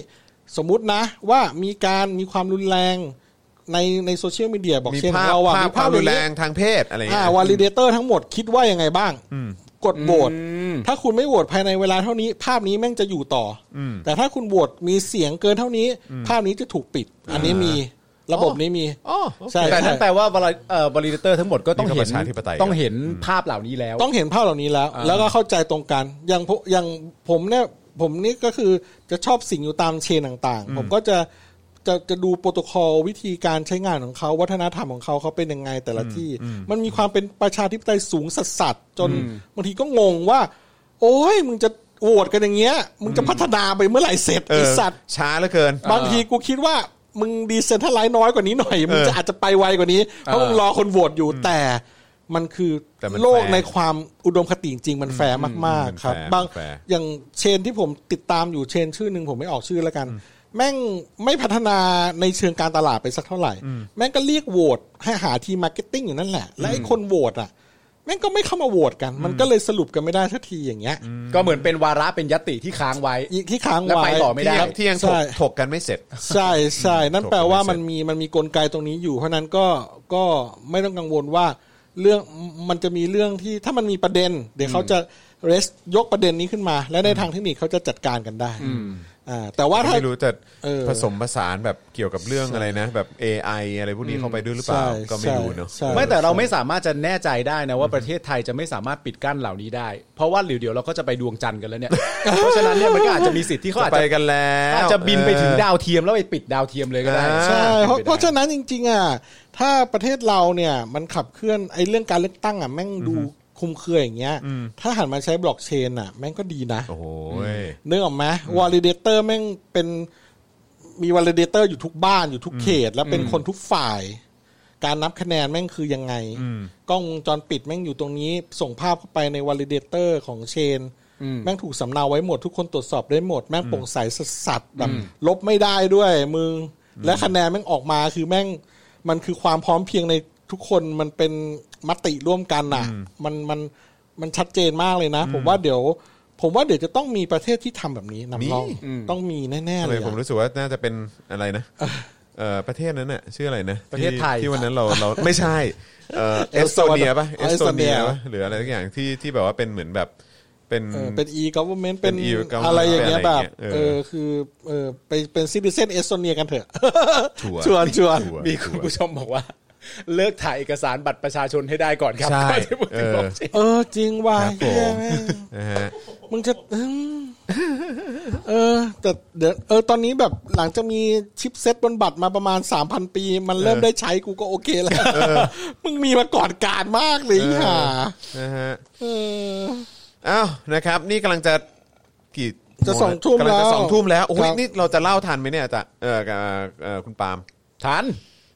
A: สมมุตินะว่ามีการมีความรุนแรง ในในโซเชียลมีเดียบอก
C: มี
A: เชนข
C: ภา
A: อง
C: พ
A: เราอะ
C: ภาพ
A: มี
C: ความ
A: อย่
C: รุน
A: นี้
C: แรงทางเพศอะไรอย่าง
A: อ่า
C: เงี้ย
A: วอลิเดเตอร์ทั้งหมดคิดว่ายังไงบ้าง กดโหวตถ้าคุณไม่โหวตภายในเวลาเท่านี้ ภาพนี้แม่งจะอยู่ต่ออแต่ถ้าคุณโหวตมีเสียงเกินเท่านี้ ภาพนี้จะถูกปิด อันนี้มีระบบนี้มี
C: อ๋อโอเค
A: ใช่
F: แต่
A: ใช่
F: นั่นแปลว่าบริเตอร์ทั้งหมดก็ต้อง
C: นี่ก็
F: เห็
C: ป
F: น
C: ระชาธิปไตย
F: ต้องเห็นภาพเหล่านี้แล้ว
A: ต้องเห็นภาพเหล่านี้แล้ว แล้วก็เข้าใจตรงกันอย่างพวกอย่างผมเนี่ยผมนี่ก็คือจะชอบสิ่งอยู่ตามเชนต่างๆ ผมก็จะจะจะดูโปรโตคอลวิธีการใช้งานของเขาวัฒนธรรมของเขาเขาเป็นยังไงแต่ละที่ มันมีความเป็นประชาธิปไตยสูงสัสสัจนบางทีก็งงว่า โอ้ยมึงจะโหวตกันอย่างเงี้ย มึงจะพัฒนาไปเมื่อไหร่เสร็จ
C: เอ
A: ไอ
C: อ
A: สัตว์
C: ช้าเหลือเกิน
A: บางทีกูคิดว่ามึงดีเซนทัลไลซ์น้อยกว่านี้หน่อย มึง
C: เออ
A: จะอาจจะไปไวกว่านี้ เพราะมึงรอคนโหวตอยู่แต่มันคือ
C: แต่มัน
A: โลก
C: แฟร์
A: ในความอุดมคติจริงๆมันแฟร์มาก
C: มัน
A: ๆครับ
C: แฟร์
A: บาง
C: มันแฟร์
A: อย่างเชนที่ผมติดตามอยู่เชนชื่อหนึ่งผมไม่ออกชื่อแล้วกัน แม่งไม่พัฒนาในเชิงการตลาดไปสักเท่าไหร่ แม่งก็เรียกโหวตให้หาทีมมาร์เก็ตติ้งอยู่นั่นแหละ และไอ้คนโหวตอ่ะแม่งก็ไม่เข้ามาโหวตกัน มันก็เลยสรุปกันไม่ได้สักทีอย่างเงี้ย
F: ก็เหมือนเป็นวาระเป็นยติที่ค้างไว้
A: อีกที่ค้าง
F: แล้ว
A: ไว้
F: ไปต่อไม่ได้
C: ที่ยังที่ยังถก
A: ใช่
C: ถกกันไม่เสร็จ
A: ใช่ใช่นั่น
C: จบ
A: แปลว่า
C: ไม่เสร็จ
A: มันมีมันมีกลไกตรงนี้อยู่ เพราะฉะนั้นก็ก็ไม่ต้องกังวลว่าเรื่องมันจะมีเรื่องที่ถ้ามันมีประเด็น เดี๋ยวเขาจะเรสยกประเด็นนี้ขึ้นมา และในทางเทคนิคเขาจะจัดการกันได้อ่าแต่ว่าถ้า
C: ไม่รู้จะ
A: เออ
C: ผสมผสานแบบเกี่ยวกับเรื่องอะไรนะ แบบ AI อะไรพวกนี้เข้าไปด้วยหรือเปล่า
A: ใช่
C: ก็ไม่รู้เนาะ
A: ใช่
F: ไม่แต่เราไม่สามารถจะแน่ใจได้นะว่าประเทศไทยจะไม่สามารถปิดกั้นเหล่านี้ได้ เพราะว่าเดี๋ยวๆเราก็จะไปดวงจันทร์กันแล้วเนี่ย เพราะฉะนั้นเนี่ยมันก็อาจจะมีสิทธิ์ที่เขาอาจ
C: ไป
F: จะ
C: กันแล้
F: อาจ
C: ว
F: จะบินไปถึงดาวเทียมแล้วไปปิดดาวเทียมเลยก็ได้
C: อ่า
A: ใช่เพราะเพราะฉะนั้นจริง ๆอ่ะถ้าประเทศเราเนี่ยมันขับเคลื่อนไอ้เรื่องการเลือกตั้งอ่ะแม่งดูคลุมเครืออย่างเงี้ยถ้าหันมาใช้บล็อกเชนอ่ะแม่งก็ดีนะ
C: โอ้โหย
A: นึกออกไหมวอล i เดเตอร์แม่งเป็นมีวอล i เดเตอร์อยู่ทุกบ้านอยู่ทุกเขต และเป็นคนทุกฝ่าย การนับคะแนนแม่งคือยังไง กล้องวงจรปิดแม่งอยู่ตรงนี้ ส่งภาพเข้าไปในวอล i เดเตอร์ของเชน แม่งถูกสำเนาไว้หมดทุกคนตรวจสอบได้หมด แม่งโปร่งใสสัสๆแบบลบไม่ได้ด้วยมึง และคะแนนแม่งออกมาคือแม่งมันคือความพร้อมเพรียงในทุกคนมันเป็นมติร่วมกันอ่ะ มันมันมันชัดเจนมากเลยนะ ผมว่าเดี๋ยว ผมว่าเดี๋ยวจะต้องมีประเทศที่ทำแบบนี้นำร่อง
C: มี
A: ต้องมีแน่ๆ
C: ทำ
A: เล
C: ไม
A: ยอะ
C: ผมรู้สึกว่าน่าจะเป็นอะไรนะเอ่อประเทศนั้นน่ะชื่ออะไรนะ
F: ประเทศไทย
C: ที่วันนั้นเราเราไม่ใช่เอ่อเอสโตเนียป่ะเอสโตเนียป่ะหรืออะไรสักอย่างที่ที่แบบว่าเป็นเหมือนแบบเป็น
A: เออเป็น e government
C: เป็
A: เป็น น
C: e-government
A: อะไรอย่างเงี้ย
C: เป็นอะไร
A: แบ
C: อบ ย่างเงี้ยเออ
A: เออคือเออไปเป็นซิติเซนเอสโตเนียกันเถอะ
C: ชัวร์
A: ชวนชวน
C: ชัวร์
F: มีคุณผู้ชมบอกว่า เลิกถ่ายเอกสารบัตรประชาชนให้ได้ก่อนครับ
C: ใช่
F: ก่อนที่พูดถึง
C: เออ
F: บล็อกเชน
A: เออจริงว่ะ
C: ครับผม
A: เหี้ยแม่ง
C: นะฮะ
A: มึงจะ อืมเออ แต่เดี๋ยวเออตอนนี้แบบหลังจะมีชิปเซ็ตบนบัตรมาประมาณ 3,000 ปี มันเริ่มได้ใช้กูก็โอเคแล้ว มึงมีมาก่อนการมากเลย
C: เออ
A: ค่ะ
C: นะฮะ
A: เออ
C: อ้าวนะครับ นี่กำลังจะกี่
A: จะสองทุ่ม
C: กำลังจะ
A: แล้ว
C: สองทุ่มแล้วโอ้
A: ค
C: ย
A: รับ
C: นี่เราจะเล่าทันไหมเนี่ยอาจะเออเอ่อเอ่อคุณปาล์ม
F: ทัน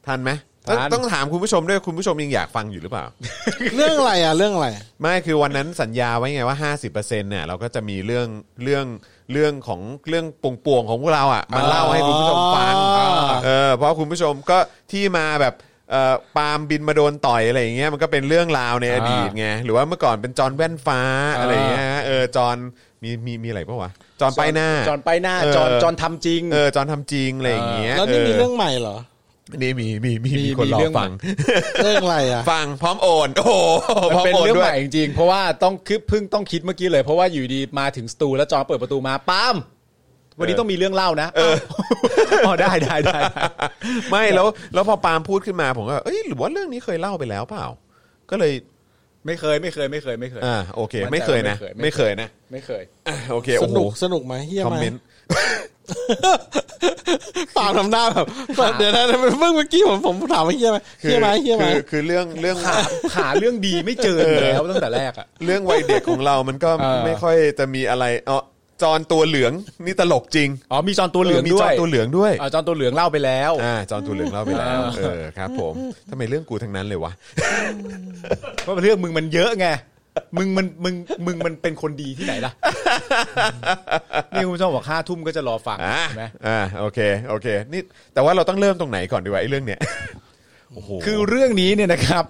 C: ทันไหม
F: ทั
C: ต้อง
F: น
C: ต้องถามคุณผู้ชมด้วยคุณผู้ชมยังอยากฟังอยู่หรือเปล่า
A: เรื่องอะไรอ่ะเรื่องอะไร
C: ไม่คือวันนั้นสัญญาไว้ไงว่า 50%เนี่ยเราก็จะมีเรื่องเรื่องเรื่องของเรื่องปวงปวงๆของพวกเราอ่ะมาเล่าให้คุณผู้ชมฟัง
A: อ๋อ
C: เออเพราะคุณผู้ชมก็ที่มาแบบเอ่อปาล์มบินมาโดนต่อยอะไรอย่างเงี้ยมันก็เป็นเรื่องราวในอดีตไงหรือว่าเมื่อก่อนเป็นจอนแว่นฟ้าอะไรอย่างเงี้ยเออจอนมีมีมีอะไรปะวะจอนไปายหน้า
F: จอนไปหน้า
C: เออ
F: จอนจอนทำจริง
C: เออจอนทำจริงอะไรอย่างเงี้ย
A: แล้วนี่มีเรื่องใหม่เหรอ
C: นี่มีมีมี
F: มี
C: มีคนรอ
F: มีเรื่อง
C: ฟัง
F: ใหม่
A: เรื่องอะไรอ่ะ
C: ฟังพร้อมโอนโอ้โห
F: มัน
C: พร้อม
F: เป็น
C: โอน
F: เรื่อง
C: ด้ว
F: ให
C: ย
F: ม่จริงๆ เพราะว่าต้องคือเพิ่งต้องคิดเมื่อกี้เลย เพราะว่าอยู่ดีมาถึงสตูแล้วจอนเปิดประตูมาปาล์มวันนี้ต้องมีเรื่องเล่านะเอออ๋อ ได้ได้ได้ได้
C: ไม่แล้วแล้วพอปาล์มพูดขึ้นมาผมก็เอ้ยหรือว่าเรื่องนี้เคยเล่าไปแล้วเปล่า ก็เลย
F: ไม่เคยไม่เคยไม่เคยไม่เคย
C: อ่าโอเค ไม่เคยนะ
F: ไม่
C: ไม่
F: เคย
C: เคยนะ
F: ไม่เคย
C: อ่ะโอเค
A: ส
C: โอ้โห
A: นุกสนุกไหมเฮีย
C: คอม
A: ไหม
C: เมนต์
A: ปากทำหน้าแบบ เดี๋ยวนะเมื่อเมื่อกี้ผมผมถามว่าเฮียไหมเฮียไหมเฮียไหม
C: คือคือเรื่องเรื่อง
F: หาหาเรื่องดีไม่เจออยู่แล้วตั้งแต่แรกอ่ะ
C: เรื่องวัยเด็กของเรามันก็
F: เออ
C: ไม่ค่อยจะมีอะไรเออจอนตัวเหลืองนี่ตลกจริง
F: อ๋อมีจอนตัวเหลือง
C: มี
F: ด้
C: จ
F: ว
C: อน
F: ย
C: ตัวเหลืองด้วย
F: อ๋อจอนตัวเหลืองเล่าไปแล้ว
C: อ่าจอนตัวเหลืองเล่าไปแล้วเออครับผมทำไมเรื่องกูทั้งนั้นเลยวะ
F: เพราะเรื่องมึงมันเยอะไง มึงมันมึงมึงมันเป็นคนดีที่ไหน ล่ะ นี่คุณผู้ชมบอกห้าทุ่มก็จะรอฟัง
C: อ่า
F: ใช่ไหม
C: อ่าโอเคโอเคนี่แต่ว่าเราต้องเริ่มตรงไหนก่อนดีวะไอ้เรื่องเนี้ยโอ้โห
F: คือเรื่องนี้เนี่ยนะครับ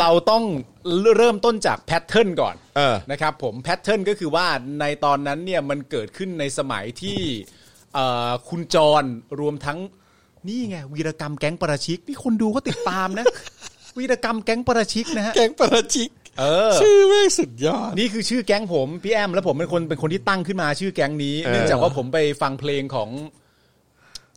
F: เราต้องเริ่มต้นจากแพทเทิร์นก่อน
C: เออ
F: นะครับผมแพทเทิร์นก็คือว่าในตอนนั้นเนี่ยมันเกิดขึ้นในสมัยที่เอ่อคุณจรรวมทั้งนี่ไงวีรกรรมแก๊งประชิกนี่คนดูก็ติดตามนะ วีรกรรมแก๊งประชิกนะฮะ
A: แก๊งประชิก
F: เออ
A: ชื่อแม่งสุดยอด
F: นี่คือชื่อแก๊งผมพี่แอมแล้วผมเป็นคนเป็นคนที่ตั้งขึ้นมาชื่อแก๊งนี้
C: เออ
F: เนื่องจากว่าผมไปฟังเพลงของ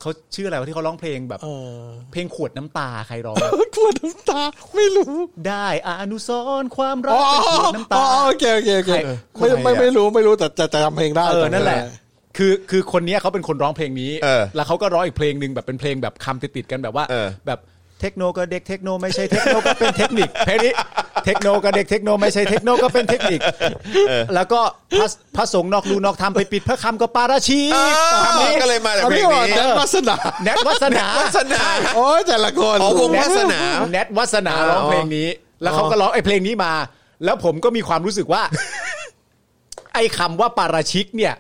F: เขาชื่ออะไรวะที่เขาร้องเพลงแบบ
A: เออ
F: เพลงขวดน้ำตาใครร้อง
A: กลัวน้ำตา ไม่รู้
F: ได้อานุสรณ์ความรัก
A: อ๋อ
F: เป็นขวดน้ำ
A: อ๋
F: ตา
A: อโอเคโอเคโอเค
F: ใคร
A: ไม่
C: คนไหน
A: ไม่
C: อะ
A: ไม่รู้ไม่รู้แต่จะจะจำเพลงได้
F: เออ
A: จำ
F: นั่นแหละ
A: ได้
F: คือคือคนเนี้ยเขาเป็นคนร้องเพลงนี้
C: เออ
F: แล้วเขาก็ร้องอีกเพลงหนึ่งแบบเป็นเพลงแบบคำติดๆกันแบบว่า
C: เออ
F: แบบเทคโนก็เด็กเทคโนไม่ใช่เทคโนก็เป็นเทคนิคเพลงนี้เทคโนก็เด็กเทคโนไม่ใช่เทคโนก็เป็นเทคนิคแล้วก็พระพระสงฆ์นอกรูนอกธรรมไปปิดพระคำก็ปาราชีกคำนี้
C: ก็เลยมาจาก
A: เอา
C: เพล
A: พี่
C: ง
A: ว่า
C: นี้
A: แดนวาสนา
F: แนทวัสนา
C: วัสนา
A: โอ้ยแต่ละคน
C: อ๋อวง
A: แนท
C: วัสนา
F: แนทวัสนาร้องเพลงนี้ แล้วเขาก็ร้องไอ้เพลงนี้มา แล้วผมก็มีความรู้ สึกว่า ไอ้คำว่าปาราชิกเนี่ย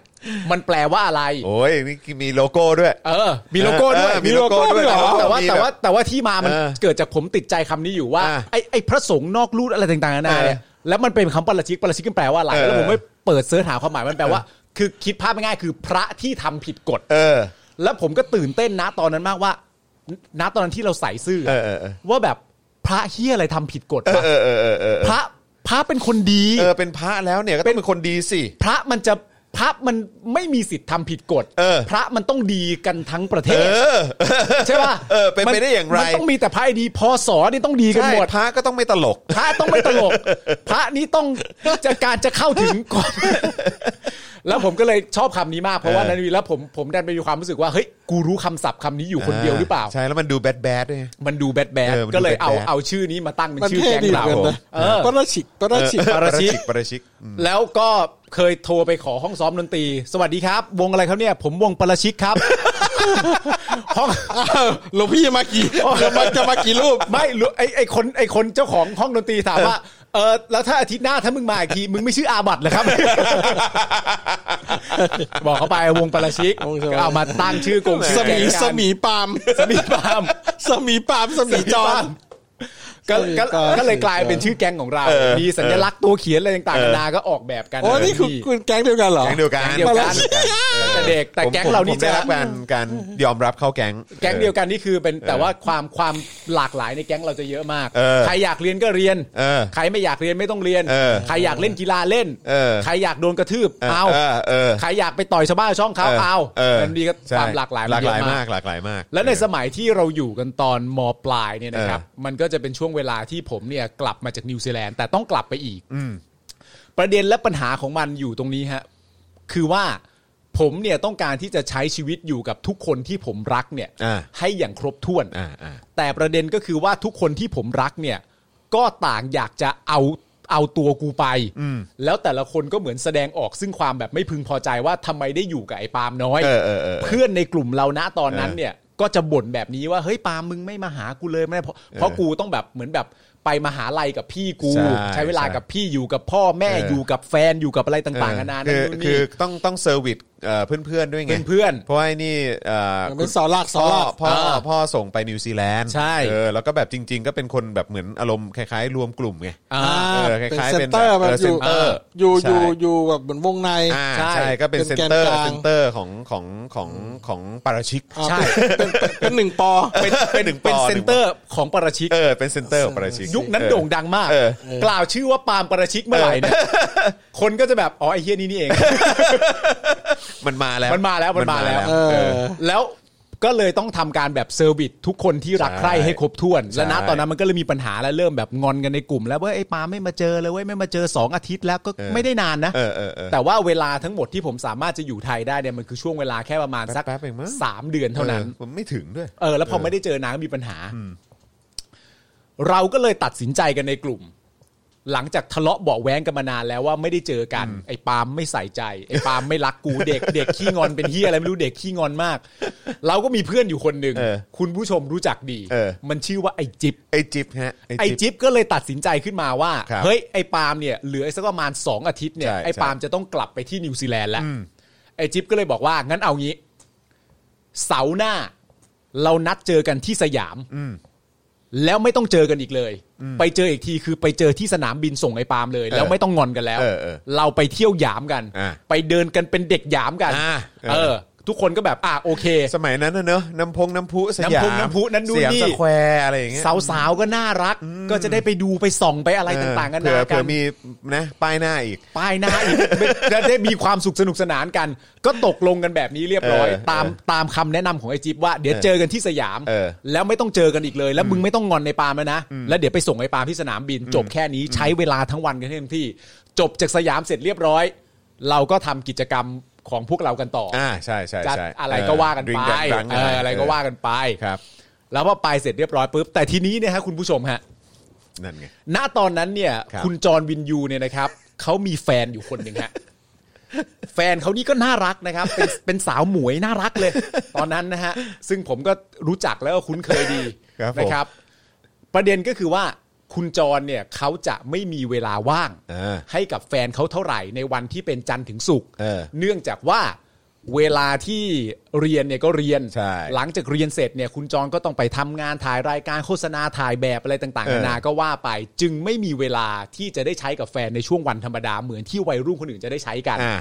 F: มันแปลว่าอะไร
C: โอ้ยนี่มีโลโก้ด้วย
F: เออ มีโลโก้ด้วย
C: เออมีโลโก้ด้วยเหรอ
F: แต่ว่าแต่ว่าแต่ว่าที่มามัน
C: เออ
F: เกิดจากผมติดใจคำนี้อยู่ว่า
C: อ่ะ
F: ไอ้ไอ้พระสงฆ์นอกรูดอะไรต่างๆนานาเนี่ย
C: เออ
F: แล้วมันเป็นคำปาราชิกปาราชิกมันแปลว่าอะไร
C: เออ
F: แล้วผมไม่เปิดเสิร์ชหาความหมายมันแปลว่า คือคิดภาพง่ายๆคือพระที่ทำผิดกฎ
C: เออ
F: แล้วผมก็ตื่นเต้นนะตอนนั้นมากว่าณตอนนั้นที่เราใส่ซื่ออะ
C: เออเออเออ
F: ว่าแบบพระเฮียอะไรทำผิดกฎ
C: เออ
F: วะ
C: เออเออเออเออ
F: พระพระเป็นคนดี
C: เออเป็นพระแล้วเนี่ยก็ต้องเป็นคนดีสิ
F: พระมันจะพระมันไม่มีสิทธิ์ทำผิดกฎ
C: เออ
F: พระมันต้องดีกันทั้งประเท
C: เอ
F: ศ
C: อ
F: ใช่ป่ะ
C: เออเป็นไปได้อย่างไร
F: มันต้องมีแต่พระดีพอสอนี่ต้องดีกัน
C: ใช่
F: หมด
C: พระก็ต้องไม่ตลก
F: พระต้องไม่ต ลก พระนี้ต้องจะการจะเข้าถึง ก่อนแล้วผมก็เลยชอบคำนี้มากเพราะว่า
C: เออ
F: นั้นวีแล้วผมผมดันไปมีความรู้สึกว่าเฮ้ยกูรู้คำศัพท์คำนี้อยู่คนเดียวหรือเปล่า
C: ใช่แล้วมันดูแบดแบดด้วย
F: มันดูแบดแบด
C: เออมันดู
F: ก็เลยเอา
C: bad bad
F: เอาชื่อนี้มาตั้งเป็น
A: มัน
F: ชื่อ
A: เท่
F: แก๊ง
A: ดีเหมื
F: เรา
A: อนกันนะ
F: เออ
A: ประชิกประชิก
C: เออ
F: ประชิก
C: ประชิกอืม
F: แล้วก็เคยโทรไปขอห้องซ้อมดนตรี สวัสดีครับ วงอะไรครับเนี่ย ผมวงปาราชิก ครับ ห้อง
A: อ้าวหลวงพี่จะมากี่จะมาจะมากี่รูป
F: ไม่รู้ไอไอคนไอคนเจ้าของห้องดนตรีถามว่าเออแล้วถ้าอาทิตย์หน้าถ้ามึงมาอีกทีมึงไม่ชื่ออาบัตเหรอครับ บอกเขาไปวงปาราชิก
A: วงปาราชิก
F: ก็เอามาตั้งชื่อกลุ่มชื่
A: ส
F: อแก๊
A: มี
F: งกัน
A: สมีปาล์ม
F: สมีปาล์ม
A: สมีปาล์มสมีจอน
F: ก็ก็
A: ก็
F: ก็เลยกลายเป็นชื่อแก๊งของเรา มีสัญลักษณ์ตัวเขียนอะไรต่างๆนานาก็ออกแบบกัน
A: โอ้นี่คือ
F: ที่
A: คุณแก๊งเดียวกันเหรอ
C: แก๊งเดียวกัน
F: แก๊งเดียว
A: แก๊งเดียว
F: กัน
A: กัน
F: แต่เด็กแต่
C: ผม
F: แก๊งเรานี่
C: ผม
F: จะ
C: ได้รับการการยอมรับเข้าแก๊ง
F: แก๊งเดียวกันนี่คือเป็นแต่ว่าความความหลากหลายในแก๊งเราจะเยอะมาก
C: เออ
F: ใครอยากเรียนก็เรียน
C: เออ
F: ใครไม่อยากเรียนไม่ต้องเรียน
C: เออ
F: ใครอยากเล่นกีฬาเล่น
C: เออ
F: ใครอยากโดนกระทืบ
C: เออ
F: เอา
C: เออเออ
F: ใครอยากไปต่อยชาวบ้านชาวช่องเขาเอา
C: เออ
F: มันมีก็
C: ใช่
F: ความหลากหลาย
C: ห
F: มั
C: ลาน ก
F: เย
C: หลา
F: อะมาม
C: ยาก กหลากหลายมาก
F: และในสมัยที่เราอยู่กันตอนมปลายเนี่ยนะครับ
C: เออ
F: มันก็จะเป็นช่วงเวลาที่ผมเนี่ยกลับมาจากนิวซีแลนด์แต่ต้องกลับไปอีกประเด็นและปัญหาของมันอยู่ตรงนี้ฮะคือว่าผมเนี่ยต้องการที่จะใช้ชีวิตอยู่กับทุกคนที่ผมรักเนี่ย
C: อ่า
F: ให้อย่างครบถ้วน
C: อ่าอ่า
F: แต่ประเด็นก็คือว่าทุกคนที่ผมรักเนี่ย ก็ต่างอยากจะเอาเอาตัวกูไป แล้วแต่ละคนก็เหมือนแสดงออกซึ่งความแบบไม่พึงพอใจว่าทำไมได้อยู่กับไอ้ปาล์มน้อย
C: เออเออเออ
F: เพื่อนในกลุ่มเราณตอนนั้นเนี่ย ก็จะบ่นแบบนี้ว่าเฮ้ยปาล์มมึงไม่มาหากูเลยไม่ได้เพราะเพราะกูต้องแบบเหมือนแบบไปมหาลัยกับพี่กู
C: ใช่
F: ใช้เวลา
C: ใช่
F: กับพี่อยู่กับพ่อแม่
C: เอออ
F: อยู่กับแฟนอยู่กับอะไรต่างๆนานา
C: เออ
F: นั่น
C: คือคื
F: นู่น
C: อ
F: นี่
C: ต้องต้องเซอร์วิสเอ่อเพื่อนๆด้วยไง
F: เพื่อน
C: เพราะไอ้นี่เอ่อ
A: มันเป็นเสาหลัก
C: พ่
A: เสา
C: อ
A: หลัก
C: พ่อ
F: อ่า
C: พ่อส่งไปนิวซีแลนด์
F: ใช่
C: เออแล้วก็แบบจริง ๆ ก็เป็นคนแบบเหมือนอารมณ์คล้ายๆ รวมกลุ่มไง
F: ๆอ่า
C: เออคล้ายๆ
A: เซ็
C: เป็น
A: น
C: แบบ
A: เตอร์แบบ
C: เออ
A: อยู่อ
C: center
A: ยู่อ
C: ใช่
A: ยู่อยู่แบบเหมือนวงใน
C: อ่า
F: ใช่
C: ใช่ก็เป็น
A: เป็
C: เซ็
A: น
C: นเตอร์
A: แกนกลาง
C: เซ็นเตอร์ของของของของปาราชิก
A: อ่าเป็นเป็นเป็นหนึ่งปอ
F: เป็นเป็น
C: หนึ่งปอหนึ่งปอ
F: เป็นเซนเตอร์ของปาราชิก
C: เออเป็นเซ็นเตอร์ของปาราชิก
F: ยุคนั้นโด่งดังมาก
C: เออ
F: กล่าวชื่อว่าปาล์มปาราชิกเมื่อไหร่เนี่ยคนก็จะแบบอ๋อไอ้เฮียนี่นี่เอง
C: มันมาแล้ว
F: มันมาแล้วมันมาแล้ว
A: เอ
C: เออ
A: อ
F: แล้วก็เลยต้องทำการแบบเซอร์วิสทุกคนที่รักใคร่ให้ครบถ้วน และนะตอนนั้นมันก็เลยมีปัญหาแล้วเริ่มแบบงอนกันในกลุ่ม แล้วเว่าไอ้ปาล์มไม่มาเจอเลยเว้ยไม่มาเจอ 2 อาทิตย์แล้วก็
C: เออ
F: ไม่ได้นานนะ
C: เออเออเออ
F: แต่ว่าเวลาทั้งหมดที่ผมสามารถจะอยู่ไทยได้เนี่ยมันคือช่วงเวลาแค่ประมาณสัก
C: แป๊บๆเองมั้ง
F: สามเดือนเท่านั้
C: อ
F: น
C: อผมไม่ถึงด้วย
F: เออแล้วพอไม่ได้เจอนางก็มีปัญหา เราก็เลยตัดสินใจกันในกลุ่ม หลังจากทะเลาะเบาะแว้งกันมานานแล้วว่าไม่ได้เจอกัน ไอ้ปาล์มไม่ใส่ใจไอ้ปาล์มไม่รักกูเด็ก เด็กขี้งอนเป็นเฮียอะไรไม่รู้เด็กขี้งอนมาก เราก็มีเพื่อนอยู่คนหนึ่ง
C: เออ
F: คุณผู้ชมรู้จักดี
C: เออ
F: มันชื่อว่าไอ้จิ๊บ
C: ไอจิ๊บฮะ
F: ไอ้จิ๊บก็เลยตัดสินใจขึ้นมาว่า
C: ครับ
F: เฮ้ยไอ้ปาล์มเนี่ยเหลืออีกสักประมาณสองอาทิตย์เนี่ย
C: ใช่
F: ไอ้
C: ใช่
F: ปาล์มจะต้องกลับไปที่นิวซีแลนด์แล้วไอ้จิ๊บก็เลยบอกว่างั้นเอางี้ เสาร์หน้า เรานัดเจอกันที่สยาม
C: อืม
F: แล้วไม่ต้องเจอกันอีกเลย ไปเจออีกทีคือไปเจอที่สนามบินส่งไอ้ปาล์มเลย แล้วไม่ต้องงอนกันแล้ว
C: เออเออ
F: เราไปเที่ยวหยามกัน
C: อ่ะ
F: ไปเดินกันเป็นเด็กหยามกัน
C: อ่ะเออ
F: เออ ทุกคนก็แบบอ่ะโอเค
C: สมัยนั้นนะเนอะน้ำพงน้ำพุสยาม
F: น้ำพงน้ำพุนั้นนู่น
C: สยาม
F: นี่
C: สแควร์อะไรอย่างเงี้ย
F: สาวๆก็น่ารัก ก็จะได้ไปดูไปส่องไปอะไร
C: เออ
F: ต่างๆกัน
C: เผื่อ
F: นะกั
C: เผื่อมีนะป้ายหน้าอีก
F: ป้ายหน้าอีกจะได้มีความสุขสนุกสนานกัน ก็ตกลงกันแบบนี้เรียบร้อย
C: เออ
F: ตามตามคำแนะนำของไอจิ๊บว่าเดี๋ยวเจอกันที่สยาม
C: เออ
F: แล้วไม่ต้องเจอกันอีกเลย แล้วมึงไม่ต้องงอนในปาล์มแล้วนะ แล้วเดี๋ยวไปส่งไอ้ปาล์มที่สนามบิน จบแค่นี้ใช้เวลาทั้งวันกันให้เต็มที่ จบจากสยามเสร็จเรียบร้อย เราก็ทำกิจกรรมของพวกเรากันต่ออ
C: อ่าใช่ใช่
F: จะ
C: ใช่
F: อะไรก็ว่ากัน
C: เ drink
F: ไป
C: and drunk
F: เอออะไรก็ว่ากันไป
C: ครับ
F: แล้วพอไปเสร็จเรียบร้อยปุ๊บแต่ทีนี้เนี่ยฮะคุณผู้ชมฮะ
C: นั่นไง
F: ณตอนนั้นเนี่ย
C: ครับ
F: คุณจรวินยูเนี่ยนะครับ เขามีแฟนอยู่คนหนึ่งฮะ แฟนเขานี่ก็น่ารักนะครับ เป็นเป็นสาวหมวยน่ารักเลย ตอนนั้นนะฮะ ซึ่งผมก็รู้จักแล้วก็คุ้นเคยดีนะครับ ประเด็นก็คือว่าคุณจรเนี่ยเขาจะไม่มีเวลาว่าง
C: เออ
F: ให้กับแฟนเขาเท่าไหร่ในวันที่เป็นจันทร์ถึงศุกร์
C: เออ
F: เนื่องจากว่าเวลาที่เรียนเนี่ยก็เรียน
C: ใช่
F: หลังจากเรียนเสร็จเนี่ยคุณจรก็ต้องไปทำงานถ่ายรายการโฆษณาถ่ายแบบอะไรต่าง
C: เออ
F: ๆนานาก็ว่าไป จึงไม่มีเวลาที่จะได้ใช้กับแฟนในช่วงวันธรรมดาเหมือนที่วัยรุ่นคนอื่นจะได้ใช้กัน
C: อ่า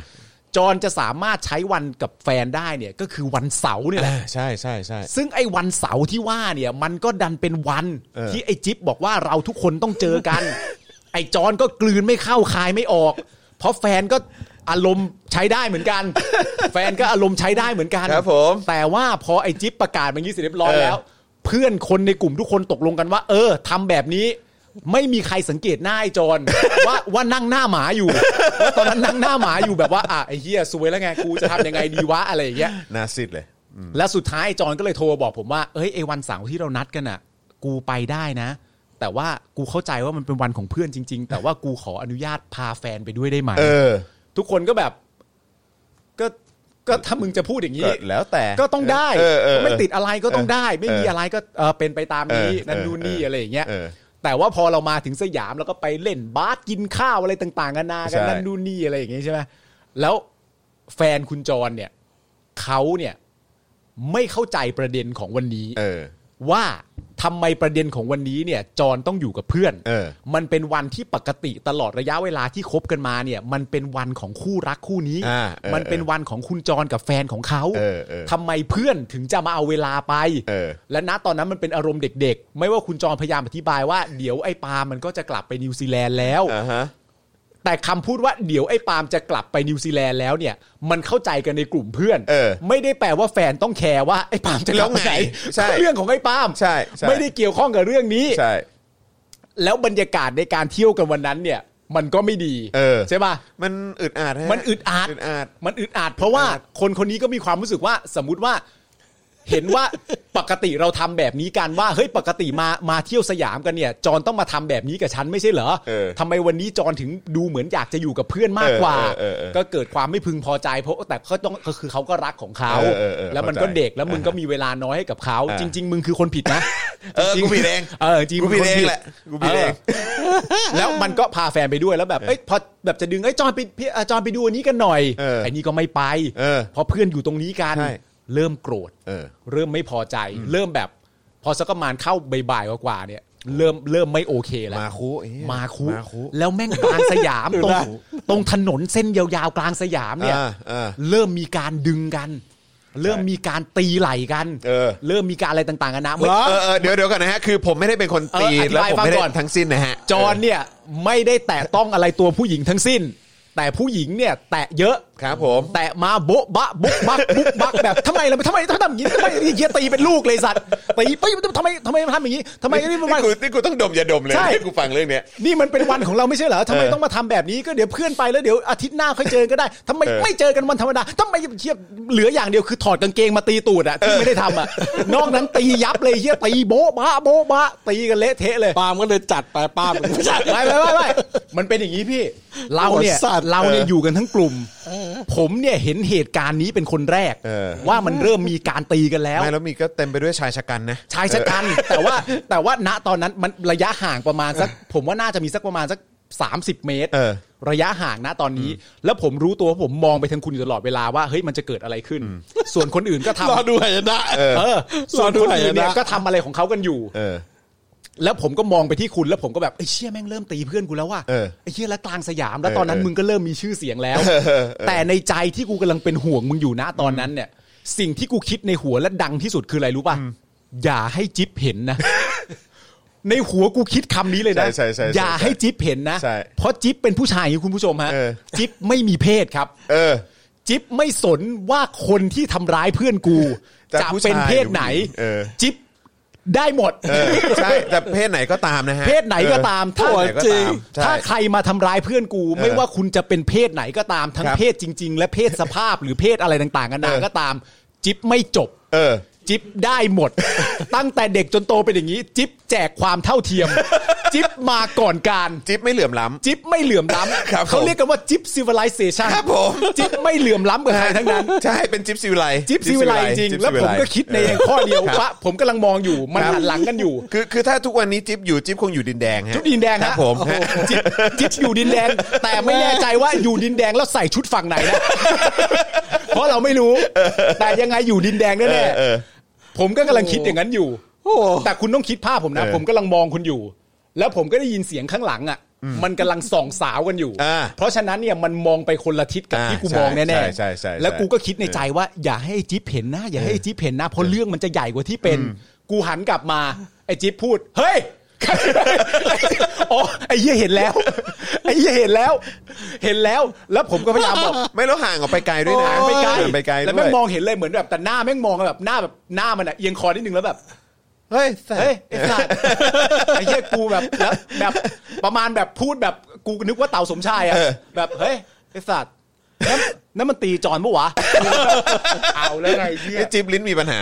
F: จรจะสามารถใช้วันกับแฟนได้เนี่ยก็คือวันเสาร์เนี่ยแหละ
C: อ่าใช่ใช่ใช่
F: ซึ่งไอ้วันเสาร์ที่ว่าเนี่ย มันก็ดันเป็นวัน
C: เออ
F: ที่ไอ้จิ๊บบอกว่าเราทุกคนต้องเจอกัน ไอ้จอนก็กลืนไม่เข้าคายไม่ออก เพราะแฟนก็อารมณ์ใช้ได้เหมือนกัน แฟนก็อารมณ์ใช้ได้เหมือนกัน
C: ครับผม
F: แต่ว่าพอไอ้จิ๊บประกาศแบบนี้เสร็จเรียบร้อยแล้ว เพื่อนคนในกลุ่มทุกคนตกลงกันว่า เออทำแบบนี้ ไม่มีใครสังเกตหน้าไอ้จอน ว่าว่านั่งหน้าหมาอยู่ ว่าตอนนั้นนั่งหน้าหมาอยู่แบบว่าอ่ะไอ้เหี้ยซวยแล้วไงกูจะทำยังไงดีวะอะไรอย่างเงี้ย
C: นาซิดเลย
F: แล้วสุดท้ายไอ้จอนก็เลยโทรมาบอกผมว่า เอ้ยไอ้วันเสาร์ที่เรานัดกันอ่ะ กูไปได้นะ แต่ว่ากูเข้าใจว่ามันเป็นวันของเพื่อนจริง ๆ แต่ว่ากูขออนุญาตพาแฟนไปด้วยได้ไหม
C: เออ
F: ทุกคนก็แบบ ก็ก็ถ้ามึงจะพูดอย่าง
C: ก็
F: นี้
C: แล้วแต่
F: ก็ต้องได้
C: เออเออ
F: ก็ไม่ติดอะไรก็ต้องได้ ไม่มี
C: เออ
F: อะไรก็เออเป็นไปตามนี้
C: เออ
F: นั่นนู่นนี่
C: เออ
F: อะไรอย่างเงี้ย
C: เออ
F: แต่ว่าพอเรามาถึงสยามแล้วก็ไปเล่นบาสกินข้าวอะไรต่างๆกันานากัน
C: ใช่
F: นั่นนู่นนี่อะไรอย่างเงี้ยใช่ไหมแล้วแฟนคุณจรเนี่ยเขาเนี่ยไม่เข้าใจประเด็นของวันนี้
C: เออ
F: ว่าทำไมประเด็นของวันนี้เนี่ยจอนต้องอยู่กับเพื่อน
C: เออ
F: มันเป็นวันที่ปกติตลอดระยะเวลาที่คบกันมาเนี่ย มันเป็นวันของคู่รักคู่นี้
C: อ่าเออ
F: มันเป็นวันของคุณจรกับแฟนของเขา
C: เออเออ
F: ทำไมเพื่อนถึงจะมาเอาเวลาไป
C: เออ
F: และณตอนนั้นมันเป็นอารมณ์เด็กๆ ไม่ว่าคุณจรพยายามอธิบายว่าเดี๋ยวไอ้ปาล์มมันก็จะกลับไปนิวซีแลนด์แล้ว
C: อ่าฮะ
F: แต่คำพูดว่าเดี๋ยวไอ้ปาล์มจะกลับไปนิวซีแลนด์แล้วเนี่ย มันเข้าใจกันในกลุ่มเพื่อน
C: เออ
F: ไม่ได้แปลว่าแฟนต้องแคร์ว่าไอ้ปาล์มจะกลับไปไหน
C: แล้วไงใช่
F: เรื่องของไอ้ปาล์ม
C: ใช่ใช่
F: ไม่ได้เกี่ยวข้องกับเรื่องนี้
C: ใช่
F: แล้วบรรยากาศในการเที่ยวกันวันนั้นเนี่ย มันก็ไม่ดี
C: เออ
F: ใช่ป่ะ
C: มันอึดอัดฮะ
F: มันอึดอัด
C: อึดอัด
F: มันอึดอัดเพราะว่าคนคนนี้ก็มีความรู้สึกว่าสมมุติว่า เห็นว่า ปกติเราทำแบบนี้กันว่าเฮ้ยปกติมามาเที่ยวสยามกันเนี่ย จอนต้องมาทำแบบนี้กับฉันไม่ใช่เหรอ
C: เออ
F: ทำไมวันนี้จอนถึงดูเหมือนอยากจะอยู่กับเพื่อนมากกว่า
C: เออเออเออ
F: ก็เกิดความไม่พึงพอใจเพราะแต่เขาต้องก็คือเขาก็รักของเขา
C: เออเออเออ
F: แล้วมันก็
C: เข้าใจ
F: เด็กแล้วมึงก็มีเวลาน้อยให้กับเขา
C: อ่า
F: จริง ๆ มึงคือคนผิดนะ
C: เออ
F: จริ
C: กูผิดเอง
F: เออจริง
C: กูผิด
F: มึคน
C: เองแหละกูผิดเอง
F: แล้วมันก็พาแฟนไปด้วยแล้วแบบเอ้ยพอแบบจะดึงเอ้ยจอนไปพี่อ่ะจอนไปดูอันนี้กันหน่อย
C: เออ
F: ไอ้นี่ก็ไม่ไป
C: เออ
F: ราะเพื่อนอยู่ตรงนี้กัน
C: ใช่
F: เริ่มโกรธ
C: เออ
F: เริ่มไม่พอใจ เริ่มแบบ พอสักประมาณเข้าบ่ายๆกว่าๆเนี่ย เริ่มเริ่มไม่โอเคแล้ว
C: มาคุเอ๊ะ
F: มาคุ
C: มาคุ
F: แล้วแม่งกลางสยาม ตรงตรงถนนเส้นยาวๆกลางสยามเนี่ย
C: อ่าอ่า
F: เริ่มมีการดึงกัน เริ่มมีการตีไหล่กัน
C: เออ
F: เริ่มมีการอะไรต่างๆกันานะเว้ย
C: เออเออเดี๋ยวเดี๋ยวก่อนนะฮะคือผมไม่ได้เป็นคนตี
F: เอออธิบาย
C: แล้วผมไม่ได้
F: ฟังก่อน
C: ทั้งสิ้นนะฮะ
F: จอนเนี่ยไม่ได้แตะต้องอะไรตัวผู้หญิงทั้งสิ้น แต่ผู้หญิงเนี่ย แตะเยอะ
C: ครับผม
F: แตะมาโบ๊ะบะบุกบักบุกบักแบบทำไมล่ะทำไมทำไมทำอย่างนี้ทำไมเฮียตีเป็นลูกเลยสัตว์ตีไปทำไมทำไมทำอย่างนี้ทำไมนี่
C: นี่
F: ทำไม
C: กูนี่กูต้องดมยาดมเลย
F: ใช่
C: ที่กูฟังเรื่องเนี้ย
F: นี่มันเป็นวันของเราไม่ใช่เหรอทำไมต้องมาทำแบบนี้ก็เดี๋ยวเพื่อนไปแล้วเดี๋ยวอาทิตย์หน้าค่อยเจอก็ได้ทำไม
C: เออ
F: ไม่เจอกันวันธรรมดาทำไมเทียบเหลืออย่างเดียวคือถอดกางเกงมาตีตูดอะที่ไม่ได้ทำอะนอกนั้นตียับเลยเฮียตีโบ๊ะบะโบ๊ะบะตีกันเละเทะเลย
A: ปาล์มก็เลยจัดไปปาล์มไม่ใช่
F: ไม่ไม่ไม่ไม่มันเป็นอย่างนี้พี่ เราเนี่ย
A: โหดสัตว์
F: เราเนี่ยอยู่กันทั้งกลุ่ม ผมเนี่ยเห็นเหตุการณ์นี้เป็นคนแรก
C: เออ
F: ว่ามันเริ่มมีการตีกันแล้ว
C: ไม่แล้วมีก็เต็มไปด้วยชายชะกันนะ
F: ชายชะกัน แต่ว่าแต่ว่าณตอนนั้นมันระยะห่างประมาณสัก ผมว่าน่าจะมีสักประมาณสัก 30 เมตร
C: เออ
F: ระยะห่างณตอนนี้ แล้วผมรู้ตัวว่าผมมองไปทางคุณอยู่ตลอดเวลาว่าเฮ้ยมันจะเกิดอะไรขึ้น ส่วนคนอื่นก็ทำ
A: รอดูหายนะ
F: เออส่วนคนอื่นเนี่ย
A: รอดูหายนะ
F: ก็ทำอะไรของเขากันอยู่
C: เออ
F: แล้วผมก็มองไปที่คุณแล้วผมก็แบบไอ้เชี่ยแม่งเริ่มตีเพื่อนกูแล้วว่ะ
C: เออ
F: ไอ้เชี่ยแล้วกลางสยามแล้วตอนนั้น
C: เออ
F: มึงก็เริ่มมีชื่อเสียงแล้ว
C: เออเออเออ
F: แต่ในใจที่กูกำลังเป็นห่วงมึงอยู่นะตอนนั้นเนี่ย สิ่งที่กูคิดในหัวและดังที่สุดคืออะไรรู้ป่ะอย่าให้จิ๊บเห็นนะ ในหัวกูคิดคำนี้เลยนะ
C: ใช่ใช่ใช่ใช่
F: อย่าให้จิ๊บเห็นนะ
C: ใช่
F: เพราะจิ๊บเป็นผู้ชายอย่างคุณผู้ชมฮะ
C: เออ
F: จิ๊บไม่มีเพศครับ
C: เออ
F: จิ๊บไม่สนว่าคนที่ทำร้ายเพื่อนกู
C: จะ
F: จะ
C: ผู้
F: เป็น
C: ชาย
F: เพศ
C: หรือผู้
F: ไหน
C: หญิงเออ
F: จิ๊บได้หมด
C: เออใช่แต่เพศไหนก็ตามนะฮะ
F: เพศไหนก็ตาม
C: เอ
F: ถ้า
C: อเพศไหนก็
A: จริ
C: ตาง มใช่
F: ถ้าใครมาทำร้ายเพื่อนกู
C: เออ
F: ไม่ว่าคุณจะเป็นเพศไหนก็ตามทั้ง
C: ครับ
F: เพศจริง ๆ และเพศสภาพ หรือเพศอะไรต่างๆกันา
C: เออ
F: นาก็ตาม จิ๊บไม่จบ
C: เออ
F: จิ๊บได้หม ด ตั้งแต่เด็กจนโตเป็นอย่างนี้ จิ๊บแจกความเท่าเทียม จิ๊บมาก่อนการ
C: จิ๊บไม่เหลื่อมล้ำ
F: จิ๊บไม่เหลื่อมล้
C: ครับผม
F: ำเขาเรียกกันว่าจิ๊บซิว i ล i เซชัน
C: ครับผม
F: จิ๊บไม่เหลื่อมล้ำกับใครทั้งนั้น
C: ใช่เป็นจิ๊บซิวไล
F: จิ๊บซิว i ล i จริง
C: บ
F: แล้วผมก็คิดใน
C: เออ
F: ข้อเดียว
C: ครับ
F: ว่าผมกำลังมองอยู่มันหันหลังกันอยู่
C: คือคือถ้าทุกวันนี้จิ๊บอยู่จิ๊บคงอยู่ดินแดงฮะ
F: ชุดดินแดง
C: ค
F: ฮะ
C: รับผมฮะ
F: จิ๊บจิ๊บอยู่ดินแดง แต่ไม่แน่ใจว่าอยู่ดินแดงแล้วใส่ชุดฝั่งไหนนะ เพราะเราไม่รู้ แต่ยังไงอยู่ดินแดงแน่
C: เออ
F: ๆผมก็กำลังคิดอย่างนั้นอยู่
A: โอ้โห
F: แต่คุณต้องคิดภาพผมนะ
C: เออ
F: ผมกำลังมองคุณอยู่ แล้วผมก็ได้ยินเสียงข้างหลังอ่ะ มันกำลังส่องสาวกันอยู่
C: อ่า
F: เพราะฉะนั้นเนี่ยมันมองไปคนละทิศกับ
C: อ่า
F: ที่กู
C: ใช่
F: มองแน่
C: ใช่ใช่ใช่
F: ๆแล้วกูก็คิดในใจว่า อย่าให้ไอ้จิ๊บเห็นนะ อย่าให้ไอ้จิ๊บเห็นนะเพราะเรื่องมันจะใหญ่กว่าที่เป็น กูหันกลับมาไอ้จิ๊บพูด เฮ้ย อ๋อไอ้เหี้ยเห็นแล้ว ไอ้เหี้ยเห็นแล้ว เห็นแล้ว แล้วผมก็พยายามบอก
C: ไม่แล้วห่างออกไปไกลด้วยนะ
F: ห่างไปไกล
C: ห่างไปไกล
F: แล้ว
C: ด้
F: แม่
C: วย
F: งมองเห็นเลยเหมือนแบบแต่หน้าแม่งมองแบบหน้าแบบหน้ามันอะเอียงคอนิดนึงแล้วแบบ
C: เฮ้ยแสบ
F: เฮ้ยไอ้สัตว์ไอ้เหี้ยกูแบบแล้วแบบประมาณแบบพูดแบบกูนึกว่าเต่าสมชายอะ
C: เออ
F: แบบเฮ้ยไอ้สัตว์นั่นนั่นมันตีจอนปะวะ เอาแล้วไงเหี้ย
C: ไอ้จิ๊บลิ้นมีปัญหา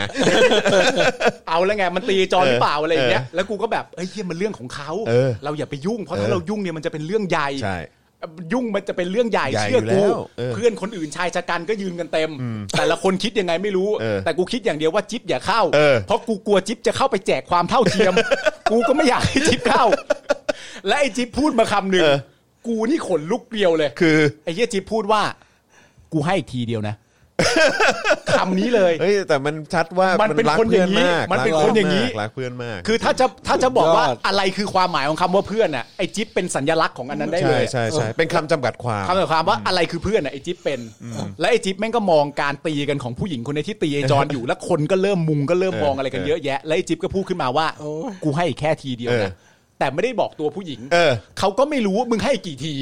F: เอาแล้วไงมันตีจอนหรือเปล่า
C: เออ
F: อะไรอย่างเงี้ย
C: เออ
F: แล้วกูก็แบบเฮ้ยเหี้ยมันเรื่องของเขา
C: เออ
F: เราอย่าไปยุ่งเพราะถ้า
C: เออ
F: เรายุ่งเนี่ยมันจะเป็นเรื่องใหญ่
C: ใช่
F: ยุ่งมันจะเป็นเรื่องใหญ่
C: ใหญ่
F: เชื่อกู
C: อยู่แล้วเออ
F: เพื่อนคนอื่นชายชะกันก็ยืนกันเต็ม แต่ละคนคิดยังไงไม่รู้
C: เออ
F: แต่กูคิดอย่างเดียวว่าจิ๊บอย่าเข้า
C: เออ
F: เพราะกูกลัวจิ๊บจะเข้าไปแจกความเท่าเทียม กูก็ไม่อยากให้จิ๊บเข้า และไอ้จิ๊บพูดมาคำหนึ่ง
C: เออ
F: กูนี่ขนลุกเกลียวเลย
C: คือ
F: ไอ้เหี้ยจิ๊บพูดว่า กูให้อีกทีเดียวนะ คำนี้เลย
C: เฮ้ยแต่มันชัดว่า
F: มั
C: มัน
F: เป็น
C: รัก
F: คนอย่างนี้
C: พื่มก
F: มันเป็น
C: รัก
F: คนอย่างนี้
C: มกรักเพื่อนมาก
F: คือถ้าจะถ้าจะบอกว่า
A: สุดยอด
F: อะไรคือความหมายของคำว่าเพื่อนน่ะไอ้จิ๊บเป็นสัญลักษณ์ของอันนั้นได้เล
C: ใช่
F: ย
C: ใช่ใช่เป็นคำจำกัดความ
F: คำหมายความว่าอะไรคือเพื่อนน่ะไอ้จิ๊บเป็น และไอ้จิ๊บแม่งก็มองการตีกันของผู้หญิงคนในที่ตีไอ้จอนอยู่ แล้วคนก็เริ่มมุงก็เริ่มมองอะไรกันเยอะแยะและไอ้จิ๊บก็พูดขึ้นมาว่า กูให้แค่ทีเดียว
C: เออ
F: นะแต่ไม่ได้บอกตัวผู้หญิง
C: เออ
F: เขาก็ไม่รู้มึงให้กี่ที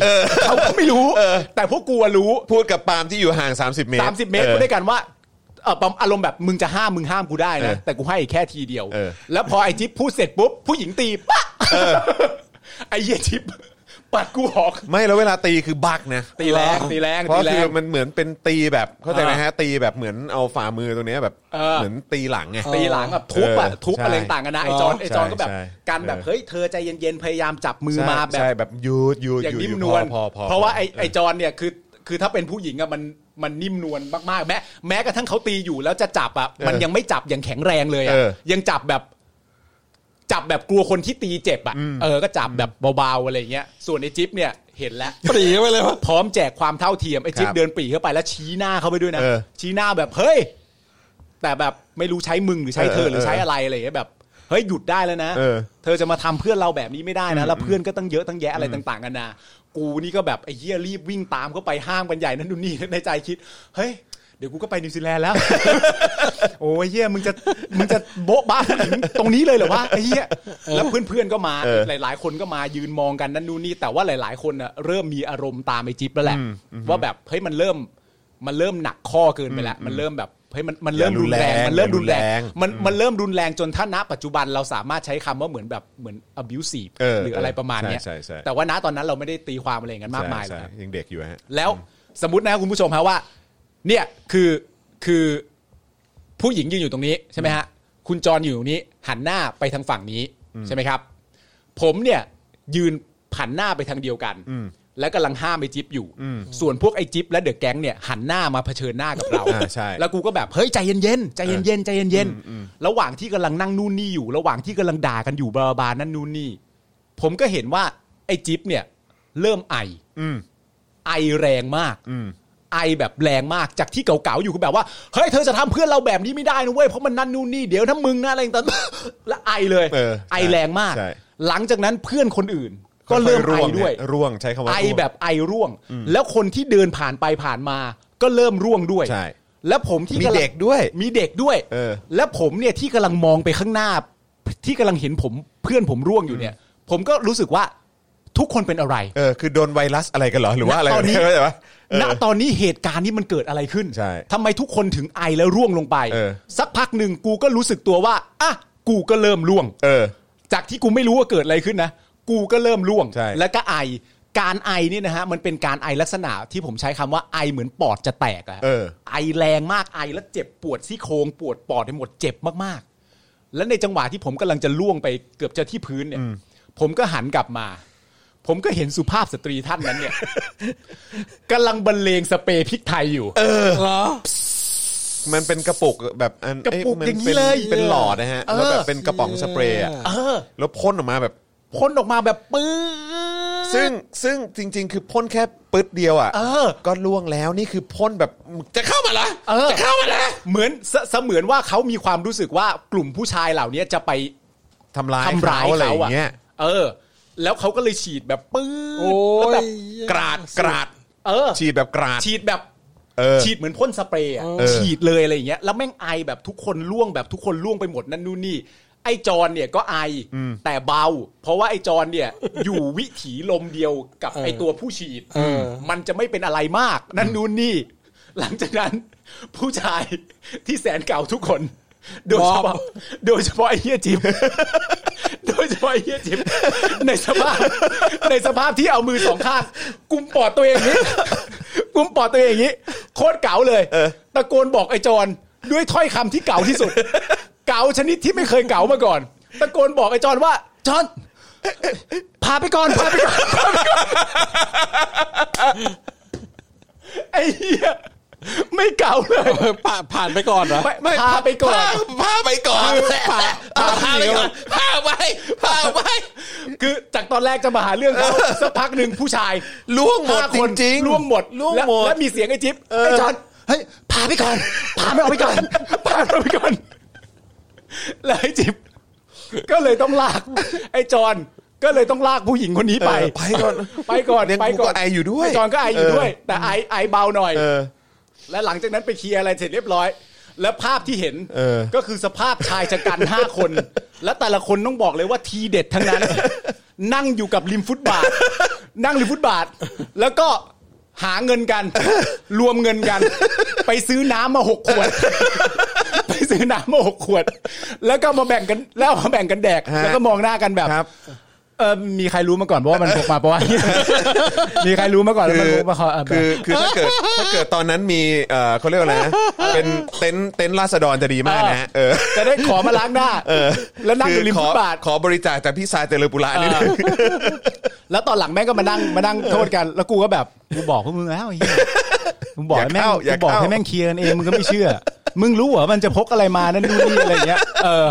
F: เขาก็ไม่รู้แต่พวกกูอะรู้
C: พูดกับปาล์มที่อยู่ห่าง 30 เมตร
F: สามสิบเมตรกูด้วยกันว่าเออประมาณอารมณ์แบบมึงจะห้ามมึงห้ามกูได้นะ
C: เออ
F: แต่กูให้แค่ทีเดียว
C: เออ
F: แล้วพอไอจิ๊บพูดเสร็จปุ๊บผู้หญิงตีปะไอเหี้ยจิ๊บ ปัดกูออก
C: ไม่แล้วเวลาตีคือบักนะ
F: ตีแรงตีแรง
C: เพราะ
F: ตีแร
C: คือง มันเหมือนเป็นตีแบบเข้าใจไหมฮะตีแบบเหมือนเอาฝ่ามือตัวเนี้ยแบบ
F: เออ
C: เหมือนตีหลังไง
F: ตีหลังแบบทุบอะ
C: เออ
F: ทุบอะไร
C: ใช่
F: ต่างกันนะไอ้จอน
C: เออ
F: ไอ้จอนก็แบบ
C: ใช่ใช่
F: การแบบ
C: เออ
F: เฮ้ยเธอใจเย็นๆพยายามจับมือมาแบบ
C: ใช่ใช่แบบหยูดหยูด
F: อย่าง
C: หด
F: นิ่ม
C: หด
F: นวล
C: พอพอพอ
F: เพราะว่าไอ้
C: พ
F: ไอ้จอนเนี่ยคือคือถ้าเป็นผู้หญิงอะมันมันนิ่มนวลมากๆแม้แม้กระทั่งเขาตีอยู่แล้วจะจับอะมันยังไม่จับอย่างแข็งแรงเลยอะยังจับแบบ จับแบบกลัวคนที่ตีเจ็บอะเออก็จับแบบเบาๆอะไรอย่างเงี้ยส่วนไอ้จิ๊บเนี่ยเห็นแล้ว
A: ปรีไปเลยวะ
F: พร้อมแจกความเท่าเทียมไอ้จิ๊บ
C: ครับ
F: เดินปรีเข้าไปแล้วชี้หน้าเขาไปด้วยนะ
C: เออ
F: ชี้หน้าแบบเฮ้ยแต่แบบไม่รู้ใช้มึงหรือใช้เธ
C: เออ
F: อ
C: เออ
F: หรือใช้อะไรอะไรอย่างเงี้ยแบบเฮ้ยหยุดได้แล้วนะ
C: เออ
F: เธอจะมาทำเพื่อนเราแบบนี้ไม่ได้นะแล้วเพื่อนก็ตั้งเยอะตั้งแยะอะไรต่างๆกันานะกูนี่ก็แบบไอ้เหี้ยรีบวิ่งตามเข้าไปห้ามกันใหญ่นั้นดูนนี่ในใจคิดเฮ้ยเดี๋ยวกูก็ไปนิวซีแลนด์แล้ว โอ้ยเหี้ยมึงจะมึงจะโบ๊ะบ้าถึงตรงนี้เลยเหรอวะไอ้เหี้ยแล้วเพื่อนๆก็มา
C: เออ
F: หลาย ๆ คนก็มายืนมองกันนั่นนู่นนี่แต่ว่าหลาย ๆ คนน่ะเริ่มมีอารมณ์ตามไอจิ๊บแล้วแหละว่าแบบเฮ้ยมันเริ่มมันเริ่มหนักข้อเกินไปแล้วมันเริ่มแบบเฮ้ยมันมันเริ่มรุนแรงมันเริ่มรุนแรงมันมันเริ่มรุนแรงจนถ้าณปัจจุบันเราสามารถใช้คำว่าเหมือนแบบเหมือน abusive
C: เออ
F: หรืออะไรประมาณเนี้ย
C: ใช่ใช่ใช่
F: แต่ว่าณตอนนั้นเราไม่ได้ตีความอะไรอย่างนั้นมากมายหรอก
C: ใช่
F: ครับ
C: ใช่ยังเด็กอยู่ฮะ
F: แล้วสมมตินะครับคุณผู้ชมฮะว่า เนี่ยคือคือผู้หญิงยืนอยู่ตรงนี้ใช่ไหมฮะคุณจรอยู่ตรงนี้ หันหน้าไปทางฝั่งนี้ใช่ไหมครับ ผมเนี่ยยืนหันหน้าไปทางเดียวกัน แล้วกำลังห้ามไอ้จิ๊บอยู่ ส่วนพวกไอ้จิ๊บและเดอะแก๊งเนี่ยหันหน้ามาเผชิญหน้ากับเรา
C: อ่าใช่
F: แล้วกูก็แบบเฮ้ยใจเย็นๆใจเย็นๆใจเย็นๆระหว่างที่กำลังนั่งนู่นนี่อยู่ ระหว่างที่กำลังด่ากันอยู่บลาบลานั่นนู่นนี่ ผมก็เห็นว่าไอ้จิ๊บเนี่ย เริ่มไอ
C: อืม
F: ไอแรงมาก
C: อืม
F: ไอแบบแรงมากจากที่เก่าๆอยู่คือแบบว่า เฮ้ยเธอจะทำเพื่อนเราแบบนี้ไม่ได้นะเว้ยเพราะมันนั่นนู่นนี่เดี๋ยวถ้ามึงนะอะไรต่างๆ และไอเลย
C: เออใช่
F: ไอแรงมาก
C: ใช่
F: หลังจากนั้นเพื่อนคนอื่น ก็เริ่มไอ
C: ค่ๆ
F: ด้วย
C: เนี่ยร่วงใช้คำว่า
F: ไอ
C: ร่วง
F: แบบไอร่วง แล้วคนที่เดินผ่านไปผ่านมา ก็เริ่มร่วงด้วย
C: ใช่
F: แล้วผมที่
C: มี
F: กำลัง
C: เด็กด้วย
F: มีเด็กด้วย
C: เออ
F: แล้วผมเนี่ยที่กำลังมองไปข้างหน้า ที่กำลังเห็นผมเพื่อนผมร่วงอยู่เนี่ย ผมก็รู้สึกว่าทุกคนเป็นอะไร
C: เออคือโดนไวรัสอะไรกันเหรอหรือว่าอะไร
F: ณตอนนี้
C: เข้าใจปะเออ
F: ณตอนนี้เหตุการณ์นี้มันเกิดอะไรขึ้น
C: ใช่
F: ทำไมทุกคนถึงไอแล้วร่วงลงไป
C: เออ
F: สักพักหนึ่งกูก็รู้สึกตัวว่าอ่ะกูก็เริ่มร่วง
C: เออ
F: จากที่กูไม่รู้ว่าเกิดอะไรขึ้นนะ กูก็เริ่มร่วง
C: ใช่
F: แล้วก็ไอ การไอเนี่ยนะฮะ มันเป็นการไอลักษณะที่ผมใช้คำว่าไอเหมือนปอดจะแตกอะฮะ
C: เออ
F: ไอแรงมากไอแล้วเจ็บปวดซี่โครงปวดปอดไปหมดเจ็บมากๆ และในจังหวะที่ผมกำลังจะล่วงไปเกือบจะที่พื้นเนี่ย ผมก็หันกลับมา ผมก็เห็นสุภาพสตรีท่านนั้น เนี่ย กำลังบรรเลงสเปรย์พริกไทยอยู่
A: เหรอ
C: มันเป็นกระปุกแบบอัน
F: กระปุก
C: มั
F: อย่างนี้เลย
C: เป็นหลอดนะฮะ
F: เออ
C: แล้วแบบเป็นกระป๋องสเปรย์อะ
F: เออ
C: แล้วพ่นออกมาแบบ
F: พ่นออกมาแบบปื้อ
C: ซึ่งซึ่งจริง ๆ คือพ่นแค่ปึ๊ดเดียวอ่ะ
F: เออ
C: ก็ล่วงแล้วนี่คือพ่นแบบจะเข้ามาเหรอ
F: เออ
C: จะเข้ามาเหรอ
F: เหมือนเสเสมือนว่าเขามีความรู้สึกว่ากลุ่มผู้ชายเหล่านี้จะไป
C: ทำร้าย
F: ทำร้าย
C: เขาอะไรอย่า
F: เขาอะ
C: งเงี้ย
F: เออ แล้วเขาก็เลยฉีดแบบปื้
A: โอ้
F: ด
A: ย
F: แล้วแบบ
C: กราดกราด
F: เออ
C: ฉีดแบบกราด
F: ฉีดแบบ
C: เออ
F: ฉีดเหมือนพ่นสเปรย์อะ
C: เออ
F: ฉีดเลยอะไรอย่างเงี้ยแล้วแม่งไอแบบทุกคนล่วงแบบทุกคนล่วงไปหมดนั่นนู่นนี่ ไอจอนเนี่ยก็ไออแต่เบา เพราะว่าไอจอนเนี่ย อยู่วิถีลมเดียวกับไอตัวผู้ฉีด
A: เออ
F: มันจะไม่เป็นอะไรมาก นั่นนู่นนี่ หลังจากนั้น ผู้ชายที่แสนเก่าทุกคน โดยเฉพาะโดยเฉพาะไอเฮียจิม โดยเฉพาะไอ้เฮียจิบ ในสภาพ ในสภาพที่เอามือสองข้างกุมปอดตัวเองอย่างนี้ กุมปอดตัวเองอย่างนี้ โคตรเก๋าเลยตะโกนบอกไอ้จอนด้วยถ้อยคำที่เก๋าที่สุด เก๋าชนิดที่ไม่เคยเก๋ามาก่อน ตะโกนบอกไอ้จอนว่าจอนพาไปก่อนพาไปก่อน พาไปก่อนไอ้เหี้ยไม่เก๋าเลย
A: เออผ่านผ่านไปก่อนเหรอ
F: ไม่พาไปก่อน
C: พาไปก่อน
F: คือพาพา
C: พาไปก่อนพาไปพาไป
F: คือจากตอนแรกจะมาหาเรื่องเขาสักพักหนึ่งผู้ชาย
C: ล่วงหมด
F: ห้าคน
C: จริงๆ
F: ล่วงหมด
C: ล่วงหมด
F: แะและมีเสียงไอ้จิ๊บไอ้จอนเฮ้ยพาไปก่อนพาไม่ออกไปก่อนพาไม่ออกไปก่อนแล้วไอ้จิ๊บก็เลยต้องลาก ไอ้จอนก็เลยต้องลากผู้หญิงคนนี้ไป
C: เออไปก่อน
F: ไปก่อน
C: เดี๋ยว
F: ไป
C: กูก็ไออยู่ด้วย
F: ไอ้จอนก็ไออยู่ด้วย
C: เออ
F: แต่ไอไอเบาหน่อย
C: เออ
F: และหลังจากนั้นไปเคลียร์อะไรเสร็จเรียบร้อย แล้วภาพที่เห็น
C: เออ
F: ก็คือสภาพชายชะกัน ห้าคน และแต่ละคนต้องบอกเลยว่าทีเด็ดทั้งนั้น นั่งอยู่กับริมฟุตบาท นั่งริมฟุตบาท แล้วก็หาเงินกัน รวมเงินกัน ไปซื้อน้ำมาหกขวด ไปซื้อน้ำมาหกขวด แล้วก็มาแบ่งกันแล้วเอามาแบ่งกันแดก แล้วก็มองหน้ากันแบบ
C: ครับ
F: เ เออมีใครรู้มาก่อนว่ามันพกมาป ะวะ มีใครรู้มาก่อนว่ามันพกมาขออ่ะแบบ
C: คือคือถ้าเกิดถ้าเกิดตอนนั้นมีเอ่อเขาเรียกว่าอะไรนะเป็นเต็นท์เต็นท์ราษฎรจะดีมากนะฮะเออ
F: จะได้ขอมาล้างหน้าแล้วนั่งอยู่ริม
C: ข
F: ฟุ
C: อ
F: ตบาท
C: ขอบริจาคจากพี่ซายเตลุปุระนี่นะ
F: แล้วตอนหลังแม่งก็มานั่งมานั่งโทษกัน แล้วกูก็แบบกูบอกพวกมึงแล้วไอ้เหี้ยมึงบอกให้แม่งกูบอกให้แม่งเคลียร์กันเองมึงก็ไม่เชื่อ มึงรู้เหรอมันจะพกอะไรมานั่นนู่นนี่อะไรเงี้ยเออ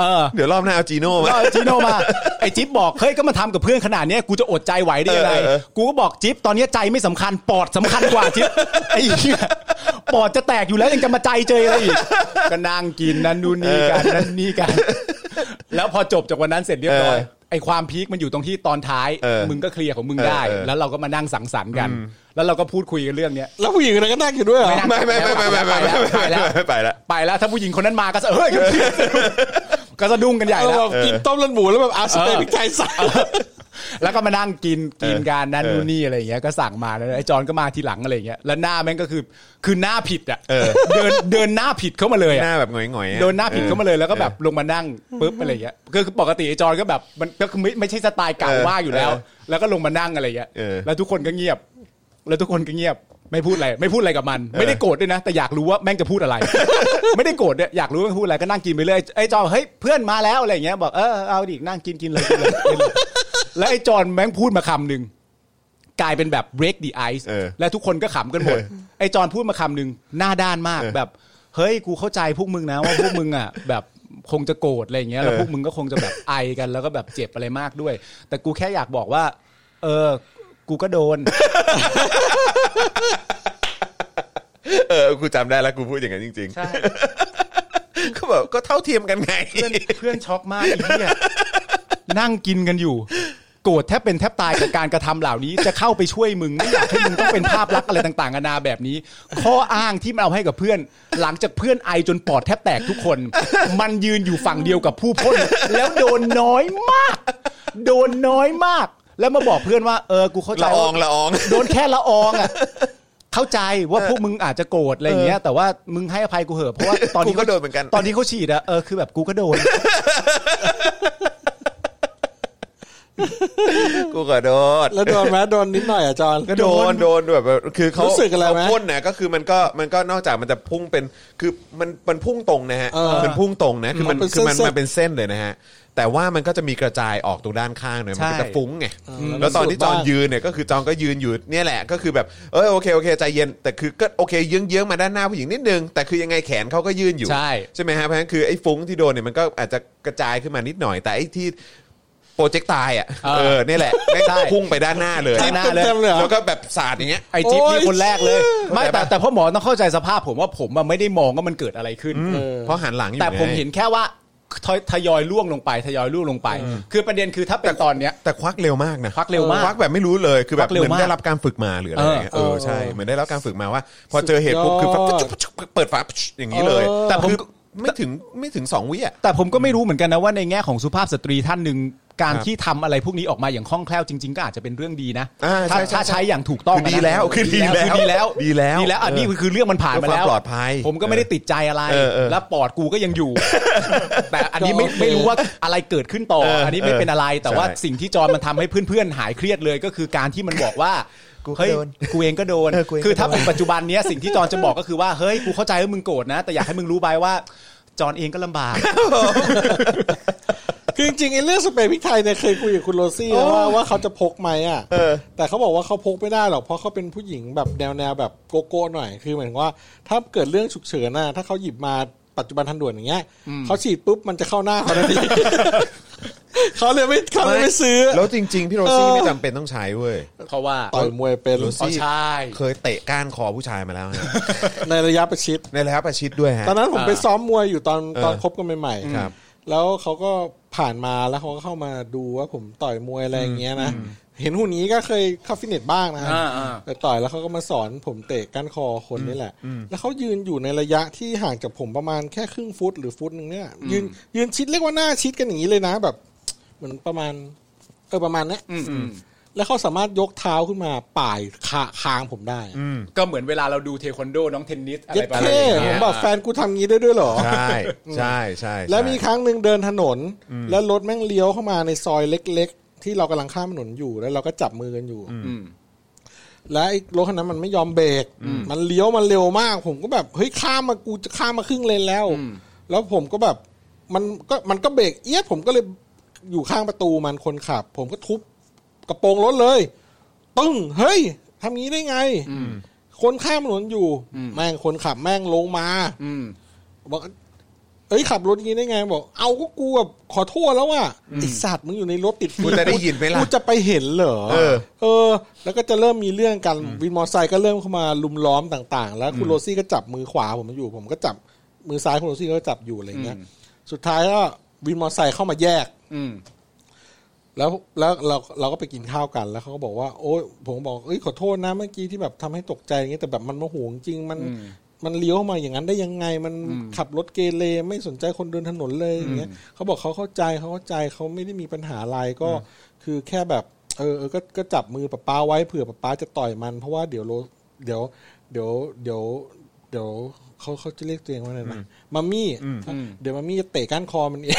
F: เออ
C: เดี๋ยวรอบหน้าเอาจีโน่มา
F: ก็จีโน่มาไอ้จิ๊บบอกเฮ้ยก็มาทำกับเพื่อนขนาดเนี้ยกูจะอดใจไหวได้ยังไง
C: เออเออ
F: กูก็บอกจิ๊บตอนเนี้ยใจไม่สำคัญปอดสำคัญกว่าจิ๊ บไอ้เหี้ยปอดจะแตกอยู่แล้วยังจะมาใจเจยอะไรอีกก็นั่งกินนั่นนู่นนี่กันนั่นนี่กัน แล้วพอจบจากวันนั้นเสร็จเรียบร้อย
C: เออ
F: ไอ้ความพีคมันอยู่ตรงที่ตอนท้าย
C: เออ
F: มึงก็เคลียร์ของมึงได้
C: เออเออ
F: แล้วเราก็มานั่งสังสรรค์กัน แล้วเราก็พูดคุยกันเรื่องเนี้ย
A: แล้วผู้หญิงคนนั้นก็นั่งอยู่ด้วยเหรอ
F: ไม่นั่ง
C: ไม่ไม่ไม่ไม่ไม่ไม่ไม่ไม่ไปละ
F: ไปแล้วถ้าผู้หญิงคนนั้นมาก็จะเฮ้ย ก็สะดุ้งกันใหญ่
A: เออ
F: แล้
A: แบ
F: ว
A: บกินต้มเลือดหมูแล้วแบบอาสเตย์
F: เออ
A: พริกไทยใส่
F: แล้วก็มานั่งกินกิน
C: เออ
F: การนั่น
C: เออ
F: นู่นนี่อะไรอย่างเงี้ยก็สั่งมาแล้วไอ้จอนก็มาทีหลังอะไรอย่างเงี้ยแล้วหน้าแม่งก็คือคือหน้าผิดอ่ะเดินเดินหน้าผิดเข้ามาเลยอะ
C: หน้าแบบหงอยๆอะ
F: โดนหน้าผิดเข้ามาเลยแล้วก็แบบลงมานั่งปุ๊บอะไรเงี้ยคือคือปกติไอ้จอนก็แบบมันก็คือไม่ไม่ใช่สไตล์เก่า
C: เออ
F: ว่าอยู่แล้ว
C: เออ
F: แล้วก็ลงมานั่งอะไรเงี้ย
C: เออ
F: แล้วทุกคนก็เงียบ แล้วทุกคนก็เงียบ ไม่พูดอะไรไม่พูดอะไรกับมัน ไม่ได้โกรธด้วยนะ แต่อยากรู้ว่าแม่งจะพูดอะไร ไม่ได้โกรธเนี่ยอยากรู้ว่าแม่งพูดอะไรก็นั่งกินไปเรื่อยไอ้จอนเฮ้ยเพื่อนมาแล้วอะไรเงี้ยบอกเออเอาดินั่งกินกินเลยกินเลยกินเลย แล้วไอ้จอนแม่งพูดมาคำหนึ่งกลายเป็นแบบ break the ice
C: เออ
F: และทุกคนก็ขำกันหมด ไอ้จอนพูดมาคำหนึ่งหน้าด้านมากแบบ เฮ้ยกูเข้าใจพวกมึงนะว่าพวกมึงอ่ ะ แบบคงจะโกรธอะไรอย่างเงี้ยแล้วพวกมึงก็คงจะแบบไอกันแล้วก็แบบเจ็บอะไรมากด้วย แต่กูแค่อยากบอกว่า เออ กูก็โดน
C: เออกูจำได้แล้วกูพูดอย่างนั้นจริง
F: ใช่
C: ๆก็แบบก็เท่าเทียมกันไง
F: เพื่อนเพื่อนช็อกมากไอ้เหี้ยนั่งกินกันอยู่ โกรธแทบเป็นแทบตายกับการกระทำเหล่านี้ จะเข้าไปช่วยมึงไม่อยากให้มึงต้องเป็นภาพลักษณ์อะไรต่างๆนานาแบบนี้ ข้ออ้างที่มันเอาให้กับเพื่อน หลังจากเพื่อนไอจนปอดแทบแตกทุกคน มันยืนอยู่ฝั่งเดียวกับผู้พ่นแล้วโดนน้อยมาก โดนน้อยมาก แล้วมาบอกเพื่อนว่าเออกูเข้าใจ
C: ละอ
F: ว่า
C: องละออง
F: โดนแค่ละอองอ่ะ เข้าใจว่าพวกมึงอาจจะโกรธอะไรอย่างเงี้ย แต่ว่ามึงให้อภัยกูเหอะเพราะว่าตอนนี้
C: กูก็โดนเหมือนกัน
F: ตอนนี้เขาฉีดอะเออคือแบบกูก็โดน
C: กูก็โดน
A: แล้วโดนไหมโดนนิดหน่อยอ่ะจอน
C: ก็โดนโดนแบบคือเขา
A: รู้สึกอะไร
C: เขา
A: ไหม
C: พ่นนะก็คือมันก็มันก็นอกจากมันจะพุ่งเป็นคือมันมันพุ่งตรงนะฮะ
A: เออ
C: มันพุ่งตรงนะคือมัน
A: มันเป็น
C: คือมัน
A: เส้นๆ
C: มันเป็นเส้นเลยนะฮะแต่ว่ามันก็จะมีกระจายออกตรงด้านข้างเนี่ยมันก็
F: ใช่
C: จะฟุ้งไง
A: เออ
C: แล้วตอนที่จอ
A: มั
C: น
A: นสูดบ้าง
C: ยืนเนี่ยก็คือจอนก็ยืนอยู่เนี่ยแหละก็คือแบบเออโอเคโอเคใจเย็นแต่คือก็โอเคเยื้องเยื้องๆมาด้านหน้าผู้หญิงนิดนึงแต่คือยังไงแขนเขาก็ยืนอยู่
F: ใช่
C: ใช่ไหมฮะเพราะฉะนั้นคือไอ้ฟุ้งที่โดนเนี่ยมันก็อาจจะกระจายขึ้นมานิดหน่อยแต่ไอ้ที่โปรเจกต์ตายอ่ะ
F: เออ
C: เออเนี่ยแหละแม่ง
F: ใช่
C: พุ่งไปด้านหน้าเลย
F: ด้า
A: จิ้
F: น
A: ม
F: หน้าเลย
A: เต็มๆเลยเหรอ
C: แล้วก็แบบสาดอย่างเงี้ย
F: ไอจิ๊บ
A: โอ้ย
F: นี่คนแรกเลย ไม่แต่
C: เข้าใจปะ
F: แต่พ่อหมอต้องเข้าใจสภาพผมว่าผมอะไม่ได้มองว่ามันเกิดอะไรขึ้น
C: เพราะหันหลังอยู่
F: แต่ผมเห็น
C: ไง
F: แค่ว่าทยทยอยล่วงลงไปทยอยล่วงลงไป คือประเด็นคือถ้าเป็นตอนเนี้ย
C: แต่ควักเร็วมากนะ
F: ควักเร็วมาก
C: ควักแบบไม่รู้เลยคือแบบ
F: ควัก
C: เห
F: เร็ว
C: มือน
F: มาก
C: ได้รับการฝึกมาหรืออะไรอย่างเงี้ย
F: เอ
C: เอ
F: อ
C: อใช่เหมือนได้รับการฝึกมาว่า พอเจอเหตุปุ๊บคือแบบ
A: สุดยอด
C: จุ๊บจุ๊บเปิดฝาอย่างนี้เลย
F: แต่ผม
C: คือไม่ถึงไม่ถึงสองวิอ่ะ
F: แต่ผมก็ไม่รู้เหมือนกันนะว่าในแง่ของสุภาพสตรีท่านหนึ่งการ
C: ครับ
F: ที่ทำอะไรพวกนี้ออกมาอย่างคล่องแคล่วจริง ๆ ก็อาจจะเป็นเรื่องดีนะ
C: อ่าใช่ใช่
F: ถ้าถ้าใช้อย่างถูกต้อง
C: คือดี
F: นะ
C: แล้วคือดีแล้ว
F: คือดีแล้ว
C: ดีแล้ว
F: ดีแล้วอันนี้
C: เออ
F: คือเรื่องมันผ่านมาแล้
C: เพื่อควา
F: ว
C: มปลอดภัย
F: ผมก็ไม่ได้ติดใจอะไร
C: เออเออ
F: แล้วปอดกูก็ยังอยู่ แต่อันนี้ไม่
A: ก็โอเค
F: ไม่รู้ว่าอะไรเกิดขึ้นต่อ
C: เอออั
F: อันนี้ไม่เป็นอะไร แต่ว่า
C: ใช่
F: สิ่งที่จอมันทำให้เพื่อนๆหายเครียดเลยก็คือการที่มันบอกว่า
C: กูก็
F: เฮ้ย
C: โดน
F: กูเองก็โดน
C: เออกูเองก็โดน
F: คือถ้าเป็นปัจจุบันเนี้ยสิ่งที่จอนจะบอกก็คือว่าเฮ้ยกูเข้าใจว่ามึงโกรธนะ แต่อยากให้มึงรู้ไปว่าจอนเองก็ลำบาก
A: คือจริงๆไอ้เรื่องสเปรย์พริกไทยเนี่ยเคยคุยกับคุณโรซี่นะว่าว่าเขาจะพกไหมอ่ะแต่เขาบอกว่าเขาพกไม่ได้หรอกเพราะเขาเป็นผู้หญิงแบบแนวแนวๆแบบโกโก้หน่อยคือหมายถึงว่า ถ้าเกิดเรื่องฉุกเฉินน่ะถ้าเขาหยิบมาปัจจุบันทันด่วนอย่างเงี้ยเขาฉีดปุ๊บมันจะเข้าหน้าเขาทันที เขาเลยไม่เขาเลยไม่ซื้อ
C: แล้วจริง ๆ พี่โรซี่
A: เออ
C: ไม่จำเป็นต้องใช้เว้ย
F: เพราะว่า
A: ต่อยมวยเป็น
C: โรซี่
F: อ๋อใช่
C: เคยเตะก้านคอผู้ชายมาแล้วฮะ
A: ในระยะประชิด
C: ในระยะประชิดด้วยฮะ
A: ตอนนั้นผม
F: อ่า
A: ไปซ้อมมวยอยู่ตอน
C: เออ
A: ตอนคบกันใหม่
C: ครับ
A: ๆ แล้วเขาก็ผ่านมาแล้วเขาก็เข้ามาดูว่าผมต่อยมวยอะไรอย่างเงี้ยนะ เห็นหุ่นนี้ก็เคยเข้าฟิตเนสบ้างนะฮะ
F: อ่าอ่า
A: แต่ต่อยแล้วเขาก็มาสอนผมเตะก้านคอคนนี่แหละ แล้วเขายืนอยู่ในระยะที่ห่างจากผมประมาณแค่ครึ่งฟุตหรือฟุตหนึ่งเนี่ย ยืนยืนชิดเรียกว่าหน้าชิดกันอย่างนี้เลยนะแบบ เหมือนประมาณ เออประมาณเนี้ยแล้วเขาสามารถยกเท้าขึ้นมาป่ายขาคางผมได้
F: ก็เหมือนเวลาเราดูเทควันโดน้องเทนนิสอะไร
A: เย็ด
F: ประมาณ
A: เท่
F: อย่าง
A: ผ
F: เงี้
A: ม
F: ย
A: บอกแฟนกูทำงี้ได้ด้วยเหรอ
C: ใช่ใช่ใช่ใช่
A: แล้วมีครั้งหนึ่งเดินถนน แล้วรถแม่งเลี้ยวเข้ามาในซอยเล็ก ๆ ที่เรากำลังข้ามถนนอยู่แล้วเราก็จับมือกันอยู่
F: อืม
A: และไอ้รถคันนั้นมันไม่ยอมเบรก มันเลี้ยวมันเร็วมาก ผมก็แบบเฮ้ยข้ามมากูจะข้ามมาครึ่งเลนแล้ว
F: อืม
A: แล้วผมก็แบบมันก็มันก็เบรกเอียดผมก็เลยอยู่ข้างประตูมันคนขับ ผมก็ทุบกระโปรงรถเลย ตึ้งเฮ้ยทำงี้ได้ไง คนข้ามถนนอยู่ แม่งคนขับแม่งลงมา
F: อืม
A: บอกเอ้ยขับรถงี้ได้ไง บอก เอาก็กูแบบขอโทษแล้วว่ะไอสัตว์มึงอยู่ในรถติด
C: กูจะได้ยินไหมล่ะ
A: กูจะไปเห็นเหรอ
C: เออ
A: เออ แล้วก็จะเริ่มมีเรื่องกันวินมอเตอร์ไซค์ก็เริ่มเข้ามาลุมล้อมต่าง ๆ แล้วคุณโรซี่ก็จับมือขวาผมอยู่ ผมก็จับมือซ้ายคุณโรซี่ก็จับอยู่อะไรอย่างเงี้ย
F: อืม
A: สุดท้ายก็วินมอเตอร์ไซค์เข้ามาแยก
F: อืม
A: แล้วแล้วเราเราก็ไปกินข้าวกันแล้วเขาก็บอกว่า โอ้ยผมก็บอกเอ้ยขอโทษนะเมื่อกี้ที่แบบทำให้ตกใจอย่างเงี้ยแต่แบบมันโมโหจริงมัน
F: อืม
A: มันเลี้ยวมาอย่างนั้นได้ยังไง มัน
F: อืม
A: ขับรถเกเรไม่สนใจคนเดินถนนเลยอย่างเงี้ยเขาบอกเขาเข้าใจเขาเข้าใจเขาไม่ได้มีปัญหาอะไรก็ คือแค่แบบ เออเออก็ก็จับมือป้าป้าไว้เผื่อป้าป้าจะต่อยมัน เพราะว่าเดี๋ยวโลเดี๋ยว เดี๋ยวเดี๋ยวเดี๋ยวเขาเขาจะเรียกตัวเองว่าอะไรนะมัมมี่
F: อืม
A: เดี๋ยวมัมมี่จะเตะก้านคอมันเอง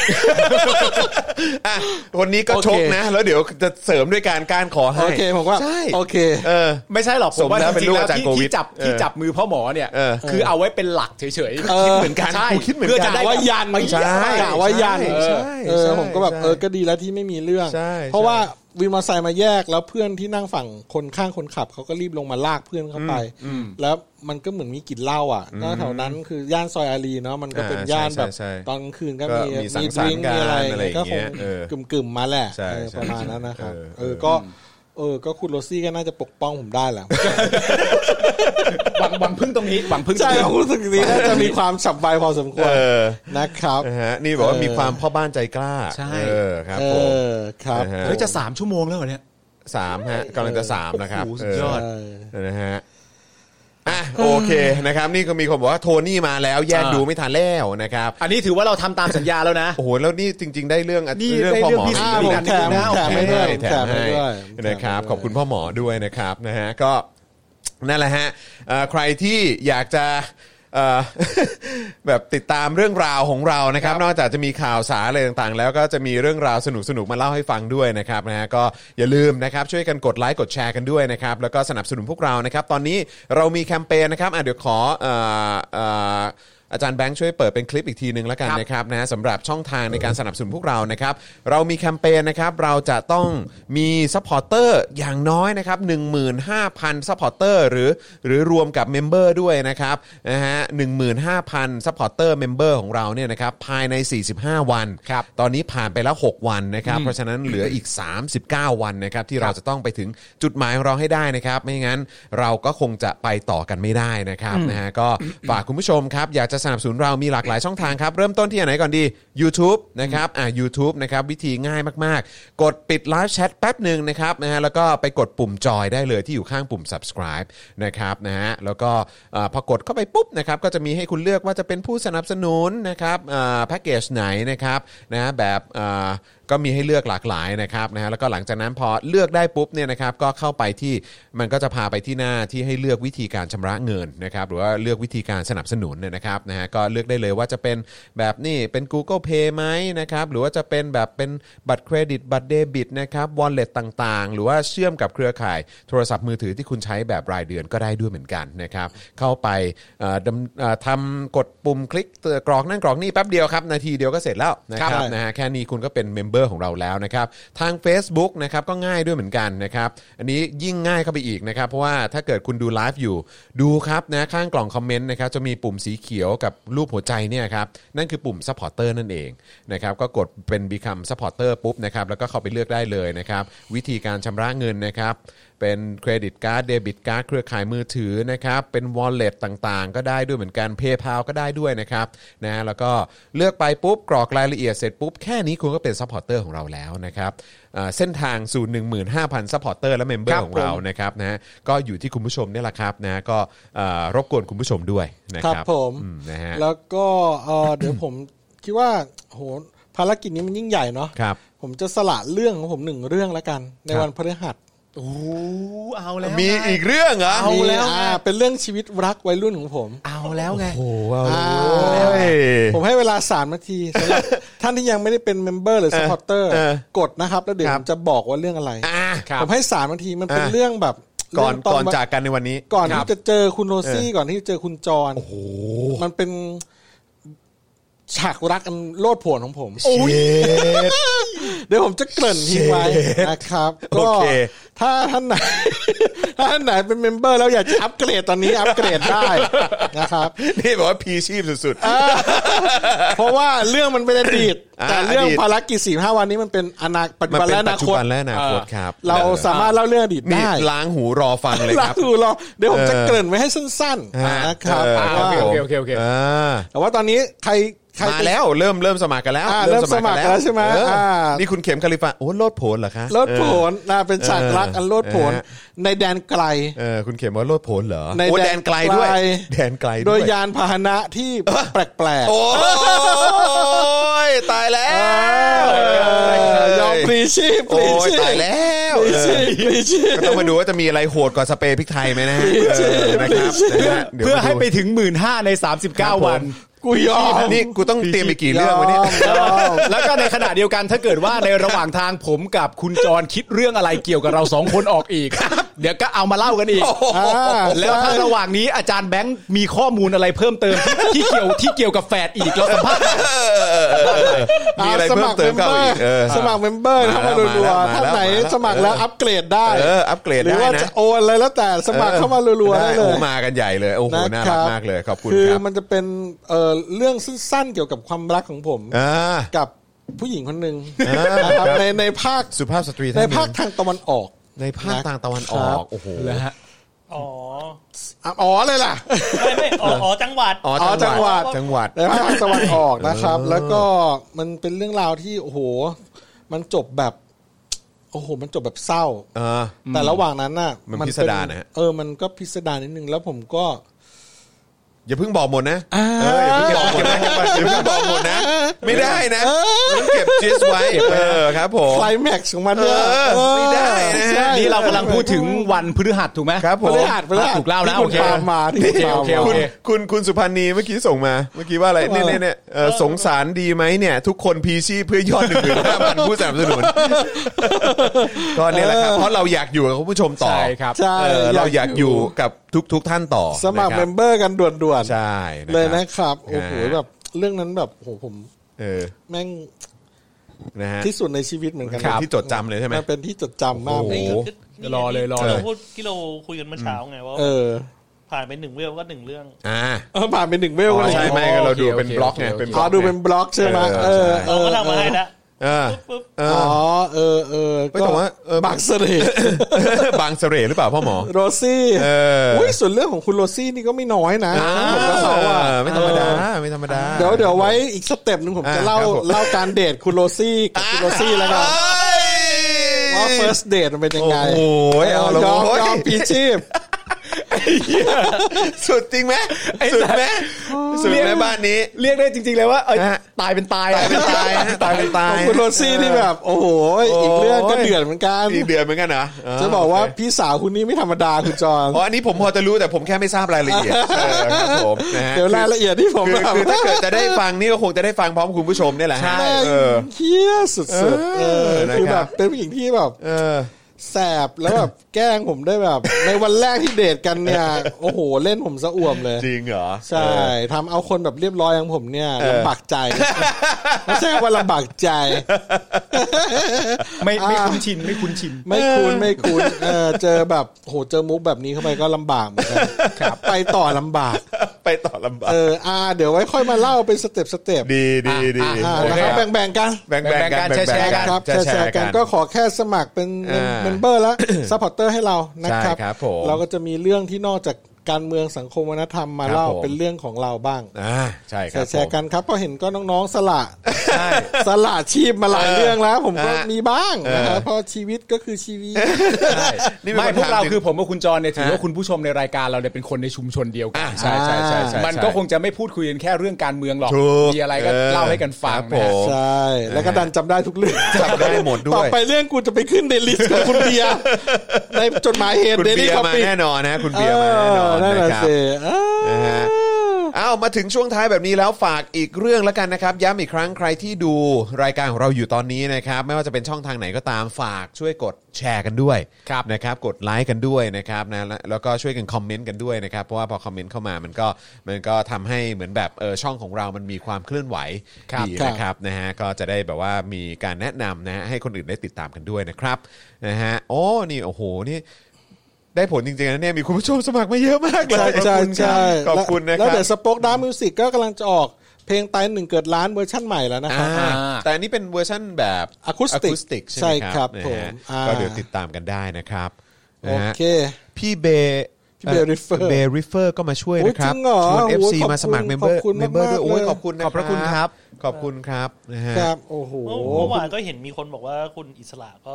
C: อ่ะคนนี้ก็
A: โอเค
C: ชกนะ แล้วเดี๋ยวจะเสริมด้วยการก้านขอให้
A: โอเคผมว่า
C: ใช่
A: โอเค
C: เออ
F: ไม่ใช่หรอกผ
C: สม
F: มว่า
C: แล้ว
F: จ
C: เป็น
F: ริ
C: ลู
F: ง
C: ก
F: ๆแล้ว
C: อาจารย์
F: ที่
C: โควิด
F: ที่จับที่
C: เออ
F: จับมือพ่อหมอเนี่ย
C: เออ
F: คือเอาไว้เป็นหลักเฉย
A: เอ
F: ๆ
A: อ
F: คิดเหมือนกัน
C: กูคิดเหมือนกัน
F: เพื่อจะได้
A: ว่ายัน
F: ไป
C: ใช่
A: กะว่ายัน
C: ใช่
A: เออ
C: ใช่
A: ผมก็แบบ
C: ใช่
A: เออก็ดีแล้วที่ไม่มีเรื่อง
C: ใช่
A: เพราะ
C: ใช่
A: ว่าวินมอเตอร์ไซค์มาแยกแล้วเพื่อนที่นั่งฝั่งคนข้างคนขับเขาก็รีบลงมาลากเพื่อนเข้าไป แล้วมันก็เหมือนมีกลิ่นเหล้าอ่ะก็แถวนั้นคือย่านซอยอารีเนาะมันก็เป็น
C: อ่า
A: ย่านแบบ
C: ใช่ใช่ใช่
A: ตอนกลางคืนก็
C: ก็
A: มี
C: มีสัง
A: ด
C: สรรค์
A: ริงก์มีอะไร
C: กันอะไรอย่าง
A: ก็
C: เงี้
A: คง
C: ยเออก
A: ึ่มกึ่มๆมาแหละ
C: ใช่
A: เออ
C: ใช่
A: ประมาณนั้นนะครับ
C: เออ
A: เออก็เออก็คุณโรซี่ก็น่าจะปกป้องผมได้ แหละ
F: หวังหวังพึ่งตรงนี้หวังพึ่งตร
A: ใช่
F: งนี้
A: ผมรู้สึกนี้น่าจะมีความฉับไวพอสมคว
C: เอ
A: ร
C: อ
A: นะครับ
C: นะฮะนี่บอกว่า
A: เออ
C: มีความพ่อบ้านใจกล้า
F: ใช่
C: เออครับ
A: เอ
C: ผม
A: อครับ
C: นะฮะ
F: เฮ้ยจะสามชั่วโมงแล้วเหรอเนี่ย
C: สามฮะกำลังจะสามนะครับ
F: โอ้โหสุดยอด
C: เนะฮะอ่ะโอเคนะครับ นี่ก็มีคนบอกว่าโทนี่มาแล้วแยกดูไม่ทันแล้วนะครับ
F: อันนี้ถือว่าเราทำตามสัญญาแล้วนะ
C: โอ้โหแล้วนี่จริง ๆ ได้เรื่องอ่ะ
F: นี่
C: เรื่องพ่อหมอ
F: ได้เรื่องพิเศษ
A: อ่าผมแถมแถมให้ด้วยผม
C: แถ
A: แถ
C: ม
A: ม
C: ให้
A: ให้ด้วย
C: นะครับขอบคุณพ่อหมอด้วยนะครับนะฮะก็นั่นแหละฮะเอ่อใครที่อยากจะเอ่อ แบบติดตามเรื่องราวของเรานะครับ นอกจากจะมีข่าวสารอะไรต่างๆ แล้วก็จะมีเรื่องราวสนุกๆมาเล่าให้ฟังด้วยนะครับนะฮะก็อย่าลืมนะครับช่วยกันกดไลค์กดแชร์กันด้วยนะครับแล้วก็สนับสนุนพวกเรานะครับ ตอนนี้เรามีแคมเปญนะครับอ่ะเดี๋ยวขอเอ่อเอ่ออาจารย์แบงค์ช่วยเปิดเป็นคลิปอีกทีหนึ่งแล้วกัน
F: ครั
C: นะ
F: บ
C: นะครับนะสำหรับช่องทางในการสนับสนุนพวกเรานะครับ เรามีแคมเปญนะครับ เราจะต้องมีซัพพอร์เตอร์อย่างน้อยนะครับ15,000ซัพพอร์เตอร์หรือหรือรวมกับเมมเบอร์ด้วยนะครับนะฮะ15,000ซัพพอร์เตอร์เมมเบอร์ของเราเนี่ยนะครับภายใน 45 วัน
F: ครับ
C: ตอนนี้ผ่านไปแล้ว 6 วันนะครับ เพราะฉะนั้นเหลืออีก 39 วันนะครับ ที่เราจะต้องไปถึงจุดหมายของเราให้ได้นะครับ ไม่งั้นเราก็คงจะไปต่อกันไม่ได้นะครับนะฮะก็ฝากคุณผู้ชมครับ อยากจะสนับสนุนเรามีหลากหลายช่องทางครับ เริ่มต้นที่ไหนก่อนดี YouTube นะครับอ่า u t u b e นะครับวิธีง่ายมากๆ กดปิดไลฟ์แชทแป๊บหนึ่งนะครับนะฮะแล้วก็ไปกดปุ่มจอยได้เลยที่อยู่ข้างปุ่ม subscribe นะครับนะฮะแล้วก็เอ่อพอกดเข้าไปปุ๊บนะครับก็จะมีให้คุณเลือกว่าจะเป็นผู้สนับสนุนนะครับเอ่อแพ็กเกจไหนนะครับนะฮะแบบเอ่อก็มีให้เลือกหลากหลายนะครับนะฮะแล้วก็หลังจากนั้นพอเลือกได้ปุ๊บเนี่ยนะครับก็เข้าไปที่มันก็จะพาไปที่หน้าที่ให้เลือกวิธีการชำระเงินนะครับหรือว่าเลือกวิธีการสนับสนุนเนี่ยนะครับนะฮะก็เลือกได้เลยว่าจะเป็นแบบนี่เป็น Google Pay ไหมนะครับหรือว่าจะเป็นแบบเป็นบัตรเครดิตบัตรเดบิตนะครับวอลเล็ตต่างๆ หรือว่าเชื่อมกับเครือข่ายโทรศัพท์มือถือที่คุณใช้แบบรายเดือนก็ได้ด้วยเหมือนกันนะครับเข้าไปเอ่อดำเอ่อทำกดปุ่มคลิกเอ่อกรอกนั่นกรอกนี่แป๊บเดียวครับนาทีเดียวก็เสร็จแล้วนะครับ
A: ครับ
C: นะฮะแค่นี้คุณก็เป็นเมมเบอร์ของเราแล้วนะครับ ทาง Facebook นะครับก็ง่ายด้วยเหมือนกันนะครับ อันนี้ยิ่งง่ายเข้าไปอีกนะครับ เพราะว่าถ้าเกิดคุณดูไลฟ์อยู่ ดูครับนะข้างกล่องคอมเมนต์นะครับจะมีปุ่มสีเขียวกับรูปหัวใจเนี่ยครับ นั่นคือปุ่ม Supporter นั่นเองนะครับ ก็กดเป็น Become Supporter ปุ๊บนะครับ แล้วก็เข้าไปเลือกได้เลยนะครับ วิธีการชำระเงินนะครับ เป็นเครดิตการ์ดเดบิตการ์ดเครือข่ายมือถือนะครับเป็นวอลเล็ตต่างๆ ก็ได้ด้วยเหมือนกันเพย์พาก็ได้ด้วยนะครับนะแล้วก็เลือกไปปุ๊บกรอกรายละเอียดเสร็จปุ๊บ แค่นี้คุณก็เป็นซัพพอร์ตเตอร์ของเราแล้วนะครับอ่าเส้นทางสู่15,000ซัพพอร์เตอร์และเมมเบอ
F: ครั
C: ร์
F: บ
C: ของเรา
F: ผม
C: นะครับนะก็อยู่ที่คุณผู้ชมเนี่ยแหละครับนะก็อ่ารบกวนคุณผู้ชมด้วยนะ
A: ค
C: ค
A: รั
C: รั
A: บบ ผม
C: อืนะฮะ
A: แล้วก็เอ่อ เดี๋ยวผมคิดว่าโหภารกิจนี้มันยิ่งใหญ่เนาะ
C: ครับ
A: ผมจะสละเรื่องของผมหนึ่งเรื่องแล้วกัน ใน
C: ครับ
A: วันพฤหัส
F: โอ้เอาแล้ว
C: มีอีกเรื่องเหรอ
F: เอาแล้ว
A: อ่าเป็นเรื่องชีวิตรักวัยรุ่นของผม
F: เอาแล้วไง
C: โอ้โหเอา
A: อ่า
C: เว้ย
A: ผมให้เวลาสามนาทีสำหรับ ท่านที่ยังไม่ได้เป็นเมมเบอร์หรือสปอร์เตอร์
C: เออก
A: ดนะครับ แล้วเดี๋ยว
C: ครั
A: ผ
C: บ
A: มจะบอกว่าเรื่องอะไร
C: อ่ะ
F: ครับ
A: ผมให้สามนาทีมันเป็น
C: อ่ะ
A: เรื่องแบบ
C: ก่อน
A: เริ่มต้
C: ก่อน
A: ว่
C: จากกันในวันนี้
A: ก่อน
F: ครั
A: ที่
F: บ
A: จะเจอคุณโรซี่ก่อนที่จะเจอคุณจอนมันเป็นฉากรักอันโลดโผนของผม เดี๋ยวผมจะเกริ่นทิ้งไว้นะครับ
C: โอ
A: ก็
C: เค
A: ถ้าท่าน ไหน ถ้าท่านไหนเป็นเมมเบอร์แล้วอยากจะอัปเกรดตอนนี้อัปเกรด ได้นะครับ
C: นี่บอกว่าพีชีพสุด
A: เพราะว่าเรื่องมันเป็นอดีต
C: อ่า
A: แต่เรื่อง
C: อดีต
A: ภารกิจสี่ห้าวันนี้มันเป็นอนาคตปัจ
C: ๆ
A: จุ
C: มัน
A: บัน
C: เป็น
A: และอ
C: ปั
A: นา
C: จจุ
A: คต
C: บันและอนาคตครับ
A: เราสามารถเล่าเรื่องอดีต
C: นี่
A: ได้
C: ล้างหูรอฟังเลย
A: หลัง
C: ครับ
A: ดูเราเดี๋ยวผมจะ
C: เออ
A: เกริ่นไว้ให้สั้น
C: ฮะ
A: ๆนะครับแต่
C: เออรับ
A: ว่า
C: ผม
F: โอเคโอเคโอเค
C: า
A: แต่ว่าตอนนี้ใครใคร
C: มา
A: เป็น
C: แล้วเริ่มเริ่มสมัครกันแล้ว
A: อ่าเริ่มสมัครกันแล้วใช่ไหม
C: เอออา นี่คุณเข็มคาลิฟะโอ้โลดโผนเหรอคะ
A: โลดโผ
C: เออ
A: นนะเป็นฉากรักอันโลดโผน
C: เออ
A: ในแดนไกล
C: เออคุณเข็มว่าโลดโผนเหรอ
A: ใน
C: โอ้แดนไกลด้วย
A: แ
C: แดนไกล
A: โด
C: ด้วย ย
A: ยานพาหนะที่แปลกๆ
C: โอ้ยตายแล้ว
A: เออยอมปรีชีพป
C: โอ้
A: รี
C: ย
A: ชีพ
C: ตายแล้ว
A: ปรีชีพปรีชีพ
C: ก็ต้องมาดูว่าจะมีอะไรโหดกว่าสเปรย์พริกไทยไหมนะฮะ
A: จริงๆ
C: เออนะครับนะฮะดี๋ยว
F: เพื่อให้ไป
C: มาดู
F: ถึงหมื่นห้าใน
C: ครับผม
F: 39 วัน
A: กูยอม
C: นี่กูต้องเตรียมไปกี่เรื่องวะเนี่ย
A: ยอม
F: แล้วก็ในขณะเดียวกันถ้าเกิดว่าในระหว่างทางผมกับคุณจรคิดเรื่องอะไรเกี่ยวกับเราสองคนออกอีก เดี๋ยวก็เอามาเล่ากันอีก
A: อ่า
F: แล้วถ้าระหว่างนี้อาจารย์แบงค์มีข้อมูลอะไรเพิ่มเติมที่ที่เกี่ยวที่เกี่ยวกับแฝดอีกเราสัมภาษณ์
C: มีอะไร
A: ส
C: เพิ่
A: ค
C: มเติมเข้าอีกเออ
A: สมัครเมมเบอร์นะครับ
C: มา
A: มา
C: แล้ว
A: รัว
C: มา
A: ๆ
C: แล้ว
A: ท่านไหน
C: มาแล้ว
A: สมัครแล้ว
C: เออ
A: อัปเกรดได้
C: เอออัปเกรด
A: หรือว่า
C: ได้นะ
A: จะโอนอะไรแล้วแต่สมัครเข้ามารัวๆได้เล
C: โอ้
A: ย
C: มากันใหญ่เลยโอ้โหน่ารักมากเลยขอบคุณ
A: คื
C: ค
A: อ
C: รับ
A: มันจะเป็นเอ่อเรื่องสั้นๆเกี่ยวกับความรักของผม
C: อ่า
A: กับผู้หญิงคนหนึ่ง
C: อ่าน
A: นะครับในในภาค
C: สุภาพสตรี
A: ใน
C: ท่านหนึ่ง
A: ภาคทางตะวันออก
C: ในภาคทางตะวันออ
A: ครั
C: ก
A: บ
C: โอ้โห
B: อ๋อ
A: อ่ะอ๋อเลยล่ะ
B: ไม่ไม่อ๋ออ๋อจังหวัด
C: อ๋อ
A: อ๋อ
C: จังหวัด
A: จั
C: จัง
A: ง
C: ห
A: หวั
C: วัด
A: ด ในภาคตะวันออกนะครับ แล้วก็มันเป็นเรื่องราวที่โอ้โห มันจบแบบโอ้โห มันจบแบบเศร้า
C: เออ
A: แต่ระหว่างนั้นน่ะ
C: มันพิ
A: เป็
C: สดารนะฮะ
A: เออ มันก็พิสดารนิดนึงแล้วผมก็
C: อย่าเพิ่งบอกหมดนะเอออย่าเพิ่งบอกหมดนะอย่าเพิ่งบอกหมดนะ ไม่ได้นะต้องเก็บจิสไว้เออครับผม
A: ไคลแม็กซ์ของมันเนี่ย
C: เออ
A: เออ
C: ไม่ได้นะ
A: ใช่
F: นี่เรากำลังพูดถึงวันพฤหัสถูกไหม
C: ครับผม
A: พฤหัสพฤหัส
F: ถูกเล่านะ
A: ที่
F: โอ
A: คุณ
F: เค
A: ตามมาที่คุณตาม
F: โอเค
A: มา
F: โอ
C: คุณ
F: เค
C: คุณคุณสุพันธ์นีเมื่อกี้ส่งมา เมื่อกี้ว่าอะไรเนี่ยเนี่ยเนี่ยเอ่อสงสารดีไหมเนี่ย ทุกคนพีชีพเพื่อยอดหนึ่งหมื่นห้าพันผู้สนับสนุนก็เนี่ยแหละครับเพราะเราอยากอยู่กับคุณผู้ชมต่อ
F: ใช่ครับ
A: ใช่
C: เออเราอยากอยู่กับทุกทุกท่านต่อ
A: สมัคร
C: นะ
A: เม
C: บ
A: มเบอร์กันด่วน
C: ใช่
A: ๆเลยนะครับโอ้โห
C: นะฮะ
A: แบบเรื่องนั้นแบบโอ้โหผม
C: เออ
A: แม่ง
C: นะฮะ
A: ที่สุดในชีวิตเหมือนกัน
C: เป็นที่จดจำเลยใช่ไหม
A: มันเป็นที่จดจำมาก
C: โอ้โห
B: เฮ้ยก็
F: เดี๋ยวรอเลยรอเลย
B: ที่ราพูดที่เราคุยกันเมื่อเช้าไงว่า
A: เออ
B: ผ่านไปหนึ่งเวลก็หนึ่งเรื่อง
C: อ่า
A: เออผ่านไปหนึ่งเวล
C: อ๋อ
A: เลย
C: ใช่ไม่ก็เราดูเป็นบล็อกไงเป็นบ
A: อ๋
C: ล็
A: อ
C: อก
A: ดู
C: ไง
A: เป็นบล็อกใช่ไหม
C: เอ
A: เอ
C: อ
A: อ
B: เราก็ทำมาให้ละ
C: เออ
B: ปุ๊บ
C: เอ
A: อ๋
C: อ
A: อเออเออ
C: เฮ้ยแต่ว่าเอ อ
A: บักเสลด
C: บางเสร่หรือเปล่าพ่อหมอ
A: โรซี่
C: เออ
A: อุ้ยส่วนเรื่องของคุณโรซี่นี่ก็ไม่น้อยนะ
C: อ่า
A: ผมก็เขาอ่ะ
C: ไม่ธรรมดา
A: เออ
C: ไม่ธรรมดา
A: เดี๋ยวเดี๋ยวไว้อีกสเต็ปหนึ่งผมจะ
C: อ่า
A: เล่า
C: ครับผม
A: เล่าการเดทคุณโรซี่กับคุณโรซี่แล้วกันว่า first date มันเป็นยังไง
C: โอ้โหเอาละ
A: ยอม
C: โว้ย
A: ยอมปีชีพ
C: สุดจริงไหมสุดไหมสุดไหมบ้านนี้
F: เรียกได้จริง ๆ เลยว่าเอ้ย
C: ฮะ
F: ตายเป็นตาย
C: ตาย
F: อะ
C: เป็นตายฮะตายเป็นตาย
A: คุณโรซี่นี่แบบ โอ้โห อีกเรื่องก็
C: โอ้ย
A: เดือดเหมือนกัน
C: อีกเดือนเหมือนกันเหรอ
A: จะบอกว่าพี่สาวคุณนี่ไม่ธรรมดาคุณจอน
C: อ๋ออันนี้ผมพอจะรู้แต่ผมแค่ไม่ทราบรายละเอียดเออครับผมนะฮะ
A: เดี๋ยวรายละเอียดที่ผม
C: คือ
A: แบ
C: คื
A: บ
C: อถ้าเกิดจะได้ฟังนี่ก็คงจะได้ฟังพร้อมคุณผู้ชมเนี่ยแหละฮะ
F: ใช่
C: เออ
A: เฮี้ยสุดๆ
C: เอ
A: เอ
C: อ
A: อ
C: นะครับ
A: คือแบบเป็นผู้หญิงที่แบบ
C: เออ
A: แสบแล้วแบบแกล้งผมได้แบบ ในวันแรกที่เดทกันเนี่ย โอ้โห เล่นผมซะอ่วมเลย
C: จริงเหรอ
A: ใช่ทำเอาคนแบบเรียบร้อยอย่างผมเนี่ย
C: เออ
A: ลำบากใจ ไม่ใช่ว่าลำบากใจ
F: ไม่ไม่
A: อ่า
F: คุ้นชินไม่คุ้นชิน
A: ไม่คุ้นไม่คุ้นเออเจอแบบโหเจอมุกแบบนี้เข้าไปก็ลำบากเหมือนกันไปต่อลำบาก
C: ไปต่อลำบาก
A: เอออ่า เดี๋ยวไว้ค่อยมาเล่าเป็นสเต็ปสเต็ป
C: ดีดีดี
A: อ่าอ่า
C: โอ
A: นะ
C: เค
A: ครับแบ่งๆกัน
C: แบ่งแบ่งกัน
F: แบ่งๆกันแชร์ๆ
A: ครับ
C: แชร์
A: แช
C: แชร์
A: ร์
C: กั
A: กัน นก็ขอแค่สมัครเป็น
C: อ่า
A: เมมเบอร์และ ซัพพอร์เตอร์ให้เรานะครับ
C: ใช่ครับผม
A: เราก็จะมีเรื่องที่นอกจาก การเมืองสังคมวัฒนธรรมมา
C: ครับ
A: เล่า
C: ผม
A: เป็นเรื่องเรื่องของเราบ้าง
C: อ่าใช่ค
A: แช
C: รับ
A: ร์แชร์กั
C: ผม
A: นครับเพราะเห็นก็น้องๆสละ
F: ใช่
A: สละชีพมาหลาย
C: เออ
A: เรื่องแล้ว ผมก็
C: ฮะ
A: มีบ้างนะครั
C: เอบ อ
A: เพราะชีวิตก็คือชีวิต
F: ใช่
C: นี่เป็น
F: ไม่
C: คน
F: พวก
C: ถา
F: เรา
C: มถึง
F: คือผมกับคุณจรเนี่ยถือว่า
C: ฮะ
F: คุณผู้ชมในรายการเราเนี่ยเป็นคนในชุมชนเดียวกั
C: อ่ะ
F: น
C: ใช่ใช่ใช่ใช่
F: มัน
C: ใช่
F: ก็คงจะไม่พูดคุยกันแค่เรื่องการเมืองหรอก
C: ถูก
F: มีอะไรก็
C: เออ
F: เล่าให้กันฟัง
C: ครับ
F: นะ
C: ผม
F: ฮะ
A: ใช่ แล้วก็ดันจำได้ทุกเรื่อง
C: จำได้หมดด้
A: ต่อ
C: วย
A: ไปเรื่องกูจะไปขึ้นเด ลิสของคุณเบียร์ในจดหมายเหตุ
C: คุณ
A: เด
C: เบี
A: ลี่
C: ยร์
A: คอป
C: มา
A: ปี้
C: แน่นอนนะ คุณเบียร์มาแน่นอน
A: นั่นแห
C: นะ
A: ละ
C: ครับ
A: สิเออ
C: นะฮะอ้าวมาถึงช่วงท้ายแบบนี้แล้วฝากอีกเรื่องแล้วกันนะครับ ย้ำอีกครั้งใครที่ดูรายการของเราอยู่ตอนนี้นะครับ ไม่ว่าจะเป็นช่องทางไหนก็ตามฝากช่วยกดแชร์กันด้วยนะครับ กดไลค์กันด้วยนะครับนะและแล้วก็ช่วยกันคอมเมนต์กันด้วยนะครับ เพราะว่าพอคอมเมนต์เข้ามามันก็มันก็ทำให้เหมือนแบบเออช่องของเรามันมีความเคลื่อนไหว
A: ครับ
C: ดีนะครับนะฮะก็จะได้แบบว่ามีการแนะนำนะฮะให้คนอื่นได้ติดตามกันด้วยนะครับนะฮะโอ้นี่โอ้โหนี่ ได้ผลจริงๆนะเนี่ยมีคุณผู้ชมสมัครมาเยอะมากเลย
A: ใช่ใช่ใช่
C: ขอบคุณนะค
A: แล้ว
C: รับ
A: เดี๋ยวสป็อกดาร์มิวสิกก็กำลังจะออกเพลงตายหนึ่งเกิดล้านเวอร์ชั่นใหม่แล้วนะครั
C: อ่า
A: บ
C: แต่อันนี้เป็นเวอร์ชั่นแบบ
A: อะคูสติก
C: ติกใช่
A: ใช่
C: ไหมค
A: ครั
C: รับบ
A: ผม
C: นะฮะ
A: อ่า
C: ก็เดี๋ยวติดตามกันได้นะครับ
A: โอ
C: นะฮะ
A: เค
C: พี่เบ
A: พี่เบ Riffer
C: เบริเฟอร์ก็มาช่วย
A: โอ้ย
C: นะครับ
A: จริงเหรอ
C: ชวน
A: โอ้ยข
C: FC
A: อบคุณ
C: มาสมัครเมมเบอ
A: ขอ
C: ร์
A: บคุณ
C: เมมเบอร์ด้วย
A: มากๆ
C: โอ้ย
A: เลย
C: ขอบคุณนะ
F: ขอบพระคุณครับ
C: ขอบคุณครับนะฮะ
A: ครับโอ้โห
B: เมื่อวานก็เห็นมีคนบอกว่าคุณอิสระก็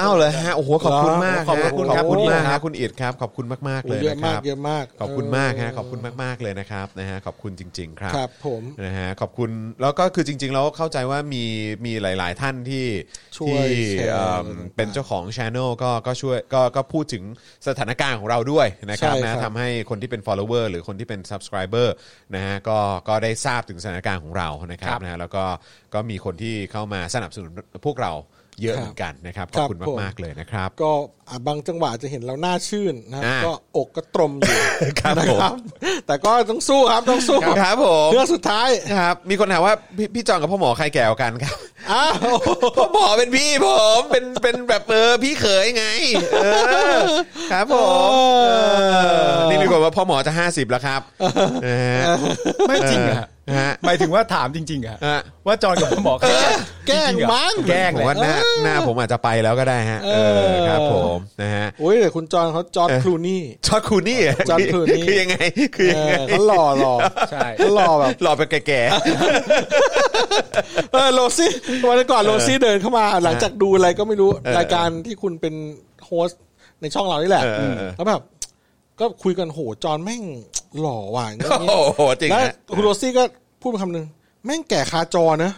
C: อ้าวเลยฮะโอ้โหขอบคุณ
A: เหรอ
C: มาก
A: ขอบคุณ
C: ข
A: ครั
C: อ
A: บบ
C: คุณมาก
A: โอ้โห
C: ฮะคุณเอียดครับขอบคุณมากๆเลย
A: เยอะ
C: นะค
A: มา
C: รั
A: ก
C: บ
A: เยอะมาก
C: ขอบคุณมากฮะขอบคุณมากๆเลยนะครับนะฮะขอบคุณจริง ๆ ครับ
A: ครับผม
C: นะฮะขอบคุณแล้วก็คือจริง ๆ แล้วเข้าใจว่ามีมีหลาย ๆ ท่านที่
A: ช่วย
C: ที่
A: แชร์
C: เอิ่มเป็นเจ้าของช ANNEL ก็ก็ช่วยก็ก็พูดถึงสถานการณ์ของเราด้วยนะครับ
A: ใช่
C: นะครับทำให้คนที่เป็น follower หรือคนที่เป็น subscriber นะฮะก็ก็ได้ทราบถึงสถานการณ์ของเรานะครับ
A: ครับ
C: นะฮะแล้วก็ก็มีคนที่เข้ามาสนับสนุนพวกเราเยอะ
A: ครับ
C: เหมือนกันนะครับข
A: ค
C: อ
A: รั
C: บบ คุณ
A: ผม
C: มากๆเลยนะครับ
A: ก็อ่ะบางจังหวะจะเห็นเราหน้าชื่นนะ
C: อ่า
A: ก็อกก็ตรมอยู่
C: ครับ
A: นะ
C: ผม
A: แต่ก็ต้องสู้ครับต้องสู้
C: ครับผม
A: เรื่องสุดท้าย
C: ครับมีคนถามว่าพี่พี่จองกับพ่อหมอใครแก่กว่ากันครับ
A: อ้าว
C: พ่อหม อเป็นพี่ผมเป็นเป็นแบบเออพี่เขยไง เออครับผมเออนี่มีคนว่าพ่อหมอจะ 50 แล้วครับนะฮะ
F: ไม่จริงอะ
C: ฮะ
F: หมายถึงว่าถามจริงๆอะ
C: ฮะ
F: ว่าจอนกับผมหมอแกล้ง
A: แกล้ง
F: จริๆเหรอ
A: มัน
F: แกล้ง
C: ผ
F: เล
C: ม
F: ย
C: ว่าหน้าหน้าผมอาจจะไปแล้วก็ได้ฮะ เอ
A: เอ
C: อ
A: อ
C: ครับผมนะฮะ
A: โอ้ยแต่คุณจอนเขาจอร์ดคลูนี่
C: จอร์จคลูนี่เหร
A: จอร์จคลูนี่
C: คือยังไงคือยังไง
A: เออเขาหล่อหล่อ
F: ใช่
A: เขาหล่อแบบ
C: หล่อเป็นแก่
A: เออโรซี่วันก่อนโรซี่เดินเข้ามา หลังจากดูอะไรก็ไม่รู้รายการที่คุณเป็นโฮสต์ในช่องเรานี่แหละแล้วแบบ ก็คุยกันโหจอนแม่งหล่อว่ะอย่าง
C: ๆ
A: เงี้
C: โอ้
A: ย
C: โหจริง
A: แล้ว
C: ฮะ
A: คุณโรซี่ก็พูดคำหนึ่งแม่งแก่คาจอนะ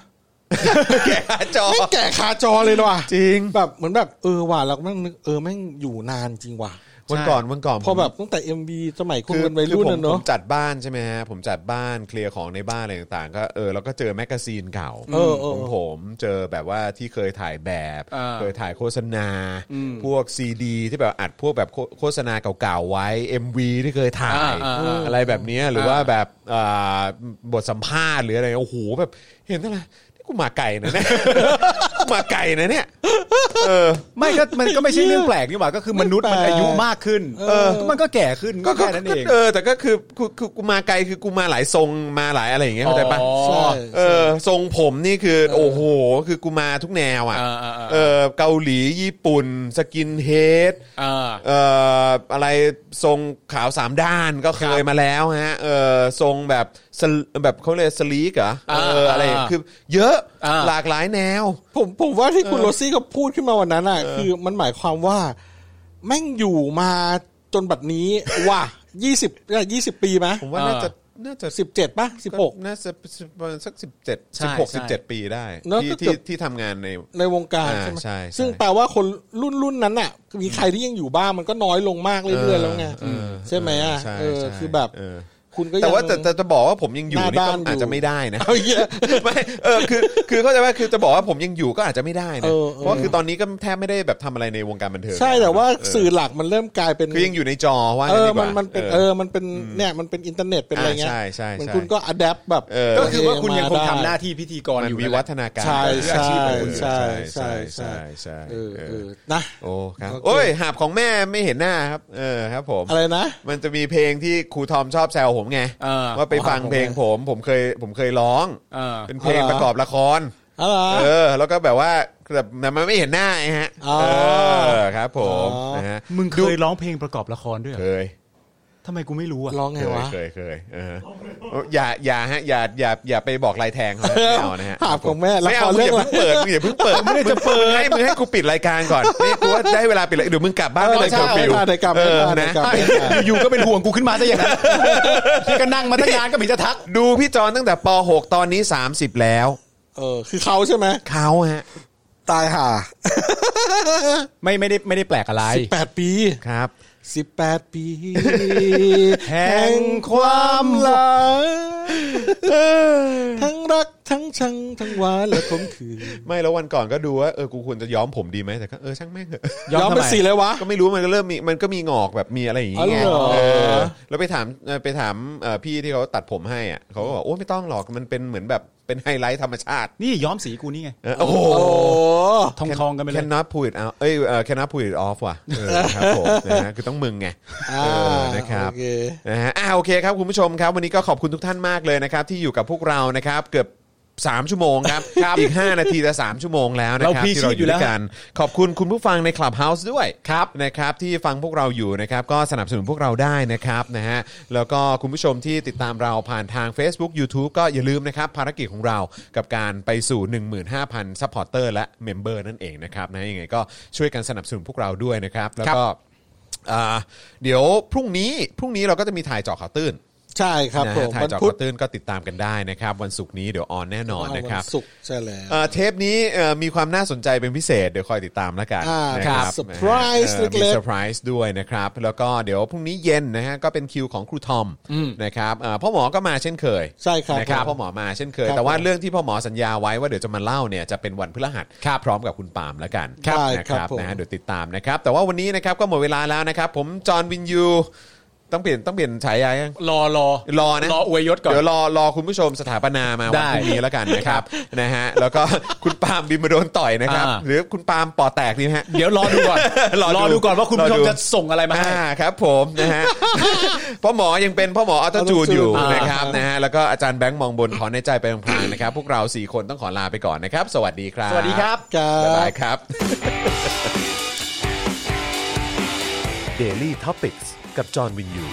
C: แก่จอ
A: แม่งแก่คาจอเลยว่ะ
C: จริง
A: แบบเหมือนแบบเออว่ะเราก็แม่งนึกเออแม่งอยู่นานจริงว่ะ
C: วันก่อนวันก่อน
A: พอแบบตั้งแต่ MV สมัยคุณเป็นวัยรุ่น
C: ผม
A: น่ะเน
C: ผ
A: อะ
C: มจัดบ้านใช่ไหมฮะผมจัดบ้านเคลียร์ของในบ้านอะไรต่างๆ ก็เออแล้วก็เจอแมกกาซีนเก่า
A: เออเออ
C: ของผมเจอแบบว่าที่เคยถ่ายแบบ
F: อ่า
C: เคยถ่ายโฆษณา พวกซีดี ที่แบบอัดพวกแบบโฆโฆษณาเก่าๆไว้ MV ที่เคยถ่าย
F: อ่าอ่า
C: อะไรแบบเนี้ยหรือว่าแบบอ่าบทสัมภาษณ์หรืออะไรโอ้โหแบบเห็นอะไรนี่กูมาไก่นะเนี่ย กูมาไก่นะเนี่ย
F: ไม่ก็มันก็ไม่ใช่เรื่องแปลกนี่หว่าก็คือมนุษย์มันอายุมากขึ้น
A: เออ
F: ก็มันก็แก่ขึ้นก็แค่นั้นเอง
C: เออแต่ก็คือกูกูกูมาไกลคือกูมาหลายทรงมาหลายอะไรอย่างเงี้ยเข้าใจปะ
F: อ๋อ
A: ใช่
C: เออทรงผมนี่คือโอ้โห คือกูมาทุกแนวอ่ะ
F: อ่าอ่าอ่า
C: เออเกาหลีญี่ปุ่น สกินเฮด
F: อ่า
C: เอ่ออะไรทรงขาวสามด้านก็เคยมาแล้วฮะเออทรงแบบสลแบบเขาเรียกสลีกเหรอเอ
F: อ่า
C: ออะไร
F: อ่า
C: คือเยอะ
F: อ่า
C: หลากหลายแนว
A: ผมผมว่าที่คุณโรซี่ก็พูดขึ้นมาวันนั้นอ่ะคือมันหมายความว่า แม่งอยู่มาจนบัดนี้ ว่ะยี่สิบยี่สิบปีไหม
C: ผมว่า
F: อ่า
C: น่าจะน่าจะ
A: สิบเจ็ดปะสิบหก
C: น่าจะประมาณสักสิบเจ็ด
F: ใช่
C: สิบหก
F: ใช่
C: สิบเจ็ดปีได้
A: เนอะ
C: ที่
A: ก็เกื
C: ที่
A: อบ
C: ที่ทำงานใน
A: ในวงการ
C: อ่า
A: ใช่ไหม
C: ใช่ใช่
A: ซึ่งแปลว่าคนรุ่นรุ่นนั้นอ่ะ มีใครที่ยังอยู่บ้างมันก็น้อยลงมากเรื่อยๆแล้วไง
C: เออ
A: ใช่ไหมอ่ะ
C: ใช่
A: เออ
C: ใช่
A: คือแบบ
C: เออ
A: คุณก็ยัง
C: แต่ว่าแต่แต่จะบอกว่าผมยังอยู่นี่
A: หน้าด้า
C: ก็
A: นอยู่
C: อาจจะไม่ได้นะ
A: เอาเยอะ
C: ไม่เออคือคือเข้าใจว่าคือจะบอกว่าผมยังอยู่ก็อาจจะไม่ได้นะ
A: เออเออ
C: เพราะคือตอนนี้ก็แทบไม่ได้แบบทำอะไรในวงการบันเทิง
A: ใช่แต่ว่า
C: เ
A: สื่อหลักมันเริ่มกลายเป็น
C: คือยังอยู่ในจอว่า
A: เอ
C: งั้
A: อ
C: นดีก
A: มั
C: ว่า
A: นมันเป็นเออมันเป็นเนี่ยมันเป็นอินเทอร์เน็ตเป็นอะไรเงี้ย
C: อ่าใช่ใช่ใช่
A: เหมือนคุณก็อัดแอปแบบ
C: เออ
F: ก็คือว่าคุณยังค
A: ม
F: ง
A: ได้
F: ทำหน้าที่พิธีกร
C: มัน
F: อยู่
C: วิ
F: นั่นแห
C: วั
F: ละ
C: ฒนาการ
A: ใช่
C: เรื่องอา
A: ใช่
C: ชีพของคุณ
A: ใช่
C: ใช่
A: ใช่
C: ใช่
A: ใช่
C: ใช่
A: เออ
C: เอ
A: เอ
C: อ
A: อนะ
C: โอ้ครับ
A: โอเค
C: โอ้ยหาบของแม่ไม่เห็นหน้าครับเออครับผม
A: อะไรนะ
C: มันจะมีเพลงที่ครูทอมชอบแซวผมไง
F: เออ
C: ว่าไปฟัง
A: ว่าผม
C: เพลงผม ผมเคยผมเคยร้อง
F: เออ
C: เป็นเพลง
A: อ๋อเหรอ
C: ประกอบละคร
A: อะไรนะ
C: เออ แล้วก็แบบว่าแบบมันไม่เห็นหน้าไงฮะ
A: อ๋อ
C: เออครับผม
A: อ๋อ
C: นะฮะ
F: มึงเคยร้องเพลงประกอบละครด้วยเหร
C: เค
F: อย ทำไมกูไม่รู้อ่ะ
A: ร้องไง
C: เคยว
A: ะ
C: เคยเคยเอออย่าอย่าฮะอย่าอย่าอย่าไปบอกลายแทงเขานะไม่เอานะฮะ
A: หาบของแม่ละ
C: ไม่
A: ค
C: เอา
A: ร
C: มึง
A: เรื่อง
C: อย่า
A: อะไร
C: เพิ่งเปิดมึงอย่าเพิ่งเปิดมึงจะเปิดให้มึงให้กูปิดรายการก่อนนี่กูว่าได้เวลาปิดแล้วเดี๋ยวมึงกลับบ้านไปเลย
A: เออใช่
C: เคอร์ฟิว
A: เอาได้กลับ
C: เออ
A: ได้
C: นะ
A: กลับ
F: อยู่ๆก็เป็นห่วงกูขึ้นมาซะ อย่างนั้นที่ก็นั่งมาตั้งนานก็ไม่เห็นจะทัก
C: ดูพี่จอนตั้งแต่ป .6 ตอนนี้ 30 แล้ว
A: เออ คือเขาใช่ไหม
C: เขาฮะ
A: ตายห่า
F: ไม่ไม่ได้ไม่ได้แปลกอะไร
A: สิบแปดปี
C: ครับ
A: สิบแปดปี
F: แห่งความรั
A: กทั้งรักทั้งชังทั้งหวานและขมขื่น
C: ไม่แล้ววันก่อนก็ดูว่าเออกูควรจะย้อมผมดีไหมแต่ก็เออช่างแม่งเถอะ
F: ย้อม
A: ย้อมเป็น
F: ทำไม
A: สีเลยวะ
C: ก็ไม่รู้มันก็เริ่มมีมันก็มีงอกแบบมีอะไรอย่างเงี้ย
A: อ๋อเหรอ
C: เออแล้วไปถามเอ่อไปถามเอ่อพี่ที่เขาตัดผมให้อ่ะเขาก็บอกโอ้ไม่ต้องหรอกมันเป็นเหมือนแบบเป็นไฮไลท์ธรรมชาติ
F: นี่ย้อมสีกูนี่ไง
C: เออโอ้โห
A: โอ้
F: ทองทองๆกันไปเลย
C: cannot pull it out เอ้ยเอ่อ cannot pull it off ว่ะเออครับผมนะฮะคือต้องมึงไง
A: อ่า
C: เออนะครับ
A: โอเค
C: นะฮะอ่าโอเคครับคุณผู้ชมครับ วันนี้ก็ขอบคุณทุกท่านมากเลยนะครับ ที่อยู่กับพวกเรานะครับ เกือบ3ชั่วโมงครับ อีก 5 นาทีจะ3ชั่วโมงแล้วนะครับ
F: เราพลี
C: ที่เรา
F: ชีพ
C: อ
F: อยู่
C: ยู่
F: แล้
C: ด้
F: ว
C: วยกัน ขอบคุณคุณผู้ฟังใน Clubhouse ด้วยครับนะครับ ที่ฟังพวกเราอยู่นะครับ ก็สนับสนุนพวกเราได้นะครับนะฮะแล้วก็คุณผู้ชมที่ติดตามเราผ่านทาง Facebook YouTube ก็อย่าลืมนะครับ ภารกิจของเรากับการไปสู่ 15,000ซัพพอร์เตอร์และเมมเบอร์นั่นเองนะครับนะยังไงก็ช่วยกันสนับสนุนพวกเราด้วยนะครับ แล้วก็อ่าเดี๋ยวพรุ่งนี้พรุ่งนี้เราก็จะมีถ่ายเจาะข่าวตื้น
A: ใช่ครับ
C: นะ
A: ผ
C: ฮะ
A: ม
C: ถ่าย
A: วัน
C: เจอ
A: พุ
C: ข่า
A: ธ
C: วตื้นก็ติดตามกันได้นะครับ วันศุกร์นี้เดี๋ยวออนแน่นอนนะครับ
A: วันศุกร์ใช่แล้ว
C: เอ่อเทปนี้เอ่อมีความน่าสนใจเป็นพิเศษ เดี๋ยวคอยติดตามแล้วกัน
A: อ่า
C: นะ
A: ค
C: ค
A: รั
C: รั
A: บบ surprise
C: อ่อมี
A: เล็กๆ
C: เซอร์ไพรส์ด้วยนะครับ แล้วก็เดี๋ยวพรุ่งนี้เย็นนะฮะก็เป็นคิวของครูทอมนะครับเอ่อพ่อหมอก็มาเช่นเคย
A: ใช่ครับ
C: นะครับพ่อหมอมาเช่นเคย
A: ครับ
C: แต่ว่าเรื่องที่พ่อหมอสัญญาไว้ว่าเดี๋ยวจะมาเล่าเนี่ยจะเป็นวันพฤหัสพร้อมกับคุณปาล์มแล้วกัน
A: ครับ
C: นะ
A: ได้ครับผม
C: นะฮะเดี๋ยวติดตามนะครับ แต่ว่าวันนี้นะครับก็หมดเวลาแล้วนะครับ ผมจอห์นวินยูต้องเปลี่ยนต้องเปลี่ยนฉายายัง
F: รอรอ
C: รอนะ
F: รออวยยศก่อน
C: เดี๋ยวรอรอคุณผู้ชมสถาปนามาวันพรุ่งนี้แล้วกันนะครับนะฮะแล้วก็คุณปาล์มบินมาโดนต่อยนะครับ
F: อ่า
C: หรือคุณปาล์มปอแตกดีไหมฮะ
F: เดี๋ยวรอดูก่อน
C: รอดู
F: รอดูก่อนว่าคุณผู้ชม
C: รอดู
F: จะส่งอะไรมาให้
C: อ่าครับผมนะฮ ะ พ่อหมอยังเป็นพ่อหมอออโตจูนอยู่
A: อ่าน
C: นะครับนะฮะแล้วก็อาจารย์แบงค์มองบนถอนในใจไปพลางๆนะครับ พวกเราสี่คนต้องขอลาไปก่อนนะครับ สวัสดีครับ
F: สวัสดีครับ
A: ครับ
C: ๊าย
A: บ
C: บายครับ
E: Daily t o p i c กกับจอห์นวินยู